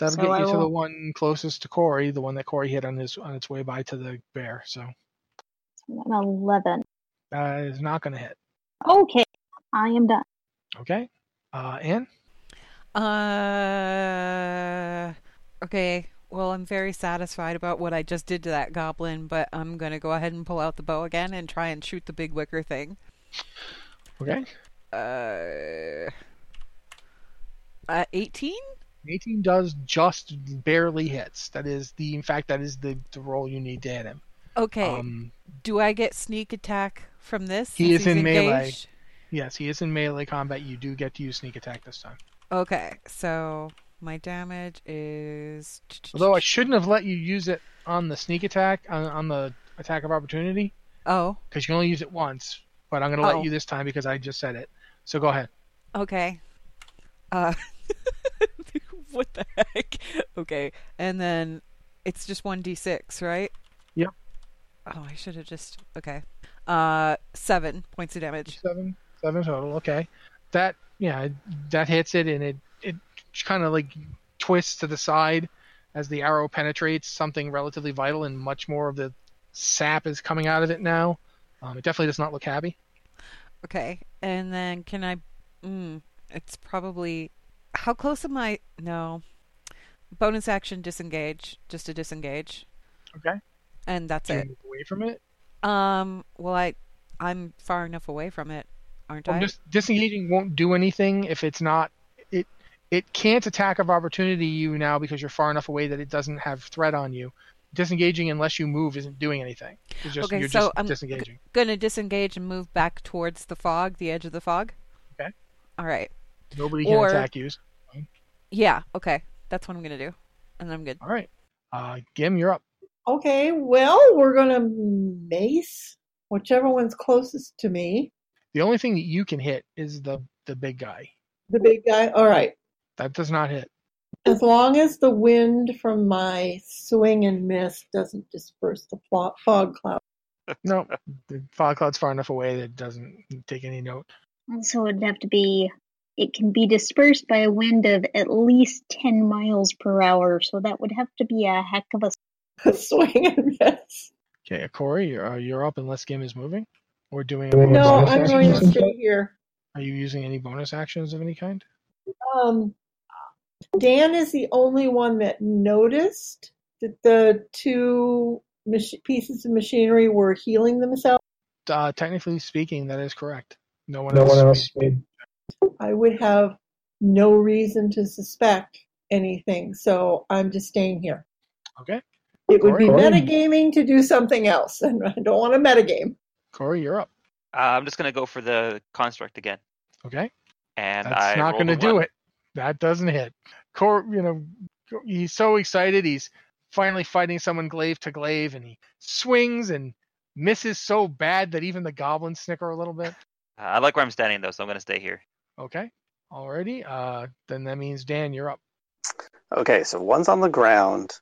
Speaker 2: That'll
Speaker 5: So
Speaker 2: get you
Speaker 5: I
Speaker 2: to the
Speaker 5: will-
Speaker 2: one closest to Corey, the one that Corey hit on his on its way by to the bear. So
Speaker 5: So I'm 11.
Speaker 2: that is not going to hit.
Speaker 5: Okay, I am done.
Speaker 2: Okay. Uh, Anne?
Speaker 1: Uh, okay. Well, I'm very satisfied about what I just did to that goblin, but I'm going to go ahead and pull out the bow again and try and shoot the big wicker thing.
Speaker 2: Okay.
Speaker 1: Uh, uh 18?
Speaker 2: 18 does just barely hits. That is the, in fact, that is the, the roll you need to hit him.
Speaker 1: Okay.
Speaker 2: Um,
Speaker 1: Do I get sneak attack from this?
Speaker 2: He
Speaker 1: since
Speaker 2: is
Speaker 1: he's
Speaker 2: in melee.
Speaker 1: engaged?
Speaker 2: yes, he is in melee combat. You do get to use sneak attack this time.
Speaker 1: Okay, so my damage is.
Speaker 2: Although I shouldn't have let you use it on the sneak attack, on, on the attack of opportunity,
Speaker 1: Oh,
Speaker 2: because you only use it once. But I'm going to let
Speaker 1: Oh.
Speaker 2: you this time because I just said it. So go ahead.
Speaker 1: okay. Uh, what the heck? Okay, and then it's just one d six, right?
Speaker 2: Yep.
Speaker 1: Oh, I should have just okay. Uh, seven points of damage.
Speaker 2: Seven, seven total. Okay, that yeah, that hits it, and it it kind of like twists to the side as the arrow penetrates something relatively vital, and much more of the sap is coming out of it now. Um, it definitely does not look happy.
Speaker 1: Okay, and then can I? Mm, it's probably how close am I? No. Bonus action disengage, just to disengage,
Speaker 2: Okay,
Speaker 1: and that's
Speaker 2: do you
Speaker 1: it.
Speaker 2: move away from it.
Speaker 1: Um. Well, I, I'm far enough away from it, aren't I?
Speaker 2: Well, dis- disengaging won't do anything if it's not it. It can't attack of opportunity you now because you're far enough away that it doesn't have threat on you. Disengaging unless you move isn't doing anything. It's just
Speaker 1: Okay,
Speaker 2: you're
Speaker 1: so um,
Speaker 2: just
Speaker 1: I'm-
Speaker 2: disengaging.
Speaker 1: Gonna disengage and move back towards the fog, the edge of the fog.
Speaker 2: Okay.
Speaker 1: All right.
Speaker 2: Nobody can
Speaker 1: or-
Speaker 2: attack you. so-
Speaker 1: Yeah. Okay. That's what I'm gonna do, and I'm good.
Speaker 2: All right, uh, Gim, you're up.
Speaker 4: Okay, well, we're gonna mace whichever one's closest to me.
Speaker 2: The only thing that you can hit is the the big guy.
Speaker 4: The big guy. All right.
Speaker 2: That does not hit.
Speaker 4: As long as the wind from my swing and miss doesn't disperse the flo- fog cloud.
Speaker 2: No, the fog cloud's far enough away that it doesn't take any note.
Speaker 5: Also, it'd have to be, it can be dispersed by a wind of at least 10 miles per hour, so that would have to be a heck of a.
Speaker 4: swing and miss.
Speaker 2: Okay, Corey, you're, uh, you're up unless Gim is moving or doing.
Speaker 4: No,
Speaker 2: bonus
Speaker 4: I'm
Speaker 2: action.
Speaker 4: going to stay here.
Speaker 2: Are you using any bonus actions of any kind?
Speaker 4: Um, Dan is the only one that noticed that the two mach- pieces of machinery were healing themselves.
Speaker 2: Uh, technically speaking, that is correct. No one
Speaker 11: No
Speaker 2: else.
Speaker 11: one else made.
Speaker 4: I would have no reason to suspect anything, so I'm just staying here.
Speaker 2: Okay,
Speaker 4: It would be
Speaker 11: Cool.
Speaker 4: metagaming to do something else, and I don't want to metagame.
Speaker 2: Corey, you're up.
Speaker 6: Uh, I'm just gonna go for the construct again,
Speaker 2: Okay,
Speaker 6: and
Speaker 2: that's
Speaker 6: I
Speaker 2: not
Speaker 6: rolled
Speaker 2: going
Speaker 6: a
Speaker 2: to do
Speaker 6: one.
Speaker 2: it. That doesn't hit. Cor, you know, he's so excited. He's finally fighting someone glaive to glaive, and he swings and misses so bad that even the goblins snicker a little bit.
Speaker 6: Uh, I like where I'm standing though, so I'm gonna stay here.
Speaker 2: Okay, alrighty. Uh, then that means Dan, you're up.
Speaker 7: Okay, so one's on the ground,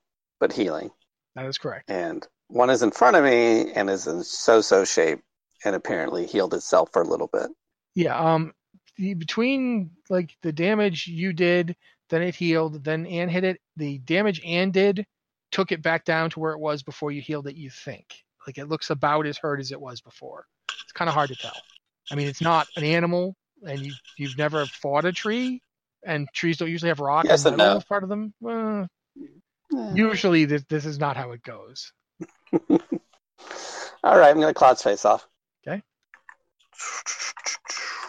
Speaker 7: but healing,
Speaker 2: That is correct.
Speaker 7: and one is in front of me and is in so-so shape and apparently healed itself for a little bit.
Speaker 2: Yeah. Um, the, between like the damage you did, then it healed, then Anne hit it. The damage Anne did took it back down to where it was before you healed it. You think like it looks about as hurt as it was before. It's kind of hard to tell. I mean, it's not an animal, and you you've never fought a tree, and trees don't usually have rock
Speaker 7: Yes
Speaker 2: and
Speaker 7: and
Speaker 2: metal
Speaker 7: no.
Speaker 2: as part of them. Well,
Speaker 7: Eh.
Speaker 3: Uh-huh.
Speaker 2: usually this this is not how it goes.
Speaker 7: All right, I'm going to Cloud's face off.
Speaker 2: Okay.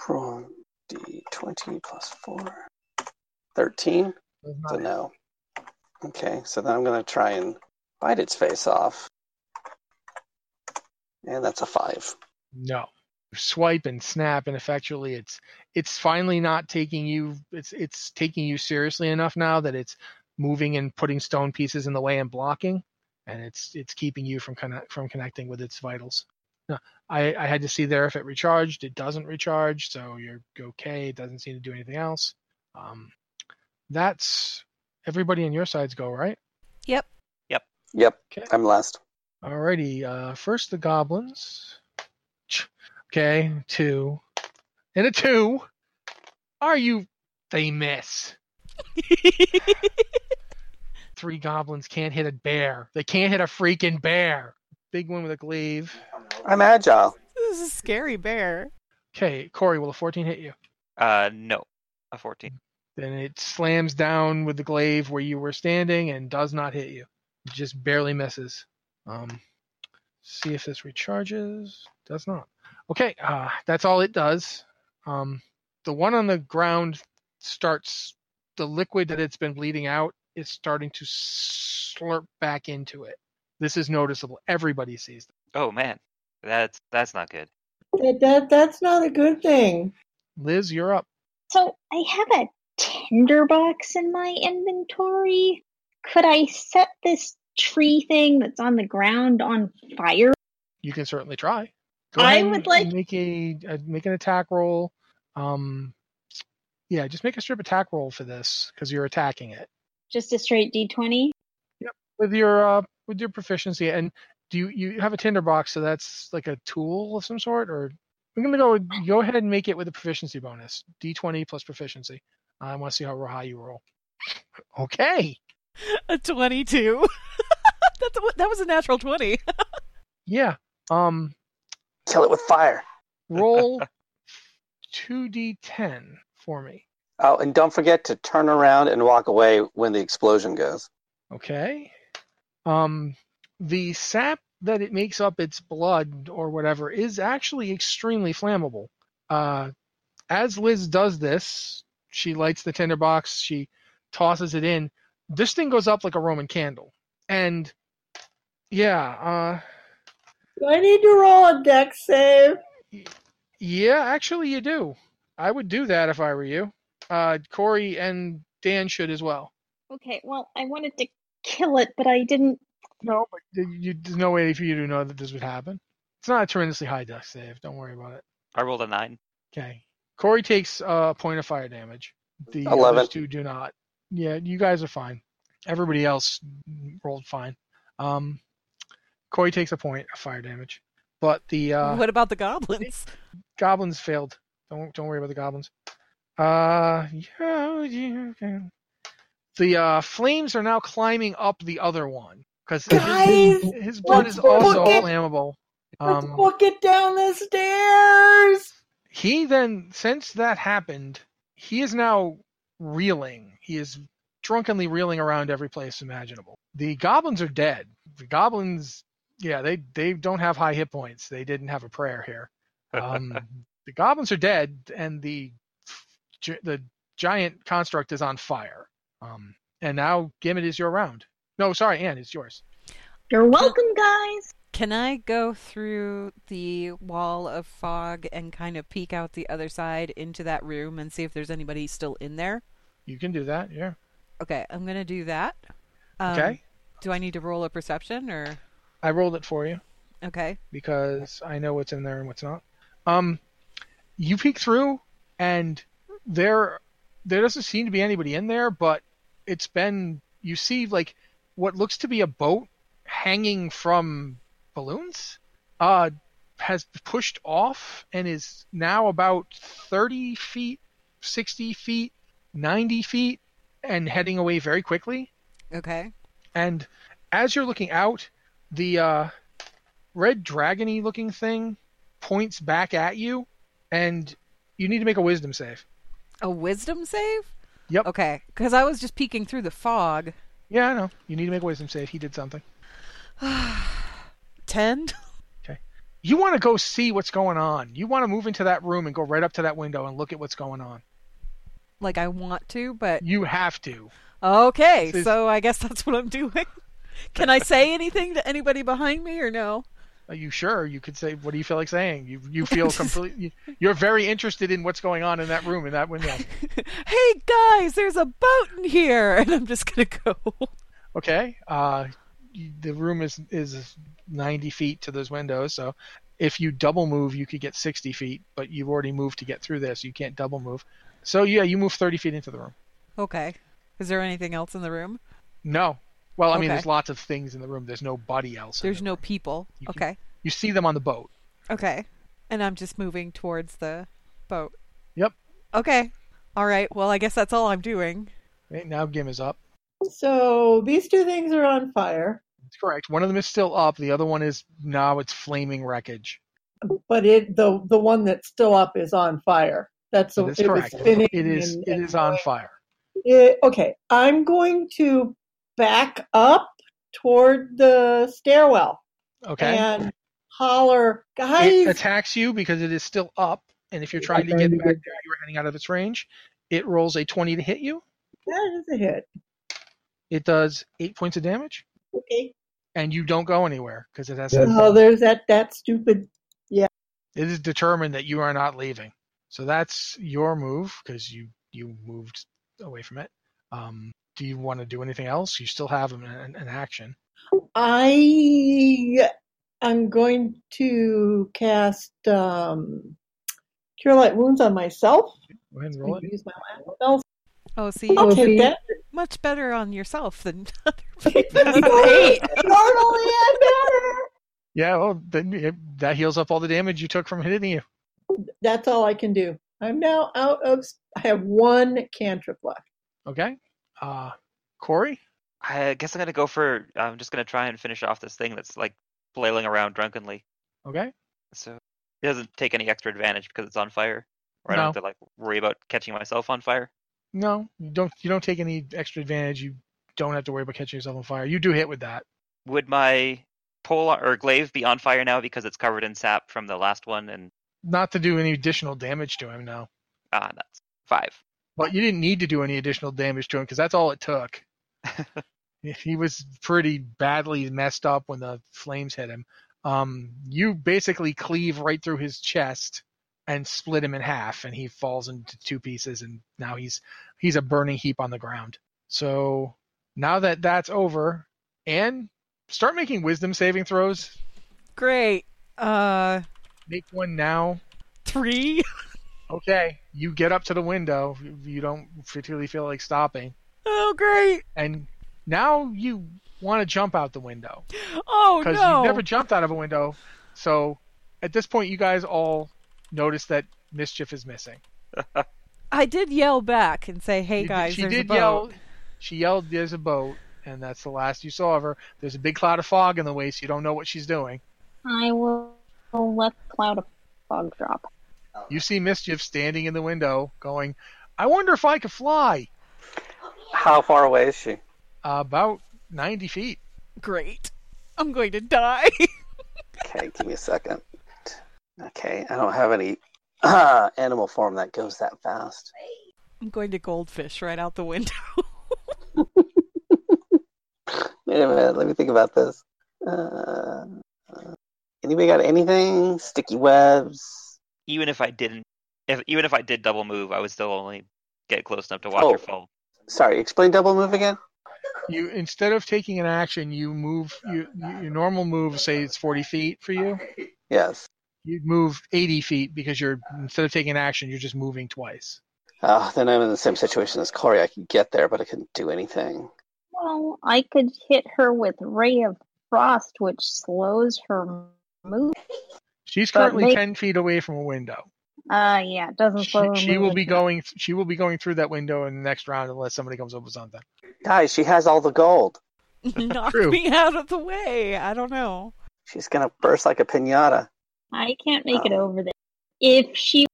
Speaker 7: Roll D20 plus 4. 13.
Speaker 2: Does
Speaker 7: So
Speaker 2: not
Speaker 7: Oh, no. Okay, so then I'm going to try and bite its face off. And that's a 5.
Speaker 2: No. Swipe and snap ineffectually. It's it's finally not taking you it's it's taking you seriously enough now that it's moving and putting stone pieces in the way and blocking and it's it's keeping you from connect, from connecting with its vitals. No, I, I had to see there if it recharged. It doesn't recharge, so you're okay. It doesn't seem to do anything else. Um, that's everybody on your side's go, right?
Speaker 7: Yep,
Speaker 2: Okay.
Speaker 7: I'm last.
Speaker 2: Alrighty, uh, first the goblins. Ch- Okay, two. And a two. Are you. They miss. Three goblins can't hit a bear. They can't hit a freaking bear. Big one with a glaive.
Speaker 7: I'm agile.
Speaker 1: This is a scary bear.
Speaker 2: Okay, Corey, will a 14 hit you?
Speaker 6: Uh, no, a 14.
Speaker 2: Then it slams down with the glaive where you were standing and does not hit you. It just barely misses. Um, see if this recharges. Does not. Okay, uh, that's all it does. Um, the one on the ground starts the liquid that it's been bleeding out is starting to slurp back into it. This is noticeable. Everybody sees this.
Speaker 6: Oh man, that's that's not good.
Speaker 4: That, that that's not a good thing.
Speaker 2: Liz, you're up.
Speaker 5: So I have a tinderbox in my inventory. Could I set this tree thing that's on the ground on fire?
Speaker 2: You can certainly try. Go
Speaker 5: I
Speaker 2: ahead and
Speaker 5: would like-
Speaker 2: make a, uh make an attack roll. Um, yeah, just make a strip attack roll for this because you're attacking it
Speaker 5: Just a straight d20?
Speaker 2: with your uh, with your proficiency. And do you you have a tinderbox? So that's like a tool of some sort, or I'm gonna go with- go ahead and make it with a proficiency bonus. D20 plus proficiency. I want to see how high you roll. Okay.
Speaker 1: A 22. That's a, that was a natural 20.
Speaker 2: Yeah. Um
Speaker 7: Kill it with fire.
Speaker 2: roll 2d10 for me.
Speaker 7: Oh, and don't forget to turn around and walk away when the explosion goes.
Speaker 2: Okay. Um the sap that it makes up its blood or whatever is actually extremely flammable. Uh as Liz does this, she lights the tinderbox, she tosses it in. This thing goes up like a Roman candle. And yeah, uh
Speaker 4: Do I need to roll a deck save?
Speaker 2: Yeah, actually, you do. I would do that if I were you. Uh, Corey and Dan should as well.
Speaker 5: Okay, well, I wanted to kill it, but I didn't.
Speaker 2: No, but th- you, there's no way for you to know that this would happen. It's not a tremendously high deck save. Don't worry about it.
Speaker 6: I rolled a nine.
Speaker 2: Okay. Corey takes uh, a point of fire damage. The
Speaker 7: Eleven.
Speaker 2: others two do not. Yeah, you guys are fine. Everybody else rolled fine. Um, Corey takes a point of fire damage, but the uh,
Speaker 1: what about the goblins?
Speaker 2: goblins failed. Don't don't worry about the goblins. Uh, yeah, yeah, okay. The uh, flames are now climbing up the other one because his,
Speaker 4: Guys,
Speaker 2: his blood
Speaker 4: let's
Speaker 2: is also
Speaker 4: book it.
Speaker 2: flammable.
Speaker 4: Let's
Speaker 2: Um,
Speaker 4: book it down the stairs.
Speaker 2: he then, since that happened, he is now reeling. He is drunkenly reeling around every place imaginable. The goblins are dead. The goblins, yeah, they they don't have high hit points. They didn't have a prayer here. um, the goblins are dead, and the gi- the giant construct is on fire. Um, and now Gimmet is your round. No, sorry, Anne, it's yours.
Speaker 5: You're welcome, guys!
Speaker 1: Can I go through the wall of fog and kind of peek out the other side into that room and see if there's anybody still in there?
Speaker 2: You can do that. Yeah.
Speaker 1: Okay, I'm going to do that. Um,
Speaker 2: Okay.
Speaker 1: Do I need to roll a perception or.
Speaker 2: I rolled it for you
Speaker 1: Okay.
Speaker 2: because I know what's in there and what's not. Um, you peek through, and there there doesn't seem to be anybody in there, but it's been you see like what looks to be a boat hanging from balloons uh has pushed off and is now about 30 feet 60 feet 90 feet and heading away very quickly
Speaker 1: Okay.
Speaker 2: and as you're looking out, the uh, red dragony looking thing points back at you, and you need to make a wisdom save.
Speaker 1: A wisdom save?
Speaker 2: Yep.
Speaker 1: Okay, because I was just peeking through the fog.
Speaker 2: Yeah, I know. You need to make a wisdom save. He did something.
Speaker 1: 10?
Speaker 2: You want to go see what's going on. You want to move into that room and go right up to that window and look at what's going on.
Speaker 1: Like I want to, but.
Speaker 2: You have to.
Speaker 1: Okay,
Speaker 2: This is-
Speaker 1: so I guess that's what I'm doing. Can I say anything to anybody behind me or no?
Speaker 2: Are you sure? You could say, "What do you feel like saying?" You you feel completely. You're very interested in what's going on in that room in that window.
Speaker 1: hey guys, there's a boat in here, and I'm just gonna go.
Speaker 2: Okay. Uh, y- the room is is 90 feet to those windows, so if you double move, you could get 60 feet, but you've already moved to get through this. You can't double move. So yeah, you move 30 feet into the room.
Speaker 1: Okay. Is there anything else in the room?
Speaker 2: No. Well, I mean,
Speaker 1: Okay.
Speaker 2: there's lots of things in the room. There's nobody else. in
Speaker 1: There's
Speaker 2: the
Speaker 1: no
Speaker 2: room.
Speaker 1: people.
Speaker 2: You can-
Speaker 1: Okay.
Speaker 2: You see them on the boat.
Speaker 1: Okay. And I'm just moving towards the boat.
Speaker 2: Yep.
Speaker 1: Okay. All right. Well, I guess that's all I'm doing.
Speaker 2: Right now, Gim is up.
Speaker 4: So these two things are on fire,
Speaker 2: That's correct. One of them is still up. The other one is now it's flaming wreckage.
Speaker 4: but it the the one that's still up is on fire. That's
Speaker 2: That
Speaker 4: a,
Speaker 2: is
Speaker 4: it was
Speaker 2: correct.
Speaker 4: spinning.
Speaker 2: It is
Speaker 4: and-
Speaker 2: it
Speaker 4: and
Speaker 2: is on
Speaker 4: going-
Speaker 2: fire.
Speaker 4: Yeah, okay, I'm going to back up toward the stairwell
Speaker 2: Okay.
Speaker 4: and holler,
Speaker 2: it
Speaker 4: guys.
Speaker 2: attacks you because it is still up, and if you're trying to get back there, you are heading out of its range. It rolls a 20 to hit you.
Speaker 4: That is a hit.
Speaker 2: It does eight points of damage,
Speaker 4: Okay.
Speaker 2: and you don't go anywhere because it has.
Speaker 4: Oh, there's that that stupid.
Speaker 2: It is determined that you are not leaving, so that's your move because you you moved away from it. Um, do you want to do anything else? You still have an, an, an action.
Speaker 4: I I'm going to cast um, cure light wounds on myself.
Speaker 2: Go ahead and roll it.
Speaker 4: Use my last spell.
Speaker 1: Oh, see, you
Speaker 4: I'll
Speaker 1: did
Speaker 4: take that.
Speaker 1: much better on yourself than other
Speaker 4: You
Speaker 1: people. That's an
Speaker 4: know,
Speaker 1: eight.
Speaker 4: Normally I'm better.
Speaker 2: Yeah, well, then it, that heals up all the damage you took from hitting you.
Speaker 4: That's all I can do. I'm now out of. I have one cantrip left.
Speaker 2: Okay. Uh, Corey,
Speaker 6: I guess I'm gonna go for. I'm just gonna try and finish off this thing that's like flailing around drunkenly.
Speaker 2: okay.
Speaker 6: So it doesn't take any extra advantage because it's on fire, or I don't
Speaker 2: No.
Speaker 6: have to like worry about catching myself on fire.
Speaker 2: No, you don't. You don't take any extra advantage. You don't have to worry about catching yourself on fire. You do hit with that.
Speaker 6: Would my pole or glaive be on fire now because it's covered in sap from the last one? And
Speaker 2: Not to do any additional damage to him, no.
Speaker 6: ah, that's five.
Speaker 2: But you didn't need to do any additional damage to him because that's all it took. he was pretty badly messed up when the flames hit him. Um, you basically cleave right through his chest and split him in half, and he falls into two pieces. And now he's he's a burning heap on the ground. So now that that's over, and start making wisdom saving throws.
Speaker 1: Great. Uh,
Speaker 2: Make one now.
Speaker 1: three.
Speaker 2: Okay, you get up to the window. You don't particularly feel like stopping,
Speaker 1: Oh, great.
Speaker 2: and now you want to jump out the window.
Speaker 1: Oh
Speaker 2: because
Speaker 1: no.
Speaker 2: you've never jumped out of a window. So at this point, you guys all notice that mischief is missing.
Speaker 1: I did yell back and say, "Hey
Speaker 2: You did-
Speaker 1: guys,
Speaker 2: she
Speaker 1: there's
Speaker 2: did
Speaker 1: a boat."
Speaker 2: yell. She yelled, "There's a boat," and that's the last you saw of her. There's a big cloud of fog in the way, so you don't know what she's doing.
Speaker 5: I will will let the cloud of fog drop.
Speaker 2: You see mischief standing in the window, going, "I wonder if I could fly." uh,
Speaker 7: How far away is she?
Speaker 2: about 90 feet.
Speaker 1: Great. I'm going to die.
Speaker 7: Okay, give me a second. Okay, I don't have any uh, animal form that goes that fast.
Speaker 1: I'm going to goldfish right out the window.
Speaker 7: Wait a minute, let me think about this. Uh, uh, anybody got anything? Sticky webs.
Speaker 6: Even if I didn't, if even if I did double move, I would still only get close enough to watch
Speaker 7: Oh.
Speaker 6: her fall.
Speaker 7: Sorry, explain double move again.
Speaker 2: You instead of taking an action, you move. You, you- your normal move, say it's 40 feet for you.
Speaker 7: Yes.
Speaker 2: You'd move 80 feet because you're instead of taking an action, you're just moving twice.
Speaker 7: Oh, then I'm in the same situation as Corey. I could get there, but I couldn't do anything.
Speaker 5: Well, I could hit her with ray of frost, which slows her move.
Speaker 2: She's
Speaker 5: But
Speaker 2: currently
Speaker 5: they-
Speaker 2: ten feet away from a window.
Speaker 5: Uh, yeah, it doesn't slow
Speaker 2: She,
Speaker 5: her
Speaker 2: she
Speaker 5: move
Speaker 2: will be
Speaker 5: as much.
Speaker 2: going. She will be going through that window in the next round unless somebody comes up with something.
Speaker 7: Guys, she has all the gold.
Speaker 1: Knock
Speaker 2: True.
Speaker 1: me out of the way. I don't know.
Speaker 7: She's gonna burst like a pinata.
Speaker 5: I can't make it
Speaker 7: Oh.
Speaker 5: over there. If she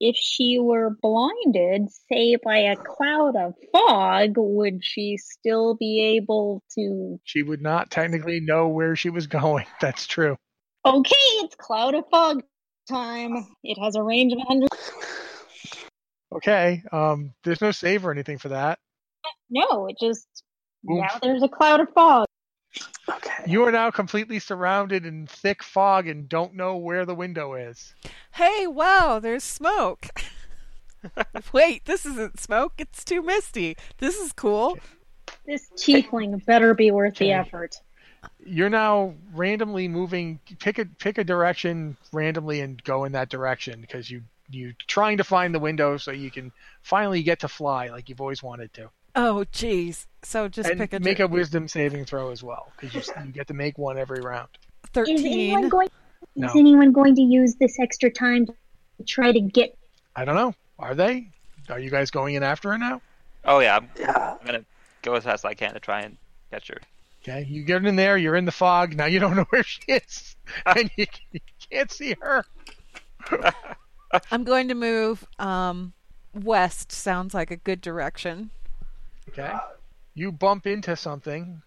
Speaker 5: if she were blinded, say by a cloud of fog, would she still be able to?
Speaker 2: She would not technically know where she was going. That's true.
Speaker 5: Okay, it's cloud of fog time. It has a range of 100.
Speaker 2: Okay. Um. There's no save or anything for that.
Speaker 5: No, it just
Speaker 2: Oof.
Speaker 5: now there's a cloud of fog.
Speaker 7: Okay.
Speaker 2: You are now completely surrounded in thick fog and don't know where the window is.
Speaker 1: Hey, wow, there's smoke. Wait, this isn't smoke. It's too misty. This is cool.
Speaker 5: This tiefling better be worth the
Speaker 2: Okay.
Speaker 5: effort.
Speaker 2: You're now randomly moving. Pick a pick a direction randomly and go in that direction because you you're trying to find the window so you can finally get to fly like you've always wanted to.
Speaker 1: Oh, jeez. So just
Speaker 2: and
Speaker 1: pick a
Speaker 2: make
Speaker 1: dir-
Speaker 2: a wisdom saving throw as well because you, s- you get to make one every round.
Speaker 5: Is anyone
Speaker 1: thirteen.
Speaker 5: going?
Speaker 2: No.
Speaker 5: Is anyone going to use this extra time to try to get?
Speaker 2: I don't know. Are they? Are you guys going in after her now?
Speaker 6: Oh yeah, I'm,
Speaker 7: Yeah.
Speaker 6: I'm gonna go as fast as I can to try and catch her.
Speaker 2: Okay, you get in there. You're in the fog now. You don't know where she is, and you, you can't see her.
Speaker 1: I'm going to move um, west. Sounds like a good direction.
Speaker 2: Okay. You bump into something.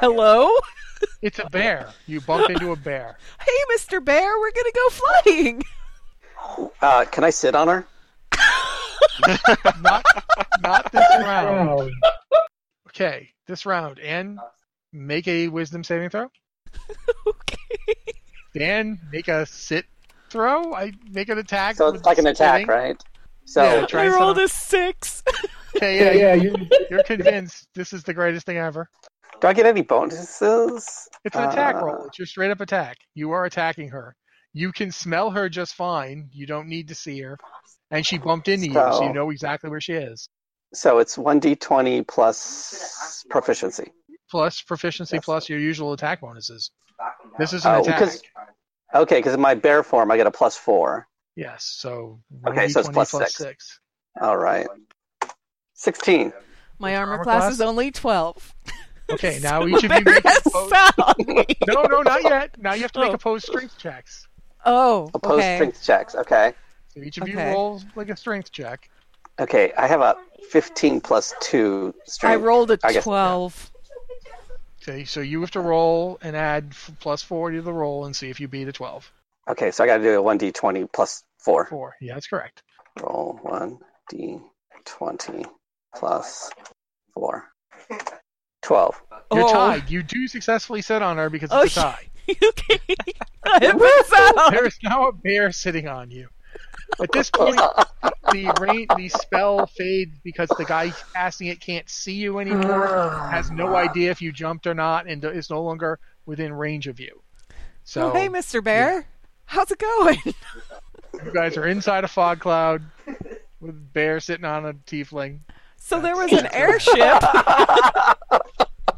Speaker 1: Hello?
Speaker 2: It's a bear. You bump into a bear.
Speaker 1: Hey, Mr. Bear, we're going to go flying.
Speaker 7: Uh, can I sit on her?
Speaker 2: Not, not this
Speaker 11: Oh.
Speaker 2: round. Okay, this round. And make a wisdom saving throw.
Speaker 1: okay.
Speaker 2: Dan, make a sit throw. I make an attack.
Speaker 7: So
Speaker 2: with
Speaker 7: it's like an attack,
Speaker 2: sitting.
Speaker 7: right? So
Speaker 2: Yeah, try
Speaker 1: I rolled
Speaker 2: some.
Speaker 1: a six.
Speaker 2: Okay,
Speaker 11: Yeah,
Speaker 2: yeah,
Speaker 11: yeah, you,
Speaker 2: You're convinced this is the greatest thing ever.
Speaker 7: do I get any bonuses?
Speaker 2: It's an attack
Speaker 7: Uh,
Speaker 2: roll. It's your straight up attack. You are attacking her. You can smell her just fine. You don't need to see her. And she bumped into you, so
Speaker 7: So-
Speaker 2: you know exactly where she is.
Speaker 7: So it's one d twenty plus proficiency.
Speaker 2: Plus proficiency,
Speaker 7: Yes.
Speaker 2: plus your usual attack bonuses. This is an
Speaker 7: Oh,
Speaker 2: attack.
Speaker 7: because okay, because in my bear form I get a plus four.
Speaker 2: Yes, so
Speaker 7: Okay, so it's
Speaker 2: 1d20
Speaker 7: plus
Speaker 2: plus
Speaker 7: six.
Speaker 2: six.
Speaker 7: All right, sixteen.
Speaker 1: My
Speaker 2: With
Speaker 1: armor,
Speaker 2: armor
Speaker 1: class,
Speaker 2: class?
Speaker 1: is only 12.
Speaker 2: Okay, now
Speaker 1: So
Speaker 2: each of
Speaker 1: my
Speaker 2: you make
Speaker 1: bear
Speaker 2: a
Speaker 1: has
Speaker 2: post.
Speaker 1: found me.
Speaker 2: No, no, not yet. Now you have to make
Speaker 1: Oh.
Speaker 2: opposed strength checks.
Speaker 1: Oh,
Speaker 7: Opposed
Speaker 1: okay.
Speaker 7: strength checks. Okay,
Speaker 2: So each of you
Speaker 1: Okay.
Speaker 2: rolls like a strength check.
Speaker 7: okay. I have a fifteen plus two
Speaker 1: I
Speaker 7: strength.
Speaker 1: rolled a
Speaker 7: I guess-
Speaker 1: 12.
Speaker 2: Okay, so you have to roll and add f- plus four to the roll and see if you beat a 12.
Speaker 7: Okay, so I got to do a one d twenty plus four.
Speaker 2: Four. Yeah, that's correct.
Speaker 7: Roll one d twenty plus four. Twelve.
Speaker 2: You're
Speaker 1: oh.
Speaker 2: tied. You do successfully sit on her because
Speaker 1: Oh,
Speaker 2: it's
Speaker 1: sh-
Speaker 2: a tie.
Speaker 1: okay. I have been found.
Speaker 2: There is now a bear sitting on you. At this point, the rain, the spell fades because the guy casting it can't see you anymore, has no idea if you jumped or not, and is no longer within range of you. So
Speaker 1: oh, hey, Mr. Bear. How's it going?
Speaker 2: you guys are inside a fog cloud with a bear sitting on a tiefling.
Speaker 1: So there was
Speaker 2: That's-
Speaker 1: an
Speaker 2: that's
Speaker 1: airship. Oh,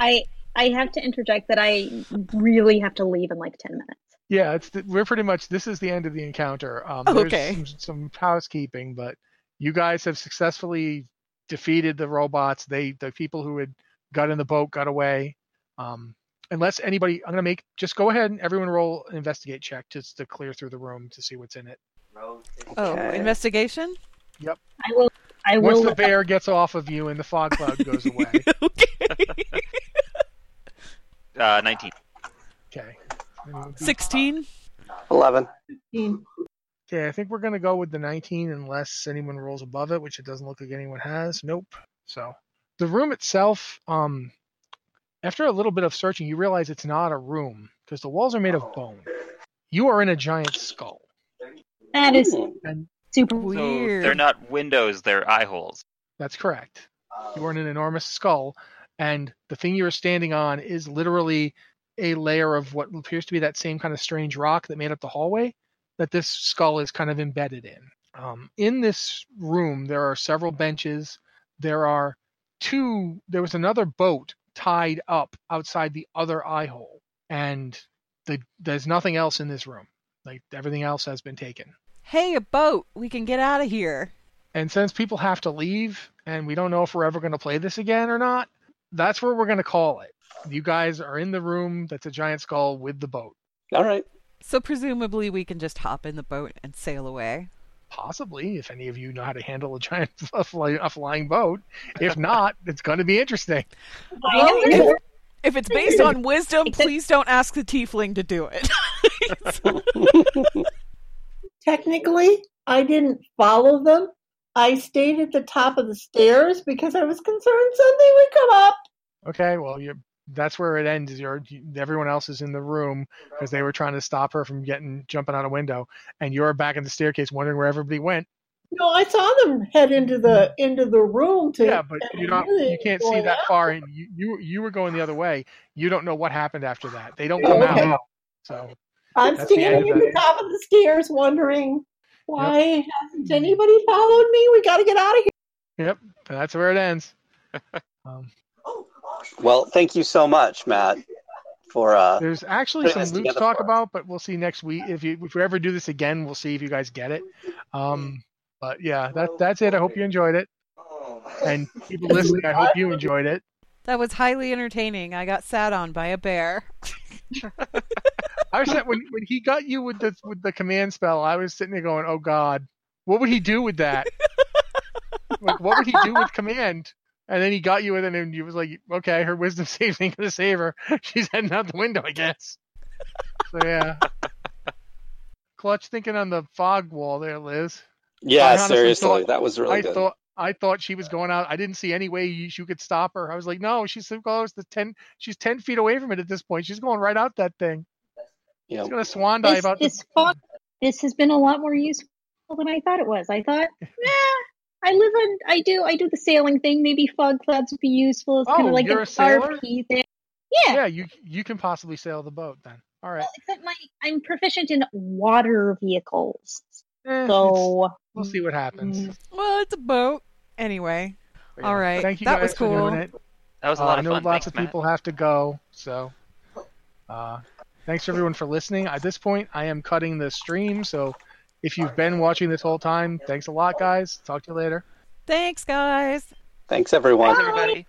Speaker 5: I I have to interject that I really have to leave in like ten minutes.
Speaker 2: Yeah, it's the, we're pretty much this is the end of the encounter. Um, there's
Speaker 1: Okay.
Speaker 2: some, some housekeeping, but you guys have successfully defeated the robots. They the people who had got in the boat got away. Um, unless anybody, I'm gonna make just go ahead and everyone roll an investigate check just to clear through the room to see what's in it.
Speaker 1: Oh,
Speaker 7: Okay.
Speaker 1: investigation?
Speaker 5: I will. I
Speaker 2: Once
Speaker 5: will.
Speaker 2: the bear gets off of you and the fog cloud goes away.
Speaker 1: okay.
Speaker 6: Uh, 19.
Speaker 2: Okay. Anyone beat-
Speaker 1: 16?
Speaker 7: Eleven.
Speaker 2: Okay, I think we're gonna go with the 19 unless anyone rolls above it, which it doesn't look like anyone has. Nope. So the room itself, um, after a little bit of searching, you realize it's not a room because the walls are made of bone. You are in a giant skull,
Speaker 5: That is
Speaker 10: Um,
Speaker 7: Hmm.
Speaker 2: and
Speaker 5: super.
Speaker 1: Weird.
Speaker 6: So they're not windows, they're eye holes.
Speaker 2: that's correct. You are in an enormous skull, and the thing you are standing on is literally a layer of what appears to be that same kind of strange rock that made up the hallway that this skull is kind of embedded in. Um, in this room, there are several benches. There are two, there was another boat tied up outside the other eye hole, and the, there's nothing else in this room. Like everything else has been taken.
Speaker 1: Hey, a boat. We can get out of here.
Speaker 2: And since people have to leave and we don't know if we're ever going to play this again or not, that's where we're going to call it. You guys are in the room that's a giant skull with the boat.
Speaker 7: All right.
Speaker 1: So presumably we can just hop in the boat and sail away.
Speaker 2: Possibly, if any of you know how to handle a giant a fly, a flying boat. If not, it's going to be interesting.
Speaker 4: Oh,
Speaker 1: If, if it's based on wisdom, please don't ask the tiefling to do it.
Speaker 4: Technically, I didn't follow them. I stayed at the top of the stairs because I was concerned something would come up.
Speaker 2: Okay, well, you that's where it ends. is You're, everyone else is in the room because they were trying to stop her from getting jumping out a window, and you're back in the staircase wondering where everybody went.
Speaker 4: No, I saw them head into the into the room to.
Speaker 2: Yeah, but you're not.
Speaker 4: really
Speaker 2: You can't see
Speaker 4: going
Speaker 2: that
Speaker 4: out.
Speaker 2: far, and you, you you were going the other way. You don't know what happened after that. They don't
Speaker 4: Oh,
Speaker 2: come
Speaker 4: okay.
Speaker 2: out. So
Speaker 4: I'm
Speaker 2: That's the end
Speaker 4: standing
Speaker 2: of
Speaker 4: at the
Speaker 2: that.
Speaker 4: top of the stairs, wondering why hasn't anybody followed me? We got to get out of here.
Speaker 2: that's where it ends. Um,
Speaker 10: oh,
Speaker 7: Well, thank you so much, Matt, for uh,
Speaker 2: there's actually
Speaker 7: Put
Speaker 2: some
Speaker 7: this
Speaker 2: loot to
Speaker 7: together
Speaker 2: talk
Speaker 7: for us.
Speaker 2: about, but we'll see next week. If you if we ever do this again, we'll see if you guys get it. Um, but yeah,
Speaker 4: Oh,
Speaker 2: that that's it. I hope you enjoyed it, and people listening, I hope you enjoyed it.
Speaker 1: That was highly entertaining. I got sat on by a bear.
Speaker 2: I was when when he got you with the with the command spell, I was sitting there going, "Oh God, what would he do with that? like, what would he do with command?" And then he got you with it, and you was like, "Okay, her wisdom save ain't gonna save her. She's heading out the window, I guess." So yeah, clutch thinking on the fog wall there, Liz. I
Speaker 7: Yeah,
Speaker 2: honestly
Speaker 7: seriously,
Speaker 2: thought-
Speaker 7: that was really
Speaker 2: I
Speaker 7: good.
Speaker 2: thought I thought she was going out. I didn't see any way you, you could stop her. I was like, "No, she's so close. The ten, she's ten feet away from it at this point. She's going right out that thing.
Speaker 7: Yeah.
Speaker 2: She's gonna swan dive
Speaker 5: This,
Speaker 2: out the
Speaker 5: this, fog, this has been a lot more useful than I thought it was. I thought, yeah, I live on, I do, I do the sailing thing. Maybe fog clouds would be useful. It's kind
Speaker 2: Oh,
Speaker 5: of like
Speaker 2: you're
Speaker 5: an
Speaker 2: a sailor?
Speaker 5: RP thing. yeah,
Speaker 2: yeah, you you can possibly sail the boat then. All right.
Speaker 5: Well, except my I'm proficient in water vehicles,
Speaker 2: Eh, it's-
Speaker 5: so
Speaker 2: we'll see what happens.
Speaker 5: mm,
Speaker 1: Well, it's a boat. Anyway.
Speaker 2: But
Speaker 1: All right,
Speaker 2: Thank you
Speaker 1: that
Speaker 2: guys
Speaker 1: was
Speaker 2: for doing
Speaker 1: cool.
Speaker 2: it.
Speaker 6: That was a
Speaker 2: Uh, I
Speaker 6: lot of
Speaker 2: know
Speaker 6: fun.
Speaker 2: lots
Speaker 6: Thanks,
Speaker 2: of
Speaker 6: Matt.
Speaker 2: people have to go, so uh, thanks everyone for listening. At this point, I am cutting the stream, so if you've been watching this whole time, thanks a lot, guys. Talk to you later.
Speaker 1: Thanks, guys.
Speaker 7: Thanks, everyone.
Speaker 6: Thanks, everybody.